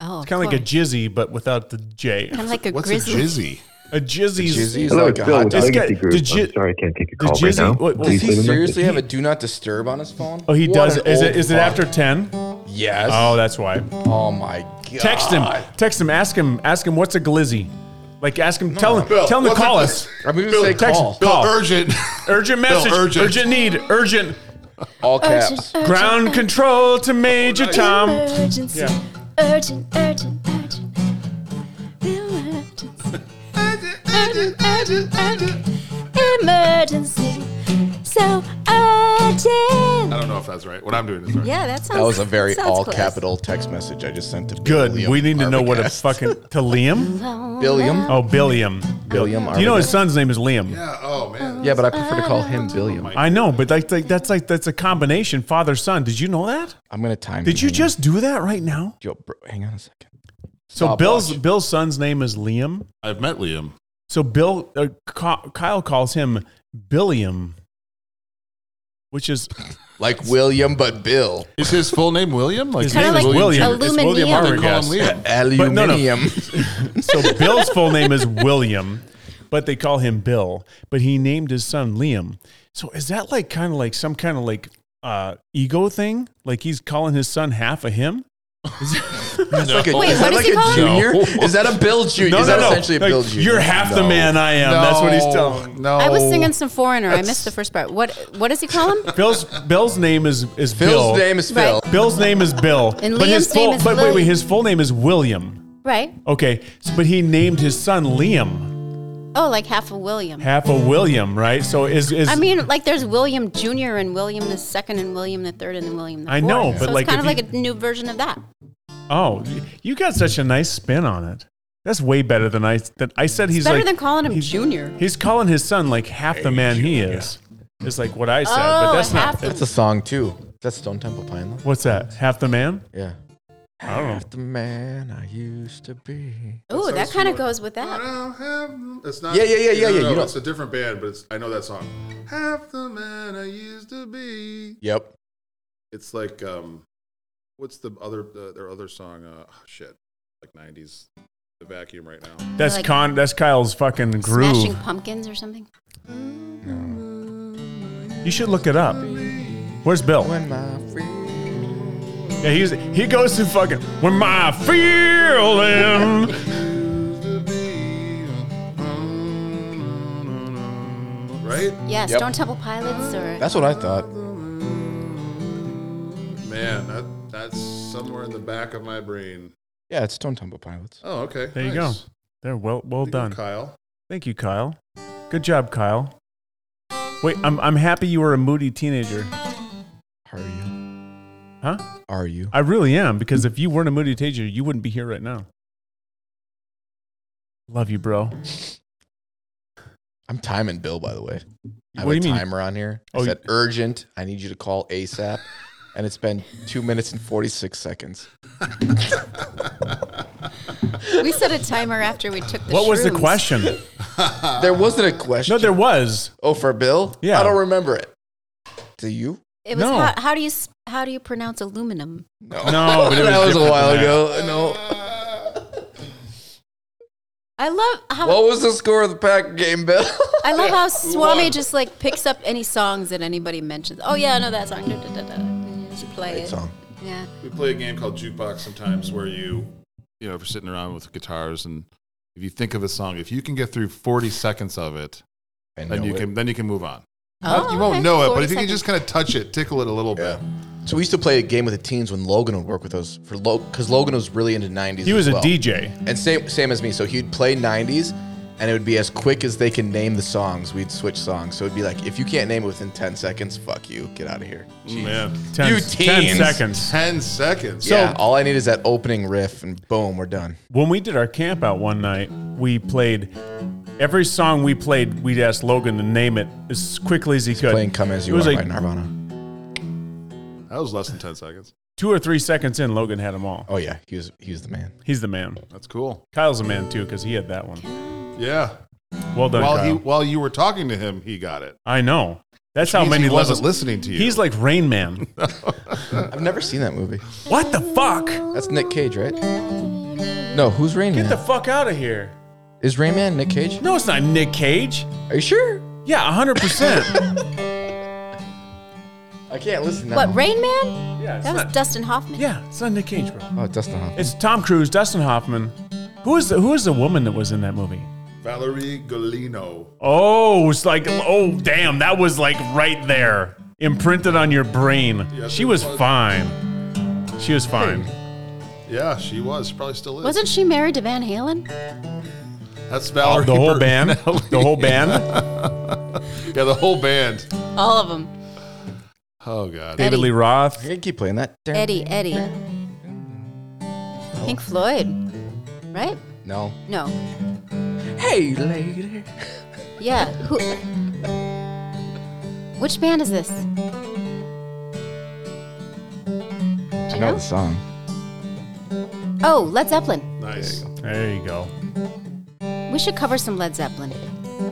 Speaker 4: Oh,
Speaker 1: It's kind of like a jizzy, but without the J.
Speaker 4: kind of like a
Speaker 2: What's
Speaker 4: grizzly.
Speaker 2: a
Speaker 1: <laughs>
Speaker 2: jizzy?
Speaker 1: A jizzy's
Speaker 3: Jizzy is
Speaker 7: Hello,
Speaker 3: like
Speaker 7: it's
Speaker 3: a
Speaker 7: Bill
Speaker 3: hot
Speaker 7: with
Speaker 3: dog.
Speaker 1: It's got-
Speaker 7: Legacy Group.
Speaker 1: the Ji-
Speaker 7: I'm sorry, I can't take a
Speaker 1: the
Speaker 7: call right
Speaker 1: Jizzy-
Speaker 7: now.
Speaker 1: what- what-
Speaker 7: Please
Speaker 3: Does he
Speaker 7: leave a message.
Speaker 3: seriously have a do not disturb on his phone?
Speaker 1: Oh, he
Speaker 3: What
Speaker 1: does.
Speaker 3: an
Speaker 1: Is
Speaker 3: old
Speaker 1: it is it
Speaker 3: fuck.
Speaker 1: after ten?
Speaker 3: Yes.
Speaker 1: Oh, that's why.
Speaker 3: Oh my god.
Speaker 1: Text him. Text him. Ask him. Ask him what's a glizzy. Like ask him. Tell him. tell him to
Speaker 2: what's a
Speaker 1: call
Speaker 2: glizzy?
Speaker 1: us.
Speaker 3: I'm going to say
Speaker 1: text
Speaker 3: call.
Speaker 2: Bill,
Speaker 1: Call.
Speaker 2: urgent. <laughs>
Speaker 1: Urgent message.
Speaker 2: urgent.
Speaker 1: urgent need. Urgent.
Speaker 4: Oh,
Speaker 3: All caps.
Speaker 1: Ground control to Major Tom.
Speaker 9: Emergency.
Speaker 1: Yeah.
Speaker 9: Urgent, urgent, urgent. Emergency. urgent, urgent, urgent. Emergency. So urgent.
Speaker 2: I don't know if that's right. What I'm doing is right.
Speaker 4: Yeah, that sounds.
Speaker 3: That was a very
Speaker 4: sounds
Speaker 3: all
Speaker 4: close.
Speaker 3: capital text message I just sent to
Speaker 1: Good.
Speaker 3: Billiam
Speaker 1: we need to know what a
Speaker 3: Arbogast.
Speaker 1: fucking to Liam.
Speaker 3: Billiam.
Speaker 1: Oh, Billiam.
Speaker 3: Billiam.
Speaker 1: Do you know his
Speaker 3: Arbogast.
Speaker 1: son's name is Liam?
Speaker 2: Yeah. Oh man.
Speaker 3: Yeah, but I prefer to call him Billiam.
Speaker 1: I know, but like, like that's like that's a combination father son. Did you know that?
Speaker 3: I'm gonna time.
Speaker 1: Did you
Speaker 3: hang on.
Speaker 1: just do that right now?
Speaker 3: Yo, bro, hang on a second?
Speaker 1: So
Speaker 3: Stopwatch.
Speaker 1: Bill's Bill's son's name is Liam.
Speaker 2: I've met Liam.
Speaker 1: So Bill uh, Ky- Kyle calls him Billiam,
Speaker 10: which is
Speaker 3: Like William, but Bill.
Speaker 2: Is his full name William? Like
Speaker 10: His
Speaker 4: Kinda
Speaker 10: name is
Speaker 4: like
Speaker 10: William. It's
Speaker 4: aluminium.
Speaker 10: William
Speaker 2: They
Speaker 10: Arbogast.
Speaker 2: call him Liam.
Speaker 3: Aluminium. <laughs>
Speaker 1: no, no. <laughs> so Bill's full name is William, but they call him Bill. But he named his son Liam. So is that like kind of like some kind of like uh, ego thing? Like he's calling his son half of him?
Speaker 3: That's like a,
Speaker 4: Wait,
Speaker 3: is
Speaker 4: what
Speaker 3: that
Speaker 4: is
Speaker 3: like
Speaker 4: he
Speaker 3: a
Speaker 4: called?
Speaker 3: junior?
Speaker 2: No.
Speaker 3: Is that
Speaker 1: <laughs>
Speaker 3: a Bill junior? is that essentially
Speaker 1: Like,
Speaker 3: a Bill junior?
Speaker 1: You're half the man I am. That's what he's telling.
Speaker 2: No.
Speaker 4: I was singing some foreigner. I missed the first part. What what does he call
Speaker 1: <laughs>
Speaker 4: him?
Speaker 1: Bill's Bill's name is is
Speaker 3: Bill's
Speaker 1: Bill.
Speaker 3: name is Phil.
Speaker 1: Bill's name is Bill.
Speaker 4: And
Speaker 1: but his
Speaker 4: Liam's
Speaker 1: full,
Speaker 4: name is
Speaker 1: but wait, wait,
Speaker 4: William.
Speaker 1: his full name is William.
Speaker 4: Right.
Speaker 1: Okay, so- but he named his son Liam,
Speaker 4: Oh, like half of William.
Speaker 1: half of William, right? So is is
Speaker 4: I mean, like there's William Junior and William the second and William the third and then William the
Speaker 1: I
Speaker 4: fourth.
Speaker 1: know, but
Speaker 4: so it's
Speaker 1: like
Speaker 4: kind
Speaker 1: if
Speaker 4: of like
Speaker 1: you-
Speaker 4: a new version of that.
Speaker 1: oh, you got such a nice spin on it. That's way better than I that I said. He's
Speaker 4: Better
Speaker 1: like,
Speaker 4: than calling him
Speaker 1: he's-
Speaker 4: Junior.
Speaker 1: He's calling his son like half the man he is. It's like what I said, but
Speaker 4: Oh,
Speaker 1: that's not.
Speaker 4: half the-
Speaker 3: That's a song too. That's Stone Temple Pilots.
Speaker 1: What's that? Half the man?
Speaker 3: Yeah.
Speaker 1: I don't know.
Speaker 3: Half the man I used to be.
Speaker 4: Ooh, that kind of goes with
Speaker 2: I
Speaker 4: that.
Speaker 2: don't have- It's not.
Speaker 3: Yeah, yeah,
Speaker 2: no,
Speaker 3: yeah, yeah, yeah,
Speaker 2: no,
Speaker 3: you
Speaker 2: no,
Speaker 3: don't-
Speaker 2: it's a different band, but it's I know that song. Half the man I used to be.
Speaker 3: Yep.
Speaker 2: It's like um, what's the other the, their other song? Uh, oh, shit, like '90s. The vacuum right now.
Speaker 1: That's
Speaker 4: Like-
Speaker 1: con. That's Kyle's fucking
Speaker 4: Smashing
Speaker 1: groove.
Speaker 4: pumpkins or something.
Speaker 1: You should look it up. Where's Bill?
Speaker 3: When my free-
Speaker 1: Yeah, he's he goes to fucking when my feeling.
Speaker 2: Right?
Speaker 4: Yeah,
Speaker 3: Yep.
Speaker 4: Stone Temple Pilots or
Speaker 3: That's what I thought.
Speaker 2: Man, that that's somewhere in the back of my brain.
Speaker 3: Yeah, it's Stone Temple Pilots.
Speaker 2: Oh, okay.
Speaker 1: There you go. There, well, well
Speaker 2: Thank you,
Speaker 1: done.
Speaker 2: Kyle.
Speaker 1: Thank you, Kyle. Good job, Kyle. Wait, I'm I'm happy you were a moody teenager,
Speaker 3: Are you?
Speaker 1: huh?
Speaker 3: Are you?
Speaker 1: I really am because if you weren't a moody teenager, you wouldn't be here right now. Love you, bro.
Speaker 3: I'm timing Bill, by the way. I have
Speaker 1: What do
Speaker 3: a
Speaker 1: you mean?
Speaker 3: timer on here. I
Speaker 1: Oh,
Speaker 3: said urgent. I need you to call
Speaker 1: <laughs>
Speaker 3: ASAP. and it's been two minutes and 46 seconds.
Speaker 4: we set a timer after we took the.
Speaker 1: What was the
Speaker 4: shrooms.
Speaker 1: question?
Speaker 3: there wasn't a question.
Speaker 1: Uh, No, there
Speaker 3: <laughs>
Speaker 1: was.
Speaker 3: oh, for Bill?
Speaker 1: Yeah.
Speaker 3: I don't remember it. Do you?
Speaker 4: It was
Speaker 1: No.
Speaker 4: how, how do you s- how do you pronounce aluminum?
Speaker 3: No.
Speaker 1: No, but Oh, it
Speaker 3: <laughs> that
Speaker 1: was
Speaker 3: was a
Speaker 1: different
Speaker 3: while
Speaker 1: than that.
Speaker 3: ago. No.
Speaker 4: I love how
Speaker 3: What was the score of the pack game, Bill? <laughs>
Speaker 4: I love how Swami just like picks up any songs that anybody mentions. Oh yeah, I know that song. Da, da, da, da. Just play it.
Speaker 3: song.
Speaker 4: Yeah.
Speaker 2: We play a game called Jukebox sometimes where you, you know, if you're sitting around with guitars and if you think of a song, if you can get through 40 seconds of it,
Speaker 3: And
Speaker 2: then you can then you can move on.
Speaker 4: Oh,
Speaker 2: you won't
Speaker 4: okay.
Speaker 2: know it, but
Speaker 4: 40
Speaker 2: if you can just kind of touch it, tickle it a little
Speaker 3: Yeah.
Speaker 2: bit.
Speaker 3: So we used to play a game with the teens when Logan would work with us for because Logan was really into 90s.
Speaker 1: He was a
Speaker 3: as well.
Speaker 1: DJ.
Speaker 3: And same same as me. So he'd play 90s and it would be as quick as they can name the songs. We'd switch songs. So it'd be like, if you can't name it within 10 seconds, fuck you. Get out of here.
Speaker 2: Man.
Speaker 1: Ten,
Speaker 3: You
Speaker 1: ten
Speaker 3: teens.
Speaker 1: seconds.
Speaker 2: 10 seconds.
Speaker 3: yeah, all I need is that opening riff and boom, we're done.
Speaker 1: when we did our camp out one night, we played every song we played, we'd ask Logan to name it as quickly as he could.
Speaker 3: Playing Come As You
Speaker 1: It
Speaker 3: Are
Speaker 1: was
Speaker 3: by
Speaker 1: like
Speaker 3: Nirvana.
Speaker 2: That was less than 10 seconds.
Speaker 1: two or three seconds in, Logan had them all.
Speaker 3: Oh yeah, he was he was the man.
Speaker 1: He's the man.
Speaker 2: That's cool.
Speaker 1: Kyle's a man too, because he had that one.
Speaker 2: Yeah.
Speaker 1: Well done,
Speaker 2: While
Speaker 1: Kyle.
Speaker 2: he while you were talking to him, he got it.
Speaker 1: I know. That's how
Speaker 2: Means
Speaker 1: many
Speaker 2: he wasn't
Speaker 1: levels.
Speaker 2: listening to you.
Speaker 1: He's like Rain Man.
Speaker 3: I've never seen that movie.
Speaker 1: what the fuck?
Speaker 3: That's Nick Cage, right? No, who's Rain
Speaker 1: Get
Speaker 3: Man?
Speaker 1: the fuck out of here.
Speaker 3: is Rain Man Nick Cage?
Speaker 1: No, it's not Nick Cage.
Speaker 3: Are you sure?
Speaker 1: Yeah, 100%.
Speaker 3: I can't listen now.
Speaker 4: What Rain
Speaker 1: <laughs>
Speaker 4: Man?
Speaker 1: yeah, it's
Speaker 4: That was
Speaker 1: not,
Speaker 4: Dustin Hoffman.
Speaker 1: yeah, it's not Nick Cage, bro.
Speaker 3: Oh, Dustin Hoffman.
Speaker 1: It's Tom Cruise, Dustin Hoffman. Who is the who is the woman that was in that movie?
Speaker 2: Valerie Golino.
Speaker 1: Oh, it's like oh damn, that was like right there, imprinted on your brain.
Speaker 2: Yes,
Speaker 1: she
Speaker 2: it
Speaker 1: was,
Speaker 2: was.
Speaker 1: fine. She was fine.
Speaker 2: Yeah, she was. She probably still is.
Speaker 4: Wasn't she married to Van Halen?
Speaker 2: That's Valerie.
Speaker 1: The whole
Speaker 2: Bertinelli.
Speaker 1: band, the whole <laughs> band.
Speaker 2: Yeah, the whole band.
Speaker 4: All of them.
Speaker 2: Oh god.
Speaker 1: David Lee
Speaker 3: I
Speaker 1: Roth.
Speaker 3: can keep playing that.
Speaker 4: Eddie, Eddie. Pink Floyd. Right?
Speaker 3: No.
Speaker 4: No.
Speaker 11: Hey, lady.
Speaker 4: Yeah. Who? Which band is this?
Speaker 3: I know the song.
Speaker 4: Oh, Led Zeppelin.
Speaker 2: Nice.
Speaker 1: There you go.
Speaker 4: We should cover some Led Zeppelin.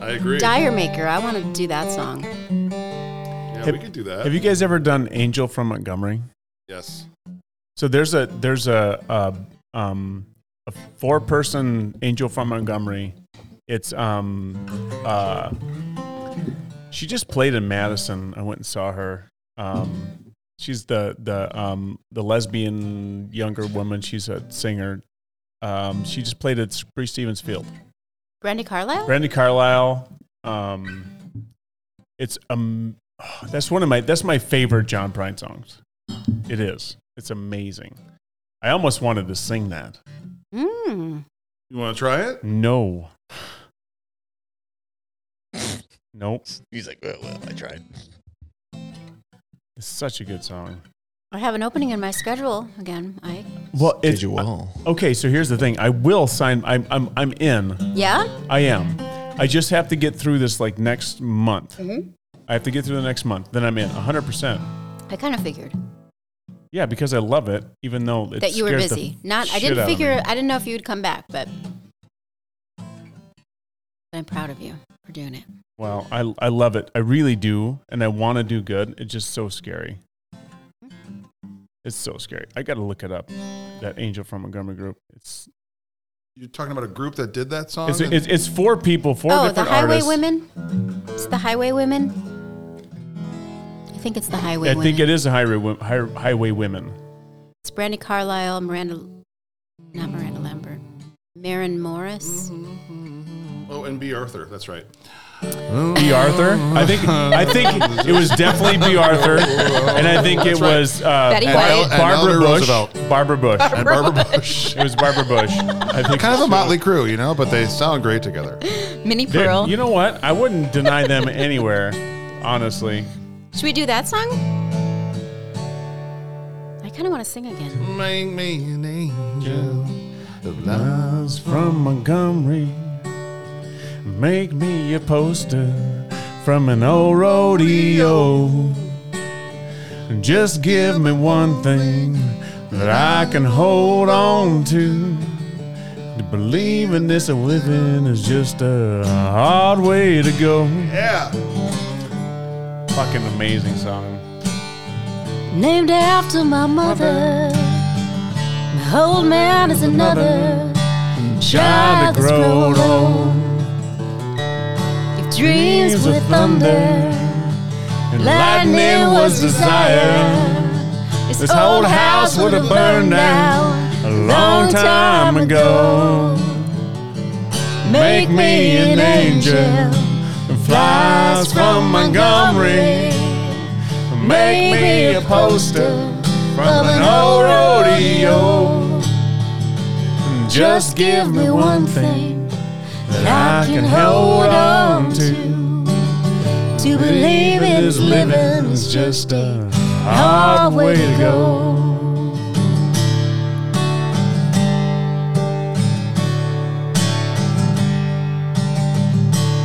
Speaker 2: I agree.
Speaker 4: Dire Maker. I want to do that song.
Speaker 2: yeah, we could do that.
Speaker 1: Have you guys ever done Angel from Montgomery?
Speaker 2: yes.
Speaker 1: So there's a there's a, a um a four person Angel from Montgomery. It's um uh she just played in Madison. I went and saw her. Um she's the the um the lesbian younger woman. She's a singer. Um she just played at Bree Stevens Field.
Speaker 4: Brandy Carlisle?
Speaker 1: Brandy Carlisle. Um, it's um, that's one of my that's my favorite John Prine songs. It is. It's amazing. I almost wanted to sing that.
Speaker 4: Mm.
Speaker 2: You want to try it?
Speaker 1: No. Nope.
Speaker 3: He's like, well, well I tried.
Speaker 1: It's such a good song.
Speaker 4: I have an opening in my schedule again. I
Speaker 1: Well,
Speaker 3: Did you well?
Speaker 1: okay. So here's the thing. I will sign. I'm I'm I'm in.
Speaker 4: yeah.
Speaker 1: I am. I just have to get through this like next month.
Speaker 4: Mm-hmm.
Speaker 1: I have to get through the next month. Then I'm in 100. percent
Speaker 4: I kind of figured
Speaker 1: Yeah, because I love it, even though it
Speaker 4: that you were
Speaker 1: scares the
Speaker 4: busy. Not.
Speaker 1: shit
Speaker 4: I
Speaker 1: out
Speaker 4: didn't
Speaker 1: of me.
Speaker 4: figure. I didn't know if you'd come back, but I'm proud of you for doing it.
Speaker 1: Wow, I, I love it. I really do, and I want to do good. It's just so scary. It's so scary. I got to look it up. That Angel from Montgomery group. It's
Speaker 2: You're talking about a group that did that song?
Speaker 1: it's, it's, it's four people, four
Speaker 4: Oh, the
Speaker 1: different
Speaker 4: Highway
Speaker 1: artists.
Speaker 4: Women. It's the Highway Women. I think it's the Highway
Speaker 1: I
Speaker 4: Women.
Speaker 1: think it is the highway Wo- Hi- highway women.
Speaker 4: It's Brandy Carlisle, Miranda, not Miranda Lambert, Marin Morris.
Speaker 2: oh, and B. Arthur. That's
Speaker 3: <laughs>
Speaker 2: right.
Speaker 1: B. Arthur. I think I think it was definitely B. Arthur, and I think it was uh,
Speaker 5: Betty
Speaker 1: Bar-
Speaker 5: White.
Speaker 2: And
Speaker 1: Barbara
Speaker 2: Eleanor
Speaker 1: Bush.
Speaker 2: Roosevelt.
Speaker 1: Barbara Bush.
Speaker 2: And Barbara Bush. Oh.
Speaker 1: It was Barbara Bush. I think
Speaker 2: <laughs> kind of a motley crew, you know, but they sound great together.
Speaker 5: Mini
Speaker 1: They're-
Speaker 5: Pearl.
Speaker 1: You know what? I wouldn't deny them anywhere, honestly.
Speaker 4: Should we do that song? I kind of want to sing again.
Speaker 2: Make me an angel of love.
Speaker 1: Miles from Montgomery, make me a poster from an old rodeo. Just give me one thing that I can hold on to. To believe in this living is just a hard way to go.
Speaker 2: Yeah.
Speaker 1: Fucking amazing song.
Speaker 9: Named after my mother. My old man is another.
Speaker 1: Child that growed old,
Speaker 9: If dreams were thunder,
Speaker 1: and
Speaker 9: lightning was desire.
Speaker 1: This whole house would have burned down a long time ago.
Speaker 9: Make me an angel.
Speaker 1: And flies from Montgomery. Make me a poster from an old rodeo. And Just give me one thing that I can hold on to.
Speaker 9: To believe
Speaker 1: Believe
Speaker 9: it
Speaker 1: is
Speaker 9: is living
Speaker 1: living
Speaker 9: is
Speaker 1: is just a
Speaker 9: hard
Speaker 1: hard way to go.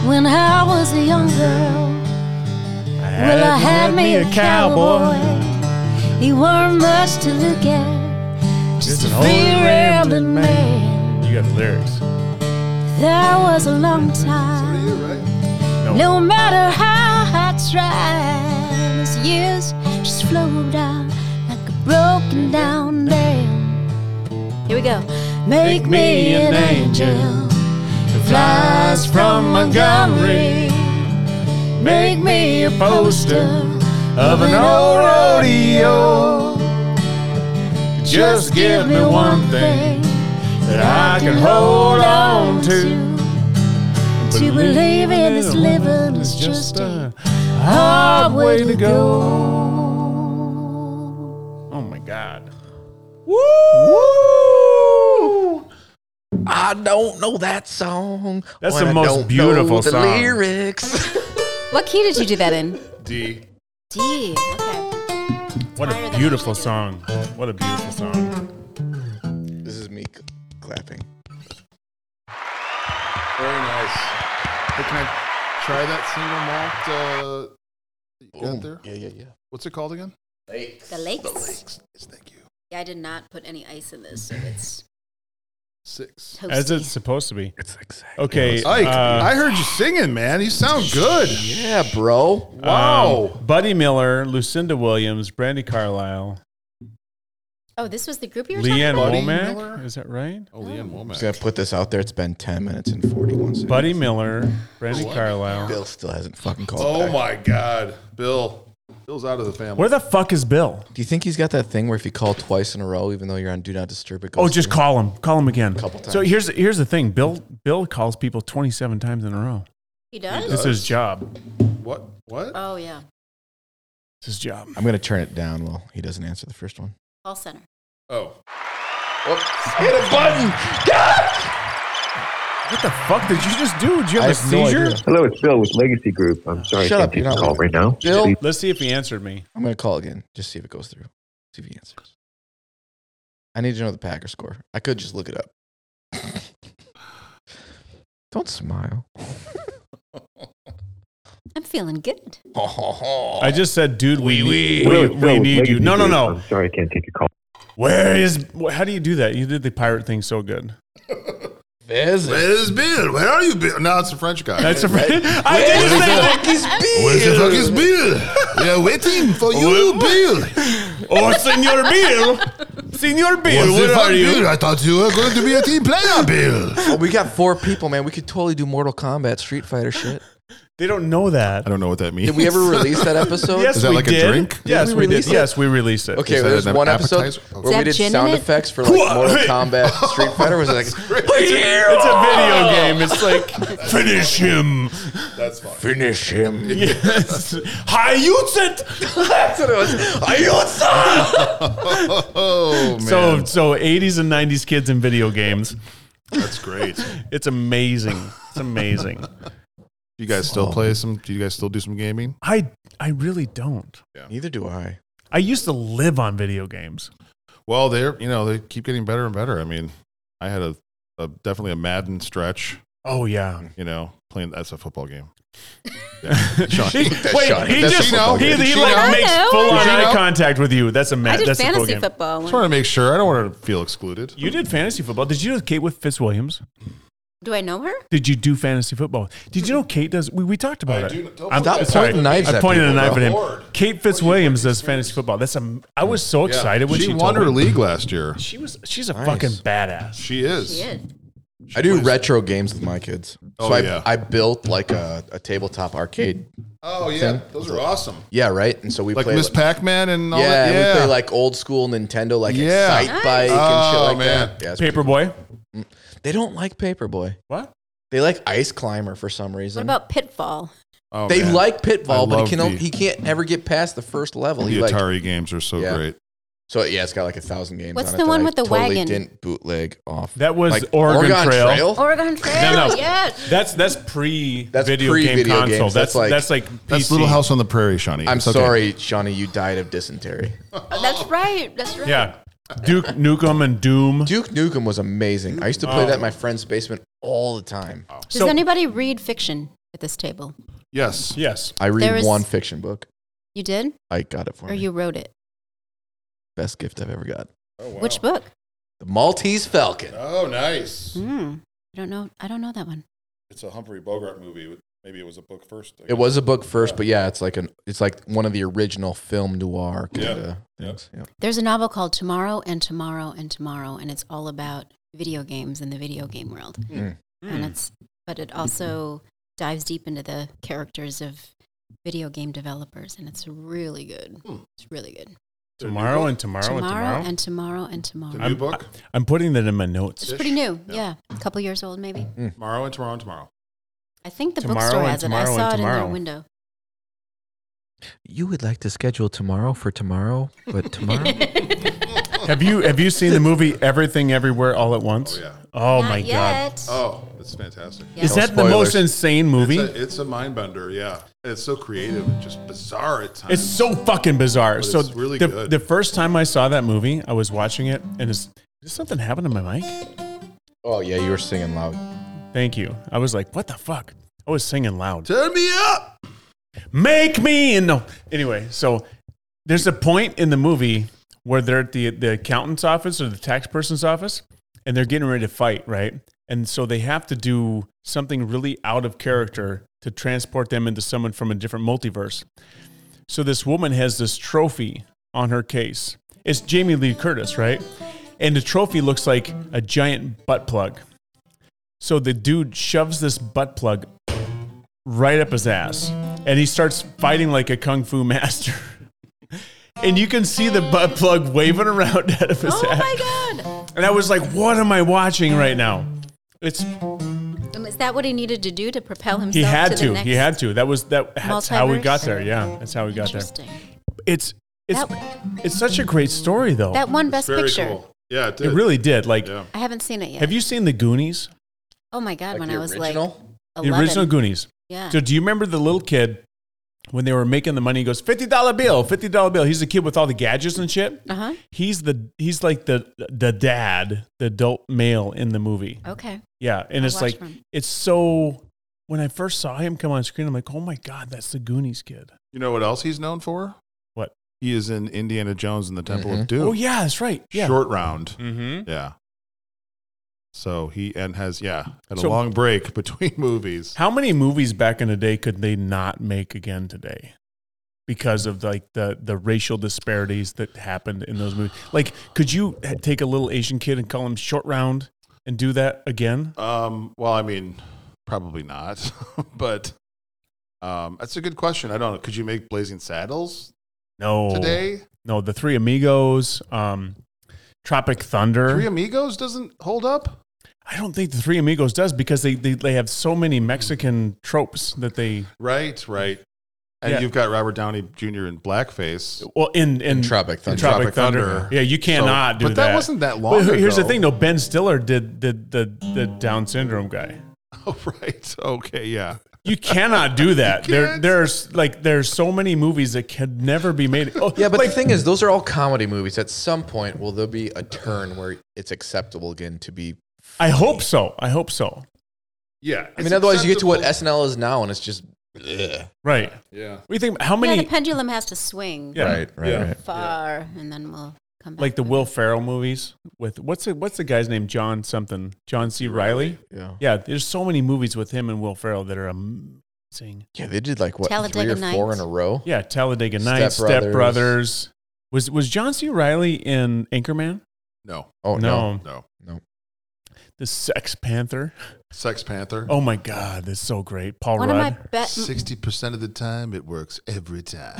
Speaker 9: when I was a young girl. Well, I had me a cowboy. He weren't much to look at, just a
Speaker 1: an old
Speaker 9: free rambling
Speaker 1: rambling
Speaker 9: man.
Speaker 1: You got the lyrics.
Speaker 9: That was a long time. No matter how I tried, these years just flowed down like a broken down dam.
Speaker 4: Here we go.
Speaker 9: Make me an angel that flies from Montgomery. Make me a poster
Speaker 1: of an old rodeo.
Speaker 9: Just give me one thing
Speaker 1: that I can hold on to.
Speaker 9: To believe in this living is just a hard way to go.
Speaker 1: Oh my God.
Speaker 3: I don't know that song.
Speaker 1: That's
Speaker 3: when
Speaker 1: the
Speaker 3: I
Speaker 1: most
Speaker 3: don't know
Speaker 1: beautiful
Speaker 3: the
Speaker 1: song.
Speaker 3: lyrics.
Speaker 4: What key did you do
Speaker 1: <laughs>
Speaker 4: that in?
Speaker 2: D.
Speaker 4: D. Okay.
Speaker 1: What
Speaker 4: Tired
Speaker 1: a
Speaker 4: of
Speaker 1: beautiful
Speaker 4: that.
Speaker 1: song. What a beautiful song.
Speaker 3: <laughs> this is me cl- clapping.
Speaker 2: Very nice. Hey, can I try that single malt uh, that you got there?
Speaker 3: Yeah, yeah, yeah.
Speaker 2: What's it called again?
Speaker 4: The lakes.
Speaker 2: Yes, thank you.
Speaker 4: Yeah, I did not put any ice in this, so it's
Speaker 2: six.
Speaker 1: as it's supposed to be.
Speaker 6: It's exactly.
Speaker 1: Okay,
Speaker 2: Ike,
Speaker 1: uh,
Speaker 2: I heard you singing, man. You sound good.
Speaker 3: Yeah, bro.
Speaker 2: Wow.
Speaker 1: um, Buddy Miller, Lucinda Williams, Brandy Carlisle,
Speaker 4: Oh, this was the group you were
Speaker 1: Leanne
Speaker 4: talking about?
Speaker 2: Buddy
Speaker 1: Womack.
Speaker 2: Miller?
Speaker 1: Is that right?
Speaker 2: oh, Liam Womack.
Speaker 3: Just gonna put this out there. It's been ten minutes and forty-one seconds.
Speaker 1: Buddy Miller, Brandy Carlisle.
Speaker 3: Bill still hasn't fucking called.
Speaker 2: Oh
Speaker 3: back.
Speaker 2: my God, Bill. Bill's out of the family.
Speaker 1: Where the fuck is Bill?
Speaker 3: Do you think he's got that thing where if you call twice in a row, even though you're on Do Not Disturb, it goes?
Speaker 1: Oh, just
Speaker 3: through?
Speaker 1: call him. Call him again.
Speaker 3: Couple
Speaker 1: So
Speaker 3: times.
Speaker 1: here's here's the thing. Bill Bill calls people 27 times in a row.
Speaker 4: He does?
Speaker 1: It's his job.
Speaker 2: what? What?
Speaker 4: Oh, yeah.
Speaker 1: It's his job.
Speaker 3: I'm gonna turn it down while he doesn't answer the first one.
Speaker 4: Call center.
Speaker 2: Oh,
Speaker 3: Hit a button.
Speaker 1: What the fuck did you just do? Did you
Speaker 3: I
Speaker 1: have a
Speaker 3: have no
Speaker 1: seizure?
Speaker 3: idea.
Speaker 7: Hello, it's Bill with Legacy Group. I'm sorry,
Speaker 3: Shut
Speaker 7: I
Speaker 3: up,
Speaker 7: can't
Speaker 3: you're
Speaker 7: take
Speaker 3: not
Speaker 7: the call right now.
Speaker 3: Bill?
Speaker 7: Please-
Speaker 1: Let's see if he answered me.
Speaker 3: I'm gonna call again. Just see if it goes through. See if he answers. I need to know the Packer score. I could just look it up. <laughs> Don't <laughs> smile.
Speaker 4: I'm feeling good.
Speaker 1: I just said, dude, we need,
Speaker 7: Hello,
Speaker 1: we,
Speaker 7: it's Bill
Speaker 1: we
Speaker 7: with
Speaker 1: need you.
Speaker 7: Legacy
Speaker 1: No, no,
Speaker 7: Group.
Speaker 1: no.
Speaker 7: I'm sorry, I can't take your call.
Speaker 1: Where is? wh- How do you do that? You did the pirate thing so good.
Speaker 3: Visit.
Speaker 2: where's Bill? Where are you, Bill? No, it's a French guy.
Speaker 1: That's a <laughs> I did the same thing.
Speaker 2: Where's the fuck is <laughs> Bill? We are waiting for you, Bill.
Speaker 1: Oh, Senor Bill, Senor Bill,
Speaker 2: Where's the
Speaker 1: where
Speaker 2: fuck,
Speaker 1: are you?
Speaker 2: Bill? I thought you were going to be a team player, Bill.
Speaker 3: Oh, we got four people, man. We could totally do Mortal Kombat, Street Fighter shit.
Speaker 1: They don't know that.
Speaker 2: I don't know what that means.
Speaker 3: Did we ever
Speaker 2: <laughs>
Speaker 3: release <laughs> that episode?
Speaker 1: Yes,
Speaker 2: Is that
Speaker 1: we
Speaker 2: like a
Speaker 1: did.
Speaker 2: drink?
Speaker 1: Yes,
Speaker 3: Did
Speaker 1: we,
Speaker 3: we
Speaker 1: did.
Speaker 3: release it?
Speaker 1: Yes, we released it.
Speaker 3: Okay,
Speaker 2: Is that
Speaker 3: there's
Speaker 2: an
Speaker 3: one
Speaker 2: appetizer?
Speaker 3: episode where
Speaker 4: that
Speaker 3: we did
Speaker 4: gin
Speaker 3: sound
Speaker 4: in it?
Speaker 3: effects for <laughs> like Mortal Kombat, <laughs> Street Fighter. Was it <laughs> like
Speaker 1: It's a video game. It's like
Speaker 2: <laughs>
Speaker 1: finish him.
Speaker 2: That's fine.
Speaker 3: finish him?
Speaker 1: Yes, hi, you said.
Speaker 3: That's what it was. Are you son?
Speaker 2: <laughs> Oh, man.
Speaker 1: <laughs> So, so 80s and 90s kids in video games.
Speaker 2: That's great.
Speaker 1: It's amazing. It's amazing.
Speaker 2: You guys
Speaker 3: Oh.
Speaker 2: still play some? Do you guys still do some gaming?
Speaker 1: I I really don't.
Speaker 3: Neither do I.
Speaker 1: I used to live on video games.
Speaker 2: Well, they're you know they keep getting better and better. I mean, I had a, a definitely a Madden stretch.
Speaker 1: Oh yeah.
Speaker 2: You know, playing that's a football
Speaker 3: <laughs>
Speaker 2: game.
Speaker 1: He- wait, he
Speaker 2: Does she
Speaker 1: just
Speaker 2: know?
Speaker 1: he,
Speaker 2: Did
Speaker 1: he
Speaker 2: she
Speaker 1: like
Speaker 2: know?
Speaker 1: makes
Speaker 4: I know,
Speaker 1: full on
Speaker 2: Did she
Speaker 1: eye
Speaker 2: know?
Speaker 1: contact with you. That's a ma-
Speaker 5: I did
Speaker 1: that's a cool
Speaker 5: fantasy
Speaker 1: game.
Speaker 5: football.
Speaker 2: Just
Speaker 5: One.
Speaker 2: want to make sure. I don't want her to feel excluded.
Speaker 1: You did fantasy football. Did you know Kate with Fitzwilliams?
Speaker 4: Do I know her?
Speaker 1: Did you do fantasy football? Did you know Kate does? We, we talked about
Speaker 2: I
Speaker 1: it.
Speaker 2: do- don't
Speaker 1: I'm- I'm
Speaker 2: Stop pointing
Speaker 1: sorry.
Speaker 3: knives
Speaker 1: I
Speaker 3: at
Speaker 1: pointed
Speaker 3: people,
Speaker 1: a knife
Speaker 3: bro.
Speaker 1: at him.
Speaker 2: Lord.
Speaker 1: Kate Fitzwilliams does fantasy football. That's a. I was so
Speaker 2: Yeah.
Speaker 1: excited when she,
Speaker 2: she
Speaker 1: told
Speaker 2: won her
Speaker 1: me.
Speaker 2: league last year.
Speaker 1: She was. She's a
Speaker 3: Nice.
Speaker 1: fucking badass.
Speaker 2: She is.
Speaker 4: She is.
Speaker 3: I do
Speaker 2: plays-
Speaker 3: retro games with my kids.
Speaker 2: Oh,
Speaker 3: so I,
Speaker 2: yeah.
Speaker 3: I built like a, a tabletop arcade.
Speaker 2: Oh yeah, those are awesome.
Speaker 3: Yeah, right. And so we
Speaker 2: Like
Speaker 3: play
Speaker 2: Miss Pac-Man and all
Speaker 3: yeah,
Speaker 2: that.
Speaker 3: and
Speaker 2: Yeah,
Speaker 3: we play like old school Nintendo, like
Speaker 2: Yeah.
Speaker 3: Excite Bike and shit
Speaker 2: Oh,
Speaker 3: like
Speaker 2: man.
Speaker 3: that. Yeah, it's pretty-
Speaker 1: Paperboy.
Speaker 3: They don't like Paperboy.
Speaker 1: What?
Speaker 3: They like Ice Climber for some
Speaker 4: What
Speaker 3: reason.
Speaker 4: about Pitfall?
Speaker 2: Oh,
Speaker 3: they
Speaker 2: man.
Speaker 3: like Pitfall,
Speaker 2: I
Speaker 3: but
Speaker 2: love
Speaker 3: he can only,
Speaker 2: the-
Speaker 3: he can't ever get past the first level.
Speaker 2: the
Speaker 3: He like
Speaker 2: Atari games are so
Speaker 3: Yeah.
Speaker 2: great.
Speaker 3: so yeah, it's got like a thousand games.
Speaker 4: What's
Speaker 3: on it
Speaker 4: the
Speaker 3: that
Speaker 4: one
Speaker 3: I
Speaker 4: with the
Speaker 3: totally
Speaker 4: wagon?
Speaker 3: Didn't bootleg off.
Speaker 1: That was Oregon Trail.
Speaker 4: Oregon Trail?
Speaker 1: No, no.
Speaker 4: Yes.
Speaker 1: That's that's pre
Speaker 3: That's
Speaker 1: video game
Speaker 3: pre-video
Speaker 1: console.
Speaker 3: games.
Speaker 1: That's
Speaker 3: That's
Speaker 1: like
Speaker 3: like-
Speaker 1: that's like
Speaker 2: That's
Speaker 1: PC.
Speaker 2: Little House on the Prairie, Shawnee.
Speaker 3: I'm
Speaker 2: It's okay.
Speaker 3: sorry, Shawnee, you died of
Speaker 2: <laughs>
Speaker 3: dysentery.
Speaker 4: Oh, That's right. That's right.
Speaker 1: <laughs> Yeah, Duke Nukem and Doom.
Speaker 3: Duke Nukem was amazing. I used to play that in
Speaker 2: Oh.
Speaker 3: my friend's basement all the time.
Speaker 4: Does
Speaker 1: So-
Speaker 4: anybody read fiction at this table?
Speaker 2: Yes.
Speaker 1: Yes,
Speaker 3: I
Speaker 4: There
Speaker 3: read
Speaker 4: was-
Speaker 3: one fiction book.
Speaker 4: You did?
Speaker 3: I got it for
Speaker 4: Or
Speaker 3: me.
Speaker 4: you wrote it?
Speaker 3: Best gift I've ever got.
Speaker 4: Which book?
Speaker 3: The Maltese Falcon.
Speaker 2: Oh, nice.
Speaker 4: Hmm. I don't know. I don't know that one.
Speaker 2: It's a Humphrey Bogart movie. Maybe it was a book first.
Speaker 3: It was a book first, but yeah, it's like an it's like one of the original film noir kind
Speaker 2: Yeah.
Speaker 3: of
Speaker 2: Yeah.
Speaker 3: things. Yeah.
Speaker 4: There's a novel called Tomorrow and Tomorrow and Tomorrow, and it's all about video games and the video game world.
Speaker 3: Mm.
Speaker 1: Hmm.
Speaker 4: And it's, but it also dives deep into the characters of video game developers, and it's really good. It's really good.
Speaker 1: tomorrow and tomorrow,
Speaker 4: Tomorrow,
Speaker 1: and tomorrow.
Speaker 4: and tomorrow and tomorrow.
Speaker 2: New book?
Speaker 1: I'm putting that in my notes.
Speaker 4: <laughs> it's pretty new. Yeah. A couple years old, maybe.
Speaker 2: Tomorrow and tomorrow and tomorrow.
Speaker 4: I think the
Speaker 1: Tomorrow
Speaker 4: bookstore
Speaker 1: and
Speaker 4: has it. I
Speaker 1: tomorrow and
Speaker 4: saw it in their
Speaker 1: tomorrow.
Speaker 4: window.
Speaker 6: You would like to schedule tomorrow for tomorrow,
Speaker 4: <laughs>
Speaker 6: but tomorrow.
Speaker 1: have you have you seen the movie Everything Everywhere All at Once?
Speaker 2: Oh, yeah.
Speaker 1: Oh
Speaker 4: Not
Speaker 1: my god.
Speaker 4: yet.
Speaker 2: Oh, it's fantastic.
Speaker 4: Yeah.
Speaker 1: Is
Speaker 3: No
Speaker 1: that the most
Speaker 3: spoilers.
Speaker 1: insane movie?
Speaker 2: It's a, it's a mind bender, yeah. And it's so creative and just bizarre at times.
Speaker 1: It's so fucking bizarre.
Speaker 2: But
Speaker 1: so
Speaker 2: it's really
Speaker 1: the,
Speaker 2: good.
Speaker 1: the first time I saw that movie, I was watching it, and it's did something happen to my mic?
Speaker 3: Oh yeah, you were singing loud.
Speaker 1: Thank you. I was like, what the fuck? I was singing loud.
Speaker 2: Turn me up.
Speaker 1: Make me and no. Anyway, so there's a point in the movie where they're at the the accountant's office or the tax person's office, and they're getting ready to fight, right? And so they have to do something really out of character to transport them into someone from a different multiverse. So this woman has this trophy on her case. It's Jamie Lee Curtis, right? And the trophy looks like a giant butt plug. So the dude shoves this butt plug right up his ass and he starts fighting like a kung fu <laughs> master. and you can see the butt plug waving around <laughs> out of his
Speaker 5: Oh
Speaker 1: ass.
Speaker 5: my god!
Speaker 1: And I was like, what am I watching right now? It's
Speaker 4: Um, Is that what he needed to do to propel himself?
Speaker 1: he had
Speaker 4: to.
Speaker 1: to.
Speaker 4: The next
Speaker 1: He had to. That was that that's how we
Speaker 4: Multiverse?
Speaker 1: got there. Yeah. That's how we got there.
Speaker 4: Interesting.
Speaker 1: It's it's
Speaker 4: That-
Speaker 1: it's such a great story though.
Speaker 4: That one best
Speaker 2: Very
Speaker 4: picture.
Speaker 2: cool. Yeah, it did.
Speaker 1: it really did. Like
Speaker 2: Yeah.
Speaker 4: I haven't seen it yet.
Speaker 1: have you seen the Goonies?
Speaker 4: Oh my god!
Speaker 3: Like
Speaker 4: when
Speaker 3: the
Speaker 4: I was like
Speaker 3: original?
Speaker 4: 11.
Speaker 1: The original Goonies.
Speaker 4: Yeah.
Speaker 1: So do you remember the little kid when they were making the money? He goes fifty dollar bill, fifty dollar bill. He's the kid with all the gadgets and shit.
Speaker 4: uh huh.
Speaker 1: He's the he's like the the dad, the adult male in the movie.
Speaker 4: Okay.
Speaker 1: Yeah, and
Speaker 4: I'll
Speaker 1: it's
Speaker 4: watch
Speaker 1: like
Speaker 4: them.
Speaker 1: it's so. When I first saw him come on screen, I'm like, oh my god, that's the Goonies kid.
Speaker 2: You know what else he's known for?
Speaker 1: What?
Speaker 2: He is in Indiana Jones and the Temple
Speaker 3: Mhm.
Speaker 2: of Doom.
Speaker 1: Oh yeah, that's right. Yeah.
Speaker 2: Short round.
Speaker 1: Mm-hmm.
Speaker 2: Yeah. So he and has yeah had a
Speaker 1: So-
Speaker 2: long break <laughs> between movies.
Speaker 1: How many movies back in the day could they not make again today? Because of like the the racial disparities that happened in those movies. Like, could you ha- take a little Asian kid and call him short round and do that again?
Speaker 2: Um, well, I mean, probably not, <laughs> but um, that's a good question. I don't know. Could you make Blazing Saddles
Speaker 1: No.
Speaker 2: today?
Speaker 1: No, the Three Amigos, um, Tropic Thunder.
Speaker 2: Three Amigos doesn't hold up.
Speaker 1: I don't think the Three Amigos does because they, they, they have so many Mexican tropes that they
Speaker 2: Right, right. And
Speaker 1: Yeah.
Speaker 2: you've got Robert Downey Jr. in blackface.
Speaker 1: well in in,
Speaker 3: In Tropic
Speaker 1: in
Speaker 3: Thunder.
Speaker 1: Tropic,
Speaker 2: Tropic
Speaker 1: Thunder.
Speaker 2: Thunder.
Speaker 1: Yeah, you cannot
Speaker 2: So-
Speaker 1: do
Speaker 2: but
Speaker 1: that.
Speaker 2: that wasn't that
Speaker 1: But
Speaker 2: long
Speaker 1: here- Here's the
Speaker 2: ago.
Speaker 1: thing, though. Ben Stiller did did the the Down syndrome guy.
Speaker 2: Oh, <laughs> right. Okay, yeah.
Speaker 1: You cannot
Speaker 2: <laughs>
Speaker 1: do that. there,
Speaker 2: can't.
Speaker 1: there's like there's so many movies that could never be made. Oh,
Speaker 3: Yeah, but
Speaker 1: like,
Speaker 3: the thing is, those are all comedy movies. At some point, will there be a turn where it's acceptable again to be?
Speaker 1: I hope so. I hope so.
Speaker 2: Yeah.
Speaker 3: I mean, otherwise, you get to what SNL is now, and it's just ugh.
Speaker 1: Right.
Speaker 2: Yeah.
Speaker 1: We think how
Speaker 4: yeah,
Speaker 1: many
Speaker 4: the pendulum has to swing
Speaker 1: Yeah.
Speaker 3: right, right,
Speaker 2: Yeah.
Speaker 3: right.
Speaker 4: far, and then we'll come back.
Speaker 1: like the
Speaker 4: to it.
Speaker 1: Will Ferrell movies with what's the, what's the guy's name? John something. John C. Riley.
Speaker 3: Yeah,
Speaker 1: Yeah, there's so many movies with him and Will Ferrell that are amazing.
Speaker 3: yeah. They did like what three
Speaker 4: Talladega
Speaker 3: or four
Speaker 4: Nights.
Speaker 3: in a row.
Speaker 1: Yeah, Talladega Nights,
Speaker 3: Step
Speaker 1: Step Brothers.
Speaker 3: Brothers.
Speaker 1: Was was John C. Riley in Anchorman?
Speaker 2: No,
Speaker 3: Oh no.
Speaker 2: no.
Speaker 1: The Sex Panther.
Speaker 2: Sex Panther.
Speaker 1: Oh my God, that's so great. Paul
Speaker 4: one of my
Speaker 1: Rudd.
Speaker 4: best.
Speaker 2: Sixty percent of the time, it works every time.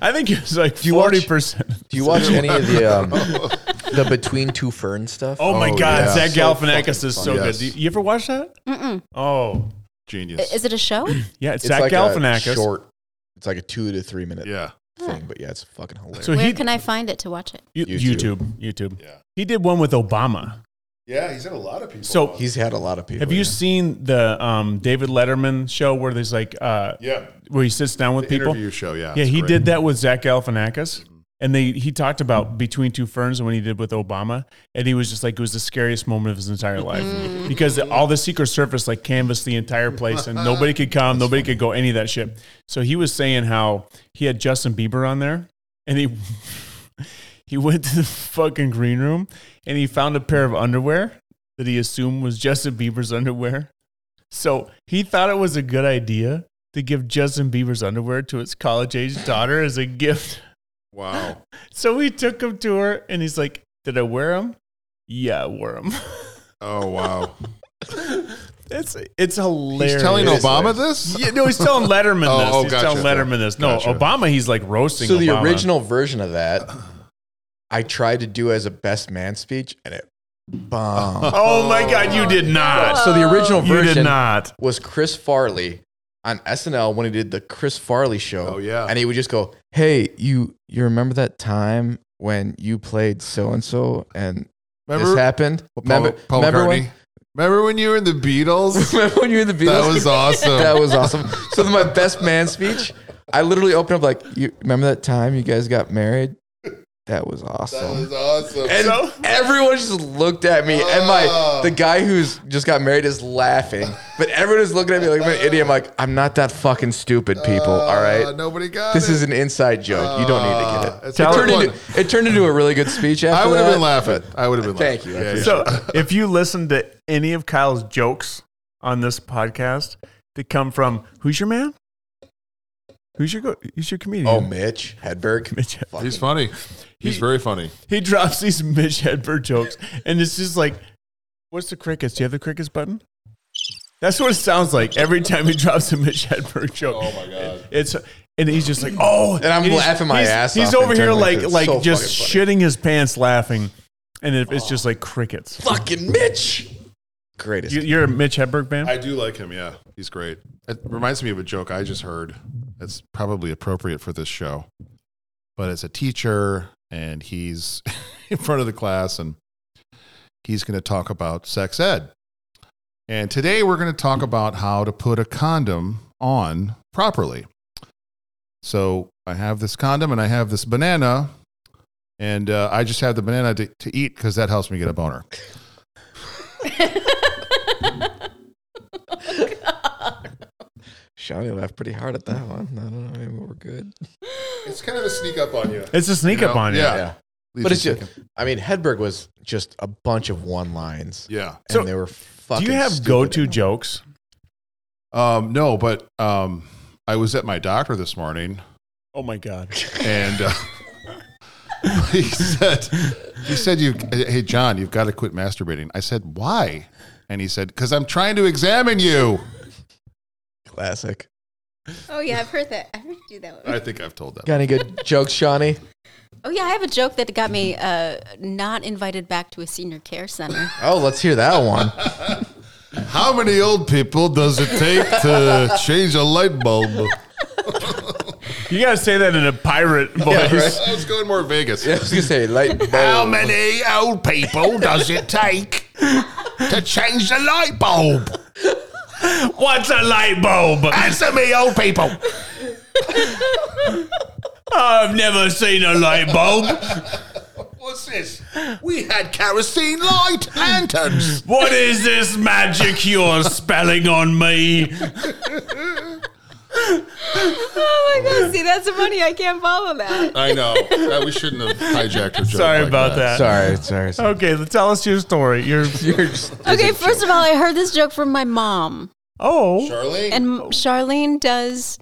Speaker 1: I think it was like
Speaker 3: you watch-
Speaker 1: forty percent.
Speaker 3: Do
Speaker 2: <laughs>
Speaker 3: you <laughs> watch any of the um, the Between Two Ferns stuff?
Speaker 1: Oh my
Speaker 2: Oh,
Speaker 1: God,
Speaker 2: yeah.
Speaker 1: Zach
Speaker 2: So
Speaker 1: Galifianakis is
Speaker 2: fucking
Speaker 1: so
Speaker 2: funny.
Speaker 1: good.
Speaker 2: Yes.
Speaker 1: Do you, you ever watch that?
Speaker 4: Mm-mm.
Speaker 1: Oh,
Speaker 2: <laughs> Genius.
Speaker 4: Is it
Speaker 1: <laughs>
Speaker 4: a show?
Speaker 1: yeah, it's,
Speaker 3: it's
Speaker 1: Zach
Speaker 3: like
Speaker 1: Galifianakis.
Speaker 3: a short. It's like a two to three minute
Speaker 2: yeah.
Speaker 3: thing, but yeah, it's fucking hilarious.
Speaker 1: so
Speaker 4: Where
Speaker 1: he
Speaker 4: can I find it to watch it?
Speaker 1: you-
Speaker 3: YouTube.
Speaker 1: YouTube. YouTube,
Speaker 2: Yeah.
Speaker 1: He did one with Obama.
Speaker 2: Yeah, he's had a lot of people.
Speaker 1: So-
Speaker 2: on.
Speaker 3: He's had a lot of people.
Speaker 1: Have you
Speaker 3: Oh, yeah.
Speaker 1: seen the um, David Letterman show where there's like uh,
Speaker 2: yeah,
Speaker 1: where he sits down
Speaker 2: the
Speaker 1: with people?
Speaker 2: interview show. Yeah,
Speaker 1: Yeah,
Speaker 2: it's
Speaker 1: he
Speaker 2: great.
Speaker 1: did that with Zach Galifianakis, and they he talked about Between Two Ferns and when he did with Obama, and he was just like it was the scariest moment of his entire life because all the Secret Service like canvassed the entire place and nobody could come, nobody could go, any of that shit. So he was saying how he had Justin Bieber on there, and he <laughs> he went to the fucking green room and he found a pair of underwear that he assumed was Justin Bieber's underwear. So he thought it was a good idea to give Justin Bieber's underwear to his college age daughter as a gift.
Speaker 2: Wow.
Speaker 1: So we took him to her and he's like, Did I wear them? Yeah, I wore them.
Speaker 2: Oh
Speaker 3: <laughs>
Speaker 2: wow.
Speaker 1: <laughs> it's, it's hilarious.
Speaker 2: he's telling
Speaker 3: It is
Speaker 2: Obama
Speaker 3: hilarious.
Speaker 2: this.
Speaker 1: Yeah, no, he's telling
Speaker 3: <laughs>
Speaker 1: Letterman
Speaker 2: Oh,
Speaker 1: this.
Speaker 2: oh,
Speaker 1: he's
Speaker 2: gotcha.
Speaker 1: telling Letterman this. No,
Speaker 2: Gotcha.
Speaker 1: Obama, he's like roasting.
Speaker 3: So the
Speaker 1: Obama.
Speaker 3: original version of that, I tried to do as a best man speech, and it
Speaker 1: <laughs>
Speaker 3: bombed.
Speaker 1: Oh my God, you did not.
Speaker 3: so the original
Speaker 1: you did
Speaker 3: version
Speaker 1: not.
Speaker 3: was Chris Farley on SNL when he did the Chris Farley show.
Speaker 2: Oh, yeah.
Speaker 3: and he would just go, "Hey, you, you remember that time when you played so and so, and this
Speaker 2: Remember,
Speaker 3: happened?
Speaker 2: Paul,
Speaker 3: remember,
Speaker 2: Paul
Speaker 3: remember
Speaker 2: McCartney.
Speaker 3: when,
Speaker 2: remember when you were in the Beatles?
Speaker 3: <laughs> remember when you were in the Beatles?
Speaker 2: that was awesome.
Speaker 3: that was awesome. So my best man speech, I literally opened up like, you remember that time you guys got married? That was awesome.
Speaker 2: awesome.
Speaker 3: and everyone just looked at me, and my the guy who's just got married is laughing, but everyone is looking at me like I'm an idiot. I'm like, I'm not that fucking stupid, people. all right,
Speaker 2: uh, nobody got
Speaker 3: this
Speaker 2: it.
Speaker 3: is an inside joke. you don't need to get it.
Speaker 2: That's
Speaker 3: It
Speaker 2: a good
Speaker 3: turned,
Speaker 2: one.
Speaker 3: into, it turned into a really good speech. After
Speaker 2: I would have
Speaker 3: that,
Speaker 2: been laughing. I would have been
Speaker 3: Thank
Speaker 2: laughing.
Speaker 3: you. I
Speaker 2: Yeah, yeah.
Speaker 3: <laughs>
Speaker 1: So if you listen to any of Kyle's jokes on this podcast, they come from who's your man? Who's your go- who's your comedian? <laughs>
Speaker 3: Oh, Mitch Hedberg.
Speaker 1: Mitch.
Speaker 3: Fucking-
Speaker 2: He's funny. He's
Speaker 1: He-
Speaker 2: very funny.
Speaker 1: He drops these Mitch Hedberg jokes, and it's just like, what's the crickets? Do you have the crickets button? That's what it sounds like every time he drops a Mitch Hedberg joke.
Speaker 2: Oh my god.
Speaker 1: It's and he's just like, oh,
Speaker 3: And I'm
Speaker 1: he's-
Speaker 3: laughing my
Speaker 1: he's-
Speaker 3: ass
Speaker 1: He's
Speaker 3: off
Speaker 1: over here like
Speaker 3: internally 'cause it's
Speaker 1: like
Speaker 3: so
Speaker 1: just
Speaker 3: fucking Oh.
Speaker 1: shitting his pants laughing, and it, it's just like crickets.
Speaker 3: Fucking Mitch. Greatest.
Speaker 1: You, you're a Mitch Hedberg fan.
Speaker 2: I do like him. Yeah, he's great. It reminds me of a joke I just heard. That's probably appropriate for this show. But it's a teacher, and he's <laughs> in front of the class, and he's going to talk about sex ed. And today we're going to talk about how to put a condom on properly. So I have this condom, and I have this banana, and uh, I just have the banana to, to eat because that helps me get a boner.
Speaker 3: Shawnee laughed pretty hard at that one. I don't know. Maybe we're good.
Speaker 2: It's kind of a sneak up on you.
Speaker 1: it's a sneak up on you.
Speaker 2: Yeah.
Speaker 3: Yeah. But it's just, I mean, Hedberg was just a bunch of one lines.
Speaker 2: yeah.
Speaker 3: And
Speaker 1: So,
Speaker 3: they were
Speaker 1: Do
Speaker 3: fucking.
Speaker 1: you have
Speaker 3: stupid.
Speaker 1: go to jokes?
Speaker 2: Um, no, but um, I was at my doctor this morning,
Speaker 1: Oh my god!
Speaker 2: and uh, <laughs> he said, "He said you, hey John, you've got to quit masturbating." I said, "Why?" And he said, "Because I'm trying to examine you."
Speaker 3: Classic.
Speaker 12: Oh yeah, I've heard that. I've heard you do that. One.
Speaker 2: I think I've told that.
Speaker 3: Got
Speaker 1: <laughs>
Speaker 3: any good jokes, Shawnee?
Speaker 4: Oh yeah, I have a joke that got me uh, not invited back to a senior care center.
Speaker 3: Oh, let's hear
Speaker 1: <laughs>
Speaker 3: that one.
Speaker 2: How many old people does it take to change a light bulb?
Speaker 1: You gotta say that in a
Speaker 3: <laughs>
Speaker 1: pirate voice.
Speaker 2: I was going more Vegas.
Speaker 3: Yeah, I was gonna say light bulb.
Speaker 2: How many old people does it take to change the light bulb?
Speaker 1: What's a light bulb?
Speaker 2: Answer me, old people.
Speaker 1: I've never seen a light bulb.
Speaker 2: What's this? We had kerosene light lanterns.
Speaker 1: What is this magic you're spelling on me?
Speaker 12: <laughs> Oh my
Speaker 1: <laughs>
Speaker 12: god, see that's funny. I can't follow that.
Speaker 2: <laughs> I know. That we shouldn't have hijacked her joke.
Speaker 1: Sorry
Speaker 2: like
Speaker 1: about that.
Speaker 3: Sorry,
Speaker 1: <laughs>
Speaker 3: sorry. sorry.
Speaker 1: Okay, then tell us your story. Your
Speaker 3: You're <laughs> just,
Speaker 4: okay, first of all, I heard this joke from my mom,
Speaker 1: oh,
Speaker 2: Charlene.
Speaker 4: and m- Charlene does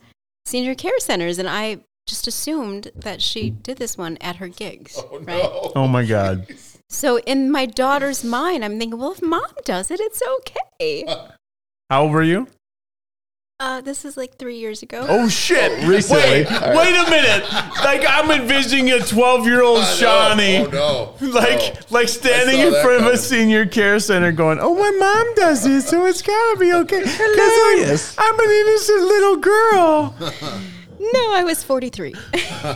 Speaker 4: senior care centers, and I just assumed that she did this one at her gigs, right?
Speaker 2: <laughs>
Speaker 1: oh my god!
Speaker 4: So in my daughter's mind, I'm thinking, well, if mom does it, it's okay.
Speaker 1: Uh. How old were you?
Speaker 4: Uh, this is like three years ago.
Speaker 1: Oh shit!
Speaker 3: recently.
Speaker 1: Wait,
Speaker 3: All right.
Speaker 1: wait a minute. Like I'm envisioning a 12 year old Shawnee.
Speaker 2: Oh,
Speaker 1: <laughs>
Speaker 2: no.
Speaker 1: Like, like standing
Speaker 2: I saw
Speaker 1: in
Speaker 2: that
Speaker 1: front of a
Speaker 2: coming.
Speaker 1: senior care center, going, "Oh, my mom does it, so it's gotta be okay." Because
Speaker 3: Hilarious.
Speaker 1: I'm, an innocent little girl.
Speaker 4: No, I was <laughs> 43.
Speaker 1: E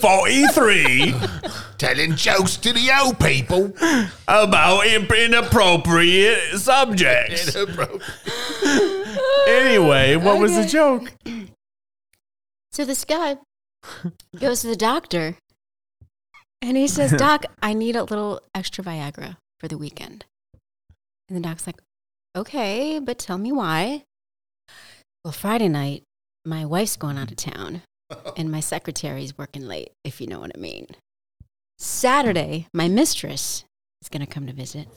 Speaker 1: Forty-three
Speaker 2: Telling jokes to the old people.
Speaker 1: about imp- inappropriate subjects. <laughs> Anyway, what was the
Speaker 4: Okay.
Speaker 1: joke?
Speaker 4: So this guy goes to the doctor and he says, Doc, I need a little extra Viagra for the weekend. And the doc's like, Okay, but tell me why. Well, Friday night, my wife's going out of town and my secretary's working late, if you know what I mean. Saturday, my mistress is going to come to visit.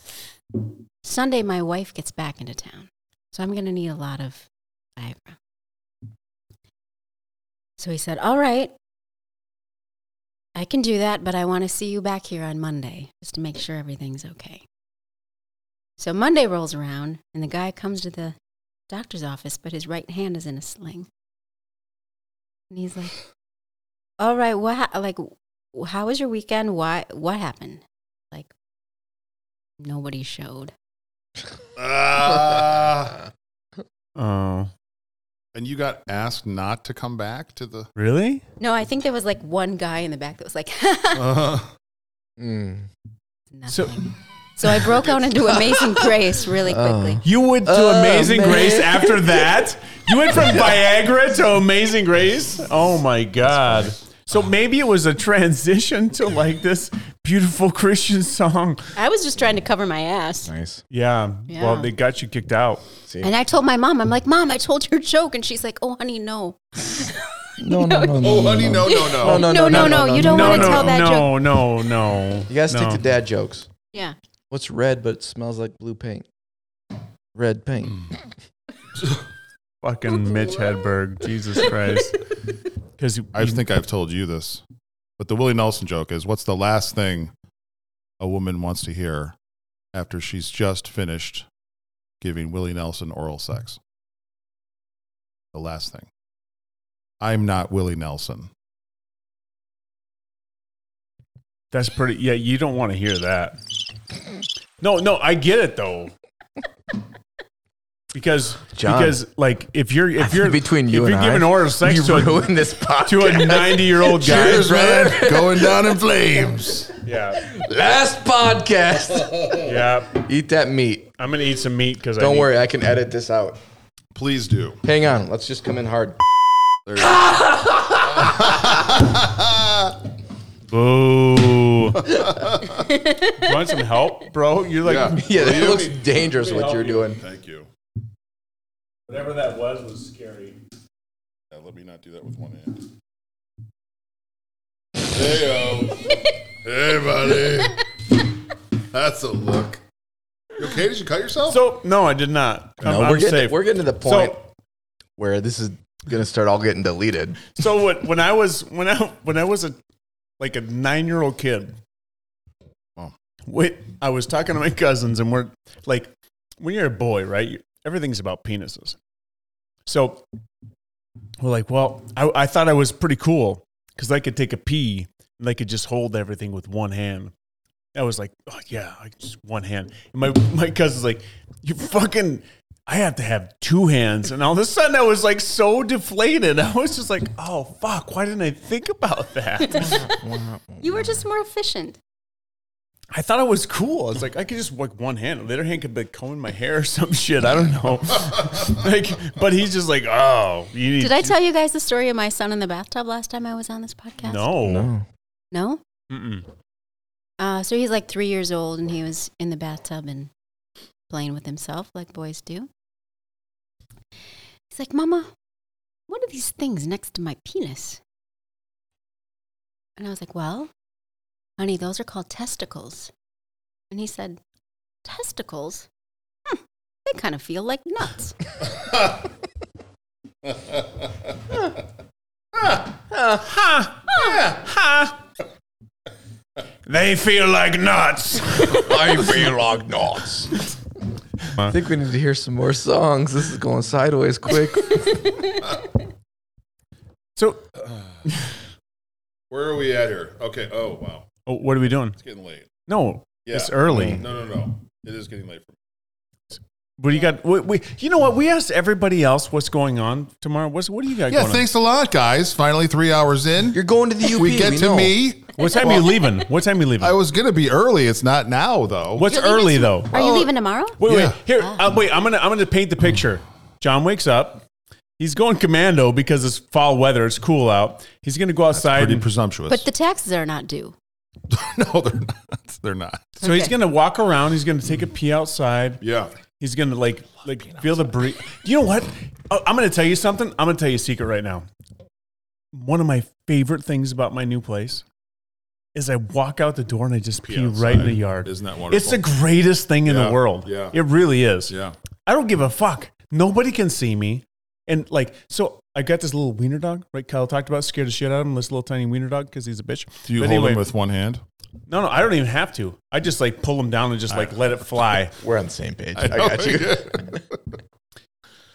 Speaker 4: Sunday, my wife gets back into town. So I'm going to need a lot of Viagra. So he said, All right, I can do that, but I want to see you back here on Monday just to make sure everything's okay. So Monday rolls around, and the guy comes to the doctor's office, but his right hand is in a sling. And he's like, All right, what, ha- like, w- how was your weekend? Why, what happened? Like, nobody showed.
Speaker 2: Ah.
Speaker 1: Oh,
Speaker 2: and you got asked not to come back to <laughs> the.
Speaker 1: really?
Speaker 4: No, I think there was like one guy in the back that was like, <laughs>
Speaker 2: Uh,
Speaker 3: Mm.
Speaker 4: nothing.
Speaker 1: So
Speaker 4: So, I broke out into Amazing Grace really quickly.
Speaker 1: you went to
Speaker 3: Oh,
Speaker 1: Amazing
Speaker 3: man.
Speaker 1: Grace
Speaker 4: <laughs>
Speaker 1: after that? You went from Viagra to Amazing Grace? Oh my god. So maybe it was a transition to like this beautiful Christian song.
Speaker 13: I was just trying to cover my ass.
Speaker 3: Nice.
Speaker 1: Yeah. Well,
Speaker 13: Yeah.
Speaker 1: they got you kicked out.
Speaker 4: And I told my mom, I'm like, Mom, I told your joke. And she's like, Oh, honey, no.
Speaker 3: No, no, no, no.
Speaker 2: Oh, honey, no, no, <laughs> no.
Speaker 3: no,
Speaker 4: No, no, no. You don't
Speaker 1: no,
Speaker 4: want to
Speaker 1: no,
Speaker 4: tell that joke.
Speaker 1: no, no, no.
Speaker 3: You gotta stick
Speaker 1: No.
Speaker 3: to dad jokes.
Speaker 13: Yeah.
Speaker 3: What's red but smells like blue paint? Red paint.
Speaker 1: Fucking Mitch Hedberg. Jesus <laughs> Christ. Because
Speaker 2: I think I've told you this, but the Willie Nelson joke is what's the last thing a woman wants to hear after she's just finished giving Willie Nelson oral sex? The last thing. I'm not Willie Nelson.
Speaker 1: that's pretty. Yeah, you don't want to hear that. No, no, I get it though. Because
Speaker 3: John.
Speaker 1: because like if you're if you're
Speaker 3: between you
Speaker 1: if
Speaker 3: and
Speaker 1: you're
Speaker 3: I,
Speaker 1: giving oral sex
Speaker 3: you
Speaker 1: to a,
Speaker 3: ruined this podcast.
Speaker 1: to <laughs>
Speaker 3: <laughs>
Speaker 1: a ninety year old guy,
Speaker 3: Cheers, <laughs>
Speaker 2: <laughs>
Speaker 3: brother.
Speaker 2: Going down in flames.
Speaker 1: <laughs> yeah,
Speaker 3: Last podcast. <laughs>
Speaker 1: yeah.
Speaker 3: Eat that meat.
Speaker 1: I'm gonna eat some meat because I
Speaker 3: Don't
Speaker 1: need-
Speaker 3: worry, I can edit this out.
Speaker 2: Please <laughs> do.
Speaker 3: Hang on, let's just come in hard. <laughs>
Speaker 1: Boo. you want some help, bro? You're like
Speaker 2: Yeah.
Speaker 3: <laughs> Yeah, that looks dangerous what you're doing.
Speaker 2: Thank you.
Speaker 1: whatever that was was scary.
Speaker 2: Yeah, let me not do that with one hand. Hey, hey, buddy. That's a look. You okay? Did you cut yourself?
Speaker 1: So no, I did not.
Speaker 3: No,
Speaker 1: I'm, I'm
Speaker 3: we're getting
Speaker 1: safe.
Speaker 3: we're getting to the point
Speaker 1: so
Speaker 3: where this is gonna start all
Speaker 1: <laughs>
Speaker 3: getting deleted.
Speaker 1: so what, when I was when I when I was a like a nine year old kid,
Speaker 2: Wow.
Speaker 1: wait, I was talking to my cousins and we're like, when you're a boy, right? you- Everything's about penises. So we're like, well, I, I thought I was pretty cool because I could take a pee and I could just hold everything with one hand. I was like, oh yeah, I just one hand. And my my cousin's like, you fucking. I have to have two hands, and all of a sudden I was like so deflated. <laughs> I was just like, "Oh fuck! Why didn't I think about that?"
Speaker 4: <laughs> You were just more efficient.
Speaker 1: I thought it was cool. I was like, I could just work one hand. The other hand could be combing my hair or <laughs> some shit. I don't know. <laughs> like, but he's just like, "Oh, you need."
Speaker 4: Did I tell you guys the story of my son in the bathtub last time I was on this podcast?
Speaker 1: No.
Speaker 4: No?
Speaker 1: Mm-mm.
Speaker 4: Uh, so he's like three years old and he was in the bathtub and playing with himself like boys do. He's like, Mama, what are these things next to my penis? And I was like, Well, honey, those are called testicles. And he said, Testicles? Hmm, they kind of feel like nuts.
Speaker 1: They feel like nuts.
Speaker 3: I feel like nuts. I think we need to hear some more songs. This is going sideways <laughs> quick.
Speaker 1: So,
Speaker 2: Where are we at here? Okay. Oh, wow.
Speaker 1: oh, what are we doing?
Speaker 2: It's getting late.
Speaker 1: No,
Speaker 2: Yeah. Mm-hmm.
Speaker 1: it's early.
Speaker 2: No, no, no. It is getting late for me.
Speaker 1: What do you got? We, we, you know what? We asked everybody else what's going on tomorrow. What's what do you got
Speaker 2: Yeah,
Speaker 1: going
Speaker 2: thanks a lot, guys. Finally, three hours in.
Speaker 3: You're going to the UP.
Speaker 2: we get to
Speaker 3: know.
Speaker 2: me.
Speaker 1: on? What time are you leaving? What time are you leaving?
Speaker 2: I was gonna be early. It's not now though.
Speaker 1: What's
Speaker 4: You're leaving
Speaker 1: early
Speaker 4: to-
Speaker 1: though?
Speaker 13: Oh.
Speaker 4: Are you leaving tomorrow?
Speaker 1: Wait,
Speaker 2: Yeah.
Speaker 1: wait. Here, uh, wait. I'm gonna I'm gonna paint the picture. John wakes up. He's going commando because it's fall weather. It's cool out. He's gonna go outside.
Speaker 2: Pretty
Speaker 1: And,
Speaker 2: presumptuous.
Speaker 4: But the taxes are not due.
Speaker 2: <laughs> no, they're not. They're not.
Speaker 1: so he's gonna walk around. He's gonna take a pee outside.
Speaker 2: Yeah.
Speaker 1: He's gonna like like feel the breeze. You know what? Oh, I'm gonna tell you something. I'm gonna tell you a secret right now. One of my favorite things about my new place is I walk out the door and I just pee, right in the yard.
Speaker 2: Isn't that
Speaker 1: It's
Speaker 2: wonderful?
Speaker 1: the greatest thing in
Speaker 2: Yeah,
Speaker 1: the world.
Speaker 2: yeah.
Speaker 1: It really is.
Speaker 2: Yeah.
Speaker 1: I don't give a fuck. Nobody can see me. And like, so I got this little wiener dog, right? Kyle talked about, scared the shit out of him, this little tiny wiener dog because he's a bitch.
Speaker 2: Do you
Speaker 1: But
Speaker 2: hold
Speaker 1: anyway,
Speaker 2: him with one hand?
Speaker 1: No, no, I don't even have to. I just like pull him down and just like let it fly.
Speaker 3: We're on the same page. I, got
Speaker 1: <laughs>
Speaker 3: you.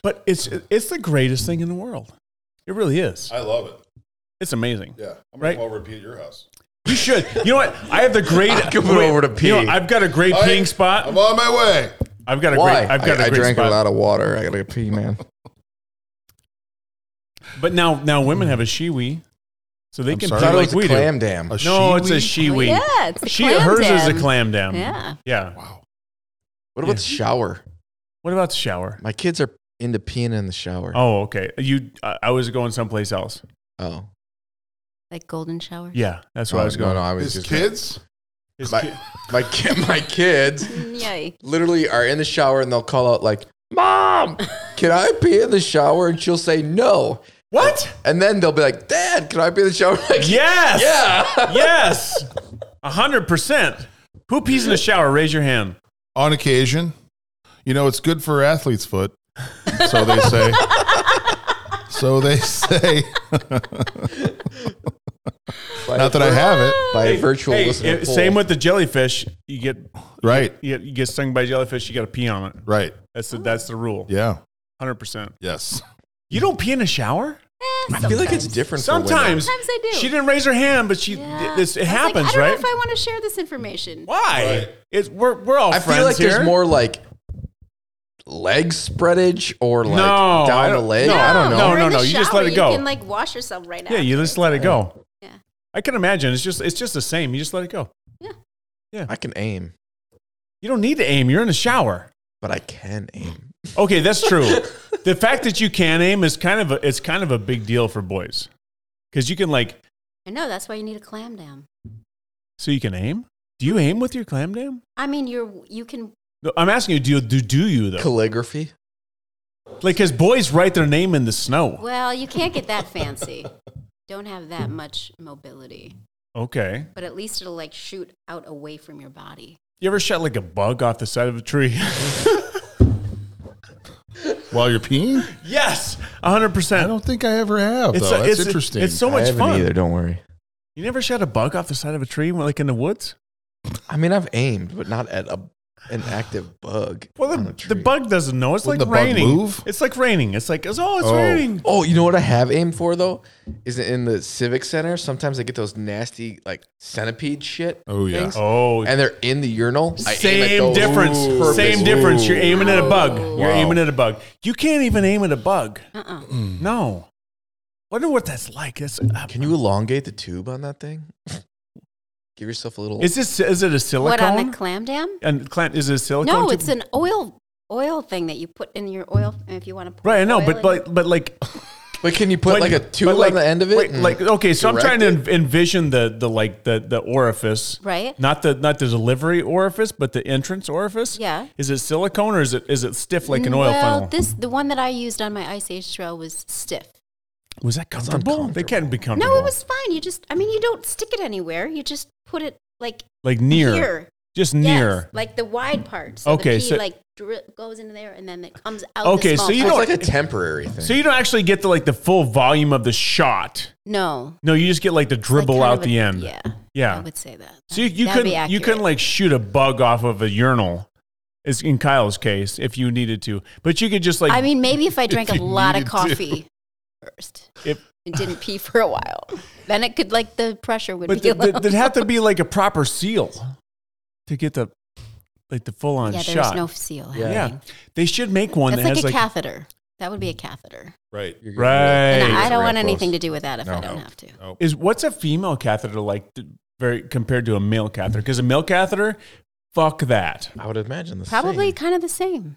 Speaker 1: But it's it's the greatest thing in the world. It really is.
Speaker 2: I love it.
Speaker 1: It's amazing.
Speaker 2: Yeah. I'm
Speaker 1: Right.
Speaker 2: over and pee at your house.
Speaker 1: You should. You know what? I have the great.
Speaker 3: I could put over to pee.
Speaker 1: You know, I've got a great
Speaker 2: All right,
Speaker 1: peeing spot.
Speaker 2: on my way.
Speaker 1: I've got a
Speaker 3: Why?
Speaker 1: great. I've got
Speaker 3: I,
Speaker 1: a
Speaker 3: I
Speaker 1: great
Speaker 3: drank
Speaker 1: spot.
Speaker 3: a lot of water. I got to pee, man.
Speaker 1: But now, now women have a shiwi, so they
Speaker 2: I'm
Speaker 1: can
Speaker 2: sorry?
Speaker 1: pee
Speaker 2: I
Speaker 3: Thought it
Speaker 1: like
Speaker 3: was a
Speaker 1: we
Speaker 3: clam
Speaker 1: do.
Speaker 3: dam.
Speaker 1: No, it's a shiwi.
Speaker 4: Oh,
Speaker 13: Yeah, it's a
Speaker 1: She
Speaker 13: clam
Speaker 1: hers is a
Speaker 13: dam.
Speaker 1: clam dam.
Speaker 4: Yeah.
Speaker 1: Yeah.
Speaker 2: Wow.
Speaker 3: What about
Speaker 1: Yeah.
Speaker 3: the shower?
Speaker 1: What about the shower?
Speaker 3: My kids are into peeing in the shower.
Speaker 1: Oh, okay. You, I I was going someplace else.
Speaker 3: Oh.
Speaker 4: like golden shower.
Speaker 1: Yeah, that's where I was going.
Speaker 3: No, no, I was
Speaker 2: His
Speaker 3: just
Speaker 2: kids?
Speaker 1: His
Speaker 3: My,
Speaker 1: kid-
Speaker 3: my, ki- <laughs> my kids
Speaker 13: Mm,
Speaker 5: Yay.
Speaker 3: literally are in the shower and they'll call out like, "Mom, can I pee in the shower?" And she'll say no,
Speaker 1: what?
Speaker 3: and then they'll be like, "Dad, can I pee in the shower?" <laughs> Like,
Speaker 1: Yes.
Speaker 3: yeah.
Speaker 1: Yes. A hundred percent. Who pees in the shower? Raise your hand.
Speaker 2: On occasion. You know, it's good for athlete's foot. So they say. so they say.
Speaker 3: By
Speaker 2: Not that I
Speaker 3: vir-
Speaker 2: have it.
Speaker 3: By virtual
Speaker 1: Hey,
Speaker 3: listener
Speaker 1: if-
Speaker 3: poll.
Speaker 1: same with the jellyfish. You get
Speaker 2: Right.
Speaker 1: you get, you get stung by jellyfish. You got to pee on it.
Speaker 2: Right.
Speaker 1: That's the that's the rule.
Speaker 2: Yeah.
Speaker 1: Hundred percent.
Speaker 2: Yes.
Speaker 1: You don't pee in a shower.
Speaker 4: Eh,
Speaker 3: I feel like it's different. for women.
Speaker 1: Sometimes
Speaker 4: Sometimes I do.
Speaker 1: she didn't raise her hand, but she
Speaker 4: Yeah.
Speaker 1: this, it
Speaker 4: I was like,
Speaker 1: happens,
Speaker 4: I don't
Speaker 1: right?
Speaker 4: know if I want to share this information.
Speaker 1: Why?
Speaker 2: Right.
Speaker 1: It's we're we're all
Speaker 3: I
Speaker 1: friends
Speaker 3: feel like
Speaker 1: here.
Speaker 3: there's more like leg spreadage or like
Speaker 1: No, I
Speaker 3: down the
Speaker 1: don't-
Speaker 3: leg.
Speaker 1: no,
Speaker 3: I don't know.
Speaker 1: no,
Speaker 4: You're in the
Speaker 1: no, you just
Speaker 4: shower,
Speaker 1: let it go.
Speaker 4: You can like wash yourself right now.
Speaker 1: Yeah, you just let it go.
Speaker 4: Yeah.
Speaker 1: I can imagine. It's just it's just the same. You just let it go.
Speaker 3: I can aim,
Speaker 1: You don't need to aim. You're in the shower.
Speaker 3: but I can aim.
Speaker 1: Okay, that's true. the fact that you can aim is kind of a, it's kind of a big deal for boys because you can like
Speaker 4: I know that's why you need a clam dam.
Speaker 1: so you can aim. Do you aim with your clam dam?
Speaker 4: I mean, you're you can.
Speaker 1: No, I'm asking you. Do you, do do you though?
Speaker 3: Calligraphy.
Speaker 1: Like, because boys write their name in the snow.
Speaker 4: Well, you can't get that
Speaker 1: <laughs>
Speaker 4: fancy. Don't have that much mobility,
Speaker 1: Okay.
Speaker 4: but at least it'll like shoot out away from your body.
Speaker 1: You ever shot like a bug off the side of a tree? <laughs>
Speaker 2: While you're peeing?
Speaker 1: yes, 100.
Speaker 2: I
Speaker 1: percent
Speaker 2: don't think I ever have,
Speaker 1: It's
Speaker 2: though.
Speaker 1: a-
Speaker 2: That's
Speaker 1: it's a-
Speaker 2: interesting.
Speaker 1: it's so
Speaker 3: I
Speaker 1: much
Speaker 3: haven't
Speaker 1: fun.
Speaker 3: Either, don't worry.
Speaker 1: You never shot a bug off the side of a tree, like in the woods?
Speaker 3: I mean, I've aimed, but not at a an active bug.
Speaker 1: Well,
Speaker 3: on a
Speaker 1: the, the
Speaker 3: tree.
Speaker 1: bug doesn't know. It's
Speaker 2: Wouldn't
Speaker 1: like
Speaker 2: the bug
Speaker 1: raining.
Speaker 2: move?
Speaker 1: It's like raining. It's like it's oh, it's
Speaker 2: Oh.
Speaker 1: raining.
Speaker 3: Oh, you know what I have aimed for though is in the civic center. Sometimes I get those nasty like centipede shit,
Speaker 2: oh, yeah.
Speaker 1: Oh,
Speaker 3: and they're in the urinal. I aim at
Speaker 1: Same
Speaker 3: those.
Speaker 1: difference.
Speaker 3: Perfect.
Speaker 1: Same difference. You're aiming at a bug. You're
Speaker 2: Wow.
Speaker 1: aiming at a bug. You can't even aim at a bug.
Speaker 4: Uh-uh.
Speaker 1: No. Wonder what that's like. uh, That's
Speaker 3: Mm. Can you elongate the tube on that thing? <laughs> Give yourself a little.
Speaker 1: Is this is it a
Speaker 4: What
Speaker 1: silicone?
Speaker 4: on the clam dam?
Speaker 1: and Clint, is it a silicone?
Speaker 4: No,
Speaker 1: tube?
Speaker 4: it's an oil oil thing that you put in your oil if you want to. Pour
Speaker 1: right. I know,
Speaker 4: oil
Speaker 1: but
Speaker 4: in-
Speaker 1: but but like
Speaker 3: But can you put
Speaker 1: when-
Speaker 3: like a
Speaker 1: but
Speaker 3: tube
Speaker 1: like-
Speaker 3: on the end of it? Mm.
Speaker 1: wait,
Speaker 3: and-
Speaker 1: like okay, so I'm
Speaker 3: direct
Speaker 1: trying to en- envision the the like the the orifice,
Speaker 4: right.
Speaker 1: not the not the delivery orifice, but the entrance orifice.
Speaker 4: Yeah.
Speaker 1: Is it silicone or is it is it stiff like an oil
Speaker 4: well,
Speaker 1: funnel?
Speaker 4: this the one that I used on my ice age trail was stiff.
Speaker 1: was that comfortable? They can't be comfortable.
Speaker 4: No, it was fine. You just, I mean, you don't stick it anywhere. You just put it like
Speaker 1: like near,
Speaker 4: here,
Speaker 1: just
Speaker 4: Yes,
Speaker 1: near.
Speaker 4: like the wide part. So
Speaker 1: Okay,
Speaker 4: the pee
Speaker 1: so-
Speaker 4: like dri- goes into there and then it comes out.
Speaker 1: Okay,
Speaker 4: the small
Speaker 1: so you
Speaker 3: It's
Speaker 4: part.
Speaker 1: don't-
Speaker 3: like a temporary thing.
Speaker 1: So you don't actually get the like the full volume of the shot.
Speaker 4: <laughs> no
Speaker 1: No, you just get like the
Speaker 4: It's like
Speaker 1: dribble
Speaker 4: kind
Speaker 1: out
Speaker 4: of a-
Speaker 1: the end.
Speaker 4: Yeah, I
Speaker 1: Yeah.
Speaker 4: would say that.
Speaker 1: So you, you
Speaker 4: That would be
Speaker 1: couldn't you couldn't
Speaker 4: accurate.
Speaker 1: like shoot a bug off of a urinal, is in Kyle's case, if you needed to. But you could just like
Speaker 4: I mean,
Speaker 1: <laughs>
Speaker 4: maybe if I drank a
Speaker 2: you
Speaker 4: lot of
Speaker 2: needed to.
Speaker 4: coffee first
Speaker 1: If-
Speaker 4: and didn't pee for a while, then it could like the pressure would
Speaker 1: but
Speaker 4: be.
Speaker 1: th- th-
Speaker 4: low. <laughs>
Speaker 1: there'd have to be like a proper seal to get the like the full on
Speaker 4: yeah, there's
Speaker 1: shot.
Speaker 4: no seal.
Speaker 3: Yeah.
Speaker 1: yeah.
Speaker 4: happening.
Speaker 1: They should make one
Speaker 4: that's
Speaker 1: that
Speaker 4: like
Speaker 1: has
Speaker 4: a
Speaker 1: like
Speaker 4: catheter. That would be a catheter.
Speaker 2: Right.
Speaker 3: You're gonna
Speaker 1: Right.
Speaker 4: and I
Speaker 3: it's
Speaker 4: don't
Speaker 3: real
Speaker 4: want
Speaker 3: close.
Speaker 4: anything to do with that if
Speaker 2: No.
Speaker 4: I don't
Speaker 2: No.
Speaker 4: have to.
Speaker 1: is what's a female catheter like t- very compared to a male catheter? Because a male catheter, fuck that.
Speaker 3: I would imagine the
Speaker 4: Probably
Speaker 3: same.
Speaker 4: kind of the same.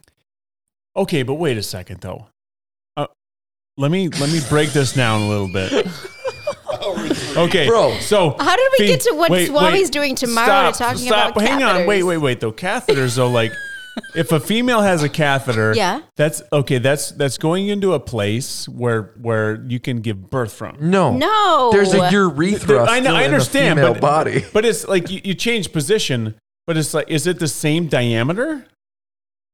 Speaker 1: Okay, but wait a second though. Uh, let me let me break this down a little
Speaker 3: <laughs>
Speaker 1: bit. Okay,
Speaker 3: Bro.
Speaker 1: So
Speaker 4: How did we
Speaker 1: Fee-
Speaker 4: get to what
Speaker 1: wait,
Speaker 4: Swami's
Speaker 1: wait.
Speaker 4: doing tomorrow to talking about
Speaker 1: Hang on, wait,
Speaker 4: catheters?
Speaker 1: wait, wait. Though catheters, though,
Speaker 4: <laughs>
Speaker 1: like if a female has a catheter,
Speaker 4: Yeah.
Speaker 1: that's okay. That's that's going into a place where where you can give birth from.
Speaker 3: No.
Speaker 4: No.
Speaker 3: There's a urethra.
Speaker 1: I, know,
Speaker 3: still
Speaker 1: I
Speaker 3: in the
Speaker 1: understand,
Speaker 3: female
Speaker 1: but <laughs>
Speaker 3: body.
Speaker 1: but it's like you, you change position, but it's like is it the same diameter?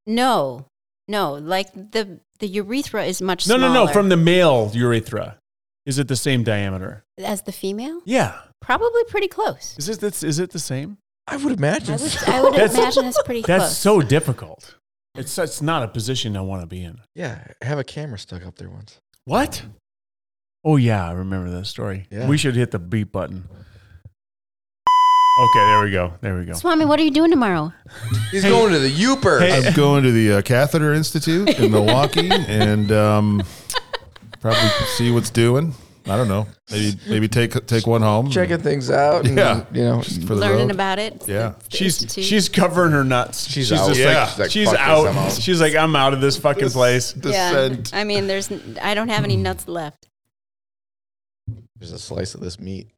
Speaker 4: No, no. Like the the urethra is much
Speaker 1: No,
Speaker 4: smaller.
Speaker 1: no, no. From the male urethra, is it the same diameter?
Speaker 4: as the female,
Speaker 1: Yeah.
Speaker 4: probably
Speaker 1: <laughs>
Speaker 4: pretty close.
Speaker 1: Is it this? Is it the same?
Speaker 3: I would imagine.
Speaker 4: I would,
Speaker 3: so.
Speaker 4: I would
Speaker 1: That's-
Speaker 4: imagine it's pretty
Speaker 1: That's
Speaker 4: close.
Speaker 1: so difficult. It's that's not a position I want to be in.
Speaker 3: yeah, I have a camera stuck up there once.
Speaker 1: What? Oh yeah, I remember that story.
Speaker 3: Yeah.
Speaker 1: We should hit the beep button. Okay, there we go. There we go.
Speaker 4: Swami, what are you doing tomorrow?
Speaker 3: He's going to the Uper.
Speaker 1: Hey.
Speaker 2: I'm going to the uh, Catheter Institute in Milwaukee and um, probably see what's doing. I don't know. Maybe maybe take take one home.
Speaker 3: Checking things out. And,
Speaker 2: Yeah.
Speaker 3: You know,
Speaker 2: Just
Speaker 3: she's,
Speaker 2: for the
Speaker 4: Learning
Speaker 2: road.
Speaker 4: about it. It's
Speaker 2: Yeah.
Speaker 4: the- the
Speaker 1: She's
Speaker 4: institute.
Speaker 1: she's covering her nuts. She's,
Speaker 3: out.
Speaker 1: just
Speaker 2: Yeah.
Speaker 1: like
Speaker 2: She's
Speaker 3: like,
Speaker 1: she's
Speaker 3: "Fuck this,
Speaker 1: out.
Speaker 3: I'm out."
Speaker 1: She's like I'm out of this fucking place.
Speaker 4: yeah.
Speaker 2: Descent.
Speaker 4: I mean, there's. n- I don't have any nuts left.
Speaker 3: There's a slice of this meat.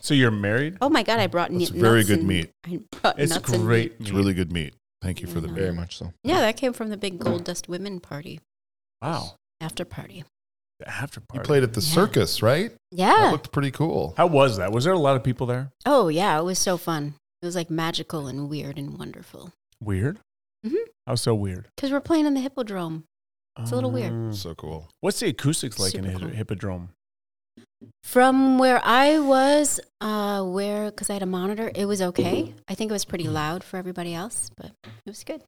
Speaker 8: So you're married?
Speaker 4: Oh my God, I brought
Speaker 2: It's
Speaker 4: nu-
Speaker 2: very
Speaker 4: nuts
Speaker 2: good
Speaker 4: and-
Speaker 2: meat.
Speaker 4: I brought
Speaker 8: It's
Speaker 4: nuts and meat.
Speaker 8: great.
Speaker 2: It's
Speaker 8: meat.
Speaker 2: really good meat. Thank you for the
Speaker 3: Very
Speaker 2: meat.
Speaker 3: much so.
Speaker 4: Yeah, that came from the big Gold Dust Women Party
Speaker 8: wow.
Speaker 4: after party.
Speaker 8: The after party.
Speaker 2: You played at the
Speaker 4: Yeah.
Speaker 2: circus, right? That
Speaker 4: Yeah.
Speaker 2: looked pretty cool.
Speaker 8: How was that? Was there a lot of people there?
Speaker 4: Oh yeah, it was so fun. It was like magical and weird and wonderful.
Speaker 8: Weird.
Speaker 4: Mhm.
Speaker 8: How so weird?
Speaker 4: Because we're playing in the Hippodrome. It's a little weird.
Speaker 1: Mm.
Speaker 8: Um,
Speaker 2: So cool.
Speaker 8: What's the acoustics like in a
Speaker 4: Super cool.
Speaker 8: hip- hippodrome?
Speaker 4: From where I was, uh, where because I had a monitor, it was okay. I think it was pretty loud for everybody else, but it was good.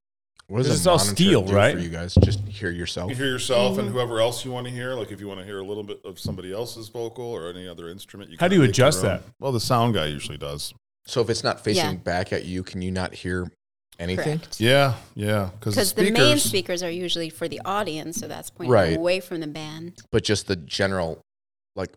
Speaker 3: What does
Speaker 8: This
Speaker 3: a
Speaker 8: is all
Speaker 3: monitor
Speaker 8: steel,
Speaker 3: do
Speaker 8: right?
Speaker 3: For you guys, just hear yourself.
Speaker 2: You hear yourself
Speaker 4: Mm-hmm.
Speaker 2: and whoever else you want to hear. Like if you want to hear a little bit of somebody else's vocal or any other instrument. You
Speaker 8: How
Speaker 2: kinda
Speaker 8: do you
Speaker 2: make your
Speaker 8: adjust
Speaker 2: own.
Speaker 8: that?
Speaker 2: Well, the sound guy usually does.
Speaker 3: So if it's not facing
Speaker 4: Yeah.
Speaker 3: back at you, can you not hear anything?
Speaker 4: Correct.
Speaker 2: Yeah, yeah.
Speaker 4: Because the main speakers are usually for the audience, so that's pointing
Speaker 3: Right.
Speaker 4: away from the band.
Speaker 3: But just the general, like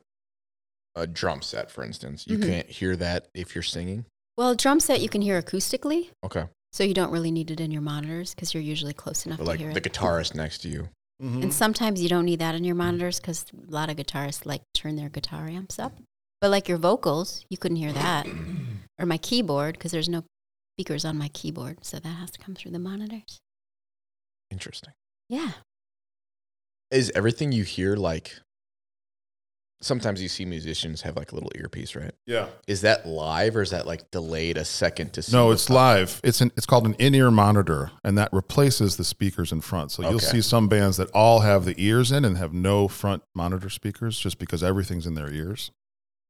Speaker 3: a drum set, for instance, you
Speaker 4: Mhm.
Speaker 3: can't hear that if you're singing.
Speaker 4: Well, drum set you can hear acoustically,
Speaker 3: Okay,
Speaker 4: so you don't really need it in your monitors because you're usually close enough
Speaker 3: but
Speaker 4: to hear
Speaker 3: like the
Speaker 4: it.
Speaker 3: guitarist next to you.
Speaker 2: Mm-hmm. Mm.
Speaker 4: And sometimes you don't need that in your monitors because a lot of guitarists like turn their guitar amps up. But like your vocals, you couldn't
Speaker 2: <clears throat>
Speaker 4: hear that. or my keyboard because there's no speakers on my keyboard. So that has to come through the monitors.
Speaker 3: Interesting.
Speaker 4: Yeah.
Speaker 3: Is everything you hear like? Sometimes you see musicians have like a little earpiece, right?
Speaker 2: yeah.
Speaker 3: Is that live or is that like delayed a second to see?
Speaker 2: No,
Speaker 3: what's
Speaker 2: it's
Speaker 3: up?
Speaker 2: live. It's an, it's called an in-ear monitor, and that replaces the speakers in front. So you'll
Speaker 3: Okay.
Speaker 2: see some bands that all have the ears in and have no front monitor speakers, just because everything's in their ears.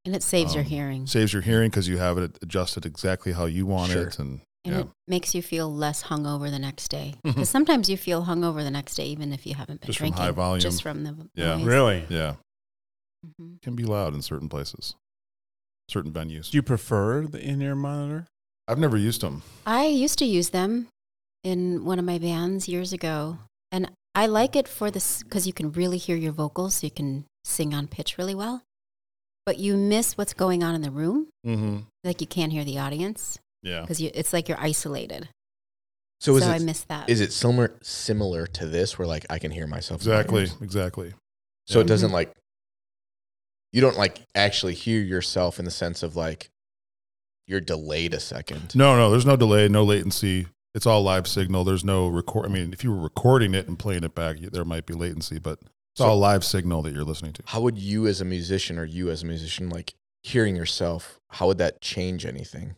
Speaker 4: And it saves your
Speaker 2: Um,
Speaker 4: hearing
Speaker 2: Saves your hearing because you have it adjusted exactly how you want
Speaker 3: Sure.
Speaker 2: it, and
Speaker 4: and
Speaker 2: yeah,
Speaker 4: it makes you feel less hungover the next day.
Speaker 2: <laughs>
Speaker 4: Because sometimes you feel hungover the next day, even if you haven't been
Speaker 2: Just from
Speaker 4: drinking.
Speaker 2: high volume.
Speaker 4: Just from the
Speaker 2: Yeah.
Speaker 4: noise.
Speaker 8: Really?
Speaker 2: yeah,
Speaker 4: Mhm.
Speaker 2: can be loud in certain places, certain venues.
Speaker 8: Do you prefer the in-ear monitor?
Speaker 2: I've never used them.
Speaker 4: I used to use them in one of my bands years ago, and I like it for this because you can really hear your vocals, so you can sing on pitch really well. But you miss what's going on in the room,
Speaker 2: Mm-hmm.
Speaker 4: like you can't hear the audience
Speaker 2: Yeah,
Speaker 4: because it's like you're isolated.
Speaker 3: Oh. So is
Speaker 4: so
Speaker 3: it
Speaker 4: I miss that.
Speaker 3: is it similar similar to this where like I can hear myself in my
Speaker 2: exactly,
Speaker 3: ears?
Speaker 2: exactly.
Speaker 3: So it
Speaker 4: Mm-hmm.
Speaker 3: doesn't like you don't like actually hear yourself in the sense of like you're delayed a second.
Speaker 2: No, no, there's no delay, no latency. It's all live signal. There's no record. I mean, if you were recording it and playing it back, there might be latency, but it's
Speaker 3: So-
Speaker 2: all live signal that you're listening to.
Speaker 3: How would you as a musician or you as a musician like hearing yourself? How would that change anything?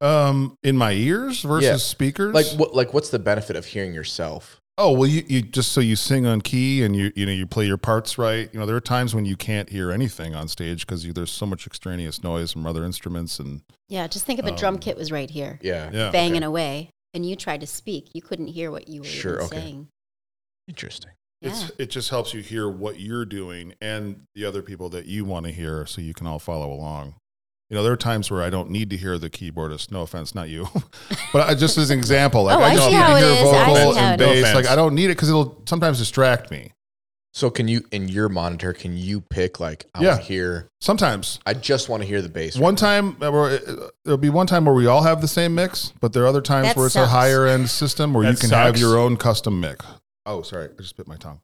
Speaker 2: Um, in my ears versus
Speaker 3: Yeah.
Speaker 2: speakers.
Speaker 3: Like what like what's the benefit of hearing yourself?
Speaker 2: oh well, you, you just so you sing on key and you you know you play your parts right. You know there are times when you can't hear anything on stage because there's so much extraneous noise from other instruments and
Speaker 4: yeah, just think if a drum
Speaker 2: Um,
Speaker 4: kit was right here,
Speaker 3: Oh. Yeah.
Speaker 2: yeah.
Speaker 4: banging away, and you tried to speak, you couldn't hear what you were
Speaker 3: Sure,
Speaker 4: even
Speaker 3: okay.
Speaker 4: saying.
Speaker 3: Interesting.
Speaker 4: Yeah.
Speaker 2: It's, it just helps you hear what you're doing and the other people that you want to hear so you can all follow along. You know, there are times where I don't need to hear the keyboardist. No offense, not you. <laughs> but I, just as an example, like
Speaker 4: Oh, I
Speaker 2: I don't
Speaker 4: see
Speaker 2: need
Speaker 4: how
Speaker 2: to
Speaker 4: it
Speaker 2: hear
Speaker 4: is. I
Speaker 2: vocal
Speaker 4: see how
Speaker 2: and
Speaker 4: it
Speaker 2: bass.
Speaker 4: is.
Speaker 2: Like I don't need it because it'll sometimes distract me.
Speaker 3: So can you in your monitor can you pick like I
Speaker 2: Yeah.
Speaker 3: want to hear
Speaker 2: Sometimes.
Speaker 3: I just want to hear the bass.
Speaker 2: One time, uh, where it- there'll be one time where we all have the same mix, but there are other times
Speaker 4: That
Speaker 2: where it's
Speaker 4: sucks.
Speaker 2: a higher end system where
Speaker 8: That
Speaker 2: you can have
Speaker 8: sucks.
Speaker 2: your own custom mix. Oh, sorry, I just bit my tongue.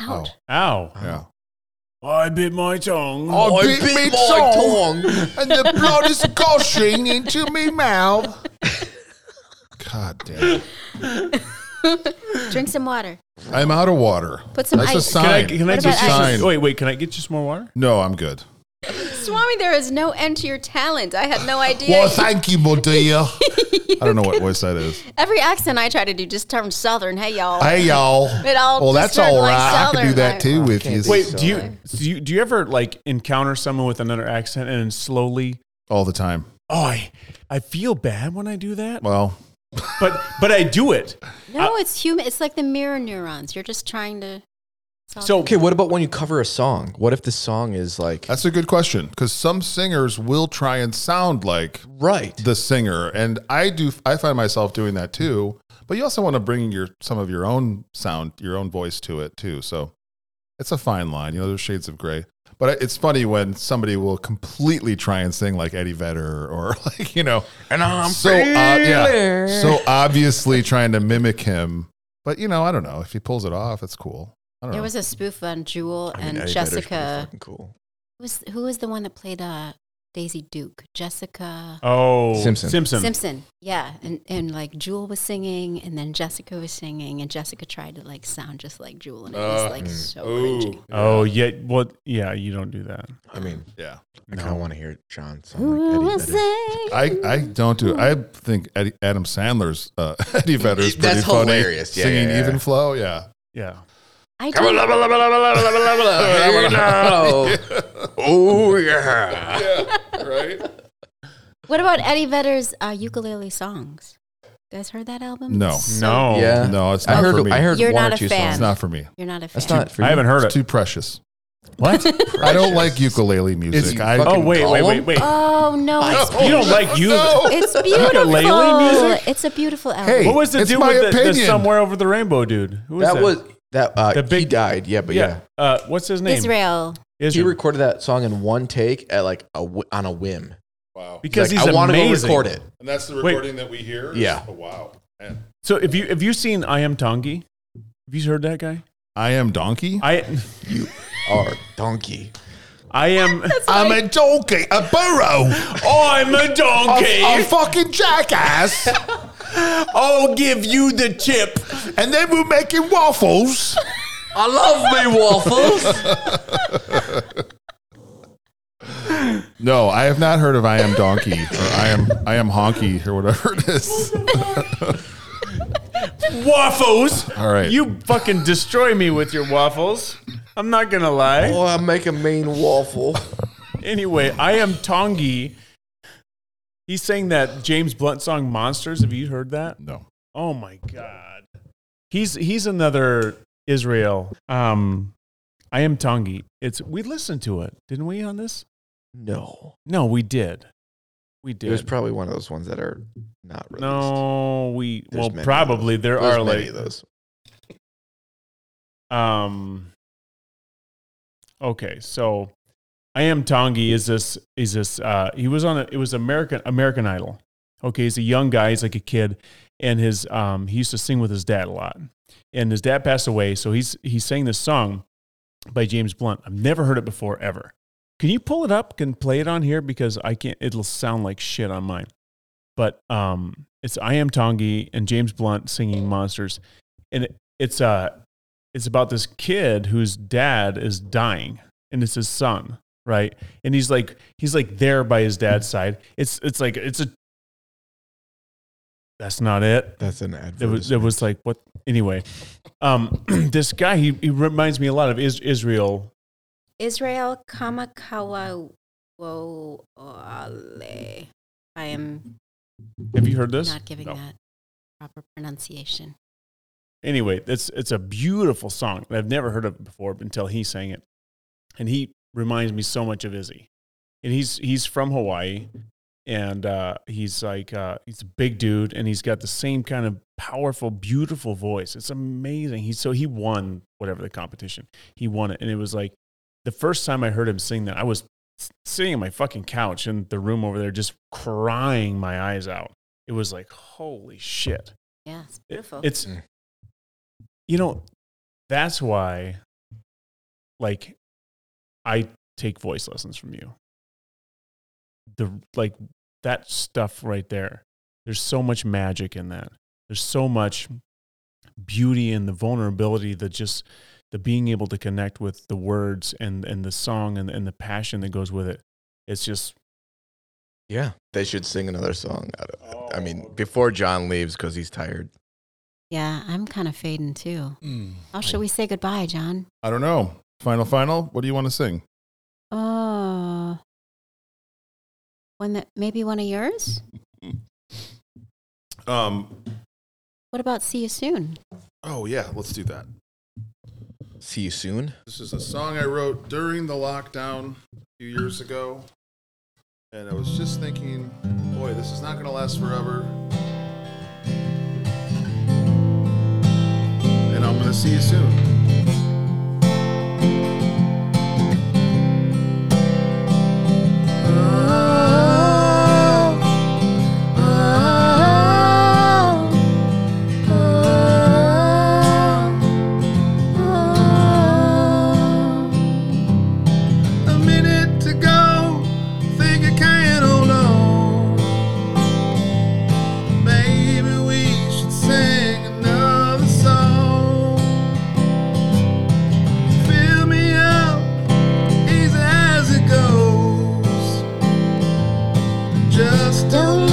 Speaker 3: oh.
Speaker 4: Ouch.
Speaker 8: Ow.
Speaker 2: Yeah.
Speaker 8: I bit my tongue.
Speaker 2: Oh,
Speaker 3: I
Speaker 2: bit
Speaker 3: bit
Speaker 2: me
Speaker 3: my
Speaker 2: tongue. and the blood is gushing into me mouth. God damn!
Speaker 4: Drink some water.
Speaker 2: I'm out of water.
Speaker 4: Put some
Speaker 2: That's a
Speaker 4: ice.
Speaker 2: sign.
Speaker 8: Can I, can I
Speaker 4: What
Speaker 8: just
Speaker 4: about ice?
Speaker 8: Wait, wait. Can I get you some more water?
Speaker 2: No, I'm good.
Speaker 5: Swami, there is no end to your talent. I had no idea.
Speaker 2: Well, thank you, my dear. I don't know what voice that
Speaker 4: <laughs>
Speaker 2: is.
Speaker 4: Every accent I try to do just turns southern. Hey, y'all.
Speaker 2: Hey, y'all.
Speaker 4: It all
Speaker 2: Well, that's
Speaker 4: just turned
Speaker 2: all
Speaker 4: like
Speaker 2: right. I can do
Speaker 4: southern,
Speaker 2: that
Speaker 4: like-
Speaker 2: too with you.
Speaker 8: Wait.
Speaker 3: So-
Speaker 8: do you do you do you ever like encounter someone with another accent and then slowly?
Speaker 2: all the time.
Speaker 8: Oh, I I feel bad when I do that,
Speaker 2: Well,
Speaker 8: but but I do it.
Speaker 4: No, it's human. It's like the mirror neurons. You're just trying to. solve
Speaker 8: So
Speaker 4: it.
Speaker 3: Okay, what about when you cover a song? What if the song is like
Speaker 2: that's a good question because some singers will try and sound like
Speaker 3: right?
Speaker 2: the singer and i do i find myself doing that too but you also want to bring your some of your own sound your own voice to it too so it's a fine line you know there's shades of gray but it's funny when somebody will completely try and sing like eddie vedder or <laughs> like you know
Speaker 3: and I'm
Speaker 2: so ob- yeah, so obviously trying to mimic him but you know i don't know if he pulls it off it's cool i don't
Speaker 4: There
Speaker 2: know
Speaker 4: was a spoof on Jewel
Speaker 3: I mean,
Speaker 4: and
Speaker 3: Eddie Vedder's pretty
Speaker 4: Jessica.
Speaker 3: fucking cool.
Speaker 4: was who was the one that played uh, Daisy Duke? Jessica
Speaker 1: Oh,
Speaker 3: Simpson.
Speaker 1: Simpson.
Speaker 4: Simpson. Yeah, and and like Jewel was singing, and then Jessica was singing, and Jessica tried to like sound just like Jewel, and it was like so cringy.
Speaker 1: Yeah. Oh, yeah. Well, yeah, you don't do that.
Speaker 14: I mean,
Speaker 2: Yeah.
Speaker 14: now I want to hear it, John. Sound
Speaker 4: Who
Speaker 14: like
Speaker 4: was
Speaker 14: Eddie Vedder.
Speaker 4: it?
Speaker 2: I, I don't do. I think Eddie, Adam Sandler's uh, <laughs> Eddie Vedder is pretty
Speaker 3: That's
Speaker 2: funny.
Speaker 3: hilarious. Yeah,
Speaker 2: Singing
Speaker 3: yeah, yeah.
Speaker 2: even flow. Yeah.
Speaker 1: Yeah.
Speaker 4: I
Speaker 3: Come on,
Speaker 4: don't-
Speaker 3: la, la, la, la, la, la, la, la,
Speaker 2: <laughs>
Speaker 3: la, here now. Oh
Speaker 2: <laughs>
Speaker 3: yeah.
Speaker 2: yeah. Right.
Speaker 4: What about Eddie Vedder's uh, ukulele songs? You guys heard that album?
Speaker 2: No.
Speaker 4: It's so-
Speaker 1: Oh, No.
Speaker 3: Yeah.
Speaker 2: No, it's
Speaker 3: I
Speaker 2: not for
Speaker 3: heard.
Speaker 2: me.
Speaker 3: I heard
Speaker 4: You're
Speaker 3: one
Speaker 4: not
Speaker 3: or
Speaker 4: a
Speaker 3: two
Speaker 2: It's
Speaker 4: fan.
Speaker 3: songs.
Speaker 2: not for me.
Speaker 4: You're not a fan.
Speaker 3: That's not for
Speaker 1: I
Speaker 3: you.
Speaker 1: haven't heard
Speaker 2: It's
Speaker 1: it.
Speaker 2: too precious.
Speaker 1: What?
Speaker 2: <laughs> I don't like ukulele music. I,
Speaker 3: fucking
Speaker 1: Oh, wait, wait, wait, wait.
Speaker 4: Oh no, it's,
Speaker 1: you don't like you.
Speaker 2: <laughs>
Speaker 4: it's beautiful.
Speaker 1: music?
Speaker 4: It's a beautiful album.
Speaker 2: Hey,
Speaker 1: What was the
Speaker 2: It's
Speaker 1: dude
Speaker 2: my
Speaker 1: with the, the
Speaker 2: opinion.
Speaker 1: somewhere over the rainbow dude? Who was that?
Speaker 3: That was that. Uh,
Speaker 1: The
Speaker 3: he
Speaker 1: big-
Speaker 3: died. Yeah, but yeah.
Speaker 1: Uh, what's his name?
Speaker 4: Israel.
Speaker 3: He
Speaker 1: Israel.
Speaker 3: recorded that song in one take at like a whi on a whim.
Speaker 2: Wow.
Speaker 1: because
Speaker 3: like,
Speaker 1: he's
Speaker 3: I wanna
Speaker 1: amazing.
Speaker 3: go record it.
Speaker 2: And that's the
Speaker 1: recording
Speaker 2: that we hear.
Speaker 3: Yeah.
Speaker 2: Oh, wow.
Speaker 1: So if you have you seen I Am Tongi? Have you heard that guy?
Speaker 2: I am donkey.
Speaker 1: I
Speaker 3: Or donkey.
Speaker 1: I am <laughs> Oh,
Speaker 2: I'm a donkey. A burro.
Speaker 1: I'm a donkey.
Speaker 2: A fucking <laughs> jackass.
Speaker 1: I'll give you the tip.
Speaker 2: and then we're making waffles.
Speaker 3: I love me <laughs> waffles.
Speaker 2: No, I have not heard of I am donkey or I am I am honky or whatever it is.
Speaker 1: Waffles.
Speaker 2: All right.
Speaker 1: You fucking destroy me with your waffles. I'm not gonna lie.
Speaker 3: Boy, I make a mean waffle.
Speaker 1: Anyway, I am Tongi. He sang that James Blunt song "Monsters." Have you heard that?
Speaker 2: No.
Speaker 1: Oh my god. He's he's another Israel. Um I am Tongi. It's we listened to it, didn't we on this?
Speaker 3: No,
Speaker 1: No, we did. We did.
Speaker 3: it was probably one of those ones that are not released.
Speaker 1: no, we
Speaker 3: There's
Speaker 1: well
Speaker 3: many of
Speaker 1: probably there
Speaker 3: There's
Speaker 1: are
Speaker 3: many
Speaker 1: like
Speaker 3: of those.
Speaker 1: um okay so i am tongi is this is this uh he was on a it was american american idol okay he's a young guy he's like a kid and his um he used to sing with his dad a lot and his dad passed away so he's he sang this song by james blunt i've never heard it before ever can you pull it up can play it on here because i can't it'll sound like shit on mine but um it's i am tongi and james blunt singing monsters and it, it's uh it's about this kid whose dad is dying and it's his son right and he's like he's like there by his dad's side it's it's like it's a that's not it
Speaker 3: That's an
Speaker 1: it
Speaker 3: advertisement.
Speaker 1: was, it was like what anyway um <clears throat> this guy he, he reminds me a lot of is, israel
Speaker 4: Israel Kamakawa Woale. I am
Speaker 1: have you heard this
Speaker 4: not giving that proper pronunciation.
Speaker 1: anyway, it's it's a beautiful song. I've never heard of it before until he sang it, and he reminds me so much of Izzy. And he's he's from Hawaii, and uh, he's like uh, he's a big dude, and he's got the same kind of powerful, beautiful voice. It's amazing. He so he won whatever the competition. He won it, and it was like the first time I heard him sing that, I was s- sitting on my fucking couch in the room over there, just crying my eyes out. It was like holy shit.
Speaker 4: Yeah, it's
Speaker 1: It-
Speaker 4: beautiful.
Speaker 1: It's,
Speaker 3: Mm.
Speaker 1: you know, that's why, like, I take voice lessons from you. The like that stuff right there. There's so much magic in that. There's so much beauty and the vulnerability that just the being able to connect with the words and and the song and, and the passion that goes with it. It's just
Speaker 3: yeah. They should sing another song. Out of it. I
Speaker 1: Oh.
Speaker 3: mean, before John leaves because he's tired.
Speaker 4: yeah, I'm kind of fading too. How should we say goodbye, John?
Speaker 2: I don't know. Final final. What do you want to sing?
Speaker 4: Oh, one that maybe one of yours.
Speaker 2: Um.
Speaker 4: What about see you soon?
Speaker 2: Oh yeah, let's do that.
Speaker 3: See you soon.
Speaker 2: This is a song I wrote during the lockdown a few years ago. And I was just thinking, boy, this is not going to last forever. And I'm going to see you soon. A minute Ah.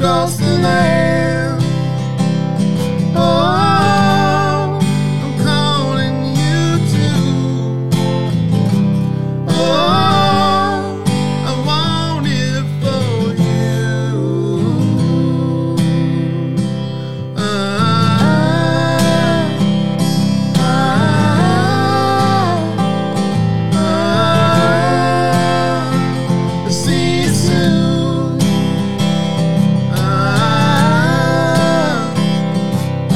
Speaker 15: lost than I am. Oh, I'm calling you too. Oh, I want it for you. Ah, ah, ah, see you soon. Ah,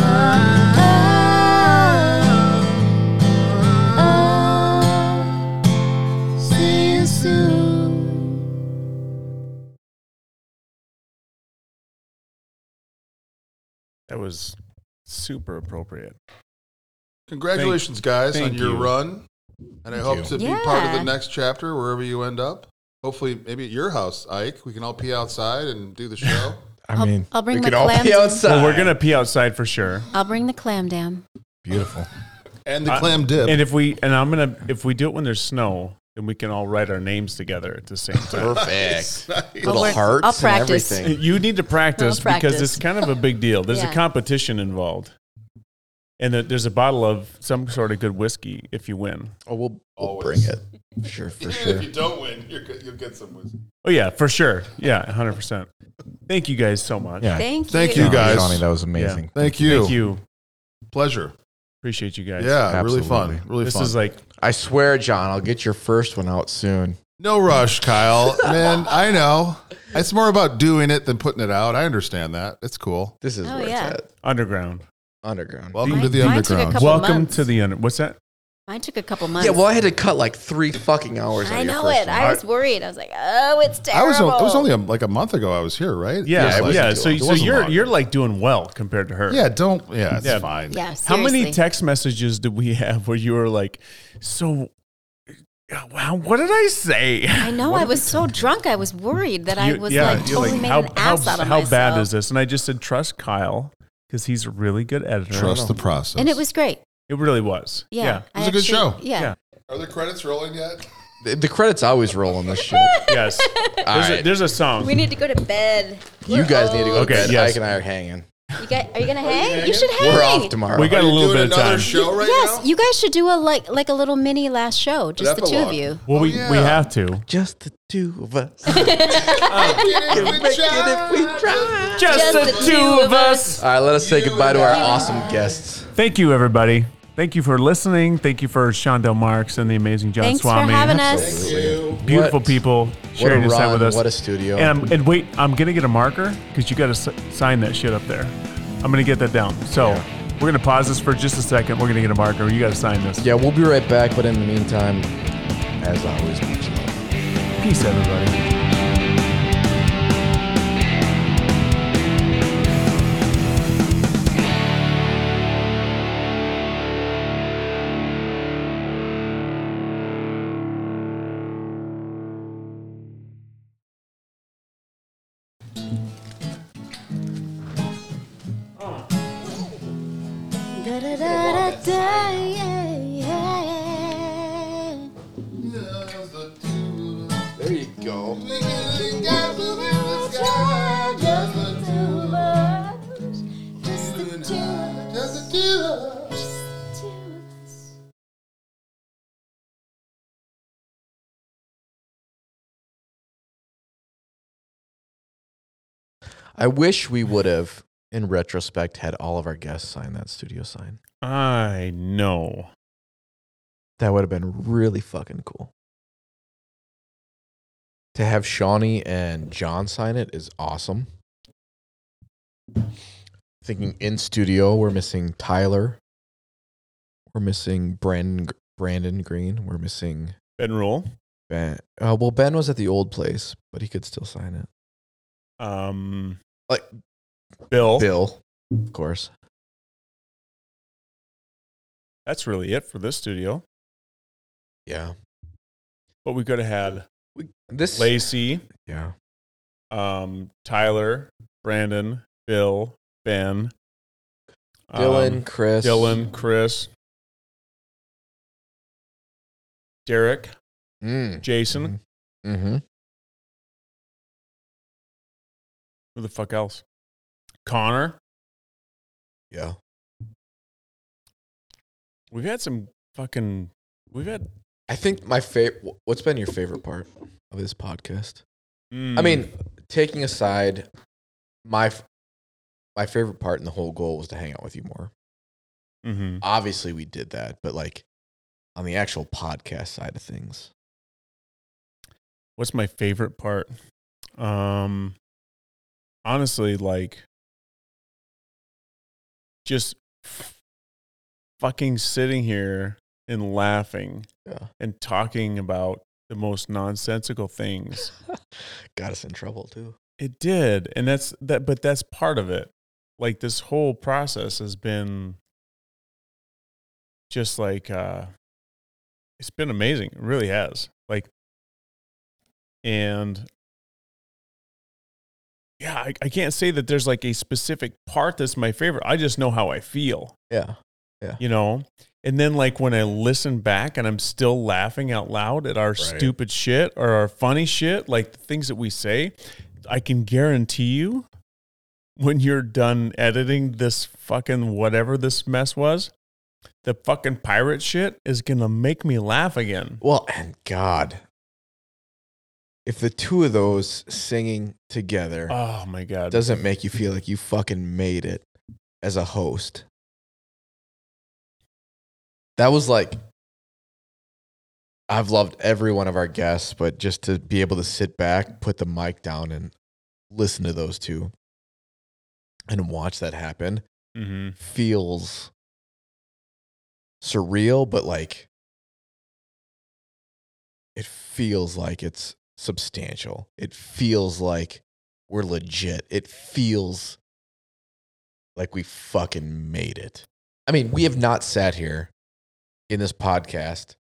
Speaker 15: ah, ah, see you soon.
Speaker 1: That was super appropriate.
Speaker 2: Congratulations, guys, on
Speaker 1: thank
Speaker 2: your
Speaker 1: you.
Speaker 2: run. And I
Speaker 1: Thank
Speaker 2: hope
Speaker 1: you.
Speaker 2: to be part of
Speaker 5: Yeah.
Speaker 2: the next chapter wherever you end up. Hopefully, maybe at your house, Ike. We can all pee outside and do the show.
Speaker 4: I'll- mean, I'll bring
Speaker 2: we
Speaker 4: my
Speaker 2: could all
Speaker 4: clams
Speaker 2: pee
Speaker 4: in.
Speaker 2: outside.
Speaker 1: Well, we're gonna pee outside for sure.
Speaker 4: I'll bring the clam down.
Speaker 1: <laughs>
Speaker 2: Beautiful. <laughs> and the
Speaker 1: Uh,
Speaker 2: clam dip. <laughs>
Speaker 1: And if we and I'm gonna if we do it when there's snow, then we can all write our names together at the same time.
Speaker 3: Perfect.
Speaker 2: Nice.
Speaker 3: Little I'll work- hearts I'll and practice.
Speaker 2: <laughs>
Speaker 3: everything.
Speaker 1: You need to practice, because
Speaker 3: practice.
Speaker 1: it's kind of a big deal. There's
Speaker 4: Yeah.
Speaker 1: a competition involved, and there- there's a bottle of some sort of good whiskey if you win.
Speaker 3: Oh, we'll,
Speaker 2: we'll
Speaker 3: bring it. Sure, for
Speaker 2: <laughs>
Speaker 3: sure.
Speaker 2: if you don't win, you're good, you'll get some whiskey.
Speaker 1: Oh yeah, for sure. Yeah, hundred percent. Thank you guys so much.
Speaker 14: Yeah.
Speaker 2: Thank Thank you. you, guys.
Speaker 14: Johnny, that was
Speaker 1: Yeah.
Speaker 14: amazing.
Speaker 2: Thank you.
Speaker 1: Thank you.
Speaker 2: Pleasure.
Speaker 1: Appreciate you guys.
Speaker 2: Yeah, really fun.
Speaker 14: Absolutely.
Speaker 2: Really
Speaker 1: This
Speaker 2: fun.
Speaker 1: is like
Speaker 14: I swear, John, I'll get your first one out soon.
Speaker 2: no rush, Kyle. Man, I know. It's more about doing it than putting it out. I understand that. It's cool.
Speaker 3: This is
Speaker 4: Oh,
Speaker 3: where
Speaker 4: yeah.
Speaker 3: it's at.
Speaker 1: underground.
Speaker 3: Underground.
Speaker 2: Welcome
Speaker 4: Mine-
Speaker 2: to the
Speaker 4: mine took a
Speaker 2: underground.
Speaker 4: couple
Speaker 1: Welcome
Speaker 4: months.
Speaker 1: to the under. What's that?
Speaker 4: Mine took a couple months.
Speaker 3: yeah, well, I had to cut like three fucking hours.
Speaker 4: I
Speaker 3: on your
Speaker 4: know
Speaker 3: first
Speaker 4: it.
Speaker 3: one.
Speaker 4: I was worried. I was like, oh, it's
Speaker 2: I
Speaker 4: terrible.
Speaker 2: was. It was only a, like a month ago. I was here, right?
Speaker 1: Yeah,
Speaker 2: It was like-
Speaker 1: yeah. So,
Speaker 2: it
Speaker 1: so
Speaker 2: wasn't
Speaker 1: you're
Speaker 2: long.
Speaker 1: you're like doing well compared to her.
Speaker 2: Yeah, don't. Yeah, it's
Speaker 1: Yeah.
Speaker 2: fine.
Speaker 4: Yeah,
Speaker 1: How many
Speaker 4: seriously.
Speaker 1: text messages did we have where you were like, so, wow, what did I say?
Speaker 4: I know. I was so drunk. I was worried that I
Speaker 1: You-
Speaker 4: was
Speaker 1: yeah,
Speaker 4: like
Speaker 1: you're
Speaker 4: totally made
Speaker 1: how,
Speaker 4: an ass
Speaker 1: how,
Speaker 4: out of
Speaker 1: how
Speaker 4: myself.
Speaker 1: bad is this? And I just said, trust Kyle because he's a really good editor.
Speaker 2: Trust the process.
Speaker 4: And it was great.
Speaker 1: It really was.
Speaker 4: Yeah,
Speaker 1: Yeah.
Speaker 4: I
Speaker 2: It was a good show.
Speaker 4: Yeah.
Speaker 1: Yeah.
Speaker 2: Are the credits rolling yet?
Speaker 3: The, the credits always roll on
Speaker 4: <laughs>
Speaker 3: this shit.
Speaker 1: Yes. there's,
Speaker 3: All
Speaker 1: a,
Speaker 3: right.
Speaker 1: there's a song.
Speaker 4: We need to go to bed.
Speaker 3: You guys need to go.
Speaker 1: Okay,
Speaker 3: Okay, to bed.
Speaker 1: yes.
Speaker 3: Ike and I are hanging.
Speaker 4: You guys, are you gonna hang? You
Speaker 2: hanging?
Speaker 4: should hang.
Speaker 3: We're off tomorrow.
Speaker 1: We got a
Speaker 2: you
Speaker 1: little
Speaker 2: doing
Speaker 1: bit of
Speaker 2: another
Speaker 1: time.
Speaker 2: show right
Speaker 4: yes,
Speaker 2: now?
Speaker 4: you guys should do a like like a little mini last show, just the two of
Speaker 2: epilogue.
Speaker 4: you.
Speaker 1: well, we,
Speaker 2: Oh,
Speaker 1: we
Speaker 2: yeah.
Speaker 1: have to.
Speaker 6: Just the two of
Speaker 4: <laughs>
Speaker 6: us.
Speaker 2: Get it, we try.
Speaker 4: Just the the two two of of us.
Speaker 3: All right, let us say goodbye to our awesome guests.
Speaker 1: Thank you, everybody. Thank you for listening. Thank you for Shondell Marks and the amazing John
Speaker 4: Thanks
Speaker 1: Swami.
Speaker 4: for having us.
Speaker 2: Thank you.
Speaker 1: Beautiful
Speaker 3: What-
Speaker 1: people
Speaker 3: What
Speaker 1: sharing
Speaker 3: a
Speaker 1: this time with
Speaker 3: run!
Speaker 1: us.
Speaker 3: What a studio!
Speaker 1: And, I'm, and wait, I'm gonna get a marker because you gotta s- sign that shit up there. I'm gonna get that down. So we're gonna pause this for just a second. We're gonna get a marker. You gotta sign this.
Speaker 3: yeah, we'll be right back. But in the meantime, as always, much love.
Speaker 1: Peace, everybody.
Speaker 9: Da da da da da, yeah, yeah.
Speaker 3: There you go.
Speaker 9: Just the two of us.
Speaker 15: Just the two of us.
Speaker 9: Just the two of us.
Speaker 3: I wish we would have, in retrospect, had all of our guests sign that studio sign.
Speaker 1: I know.
Speaker 3: That would have been really fucking cool. To have Shawnee and John sign it is awesome. Thinking in studio, we're missing Tyler. We're missing Brandon, Brandon Green. We're missing
Speaker 1: Ben Rule.
Speaker 3: Ben. Uh, well, Ben was at the old place, but he could still sign it.
Speaker 1: Um,
Speaker 3: Like
Speaker 1: Bill.
Speaker 3: Bill, of course.
Speaker 1: That's really it for this studio.
Speaker 3: Yeah.
Speaker 1: But we could have had
Speaker 3: We, this.
Speaker 1: Lacey,
Speaker 3: Yeah.
Speaker 1: um, Tyler, Brandon, Bill, Ben, um,
Speaker 3: Dylan, Chris.
Speaker 1: Dylan, Chris, Derek,
Speaker 3: Mm.
Speaker 1: Mm-hmm. Jason.
Speaker 3: Mm-hmm.
Speaker 1: Who the fuck else? Connor.
Speaker 3: Yeah.
Speaker 1: We've had some fucking. We've had.
Speaker 3: I think my favorite. What's been your favorite part of this podcast?
Speaker 8: Hmm.
Speaker 3: I mean, taking aside my f- my favorite part and the whole goal was to hang out with you more.
Speaker 1: Mhm.
Speaker 3: Obviously, we did that, but like on the actual podcast side of things,
Speaker 1: what's my favorite part? Um, honestly, like just f- fucking sitting here and laughing
Speaker 3: Yeah.
Speaker 1: and talking about the most nonsensical things.
Speaker 3: got us in trouble too.
Speaker 1: It did, and that's that. But that's part of it. Like this whole process has been just like uh, it's been amazing. It really has. Like, and yeah, I, I can't say that there's like a specific part that's my favorite. I just know how I feel
Speaker 3: Yeah.
Speaker 1: you know and then like when i listen back and i'm still laughing out loud at our stupid shit or our funny shit like the things that we say i can guarantee you when you're done editing this fucking whatever this mess was the fucking pirate shit is gonna make me laugh again
Speaker 3: Well, and God, if the two of those singing together
Speaker 1: oh my god
Speaker 3: doesn't make you feel like you fucking made it as a host, that was like, I've loved every one of our guests, but just to be able to sit back, put the mic down, and listen to those two and watch that happen
Speaker 1: mm-hmm.
Speaker 3: feels surreal, but like it feels like it's substantial. It feels like we're legit. It feels like we fucking made it. I mean, we have not sat here in this podcast,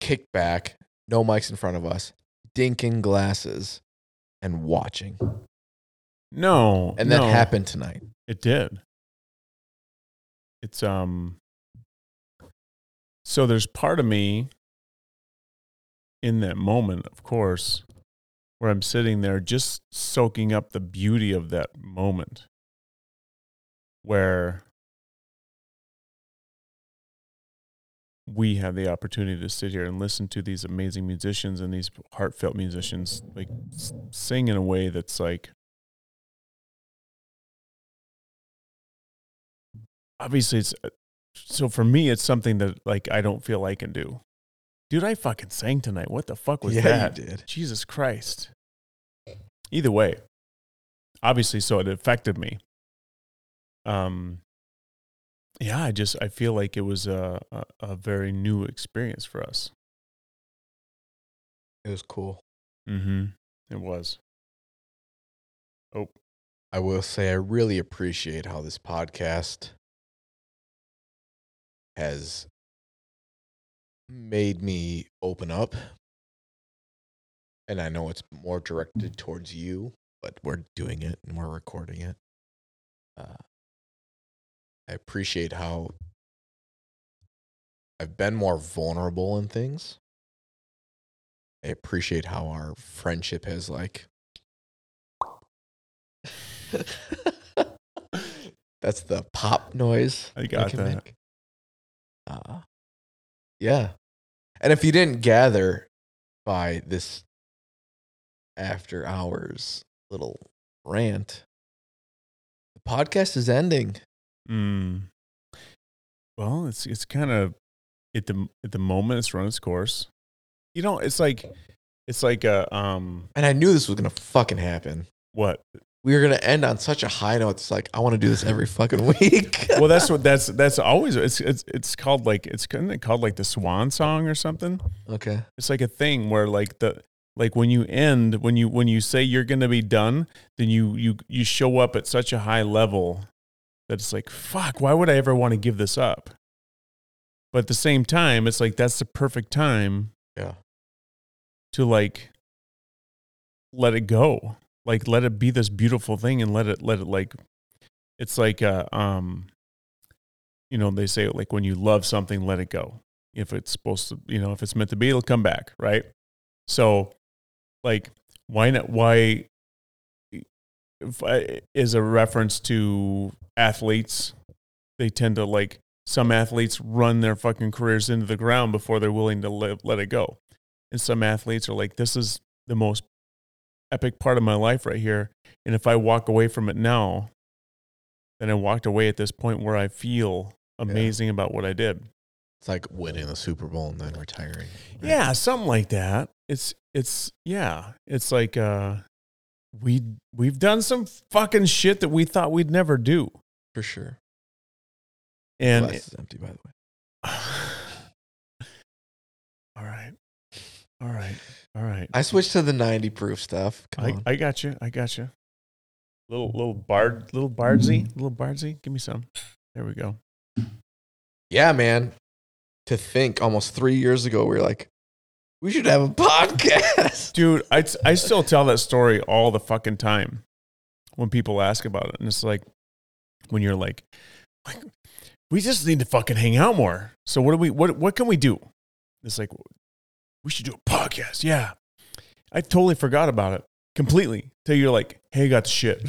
Speaker 3: kicked back, no mics in front of us, dinking glasses, and watching.
Speaker 1: no
Speaker 3: And that
Speaker 1: no.
Speaker 3: happened tonight.
Speaker 1: It did. It's um so there's part of me in that moment, of course, where I'm sitting there just soaking up the beauty of that moment where we have the opportunity to sit here and listen to these amazing musicians and these heartfelt musicians like s- sing in a way that's like obviously it's uh, so for me it's something that like I don't feel I can do. Dude, I fucking sang tonight. What the fuck was
Speaker 3: Yeah, you
Speaker 1: that?
Speaker 3: did.
Speaker 1: Jesus Christ. Either way, obviously so it affected me. Um yeah, I just I feel like it was a a, a very new experience for us.
Speaker 3: It was cool.
Speaker 1: Mhm. It was.
Speaker 3: I will say I really appreciate how this podcast has made me open up. And I know it's more directed towards you, but we're doing it and we're recording it. Uh, I appreciate how I've been more vulnerable in things. I appreciate how our friendship has like <laughs> That's the pop noise.
Speaker 1: I got
Speaker 3: can
Speaker 1: that.
Speaker 3: make. Uh, yeah. And if you didn't gather by this after hours little rant, the podcast is ending.
Speaker 1: Mm. Well, it's it's kind of at the at the moment it's run its course. You know, it's like it's like a um
Speaker 3: And I knew this was going to fucking happen.
Speaker 1: what?
Speaker 3: We were going to end on such a high note. It's like, I want to do this every fucking <laughs> week.
Speaker 1: Well, that's what that's that's always it's it's it's called like it's kind of called like the swan song or something.
Speaker 3: okay.
Speaker 1: It's like a thing where like the like when you end when you when you say you're going to be done, then you you you show up at such a high level that it's like fuck, why would I ever want to give this up? But at the same time, it's like that's the perfect time
Speaker 3: Yeah.
Speaker 1: to like let it go like let it be this beautiful thing and let it let it like it's like uh um you know they say like when you love something let it go if it's supposed to you know if it's meant to be it'll come back right so like why not why f- I- is a reference to athletes. They tend to like some athletes run their fucking careers into the ground before they're willing to live, let it go. And some athletes are like, this is the most epic part of my life right here. And if I walk away from it now, then I walked away at this point where I feel amazing about what I did.
Speaker 3: It's like winning the Super Bowl and then retiring. right?
Speaker 1: Yeah, something like that. It's it's yeah, it's like uh we we've done some fucking shit that we thought we'd never do.
Speaker 3: for sure.
Speaker 1: And
Speaker 3: Glass is empty, by the way.
Speaker 1: all right. All right. All right.
Speaker 3: I switched to the 90 proof stuff. Come
Speaker 1: I,
Speaker 3: on.
Speaker 1: I got you. I got you. Little little bard little bardsy, little bardsy, give me some. There we go.
Speaker 3: yeah, man. To think almost three years ago, we were like, we should have a podcast.
Speaker 1: Dude, I, I still tell that story all the fucking time when people ask about it. And it's like, when you're like, like we just need to fucking hang out more. So what do we, what, what can we do? It's like, we should do a podcast. Yeah. I totally forgot about it completely till you're like, hey, I got the shit.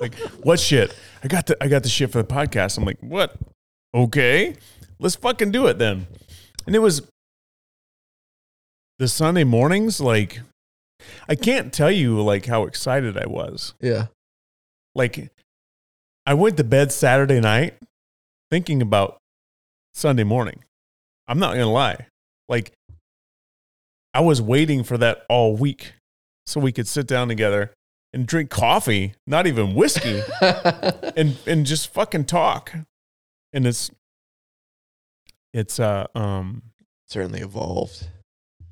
Speaker 1: like, what shit? I got the, I got the shit for the podcast. I'm like, what? Okay. Let's fucking do it then. And it was the Sunday mornings, like I can't tell you like how excited I was.
Speaker 3: yeah.
Speaker 1: Like I went to bed Saturday night thinking about Sunday morning. I'm not gonna lie. Like I was waiting for that all week so we could sit down together and drink coffee, not even whiskey, and and just fucking talk. And it's it's uh um
Speaker 3: <laughs> Certainly evolved.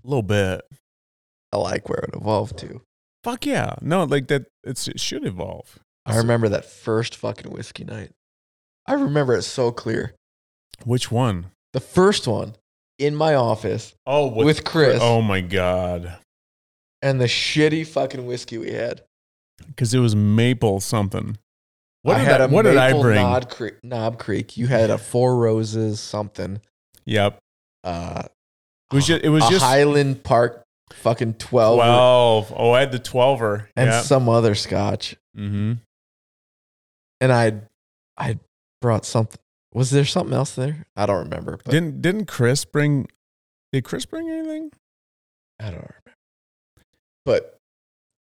Speaker 1: a little bit
Speaker 3: I like where it evolved to.
Speaker 1: Fuck yeah. No, like that it's it should evolve.
Speaker 3: I remember that first fucking whiskey night. I remember it so clear.
Speaker 1: Which one?
Speaker 3: The first one in my office
Speaker 1: Oh,
Speaker 3: with Chris
Speaker 1: Oh my god.
Speaker 3: and the shitty fucking whiskey we had.
Speaker 1: Cuz it was maple something. What
Speaker 3: I
Speaker 1: did
Speaker 3: had
Speaker 1: I,
Speaker 3: a
Speaker 1: what did I
Speaker 3: maple
Speaker 1: bring?
Speaker 3: Knob Creek, Knob Creek. You had a Four Roses something.
Speaker 1: Yep.
Speaker 3: Uh,
Speaker 1: It was just, it was
Speaker 3: a
Speaker 1: just
Speaker 3: Highland Park fucking 12
Speaker 1: 12. Oh, I had the 12er.
Speaker 3: and
Speaker 1: yeah.
Speaker 3: some other scotch.
Speaker 1: mhm.
Speaker 3: And I I brought something. Was there something else there? I don't remember. But
Speaker 1: Didn't didn't Chris bring Did Chris bring anything?
Speaker 3: I don't remember. But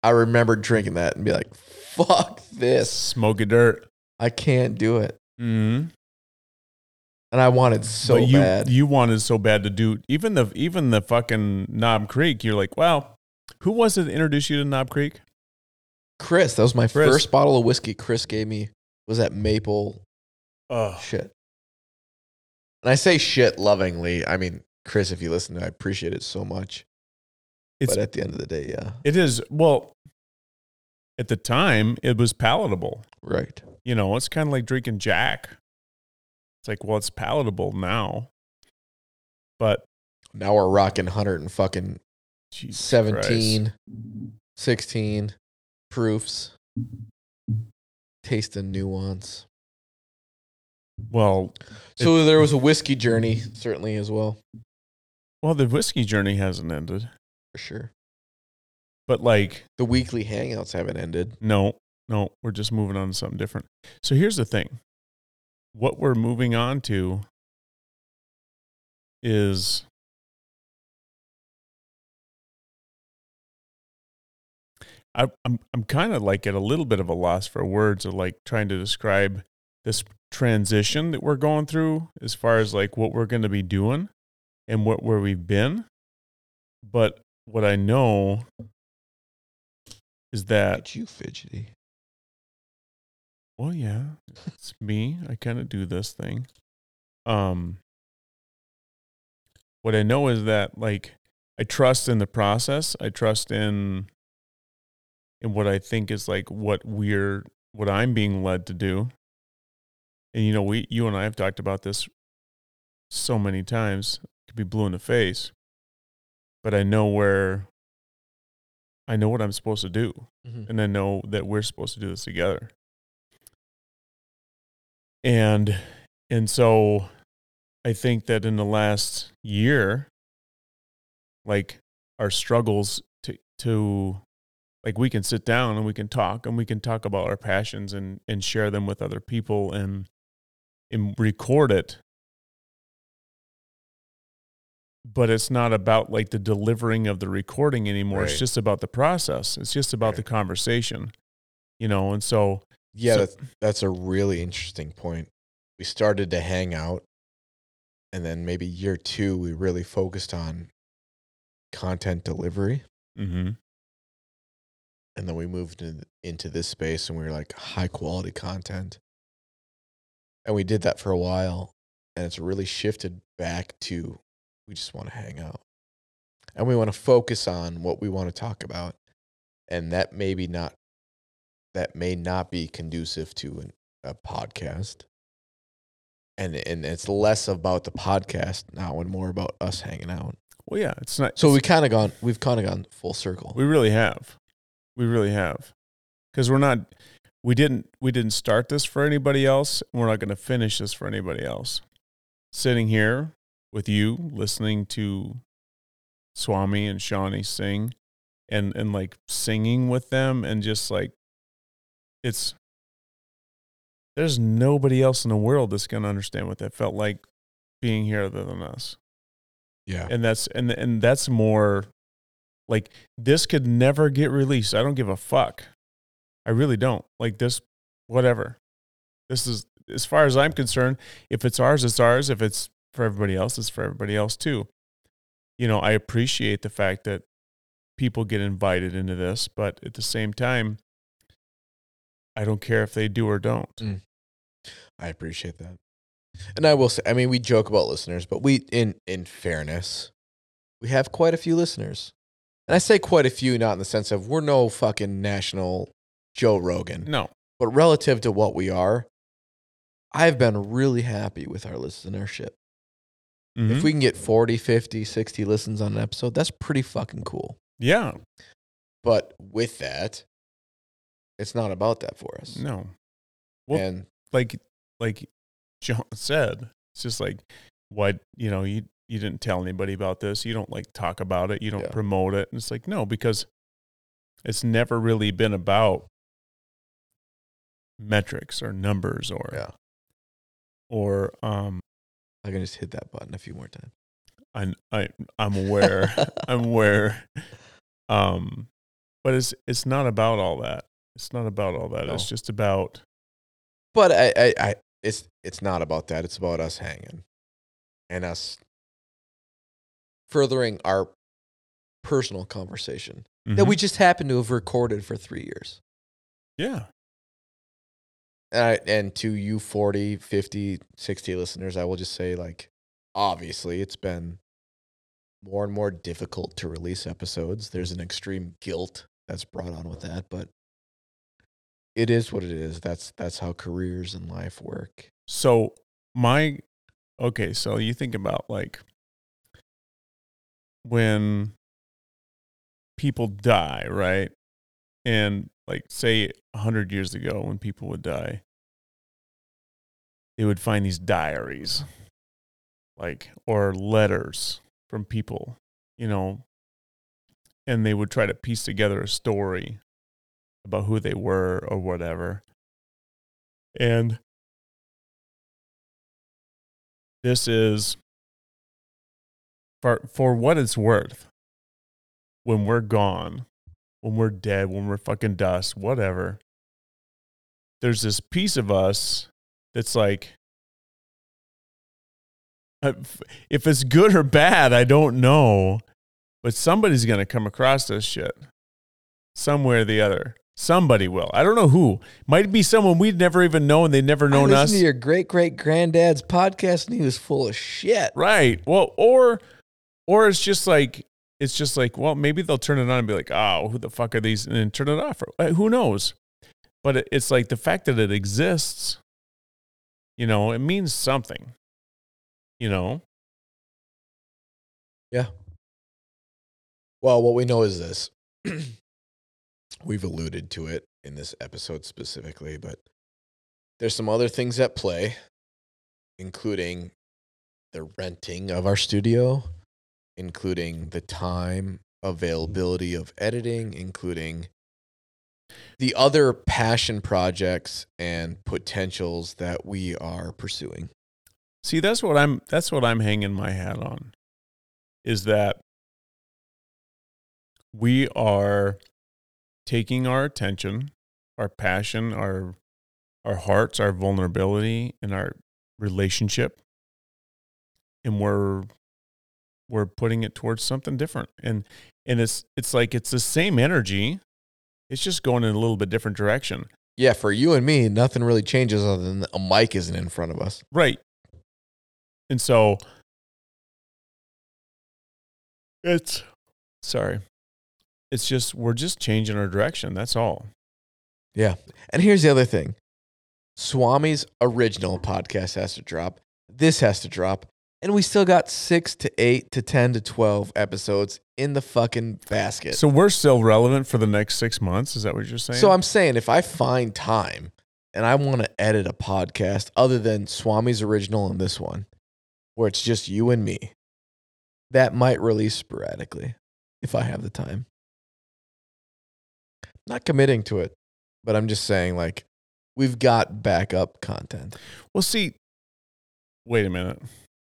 Speaker 3: I remember drinking that and be like, fuck this.
Speaker 1: Smoky dirt.
Speaker 3: I can't do it.
Speaker 1: Mhm.
Speaker 3: And I wanted so
Speaker 1: but you
Speaker 3: bad.
Speaker 1: you wanted so bad to do even the even the fucking Knob Creek. You're like, "Wow, who was it that introduced you to Knob Creek?"
Speaker 3: Chris, that was my
Speaker 1: Chris.
Speaker 3: first bottle of whiskey Chris gave me was that maple
Speaker 1: Oh,
Speaker 3: shit. And I say shit lovingly. I mean, Chris, if you listen, I appreciate it so much.
Speaker 1: It's-
Speaker 3: but at the end of the day, yeah.
Speaker 1: It is well. At the time, it was palatable.
Speaker 3: Right.
Speaker 1: You know, it's kind of like drinking Jack. It's like, well, it's palatable now, but
Speaker 3: Now we're rocking 100 and fucking
Speaker 1: Jesus
Speaker 3: 17,
Speaker 1: Christ.
Speaker 3: 16 proofs. Taste and nuance.
Speaker 1: Well,
Speaker 3: So there was a whiskey journey, certainly, as well.
Speaker 1: well, the whiskey journey hasn't ended,
Speaker 3: For sure.
Speaker 1: but like,
Speaker 3: The weekly hangouts haven't ended.
Speaker 1: no, no, we're just moving on to something different. So here's the thing: what we're moving on to is I, I'm I'm kind of like at a little bit of a loss for words of like trying to describe this transition that we're going through as far as like what we're going to be doing and what where we've been. But what I know is that
Speaker 3: Got you fidgety.
Speaker 1: well, yeah, it's me. I kind of do this thing. Um, what I know is that like I trust in the process. I trust in in what I think is like what we're what I'm being led to do. And you know, we you and I have talked about this so many times. Could be blue in the face, but I know where I know what I'm supposed to do,
Speaker 3: Mhm.
Speaker 1: and I know that we're supposed to do this together and and so i think that in the last year like our struggles to to
Speaker 8: like we can sit down and we can talk and we can talk about our passions and and share them with other people and and record it but it's not about like the delivering of the recording anymore it's
Speaker 16: Right.
Speaker 8: just about the process it's just about the conversation you know and so
Speaker 3: Yeah,
Speaker 8: so-
Speaker 3: that's, that's a really interesting point. We started to hang out, and then maybe year two, we really focused on content delivery.
Speaker 8: mhm.
Speaker 3: And then we moved in, into this space and we were like high quality content. And we did that for a while, and it's really shifted back to we just want to hang out and we want to focus on what we want to talk about. And that maybe not that may not be conducive to an, a podcast. And and it's less about the podcast now and more about us hanging out.
Speaker 8: well yeah it's not
Speaker 3: So we kind of gone we've kind of gone full circle.
Speaker 8: We really have. We really have. Because we're not we didn't we didn't start this for anybody else. and We're not going to finish this for anybody else. Sitting here with you listening to Swami and Shawnee sing and and like singing with them and just like it's there's nobody else in the world that's going to understand what that felt like being here other than us
Speaker 3: Yeah.
Speaker 8: and that's and and that's more like this could never get released i don't give a fuck i really don't like this whatever this is as far as i'm concerned if it's ours it's ours if it's for everybody else it's for everybody else too you know i appreciate the fact that people get invited into this but at the same time i don't care if they do or don't
Speaker 3: Mm-hmm. I appreciate that. And I will say, I mean, we joke about listeners, but we, in in fairness, we have quite a few listeners. And I say quite a few, not in the sense of we're no fucking national Joe Rogan,
Speaker 8: no
Speaker 3: but relative to what we are, I've been really happy with our listenership. If
Speaker 8: Mhm.
Speaker 3: we can get 40, 50, 60 listens on an episode, that's pretty fucking cool.
Speaker 8: yeah
Speaker 3: But with that, it's not about that for us.
Speaker 8: no Well,
Speaker 3: and
Speaker 8: like like John said, it's just like what you know you you didn't tell anybody about this. You don't like talk about it. You don't
Speaker 3: Yeah.
Speaker 8: promote it. And it's like no, because it's never really been about metrics or numbers or
Speaker 3: Yeah.
Speaker 8: or um
Speaker 3: I can just hit that button a few more times.
Speaker 8: I I I'm
Speaker 3: <laughs>
Speaker 8: aware I'm aware um but it's it's not about all that. It's not about all that. It's
Speaker 3: No.
Speaker 8: just about
Speaker 3: But I, I, I, it's it's not about that. It's about us hanging and us furthering our personal conversation that
Speaker 8: Mm-hmm.
Speaker 3: we just happen to have recorded for three years.
Speaker 8: yeah.
Speaker 3: And, I, and to you 40, 50, 60 listeners, I will just say, like, obviously, it's been more and more difficult to release episodes. There's an extreme guilt that's brought on with that, but it is what it is. That's that's how careers and life work.
Speaker 8: So my okay, so you think about like when people die, right? And like say 100 years ago when people would die, they would find these diaries like or letters from people, you know, and they would try to piece together a story about who they were or whatever. And this is for for what it's worth when we're gone when we're dead when we're fucking dust whatever there's this piece of us that's like uh, f- if it's good or bad i don't know but somebody's going to come across this shit somewhere or the other somebody will i don't know who might be someone we'd never even known they never known
Speaker 3: I
Speaker 8: us
Speaker 3: listened to your great great granddad's podcast, and he was full of shit.
Speaker 8: Right. Well, or or it's just like it's just like, well, maybe they'll turn it on and be like, "Oh, who the fuck are these?" and then turn it off. Uh, Who knows? But it- it's like the fact that it exists, you know, it means something. You know?
Speaker 3: Yeah. Well, what we know is this. <clears throat> We've alluded to it in this episode specifically, but there's some other things at play, including the renting of our studio, including the time availability of editing, including the other passion projects and potentials that we are pursuing.
Speaker 8: See, that's what I'm that's what I'm hanging my hat on. Is that we are taking our attention, our passion, our our hearts, our vulnerability and our relationship and we're we're putting it towards something different. And and it's it's like it's the same energy. It's just going in a little bit different direction.
Speaker 3: Yeah, for you and me, nothing really changes other than a mic isn't in front of us.
Speaker 8: Right. And so it's sorry. It's just we're just changing our direction. That's all.
Speaker 3: Yeah. And here's the other thing Swami's original podcast has to drop. This has to drop. And we still got six to eight to 10 to 12 episodes in the fucking basket.
Speaker 8: So we're still relevant for the next six months. Is that what you're saying?
Speaker 3: So I'm saying if I find time and I want to edit a podcast other than Swami's original and this one, where it's just you and me, that might release sporadically if I have the time. Not committing to it, but I'm just saying like we've got backup content.
Speaker 8: Well, see, wait a minute.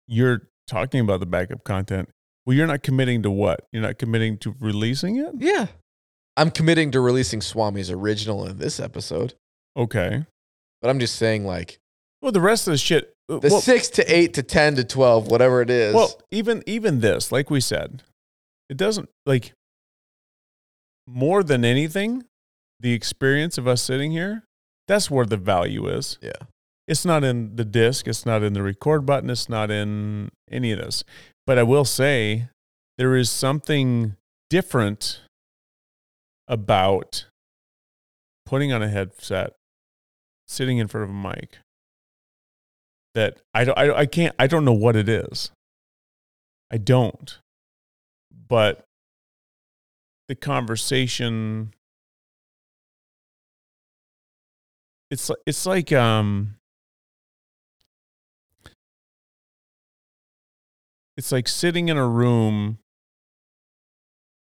Speaker 8: You're talking about the backup content. Well, you're not committing to what? You're not committing to releasing it?
Speaker 3: Yeah. I'm committing to releasing Swami's original in this episode,
Speaker 8: Okay.
Speaker 3: but I'm just saying like
Speaker 8: Well, the rest of the shit. uh,
Speaker 3: the
Speaker 8: well,
Speaker 3: 6 to 8 to 10 to 12 whatever it is.
Speaker 8: Well, even even this, like we said, it doesn't like more than anything, the experience of us sitting here, that's where the value is.
Speaker 3: Yeah.
Speaker 8: It's not in the disc, it's not in the record button, it's not in any of this. But I will say there is something different about putting on a headset, sitting in front of a mic that I don't, I, I can't, I don't know what it is. I don't. But the conversation, it's like, it's like, um, it's like sitting in a room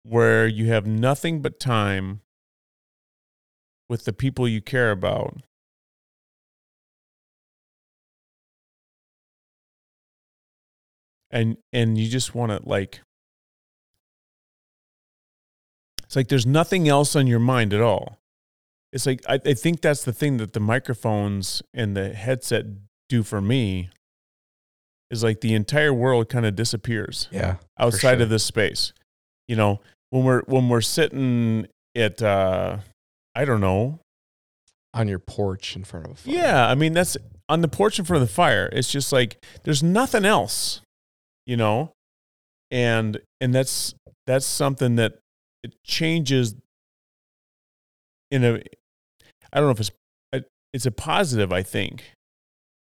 Speaker 8: where you have nothing but time with the people you care about and and you just want to like it's like there's nothing else on your mind at all it's like I, I think that's the thing that the microphones and the headset do for me is like the entire world kind of disappears
Speaker 3: yeah. for
Speaker 8: outside
Speaker 3: sure.
Speaker 8: of this space. You know, when we're when we're sitting at uh I don't know.
Speaker 3: on your porch in front of a fire.
Speaker 8: Yeah, I mean that's on the porch in front of the fire. It's just like there's nothing else, you know? And and that's that's something that it changes in a I don't know if it's I- it's a positive, I think.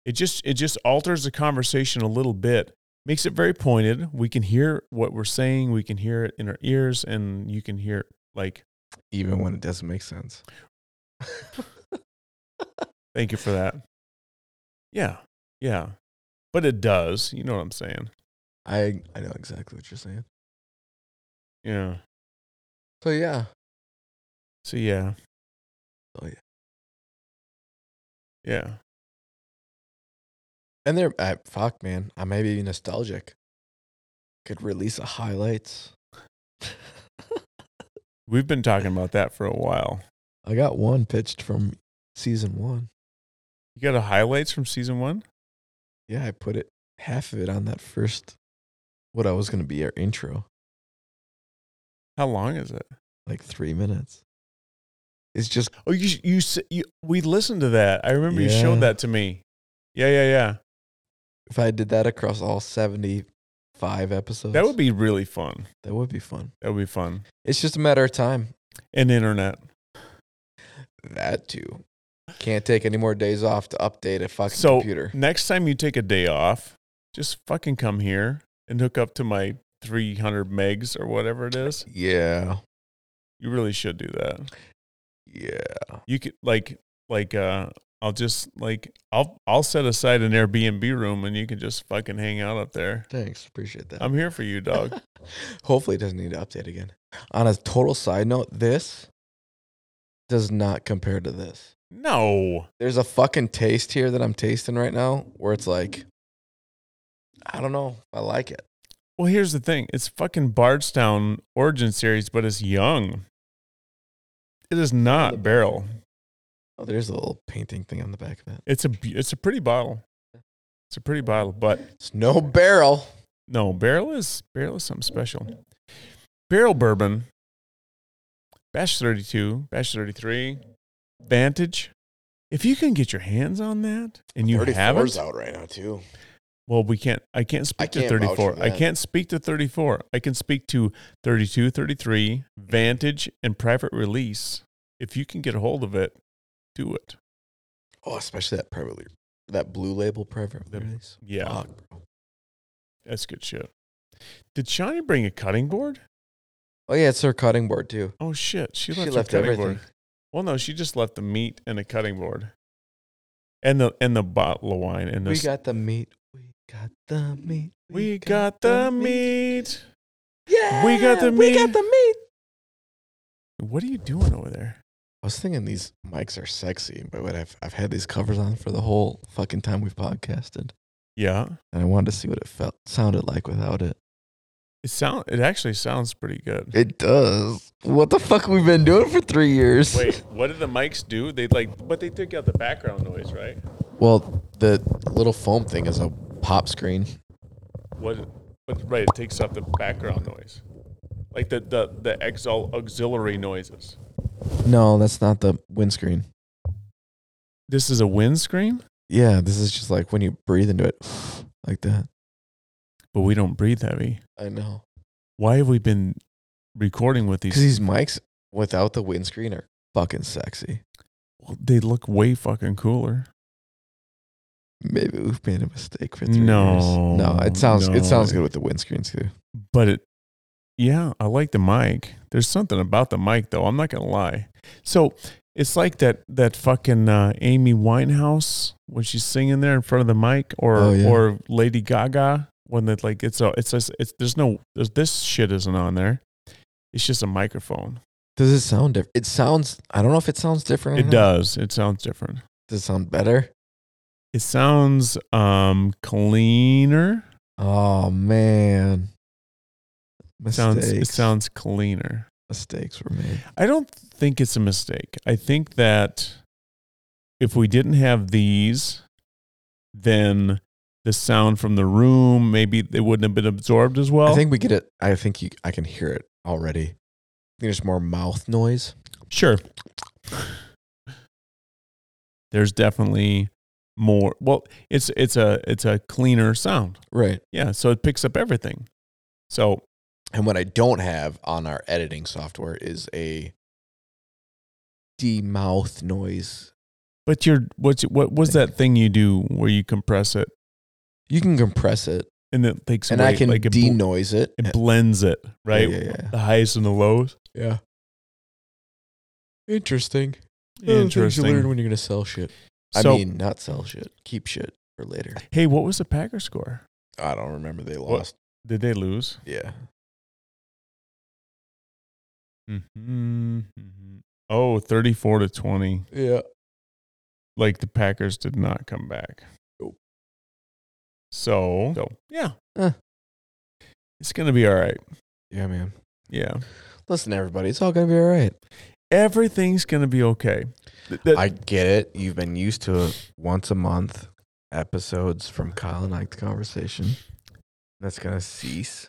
Speaker 8: It just it just alters the conversation a little bit makes it very pointed. We can hear what we're saying. We can hear it in our ears, and you can hear like,
Speaker 3: even when it doesn't make sense.
Speaker 8: "Thank you for that." Yeah, yeah, but it does. You know what I'm saying?
Speaker 3: I I know exactly what you're saying.
Speaker 8: Yeah.
Speaker 3: So yeah,
Speaker 8: So yeah.
Speaker 3: Oh, yeah.
Speaker 8: Yeah.
Speaker 3: and they're uh, fuck man. I may be nostalgic. Could release a highlights.
Speaker 8: We've been talking about that for a while.
Speaker 3: I got one pitched from season one.
Speaker 8: You got a highlights from season one?
Speaker 3: Yeah, I put it half of it on that first. What I was gonna be our intro,
Speaker 8: How long is it?
Speaker 3: like three minutes. It's just
Speaker 8: Oh, you you s- you. We listened to that. I remember you
Speaker 3: Yeah.
Speaker 8: showed that to me. Yeah, yeah, yeah.
Speaker 3: if I did that across all seventy-five episodes,
Speaker 8: That would be really fun.
Speaker 3: that would be fun.
Speaker 8: That would be fun.
Speaker 3: It's just a matter of time.
Speaker 8: And internet.
Speaker 3: That too. Can't take any more days off to update a fucking
Speaker 8: So
Speaker 3: computer.
Speaker 8: next time you take a day off, just fucking come here and hook up to my 300 megs or whatever it is.
Speaker 3: Yeah.
Speaker 8: You really should do that.
Speaker 3: Yeah.
Speaker 8: You could like like uh I'll just like I'll I'll set aside an Airbnb room and you can just fucking hang out up there.
Speaker 3: Thanks. Appreciate that.
Speaker 8: I'm here for you, dog.
Speaker 3: Hopefully it doesn't need to update again. On a total side note, this does not compare to this.
Speaker 1: No.
Speaker 3: There's a fucking taste here that I'm tasting right now where it's like, I don't know. I like it.
Speaker 1: Well, here's the thing. It's fucking Bardstown Origin Series, but it's young. It is not barrel.
Speaker 3: Oh, there's a little painting thing on the back of it.
Speaker 1: It's a be- it's a pretty bottle. It's a pretty bottle, but
Speaker 3: It's no barrel.
Speaker 1: no barrel is barrel is something special. Barrel bourbon, batch thirty two, batch thirty three, vantage. If you can get your hands on that and you
Speaker 3: 34's
Speaker 1: haven't,
Speaker 3: out right now too.
Speaker 1: well, we can't. I can't speak to
Speaker 3: can't vouch for
Speaker 1: 34. I
Speaker 3: that.
Speaker 1: can't speak to 34. I can speak to 32, 33, Vantage, and Private Release. If you can get a hold of it, do it.
Speaker 3: Oh, especially that private, that blue label private release.
Speaker 1: Yeah,
Speaker 3: Fuck.
Speaker 1: that's good shit. Did Shani bring a cutting board?
Speaker 3: Oh yeah, it's her cutting board too.
Speaker 1: Oh shit, she
Speaker 3: She
Speaker 1: left, her
Speaker 3: left
Speaker 1: cutting
Speaker 3: everything.
Speaker 1: board. Well, no, she just left the meat and a cutting board, and the and the bottle of wine and
Speaker 3: We
Speaker 1: this.
Speaker 3: got the meat. We got the meat.
Speaker 1: We got the meat.
Speaker 3: Yeah.
Speaker 1: We got the
Speaker 3: We got
Speaker 1: meat.
Speaker 3: the meat.
Speaker 1: What are you doing over there?
Speaker 3: I was thinking these mics are sexy, but what I've I've had these covers on for the whole fucking time we've podcasted,
Speaker 1: Yeah,
Speaker 3: and I wanted to see what it felt sounded like without it.
Speaker 1: it sound. It actually sounds pretty good.
Speaker 3: It does. What the fuck we've been doing for three years?
Speaker 1: Wait, what did the mics do? They like, but they took out the background noise, right?
Speaker 3: Well, the little foam thing is a pop screen.
Speaker 1: What? But right, it takes out the background noise, like the the the exil auxiliary noises.
Speaker 3: No, that's not the windscreen.
Speaker 1: This is a windscreen,
Speaker 3: Yeah, this is just like when you breathe into it, <sighs> like that.
Speaker 1: but we don't breathe heavy.
Speaker 3: I know.
Speaker 1: Why have we been recording with
Speaker 3: Because
Speaker 1: these?
Speaker 3: these mics without the windscreen are fucking sexy.
Speaker 1: They look way fucking cooler.
Speaker 3: Maybe we've made a mistake for three
Speaker 1: No,
Speaker 3: years. No, it sounds
Speaker 1: no.
Speaker 3: it sounds good with the windscreen too.
Speaker 1: But it, yeah, I like the mic. There's something about the mic though. I'm not gonna lie. So it's like that that fucking uh, Amy Winehouse when she's singing there in front of the mic, or
Speaker 3: Oh, yeah.
Speaker 1: or Lady Gaga when that like it's a it's just, it's there's no there's, this shit isn't on there. It's just a microphone.
Speaker 3: Does it sound different? It sounds. I don't know if it sounds different. or
Speaker 1: It
Speaker 3: not.
Speaker 1: does. It sounds different.
Speaker 3: Does it sound better?
Speaker 1: It sounds um cleaner.
Speaker 3: Oh man,
Speaker 1: It
Speaker 3: mistakes.
Speaker 1: sounds it sounds cleaner.
Speaker 3: mistakes were made.
Speaker 1: I don't think it's a mistake. I think that if we didn't have these, then the sound from the room maybe it wouldn't have been absorbed as well.
Speaker 3: I think we get it. I think you. I can hear it already. I think there's more mouth noise.
Speaker 1: sure. There's definitely more. Well, it's it's a it's a cleaner sound.
Speaker 3: Right.
Speaker 1: Yeah, so it picks up everything. So
Speaker 3: And what I don't have on our editing software is a demouth noise.
Speaker 1: but your what's what was that thing you do where you compress it
Speaker 3: You can compress it,
Speaker 1: and it takes
Speaker 3: and
Speaker 1: away,
Speaker 3: I can
Speaker 1: like it, bl-
Speaker 3: denoise it.
Speaker 1: it blends it, right?
Speaker 3: Yeah, yeah, yeah.
Speaker 1: The highs and the lows.
Speaker 3: Yeah. Interesting. Oh, Things you
Speaker 1: Interesting.
Speaker 3: learn when you're gonna sell shit.
Speaker 1: So-
Speaker 3: I mean, not sell shit. Keep shit for later.
Speaker 1: Hey, what was the Packer score?
Speaker 3: I don't remember. They
Speaker 1: What-
Speaker 3: lost.
Speaker 1: Did they lose?
Speaker 3: Yeah.
Speaker 1: Mm-hmm. Oh, 34 to 20.
Speaker 3: Yeah.
Speaker 1: Like the Packers did not come back.
Speaker 3: Nope.
Speaker 1: So, so yeah.
Speaker 3: Eh.
Speaker 1: It's going to be all right.
Speaker 3: Yeah, man.
Speaker 1: Yeah.
Speaker 3: Listen, everybody, it's all gonna be all right.
Speaker 1: Everything's going to be okay. Th- that-
Speaker 3: I get it. You've been used to once a month episodes from Kyle and Ike the conversation. That's gonna cease.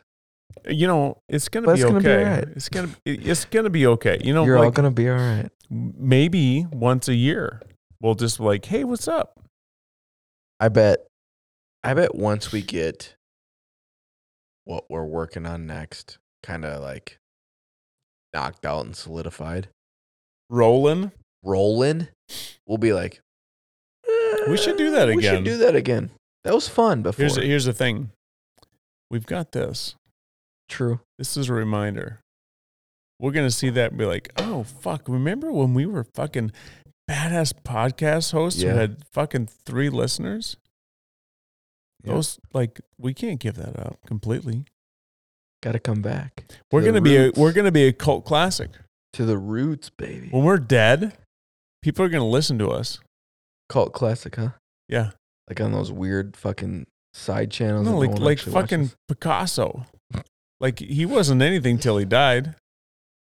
Speaker 1: you know, it's going to
Speaker 3: But
Speaker 1: be
Speaker 3: it's
Speaker 1: okay.
Speaker 3: gonna be all right.
Speaker 1: It's going to it's going to be okay. You know,
Speaker 3: You're all
Speaker 1: like
Speaker 3: gonna be all right.
Speaker 1: maybe once a year we'll just like, "Hey, what's up?"
Speaker 3: I bet. I bet once we get what we're working on next, kind of like knocked out and solidified,
Speaker 1: Rolling.
Speaker 3: rolling, we'll be like,
Speaker 1: We should do that
Speaker 3: "Eh, We
Speaker 1: again."
Speaker 3: should do that again. That was fun before.
Speaker 1: Here's here's the thing. We've got this.
Speaker 3: True.
Speaker 1: this is a reminder. We're gonna see that and be like, oh fuck, remember when we were fucking badass podcast hosts
Speaker 3: Yeah.
Speaker 1: who had fucking three listeners?
Speaker 3: Yeah.
Speaker 1: Those like we can't give that up completely.
Speaker 3: Got to come back. to
Speaker 1: We're
Speaker 3: the
Speaker 1: gonna be a,
Speaker 3: roots.
Speaker 1: we're gonna be a cult classic.
Speaker 17: To the roots, baby.
Speaker 1: When we're dead, people are going to listen to us.
Speaker 17: Cult classic, huh?
Speaker 1: Yeah.
Speaker 17: Like on those weird fucking side channels.
Speaker 1: No,
Speaker 17: that
Speaker 1: like
Speaker 17: one
Speaker 1: like
Speaker 17: actually watches.
Speaker 1: fucking Picasso. Like he wasn't anything till he died.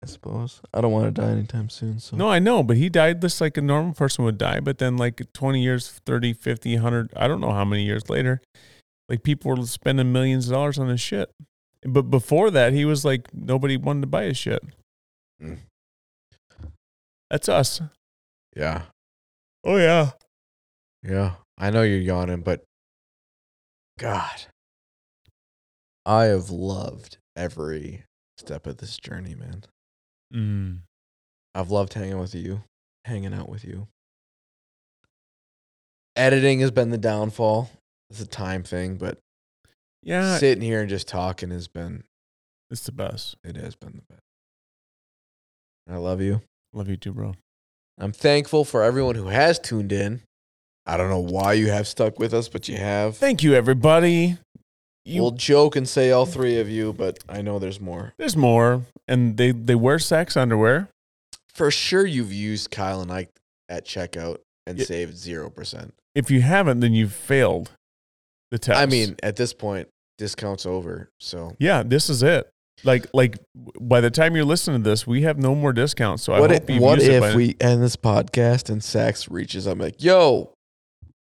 Speaker 17: I suppose. I don't want to die anytime soon. So
Speaker 1: No, I know, but he died just like a normal person would die. But then, like 20 years, 30, 50, 100, I don't know how many years later, like people were spending millions of dollars on his shit. But before that, he was like, nobody wanted to buy his shit.
Speaker 3: Mm.
Speaker 1: That's us.
Speaker 3: Yeah.
Speaker 1: Oh, yeah.
Speaker 3: Yeah. I know you're yawning, but God, I have loved every step of this journey, man.
Speaker 1: Mm.
Speaker 3: I've loved hanging with you, hanging out with you. Editing has been the downfall. It's a time thing, but
Speaker 1: Yeah.
Speaker 3: sitting here and just talking has been,
Speaker 1: It's the best.
Speaker 3: it has been the best. I love you.
Speaker 1: Love you too, bro.
Speaker 3: I'm thankful for everyone who has tuned in. I don't know why you have stuck with us, but you have.
Speaker 1: Thank you, everybody. You,
Speaker 3: we'll joke and say all three of you, but I know there's more.
Speaker 1: there's more. And they, they wear sex underwear.
Speaker 3: For sure, you've used Kyle and Ike at checkout and
Speaker 1: Yeah.
Speaker 3: saved 0%.
Speaker 1: If you haven't, then you've failed the test.
Speaker 3: I mean, at this point, discount's over. So,
Speaker 1: yeah, this is it. Like, like by the time you're listening to this, we have no more discounts. So
Speaker 3: what
Speaker 1: I hope
Speaker 3: if,
Speaker 1: you
Speaker 3: what
Speaker 1: use it
Speaker 3: if
Speaker 1: by-
Speaker 3: we end this podcast and Sax reaches? I'm like, yo,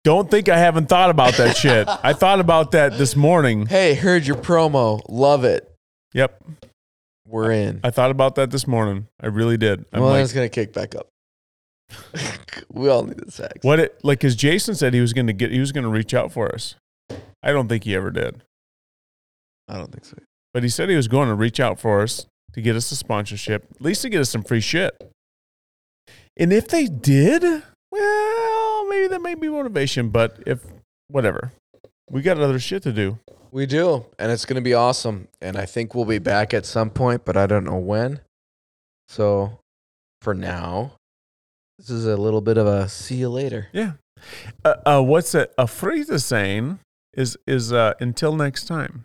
Speaker 1: Don't think I haven't thought about that
Speaker 3: <laughs>
Speaker 1: shit. I thought about that this morning.
Speaker 3: hey, heard your promo. Love it.
Speaker 1: Yep,
Speaker 3: We're in.
Speaker 1: I thought about that this morning. I really did. I'm
Speaker 3: well, then
Speaker 1: like,
Speaker 3: it's going to kick back up. <laughs> we all need the Sax.
Speaker 1: what? It, like, because Jason said he was going to get, he was going to reach out for us. I don't think he ever did,
Speaker 3: I don't think so.
Speaker 1: but he said he was going to reach out for us to get us a sponsorship, at least to get us some free shit. And if they did, well, maybe that may be motivation. But if whatever, we got other shit to do.
Speaker 3: We do, and it's going to be awesome. And I think we'll be back at some point, but I don't know when. So, for now, this is a little bit of a see you later.
Speaker 1: Yeah. Uh, uh, what's a, a phrase is saying is is uh, until next time.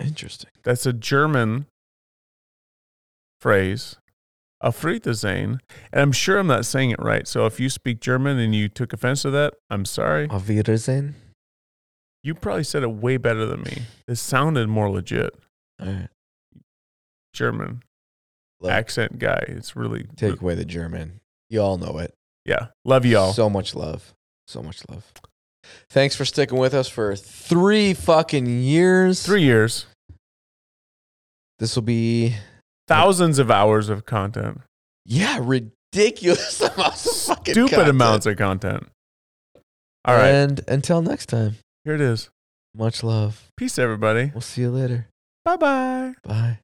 Speaker 3: Interesting.
Speaker 1: That's a German phrase. Afritazane. And I'm sure I'm not saying it right. So if you speak German and you took offense to that, I'm sorry.
Speaker 3: Auf Wiedersehen.
Speaker 1: You probably said it way better than me. It sounded more legit.
Speaker 3: All right.
Speaker 1: German
Speaker 3: Look,
Speaker 1: accent guy. It's really
Speaker 3: take away the German. You all know it.
Speaker 1: yeah. Love y'all.
Speaker 3: So much love. So much love. Thanks for sticking with us for three fucking years.
Speaker 1: Three years,
Speaker 3: This will be,
Speaker 1: thousands of hours of content,
Speaker 3: yeah, ridiculous <laughs> amounts of <laughs> fucking
Speaker 1: stupid
Speaker 3: content.
Speaker 1: amounts of content. All right,
Speaker 3: And until next time,
Speaker 1: here it is.
Speaker 3: much love.
Speaker 1: Peace, everybody.
Speaker 3: We'll see you later.
Speaker 1: Bye bye.
Speaker 3: Bye.